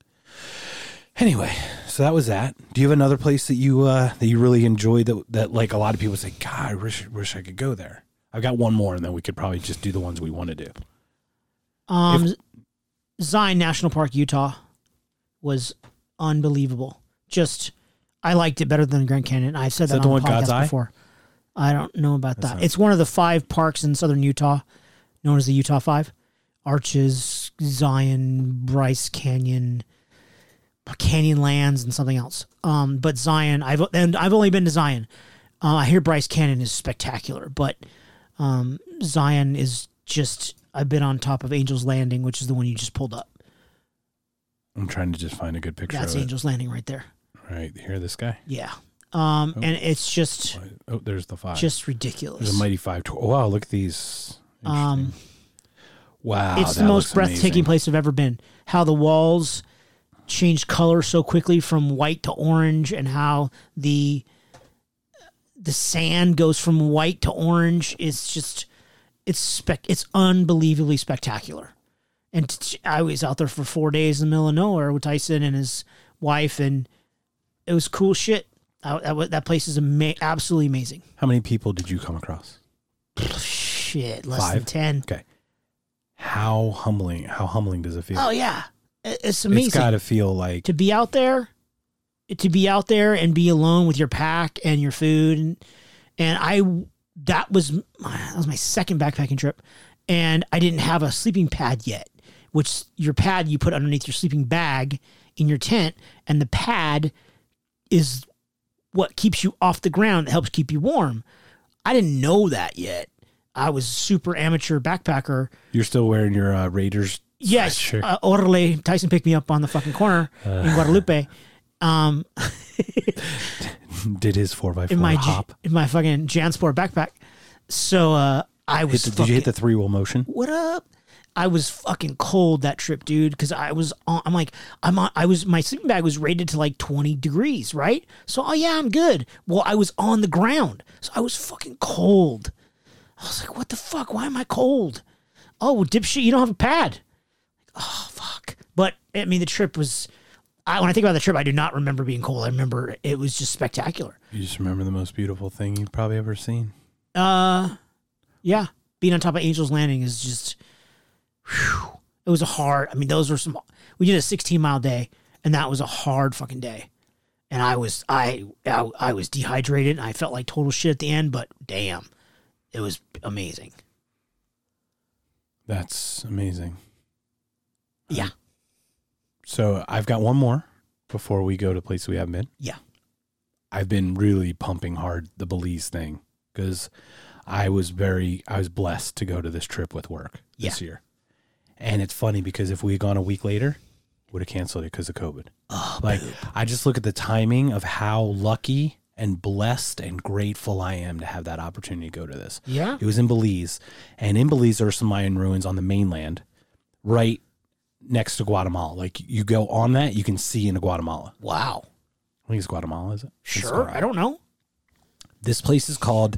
[SPEAKER 1] Anyway, so that was that. Do you have another place that you uh, that you really enjoy that that like a lot of people say, God, I wish wish I could go there. I've got one more, and then we could probably just do the ones we want to do.
[SPEAKER 2] Um, Zion National Park, Utah, was unbelievable. Just, I liked it better than Grand Canyon. I've said
[SPEAKER 1] that
[SPEAKER 2] that,
[SPEAKER 1] the
[SPEAKER 2] on
[SPEAKER 1] one
[SPEAKER 2] the podcast
[SPEAKER 1] God's Eye?
[SPEAKER 2] before. I don't know about that.
[SPEAKER 1] not-
[SPEAKER 2] It's one of the five parks in southern Utah, known as the Utah Five: Arches, Zion, Bryce Canyon, Canyonlands, and something else. Um, but Zion, I've and I've only been to Zion. Uh, I hear Bryce Canyon is spectacular, but um, Zion is just. I've been on top of Angel's Landing, which is the one you just pulled up.
[SPEAKER 1] I'm trying to just find a good picture
[SPEAKER 2] That's
[SPEAKER 1] of it.
[SPEAKER 2] Angel's Landing right there.
[SPEAKER 1] Right here, this guy.
[SPEAKER 2] Yeah. Um, and it's just
[SPEAKER 1] Oh, there's the five.
[SPEAKER 2] just ridiculous.
[SPEAKER 1] Oh. There's a mighty five. Tw- oh, wow, look at these.
[SPEAKER 2] Um,
[SPEAKER 1] Wow,
[SPEAKER 2] it's the
[SPEAKER 1] that
[SPEAKER 2] most
[SPEAKER 1] looks
[SPEAKER 2] breathtaking
[SPEAKER 1] amazing.
[SPEAKER 2] place I've ever been. How the walls changed color so quickly from white to orange, and how the the sand goes from white to orange is just it's spec it's unbelievably spectacular. And t- I was out there for four days in the middle of nowhere with Tyson and his wife, and it was cool shit. I, that, wa- that place is ama- absolutely amazing.
[SPEAKER 1] How many people did you come across?
[SPEAKER 2] Shit, less than
[SPEAKER 1] Five?
[SPEAKER 2] ten.
[SPEAKER 1] Okay. How humbling! How humbling does it feel?
[SPEAKER 2] Oh yeah, It- it's amazing.
[SPEAKER 1] It's got to feel like
[SPEAKER 2] to be out there to be out there and be alone with your pack and your food and, and i that was that was my second backpacking trip and i didn't have a sleeping pad yet which your pad you put underneath your sleeping bag in your tent and the pad is what keeps you off the ground that helps keep you warm i didn't know that yet i was super amateur backpacker
[SPEAKER 1] you're still wearing your uh, Raiders.
[SPEAKER 2] Yes,
[SPEAKER 1] sweatshirt.
[SPEAKER 2] uh, Orle Tyson picked me up on the fucking corner in Guadalupe. Um,
[SPEAKER 1] did his four by four
[SPEAKER 2] in my J-
[SPEAKER 1] hop.
[SPEAKER 2] in my fucking Jansport backpack. So uh, I was
[SPEAKER 1] Hit the- did you hit the
[SPEAKER 2] fucking-
[SPEAKER 1] three wheel motion?
[SPEAKER 2] what up? I was fucking cold that trip, dude, because I was on. I'm like, I'm on. I was my sleeping bag was rated to like 20 degrees, right? So oh yeah, I'm good. Well, I was on the ground, so I was fucking cold. I was like, what the fuck? Why am I cold? Oh, well, dipshit, you don't have a pad. oh fuck. But I mean, the trip was. I, when I think about the trip, I do not remember being cold. I remember it was just spectacular.
[SPEAKER 1] You just remember the most beautiful thing you've probably ever seen.
[SPEAKER 2] Uh, yeah, being on top of Angel's Landing is just. Whew, it was a hard. I mean, those were some. We did a 16 mile day, and that was a hard fucking day. And I was I I, I was dehydrated. And I felt like total shit at the end, but damn, it was amazing.
[SPEAKER 1] That's amazing.
[SPEAKER 2] Yeah,
[SPEAKER 1] So I've got one more before we go to places we haven't been.
[SPEAKER 2] yeah.
[SPEAKER 1] I've been really pumping hard the Belize thing because I was very I was blessed to go to this trip with work this year. And it's funny because if we had gone a week later, would have canceled it because of COVID.
[SPEAKER 2] Oh,
[SPEAKER 1] like I just look at the timing of how lucky and blessed and grateful I am to have that opportunity to go to this.
[SPEAKER 2] Yeah.
[SPEAKER 1] It was in Belize, and in Belize there are some Mayan ruins on the mainland, right next to Guatemala. Like you go on that, you can see into Guatemala.
[SPEAKER 2] Wow.
[SPEAKER 1] I think it's Guatemala, is it? I think it's
[SPEAKER 2] Sure. I don't know.
[SPEAKER 1] this place is called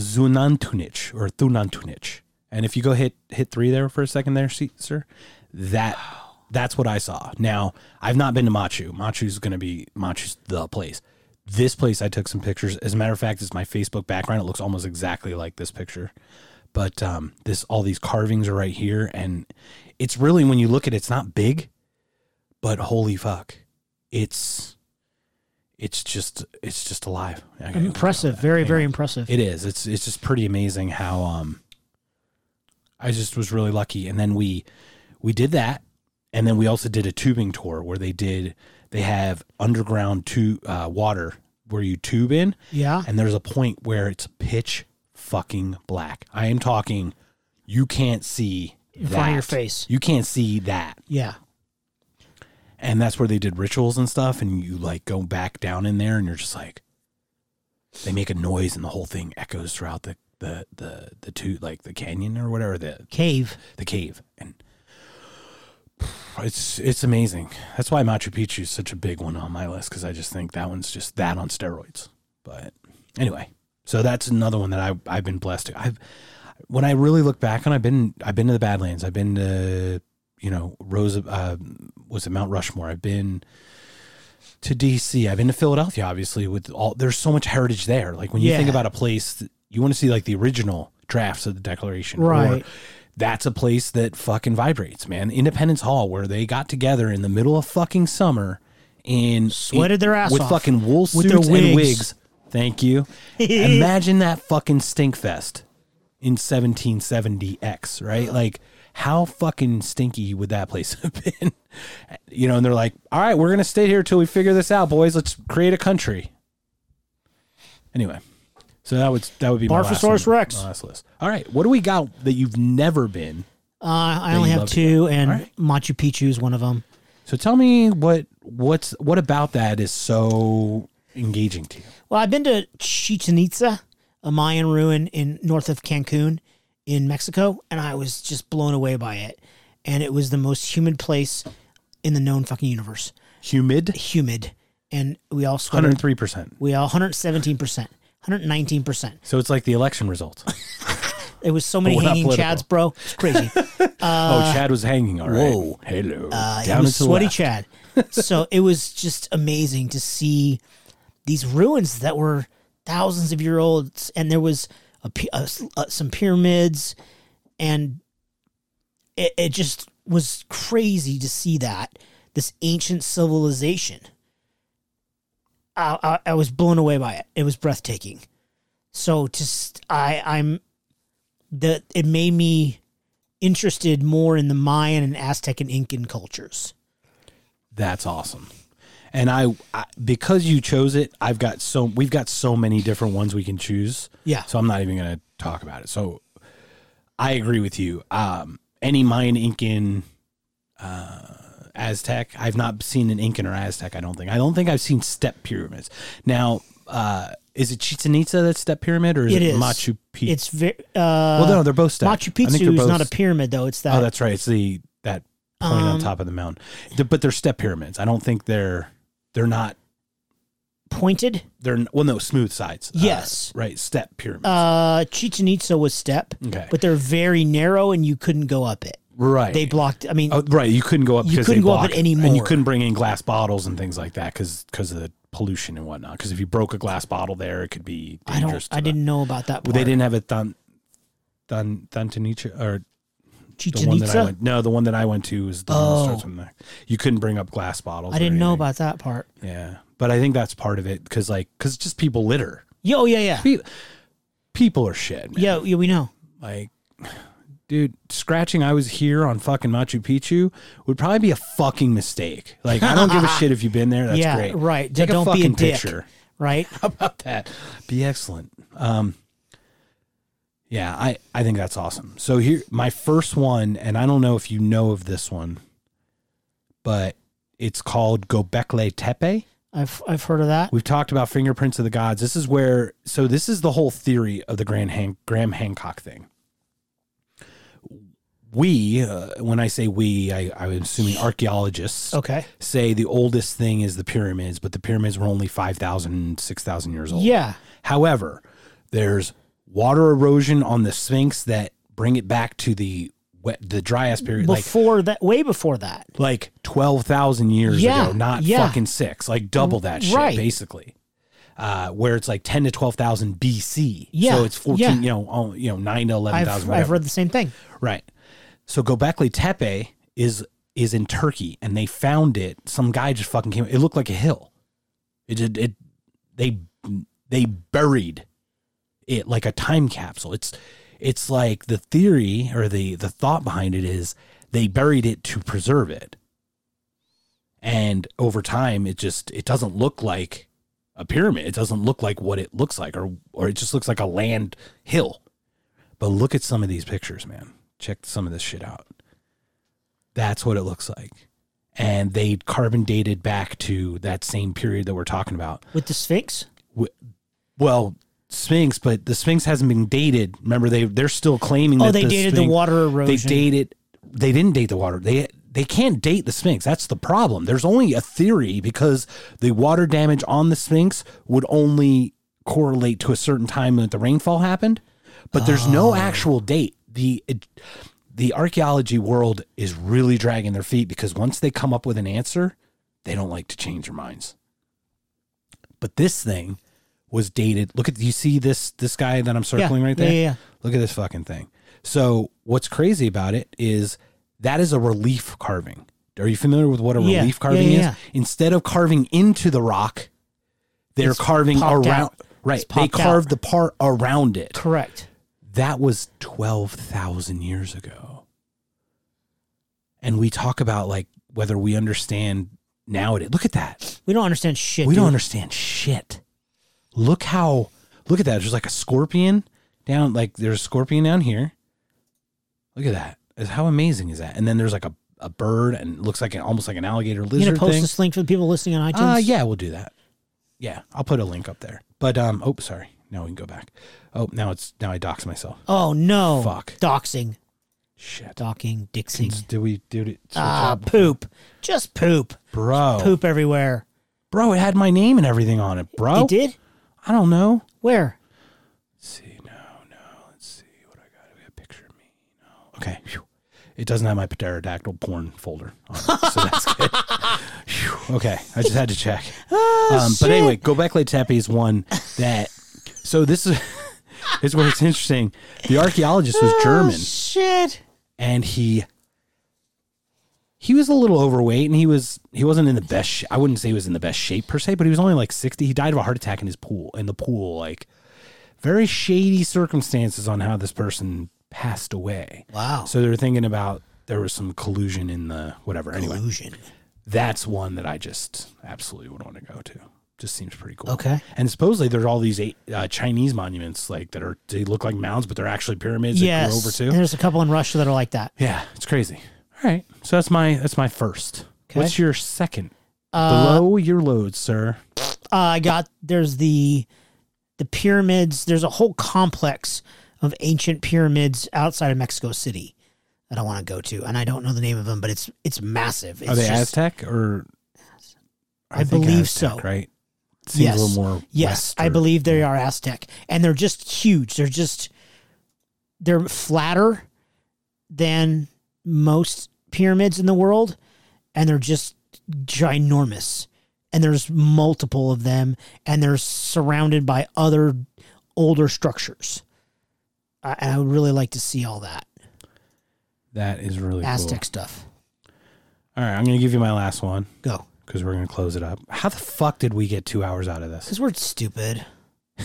[SPEAKER 1] Zunantunich or Thunantunich. And if you go hit hit three there for a second there, see, sir, that that's what I saw. Now I've not been to Machu. Machu's going to be Machu's the place. This place I took some pictures. As a matter of fact, it's my Facebook background. It looks almost exactly like this picture. But um, this all these carvings are right here, and it's really when you look at it, it's not big, but holy fuck, it's it's just it's just alive. I gotta look it up.
[SPEAKER 2] Impressive. Very very impressive.
[SPEAKER 1] It is. It's it's just pretty amazing how um I just was really lucky and then we we did that and then we also did a tubing tour where they did they have underground tube uh, water where you tube in
[SPEAKER 2] yeah.
[SPEAKER 1] and there's a point where it's pitch fucking black. I am talking you can't see
[SPEAKER 2] In front of your
[SPEAKER 1] that.
[SPEAKER 2] face.
[SPEAKER 1] You can't see that
[SPEAKER 2] Yeah.
[SPEAKER 1] and that's where they did rituals and stuff and you like go back down in there and you're just like they make a noise and the whole thing echoes throughout the the the the two like the canyon or whatever the
[SPEAKER 2] Cave.
[SPEAKER 1] the cave and it's it's amazing that's why machu picchu is such a big one on my list because i just think that one's just that on steroids but anyway so that's another one that I, i've been blessed to i've when i really look back on i've been i've been to the badlands i've been to you know rose uh, was it mount rushmore i've been to dc i've been to philadelphia obviously with all there's so much heritage there like when you
[SPEAKER 2] Yeah.
[SPEAKER 1] think about a place that- you want to see like the original drafts of the declaration or
[SPEAKER 2] Right.
[SPEAKER 1] that's a place that fucking vibrates, man. Independence Hall, where they got together in the middle of fucking summer and
[SPEAKER 2] Sweated their ass
[SPEAKER 1] with
[SPEAKER 2] off.
[SPEAKER 1] fucking wool
[SPEAKER 2] With
[SPEAKER 1] suits
[SPEAKER 2] their
[SPEAKER 1] and
[SPEAKER 2] wigs.
[SPEAKER 1] wigs. Thank you. Imagine that fucking stink fest in 1770x, right? Like, how fucking stinky would that place have been? You know, and they're like, all right, we're going to stay here till we figure this out, boys. Let's create a country. Anyway, so that would that would be my last,
[SPEAKER 2] Barfosaurus
[SPEAKER 1] one,
[SPEAKER 2] Rex.
[SPEAKER 1] my last list. All right, what do we got that you've never been?
[SPEAKER 2] Uh, I only
[SPEAKER 1] you
[SPEAKER 2] have
[SPEAKER 1] love it.
[SPEAKER 2] two, and
[SPEAKER 1] All right.
[SPEAKER 2] Machu Picchu is one of them.
[SPEAKER 1] So tell me what what's what about that is so engaging to you?
[SPEAKER 2] Well, I've been to Chichen Itza, a Mayan ruin in north of Cancun in Mexico, and I was just blown away by it. And it was the most humid place in the known fucking universe.
[SPEAKER 1] Humid,
[SPEAKER 2] Humid. And we all sweated.
[SPEAKER 1] hundred three percent.
[SPEAKER 2] We all 117%, 119%.
[SPEAKER 1] So it's like the election results.
[SPEAKER 2] Uh, It was so many
[SPEAKER 1] we're not
[SPEAKER 2] hanging
[SPEAKER 1] political.
[SPEAKER 2] chads, bro. It's crazy.
[SPEAKER 1] oh, Chad was hanging. All right.
[SPEAKER 2] whoa.
[SPEAKER 1] hello.
[SPEAKER 2] Uh, it
[SPEAKER 1] Down
[SPEAKER 2] was
[SPEAKER 1] to the
[SPEAKER 2] sweaty
[SPEAKER 1] left.
[SPEAKER 2] Chad. so it was just amazing to see these ruins that were thousands of year old, and there was a, pi- a s- uh, some pyramids, and it, it just was crazy to see that this ancient civilization. I, I, I was blown away by it. It was breathtaking. So just I I'm the it made me interested more in the Mayan and Aztec and Incan cultures.
[SPEAKER 1] That's awesome. And I, I because you chose it, I've got so we've got so many different ones we can choose.
[SPEAKER 2] Yeah.
[SPEAKER 1] So I'm not even going to talk about it. So I agree with you. Um, any Mayan Incan uh, Aztec. I've not seen an Incan or Aztec. I don't think. I don't think I've seen step pyramids. Now, uh, is it Chichen Itza that's step pyramid, or is it,
[SPEAKER 2] It is
[SPEAKER 1] Machu Picchu?
[SPEAKER 2] It's very. Uh,
[SPEAKER 1] well, no, they're both step.
[SPEAKER 2] Machu
[SPEAKER 1] I think
[SPEAKER 2] Picchu
[SPEAKER 1] they're
[SPEAKER 2] is
[SPEAKER 1] both-
[SPEAKER 2] not a pyramid though. It's that.
[SPEAKER 1] Oh, that's right. It's the that point on
[SPEAKER 2] Um,
[SPEAKER 1] top of the mountain. The- but they're step pyramids. I don't think they're they're not
[SPEAKER 2] pointed.
[SPEAKER 1] they're well no smooth sides. Uh,
[SPEAKER 2] Yes.
[SPEAKER 1] right. Step pyramids.
[SPEAKER 2] Uh, Chichen Itza was step,
[SPEAKER 1] Okay.
[SPEAKER 2] but they're very narrow and you couldn't go up it.
[SPEAKER 1] right.
[SPEAKER 2] They blocked. I mean,
[SPEAKER 1] Oh, right. You couldn't go up.
[SPEAKER 2] You
[SPEAKER 1] because
[SPEAKER 2] couldn't
[SPEAKER 1] they
[SPEAKER 2] go up
[SPEAKER 1] block
[SPEAKER 2] it
[SPEAKER 1] it. and you
[SPEAKER 2] anymore.
[SPEAKER 1] couldn't bring in glass bottles and things like that because of the pollution and whatnot. Because if you broke a glass bottle there, it could be
[SPEAKER 2] I
[SPEAKER 1] dangerous.
[SPEAKER 2] don't.
[SPEAKER 1] to
[SPEAKER 2] I
[SPEAKER 1] the-
[SPEAKER 2] didn't know about that.
[SPEAKER 1] Well,
[SPEAKER 2] Part.
[SPEAKER 1] They didn't have a thun, thun, Thuntanicha or the
[SPEAKER 2] Chichen
[SPEAKER 1] one that I
[SPEAKER 2] Itza.
[SPEAKER 1] went. No, the one that I went to is the one that starts
[SPEAKER 2] Oh.
[SPEAKER 1] with an X. You couldn't bring up glass bottles.
[SPEAKER 2] I
[SPEAKER 1] or
[SPEAKER 2] didn't know
[SPEAKER 1] anything.
[SPEAKER 2] about that part.
[SPEAKER 1] Yeah, but I think that's part of it because like because just people litter.
[SPEAKER 2] Yo, yeah, yeah,
[SPEAKER 1] Pe- people are shit. Man.
[SPEAKER 2] yeah, yeah. We know.
[SPEAKER 1] Like, dude, scratching I was here on fucking Machu Picchu would probably be a fucking mistake. Like, I don't give a shit if you've been there. That's
[SPEAKER 2] yeah,
[SPEAKER 1] great.
[SPEAKER 2] right.
[SPEAKER 1] Take
[SPEAKER 2] don't
[SPEAKER 1] a fucking
[SPEAKER 2] be a dick,
[SPEAKER 1] picture.
[SPEAKER 2] right?
[SPEAKER 1] How about that? Be excellent. Um, yeah, I, I think that's awesome. So here, my first one, and I don't know if you know of this one, but it's called Gobekli Tepe.
[SPEAKER 2] I've I've heard of that.
[SPEAKER 1] We've talked about fingerprints of the gods. This is where so this is the whole theory of the Grand Han- Graham Hancock thing. We, uh, when I say we, I, I'm assuming archaeologists
[SPEAKER 2] Okay.
[SPEAKER 1] say the oldest thing is the pyramids, but the pyramids were only 5,000, 6,000 years old.
[SPEAKER 2] Yeah.
[SPEAKER 1] However, there's water erosion on the Sphinx that bring it back to the wet, the dryas period, like
[SPEAKER 2] Before that, way before that.
[SPEAKER 1] like 12,000 years
[SPEAKER 2] Yeah,
[SPEAKER 1] ago, not
[SPEAKER 2] yeah.
[SPEAKER 1] fucking six, like double that shit,
[SPEAKER 2] Right.
[SPEAKER 1] basically. Uh, where it's like 10 to 12,000 BC.
[SPEAKER 2] Yeah,
[SPEAKER 1] So it's 14,
[SPEAKER 2] yeah.
[SPEAKER 1] you know, all, you know, 9 to 11,000.
[SPEAKER 2] I've
[SPEAKER 1] whatever.
[SPEAKER 2] I've read the same thing.
[SPEAKER 1] Right. So Gobekli Tepe is is in Turkey, and they found it. Some guy just fucking came. It looked like a hill. It it, it they they buried it like a time capsule. It's it's like the theory or the the thought behind it is they buried it to preserve it, and over time it just it doesn't look like a pyramid. It doesn't look like what it looks like, or or it just looks like a land hill. But look at some of these pictures, man. Check some of this shit out. That's what it looks like. And they carbon dated back to that same period that we're talking about.
[SPEAKER 2] With the Sphinx?
[SPEAKER 1] W- Well, Sphinx, but the Sphinx hasn't been dated. Remember, they they're still claiming.
[SPEAKER 2] Oh,
[SPEAKER 1] that
[SPEAKER 2] they
[SPEAKER 1] the
[SPEAKER 2] dated
[SPEAKER 1] Sphinx-
[SPEAKER 2] the water erosion.
[SPEAKER 1] They dated. They didn't date the water. They they can't date the Sphinx. That's the problem. There's only a theory because the water damage on the Sphinx would only correlate to a certain time that the rainfall happened, but there's no
[SPEAKER 2] Oh.
[SPEAKER 1] actual date. The the archaeology world is really dragging their feet because once they come up with an answer, they don't like to change their minds. But this thing was dated. Look at you see this this guy that I'm circling right
[SPEAKER 2] yeah,
[SPEAKER 1] there.
[SPEAKER 2] yeah, yeah.
[SPEAKER 1] Look at this fucking thing. So what's crazy about it is that is a relief carving. Are you familiar with what a
[SPEAKER 2] Yeah,
[SPEAKER 1] relief
[SPEAKER 2] yeah,
[SPEAKER 1] carving
[SPEAKER 2] yeah, yeah.
[SPEAKER 1] is? Instead of carving into the rock, they're
[SPEAKER 2] It's
[SPEAKER 1] carving
[SPEAKER 2] popped
[SPEAKER 1] around.
[SPEAKER 2] out.
[SPEAKER 1] Right,
[SPEAKER 2] It's
[SPEAKER 1] they
[SPEAKER 2] popped
[SPEAKER 1] carved
[SPEAKER 2] out.
[SPEAKER 1] the part around it.
[SPEAKER 2] Correct.
[SPEAKER 1] That was twelve thousand years ago. And we talk about like whether we understand nowadays. Look at that
[SPEAKER 2] We don't understand shit.
[SPEAKER 1] we
[SPEAKER 2] dude.
[SPEAKER 1] don't understand shit. Look how look at that. There's like a scorpion down like there's a scorpion down here. Look at that. Is- How amazing is that? And then there's like a, a bird and it looks like an almost like an alligator
[SPEAKER 2] You gonna
[SPEAKER 1] lizard
[SPEAKER 2] post
[SPEAKER 1] thing.
[SPEAKER 2] this link for the people listening on iTunes?
[SPEAKER 1] Uh, yeah, we'll do that. Yeah, I'll put a link up there. But um oh sorry. Now we can go back. Oh now it's now I dox myself.
[SPEAKER 2] Oh no.
[SPEAKER 1] Fuck.
[SPEAKER 2] Doxing,
[SPEAKER 1] Shit.
[SPEAKER 2] docking, dixing.
[SPEAKER 1] Did we do it? switch
[SPEAKER 2] Ah,
[SPEAKER 1] up?
[SPEAKER 2] poop. Just poop.
[SPEAKER 1] bro.
[SPEAKER 2] Poop everywhere.
[SPEAKER 1] Bro, it had my name and everything on it, bro.
[SPEAKER 2] It did?
[SPEAKER 1] I don't know.
[SPEAKER 2] Where?
[SPEAKER 1] see. No, no. Let's see what I got. We got a picture of me. No. Okay. Phew. It doesn't have my pterodactyl porn folder on it, so that's good. Phew. Okay. I just had to check. um, but anyway, Gobekli Tepe is one that. So this is. Is where it's interesting. The archaeologist was German,
[SPEAKER 2] Oh, Shit.
[SPEAKER 1] and he he was a little overweight, and he was he wasn't in the best. Sh- I wouldn't say he was in the best shape per se, but he was only like sixty. He died of a heart attack in his pool. In the pool, like very shady circumstances on how this person passed away.
[SPEAKER 2] Wow.
[SPEAKER 1] So they're thinking about there was some collusion in the whatever. Anyway,
[SPEAKER 2] Illusion.
[SPEAKER 1] that's one that I just absolutely would want to go to. Just seems pretty cool.
[SPEAKER 2] Okay.
[SPEAKER 1] And supposedly there's all these eight, uh, Chinese monuments like that are they look like mounds, but they're actually pyramids
[SPEAKER 2] Yes.
[SPEAKER 1] that grew over
[SPEAKER 2] And
[SPEAKER 1] too.
[SPEAKER 2] there's a couple in Russia that are like that.
[SPEAKER 1] Yeah, it's crazy. All right, so that's my that's my first.
[SPEAKER 2] Okay.
[SPEAKER 1] What's your second? Below your load, sir.
[SPEAKER 2] uh, I got there's the the pyramids. There's a whole complex of ancient pyramids outside of Mexico City that I want to go to, and I don't know the name of them, but it's it's massive. It's
[SPEAKER 1] Are they
[SPEAKER 2] just-
[SPEAKER 1] Aztec or?
[SPEAKER 2] I
[SPEAKER 1] think
[SPEAKER 2] believe
[SPEAKER 1] Aztec,
[SPEAKER 2] so.
[SPEAKER 1] Right. Seems
[SPEAKER 2] Yes.
[SPEAKER 1] a little more.
[SPEAKER 2] Yes,
[SPEAKER 1] Western.
[SPEAKER 2] I believe they are Aztec, and they're just huge. They're just they're flatter than most pyramids in the world, and they're just ginormous. And there's multiple of them, and they're surrounded by other older structures. I, and I would really like to see all that
[SPEAKER 1] That is really
[SPEAKER 2] Aztec
[SPEAKER 1] Cool.
[SPEAKER 2] stuff.
[SPEAKER 1] All right, I'm going to give you my last one
[SPEAKER 2] Go,
[SPEAKER 1] because we're going to close it up. How the fuck did we get two hours out of this?
[SPEAKER 2] because we're stupid.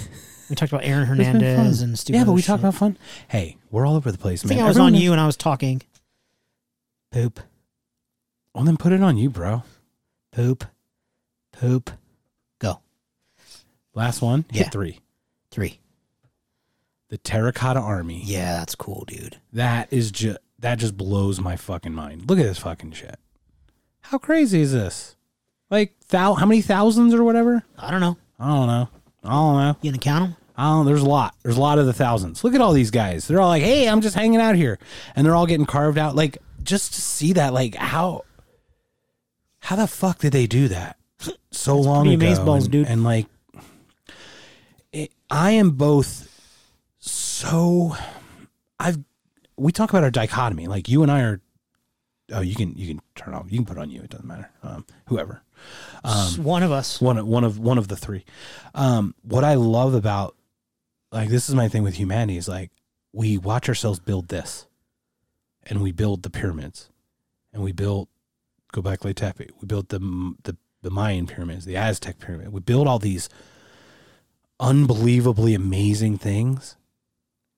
[SPEAKER 2] we talked about Aaron
[SPEAKER 1] It's been
[SPEAKER 2] Hernandez
[SPEAKER 1] fun.
[SPEAKER 2] and stupid.
[SPEAKER 1] Yeah, but
[SPEAKER 2] other
[SPEAKER 1] we
[SPEAKER 2] shit.
[SPEAKER 1] talked about fun. Hey, we're all over the place,
[SPEAKER 2] I
[SPEAKER 1] man.
[SPEAKER 2] think I was
[SPEAKER 1] Everyone-
[SPEAKER 2] on you and I was talking. Poop,
[SPEAKER 1] Well, then put it on you, bro.
[SPEAKER 2] poop, poop. Go.
[SPEAKER 1] Last one. Hit
[SPEAKER 2] Yeah.
[SPEAKER 1] three.
[SPEAKER 2] Three.
[SPEAKER 1] The Terracotta Army.
[SPEAKER 2] Yeah, that's cool, dude.
[SPEAKER 1] That is just that just blows my fucking mind. Look at this fucking shit. How crazy is this? Like thou how many thousands or whatever?
[SPEAKER 2] I don't know.
[SPEAKER 1] I don't know. I don't know.
[SPEAKER 2] You gonna count them?
[SPEAKER 1] I don't. There's a lot. There's a lot of the thousands. Look at all these guys. They're all like, "Hey, I'm just hanging out here," and they're all getting carved out. Like just to see that. Like how how the fuck did they do that so long
[SPEAKER 2] pretty
[SPEAKER 1] ago?
[SPEAKER 2] amazeballs,
[SPEAKER 1] and,
[SPEAKER 2] dude.
[SPEAKER 1] And like, it, I am both so. I've we talk about our dichotomy. Like you and I are. Oh, you can you can turn off. You can put it on you. It doesn't matter. Um, whoever
[SPEAKER 2] Just one of us.
[SPEAKER 1] one of one of one of the three. Um, what I love about like this is my thing with humanity is like we watch ourselves build this, and we build the pyramids, and we built Göbekli Tepe, we built the the the Mayan pyramids, the Aztec pyramid, we build all these unbelievably amazing things,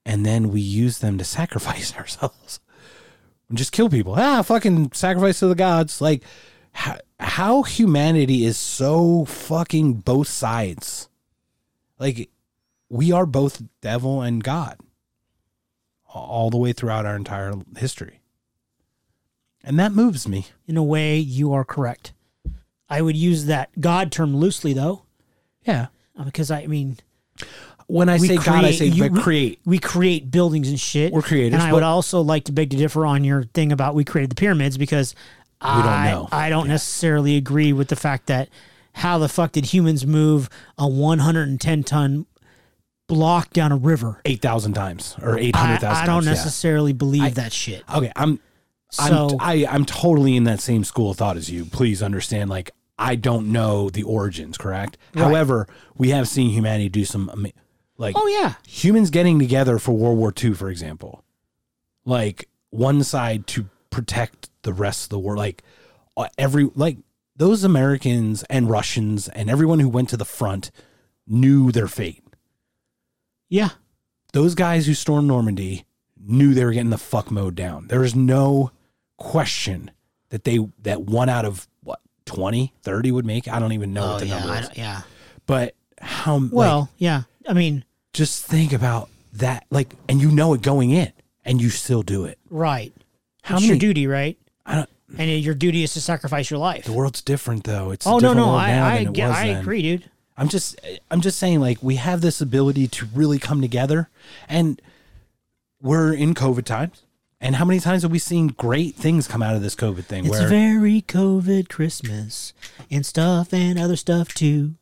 [SPEAKER 1] and then we use them to sacrifice ourselves and just kill people. Ah, fucking sacrifice to the gods. Like how, how humanity is so fucking both sides. Like we are both devil and God all the way throughout our entire history. And that moves me.
[SPEAKER 2] In a way, you are correct. I would use that God term loosely, though,
[SPEAKER 1] Yeah.
[SPEAKER 2] uh, because I mean,
[SPEAKER 1] When I
[SPEAKER 2] we
[SPEAKER 1] say
[SPEAKER 2] create,
[SPEAKER 1] God, I say
[SPEAKER 2] you-
[SPEAKER 1] but create.
[SPEAKER 2] We create buildings and shit.
[SPEAKER 1] We're creators,
[SPEAKER 2] And I would
[SPEAKER 1] but-
[SPEAKER 2] also like to beg to differ on your thing about we created the pyramids because I
[SPEAKER 1] don't know.
[SPEAKER 2] I don't necessarily agree with the fact that how the fuck did humans move a 110 ton block down a river?
[SPEAKER 1] 8,000 times or
[SPEAKER 2] I,
[SPEAKER 1] 800,000
[SPEAKER 2] I don't
[SPEAKER 1] times, yeah.
[SPEAKER 2] necessarily believe that shit.
[SPEAKER 1] Okay, I'm
[SPEAKER 2] So-
[SPEAKER 1] I'm I, I'm totally in that same school of thought as you. Please understand, like I don't know the origins, correct? However, we have seen humanity do some ama- like
[SPEAKER 2] Oh yeah,
[SPEAKER 1] humans getting together for World War II, for example. Like one side to protect the rest of the war, like uh, every like those Americans and Russians and everyone who went to the front knew their fate.
[SPEAKER 2] yeah.
[SPEAKER 1] Those guys who stormed Normandy knew they were getting the fuck mowed down. There is no question that they that one out of what 20, 30 would make. I don't even know what Oh, the
[SPEAKER 2] Oh, yeah,
[SPEAKER 1] number
[SPEAKER 2] I
[SPEAKER 1] is.
[SPEAKER 2] don't- yeah.
[SPEAKER 1] But how well
[SPEAKER 2] Well, yeah. I mean,
[SPEAKER 1] just think about that like and you know it going in and you still do it.
[SPEAKER 2] right.
[SPEAKER 1] How
[SPEAKER 2] it's
[SPEAKER 1] many
[SPEAKER 2] your duty, right?
[SPEAKER 1] I don't
[SPEAKER 2] And your duty is to sacrifice your life.
[SPEAKER 1] the world's different though. It's
[SPEAKER 2] Oh
[SPEAKER 1] a
[SPEAKER 2] no,
[SPEAKER 1] different
[SPEAKER 2] no,
[SPEAKER 1] world now
[SPEAKER 2] I I,
[SPEAKER 1] than it
[SPEAKER 2] get-
[SPEAKER 1] was
[SPEAKER 2] I
[SPEAKER 1] then.
[SPEAKER 2] agree, dude.
[SPEAKER 1] I'm just I'm just saying like we have this ability to really come together and we're in COVID times. And how many times have we seen great things come out of this COVID thing?
[SPEAKER 2] It's
[SPEAKER 1] where
[SPEAKER 2] very COVID Christmas and stuff and other stuff too.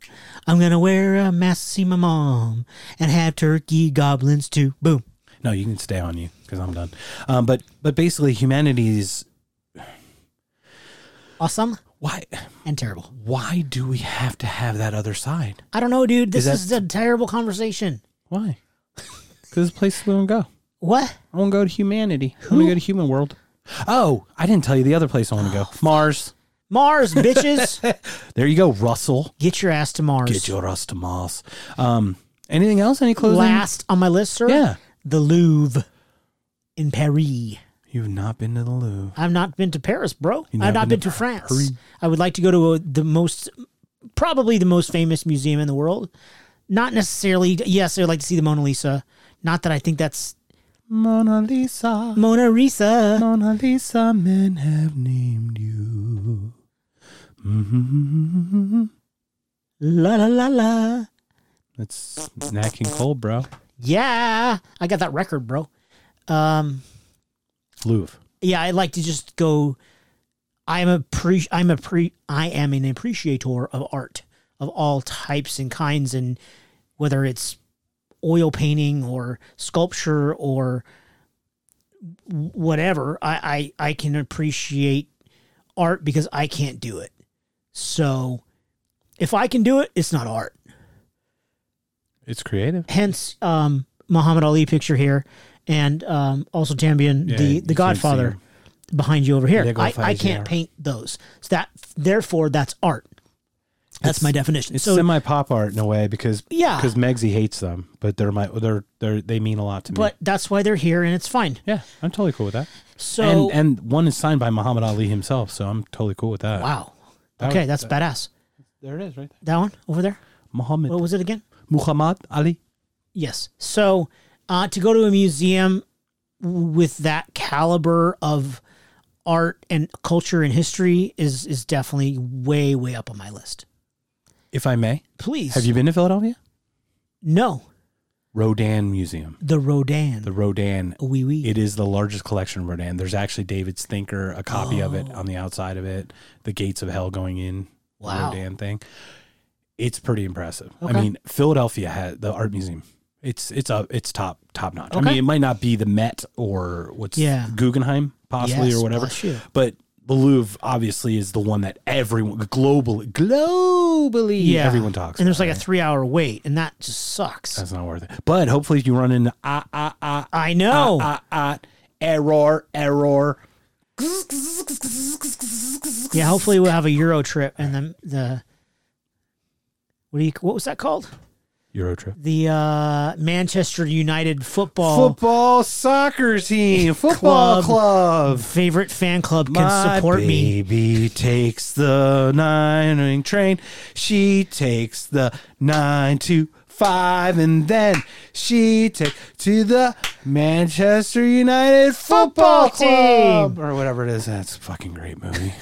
[SPEAKER 2] I'm gonna wear a mask to see my mom and have turkey goblins too. Boom.
[SPEAKER 1] no, you can stay on you because I'm done. Um, but but basically, humanity's
[SPEAKER 2] Awesome
[SPEAKER 1] why
[SPEAKER 2] and terrible.
[SPEAKER 1] why do we have to have that other side?
[SPEAKER 2] I don't know, dude. This
[SPEAKER 1] Is
[SPEAKER 2] is,
[SPEAKER 1] that-
[SPEAKER 2] a terrible conversation.
[SPEAKER 1] Why? Because it's places we don't go.
[SPEAKER 2] What?
[SPEAKER 1] I want to go to humanity. I want to go to human world. Oh, I didn't tell you the other place I want to go. Mars.
[SPEAKER 2] Mars, bitches.
[SPEAKER 1] There you go, Russell.
[SPEAKER 2] Get your ass to Mars.
[SPEAKER 1] Get your ass to Mars. Um, anything else? Any closing?
[SPEAKER 2] Last on my list, sir.
[SPEAKER 1] Yeah.
[SPEAKER 2] The Louvre in Paris.
[SPEAKER 1] You've not been to the Louvre.
[SPEAKER 2] I've not been to Paris, bro.
[SPEAKER 1] You've
[SPEAKER 2] I've not been, to France.
[SPEAKER 1] Paris.
[SPEAKER 2] I would like to go to a, the most, probably the most famous museum in the world. Not necessarily. Yes, I would like to see the Mona Lisa. Not that I think that's
[SPEAKER 1] Mona Lisa.
[SPEAKER 2] Mona Lisa.
[SPEAKER 1] Mona Lisa, men have named you.
[SPEAKER 2] La la la la.
[SPEAKER 1] That's snacking cold, bro.
[SPEAKER 2] Yeah, I got that record, bro. Um,
[SPEAKER 1] Louvre.
[SPEAKER 2] yeah, I like to just go. I'm a pre. I'm a pre. I am an appreciator of art of all types and kinds, and whether it's oil painting or sculpture or w- whatever, I I, I can appreciate art because I can't do it. So, if I can do it, it's not art
[SPEAKER 1] It's creative.
[SPEAKER 2] hence um, Muhammad Ali picture here, and um, also Tambien,
[SPEAKER 1] Yeah, you can't
[SPEAKER 2] the the
[SPEAKER 1] see
[SPEAKER 2] Godfather
[SPEAKER 1] him.
[SPEAKER 2] behind you over here.
[SPEAKER 1] There go
[SPEAKER 2] I, I
[SPEAKER 1] Fazio.
[SPEAKER 2] can't paint those. So that therefore that's art. That's
[SPEAKER 1] It's-
[SPEAKER 2] my definition.
[SPEAKER 1] It's
[SPEAKER 2] So
[SPEAKER 1] semi pop art in a way because
[SPEAKER 2] Yeah.
[SPEAKER 1] because Megsy hates them, but they're my they're they're they mean a lot to me.
[SPEAKER 2] but that's why they're here, and it's fine.
[SPEAKER 1] yeah, I'm totally cool with that.
[SPEAKER 2] So
[SPEAKER 1] and and one is signed by Muhammad Ali himself, so I'm totally cool with that.
[SPEAKER 2] wow,
[SPEAKER 1] That
[SPEAKER 2] okay,
[SPEAKER 1] was-
[SPEAKER 2] that's badass.
[SPEAKER 1] There it is, right there.
[SPEAKER 2] That one over there.
[SPEAKER 1] Muhammad
[SPEAKER 2] What was it again?
[SPEAKER 1] Muhammad Ali.
[SPEAKER 2] Yes. So uh, to go to a museum with that caliber of art and culture and history is is definitely way way up on my list.
[SPEAKER 1] If I may,
[SPEAKER 2] Please.
[SPEAKER 1] have you been to Philadelphia?
[SPEAKER 2] No,
[SPEAKER 1] Rodin Museum.
[SPEAKER 2] the Rodin.
[SPEAKER 1] The Rodin.
[SPEAKER 2] Wee wee.
[SPEAKER 1] It is the largest collection of Rodin. There's actually David's Thinker, a copy of it on the outside of it. The Gates of Hell going in. the
[SPEAKER 2] Wow.
[SPEAKER 1] Rodin thing. It's pretty impressive.
[SPEAKER 2] Okay.
[SPEAKER 1] I mean, Philadelphia has the art museum. It's it's a it's top top notch. I
[SPEAKER 2] Okay.
[SPEAKER 1] mean, it might not be the Met or what's
[SPEAKER 2] Yeah.
[SPEAKER 1] Guggenheim possibly
[SPEAKER 2] Yes,
[SPEAKER 1] or whatever,
[SPEAKER 2] bless you.
[SPEAKER 1] but the Louvre obviously is the one that everyone globally globally
[SPEAKER 2] yeah,
[SPEAKER 1] everyone talks.
[SPEAKER 2] And
[SPEAKER 1] about,
[SPEAKER 2] there's like a
[SPEAKER 1] right?
[SPEAKER 2] three hour wait, and that just sucks.
[SPEAKER 1] that's not worth it. But hopefully, if you run into ah ah ah
[SPEAKER 2] I know.
[SPEAKER 1] ah, ah, error, error. uh,
[SPEAKER 2] yeah, hopefully we'll have a Euro trip, and then the what do you what was that called?
[SPEAKER 1] Euro trip.
[SPEAKER 2] The uh, Manchester United football
[SPEAKER 1] Football soccer team, football
[SPEAKER 2] Oh. Club.
[SPEAKER 1] club.
[SPEAKER 2] favorite fan club can
[SPEAKER 1] My
[SPEAKER 2] support me.
[SPEAKER 1] baby takes the nine ring train. She takes the nine to five, and then she takes to the Manchester United football,
[SPEAKER 2] Football
[SPEAKER 1] club,
[SPEAKER 2] team.
[SPEAKER 1] or whatever it is. That's a fucking great movie.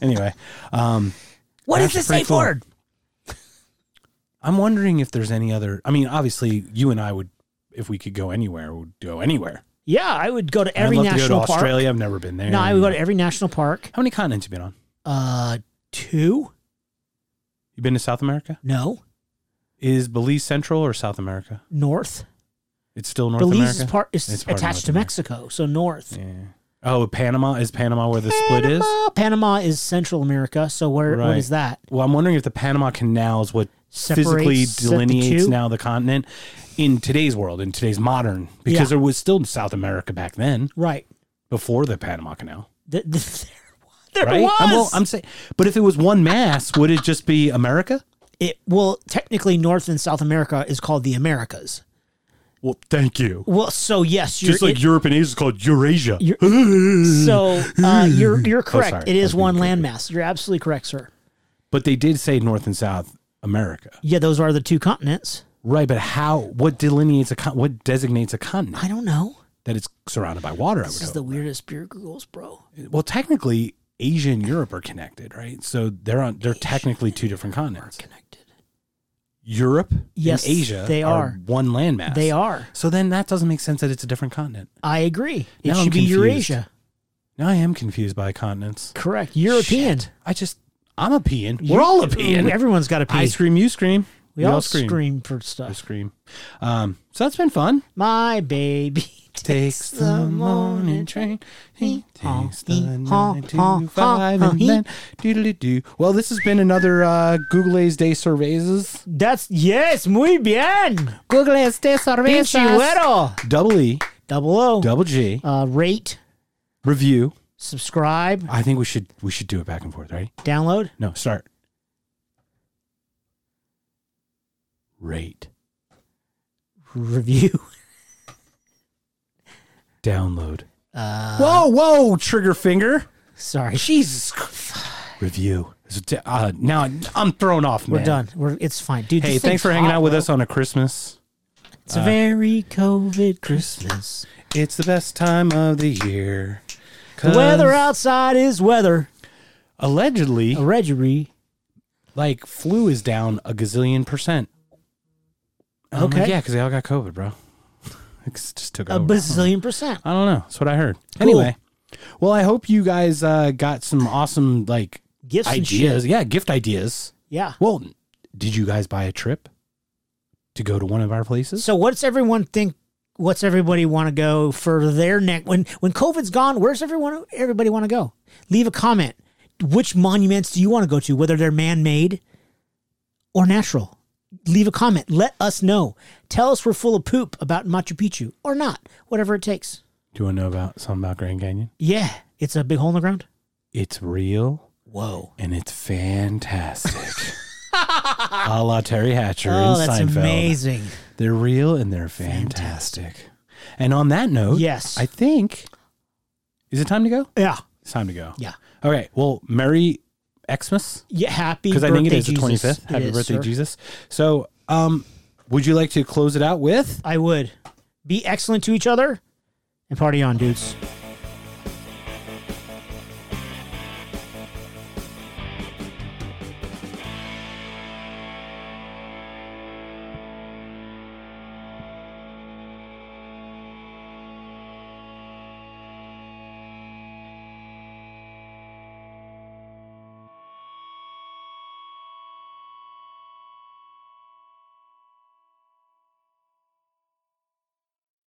[SPEAKER 1] anyway, um,
[SPEAKER 2] What is
[SPEAKER 1] That's
[SPEAKER 2] the
[SPEAKER 1] pretty
[SPEAKER 2] safe
[SPEAKER 1] cool.
[SPEAKER 2] word?
[SPEAKER 1] I'm wondering if there's any other. I mean, obviously, you and I would, if we could go anywhere, would go anywhere.
[SPEAKER 2] Yeah, I would go to every
[SPEAKER 1] I'd love
[SPEAKER 2] national
[SPEAKER 1] to go to
[SPEAKER 2] park.
[SPEAKER 1] Australia. I've never been there.
[SPEAKER 2] No, I would go to every national park.
[SPEAKER 1] How many continents you been on?
[SPEAKER 2] Uh, two?
[SPEAKER 1] You been to South America?
[SPEAKER 2] No,
[SPEAKER 1] Is Belize Central or South America?
[SPEAKER 2] north.
[SPEAKER 1] It's still North
[SPEAKER 2] Belize
[SPEAKER 1] America.
[SPEAKER 2] is part is
[SPEAKER 1] It's part of
[SPEAKER 2] attached
[SPEAKER 1] North
[SPEAKER 2] to
[SPEAKER 1] America.
[SPEAKER 2] Mexico, so north.
[SPEAKER 1] yeah. Oh, Panama is Panama where the split is.
[SPEAKER 2] Panama. Panama is Central America, so where
[SPEAKER 1] Right.
[SPEAKER 2] what is that?
[SPEAKER 1] Well, I'm wondering if the Panama Canal is what
[SPEAKER 2] Separates
[SPEAKER 1] physically
[SPEAKER 2] the
[SPEAKER 1] delineates
[SPEAKER 2] two?
[SPEAKER 1] now the continent in today's world, in today's modern, because
[SPEAKER 2] Yeah.
[SPEAKER 1] there was still South America back then
[SPEAKER 2] Right.
[SPEAKER 1] before the Panama Canal.
[SPEAKER 2] Th- th- there
[SPEAKER 1] Right?
[SPEAKER 2] was.
[SPEAKER 1] I'm, well, I'm saying, but if it was one mass, would it just be America?
[SPEAKER 2] it well, technically, North and South America is called the Americas.
[SPEAKER 1] Well, thank you.
[SPEAKER 2] Well, so yes, you're, it-
[SPEAKER 1] Europe and Asia is called Eurasia.
[SPEAKER 2] so uh, you're you're correct.
[SPEAKER 1] Oh, sorry.
[SPEAKER 2] it is
[SPEAKER 1] I was
[SPEAKER 2] one
[SPEAKER 1] being
[SPEAKER 2] landmass. You're absolutely correct, sir.
[SPEAKER 1] But they did say North and South America.
[SPEAKER 2] Yeah, those are the two continents.
[SPEAKER 1] Right, but how? What delineates a con- what designates a continent
[SPEAKER 2] I don't know.
[SPEAKER 1] that it's surrounded by water? I would
[SPEAKER 2] This is
[SPEAKER 1] hope.
[SPEAKER 2] the weirdest beer googles, bro.
[SPEAKER 1] well, technically, Asia and Europe are connected, right? So they're on. They're technically two different continents.
[SPEAKER 2] Connected.
[SPEAKER 1] Europe
[SPEAKER 2] Yes,
[SPEAKER 1] and Asia.
[SPEAKER 2] they are.
[SPEAKER 1] one landmass.
[SPEAKER 2] They are.
[SPEAKER 1] So then that doesn't make sense that it's a different continent.
[SPEAKER 2] I agree. It
[SPEAKER 1] Now
[SPEAKER 2] should
[SPEAKER 1] I'm
[SPEAKER 2] be
[SPEAKER 1] confused.
[SPEAKER 2] Eurasia.
[SPEAKER 1] Now I am confused by continents.
[SPEAKER 2] Correct. European.
[SPEAKER 1] Shit. I just I'm a peon. We're all a peon.
[SPEAKER 2] Everyone's got a
[SPEAKER 1] I
[SPEAKER 2] pee.
[SPEAKER 1] scream, you scream.
[SPEAKER 2] We, all scream. for
[SPEAKER 1] I
[SPEAKER 2] stuff.
[SPEAKER 1] scream. Um, so that's been fun.
[SPEAKER 2] My baby
[SPEAKER 1] takes the morning train. He
[SPEAKER 2] Hee-haw,
[SPEAKER 1] takes the
[SPEAKER 2] hee-haw,
[SPEAKER 1] nine
[SPEAKER 2] haw,
[SPEAKER 1] to five,
[SPEAKER 2] haw,
[SPEAKER 1] and
[SPEAKER 2] hee.
[SPEAKER 1] then doodly doo. Well, this has been another uh, Google's Day Surveys.
[SPEAKER 2] That's yes, muy bien.
[SPEAKER 1] Google's Day
[SPEAKER 2] Pinchuero.
[SPEAKER 1] Double E,
[SPEAKER 2] Double O.
[SPEAKER 1] double G,
[SPEAKER 2] Uh, rate,
[SPEAKER 1] review.
[SPEAKER 2] subscribe,
[SPEAKER 1] I think we should we should do it back and forth, right?
[SPEAKER 2] download.
[SPEAKER 1] No, start. Rate,
[SPEAKER 2] Review.
[SPEAKER 1] download.
[SPEAKER 2] Uh,
[SPEAKER 1] whoa, whoa, trigger finger.
[SPEAKER 2] sorry.
[SPEAKER 1] Jesus. Christ. Review. Uh, now I'm thrown off, man.
[SPEAKER 2] We're done. We're it's fine, dude.
[SPEAKER 1] Hey,
[SPEAKER 2] this
[SPEAKER 1] thanks
[SPEAKER 2] thing's
[SPEAKER 1] for hanging
[SPEAKER 2] hot,
[SPEAKER 1] out with
[SPEAKER 2] bro.
[SPEAKER 1] us on a Christmas.
[SPEAKER 2] It's a very COVID Christmas.
[SPEAKER 1] It's the best time of the year.
[SPEAKER 2] The weather outside is weather.
[SPEAKER 1] Allegedly,
[SPEAKER 2] Allegedly.
[SPEAKER 1] like flu is down a gazillion percent. And I'm like,
[SPEAKER 2] Okay.
[SPEAKER 1] yeah, because they all got COVID, bro. it just took
[SPEAKER 2] A
[SPEAKER 1] over.
[SPEAKER 2] bazillion percent.
[SPEAKER 1] I don't know. That's what I heard. Anyway, well, I hope you guys uh, got some awesome like
[SPEAKER 2] Gifts and
[SPEAKER 1] ideas.
[SPEAKER 2] shit.
[SPEAKER 1] Yeah, gift ideas.
[SPEAKER 2] Yeah.
[SPEAKER 1] Well, did you guys buy a trip to go to one of our places?
[SPEAKER 2] So what's everyone think? What's everybody want to go for their next? When when COVID's gone, where's everyone? Everybody want to go? Leave a comment. Which monuments do you want to go to? Whether they're man made or natural. Leave a comment. Let us know. Tell us we're full of poop about Machu Picchu or not. Whatever it takes.
[SPEAKER 1] Do you want to know about something about Grand Canyon?
[SPEAKER 2] Yeah, it's a big hole in the ground. Oh,
[SPEAKER 1] It's real
[SPEAKER 2] Whoa.
[SPEAKER 1] and it's fantastic. a la Terry Hatcher
[SPEAKER 2] Oh,
[SPEAKER 1] in
[SPEAKER 2] that's
[SPEAKER 1] Seinfeld.
[SPEAKER 2] amazing.
[SPEAKER 1] They're real and they're fantastic. And on that note,
[SPEAKER 2] Yes.
[SPEAKER 1] I think is it time to go?
[SPEAKER 2] Yeah.
[SPEAKER 1] It's time to go.
[SPEAKER 2] Yeah.
[SPEAKER 1] Okay. Well, Merry Xmas.
[SPEAKER 2] Yeah. Happy
[SPEAKER 1] because
[SPEAKER 2] birthday.
[SPEAKER 1] I think it is the
[SPEAKER 2] Jesus.
[SPEAKER 1] twenty fifth.
[SPEAKER 2] It
[SPEAKER 1] Happy
[SPEAKER 2] is,
[SPEAKER 1] birthday,
[SPEAKER 2] sir.
[SPEAKER 1] Jesus! So, um, would you like to close it out with?
[SPEAKER 2] I would. Be excellent to each other and party on, dudes.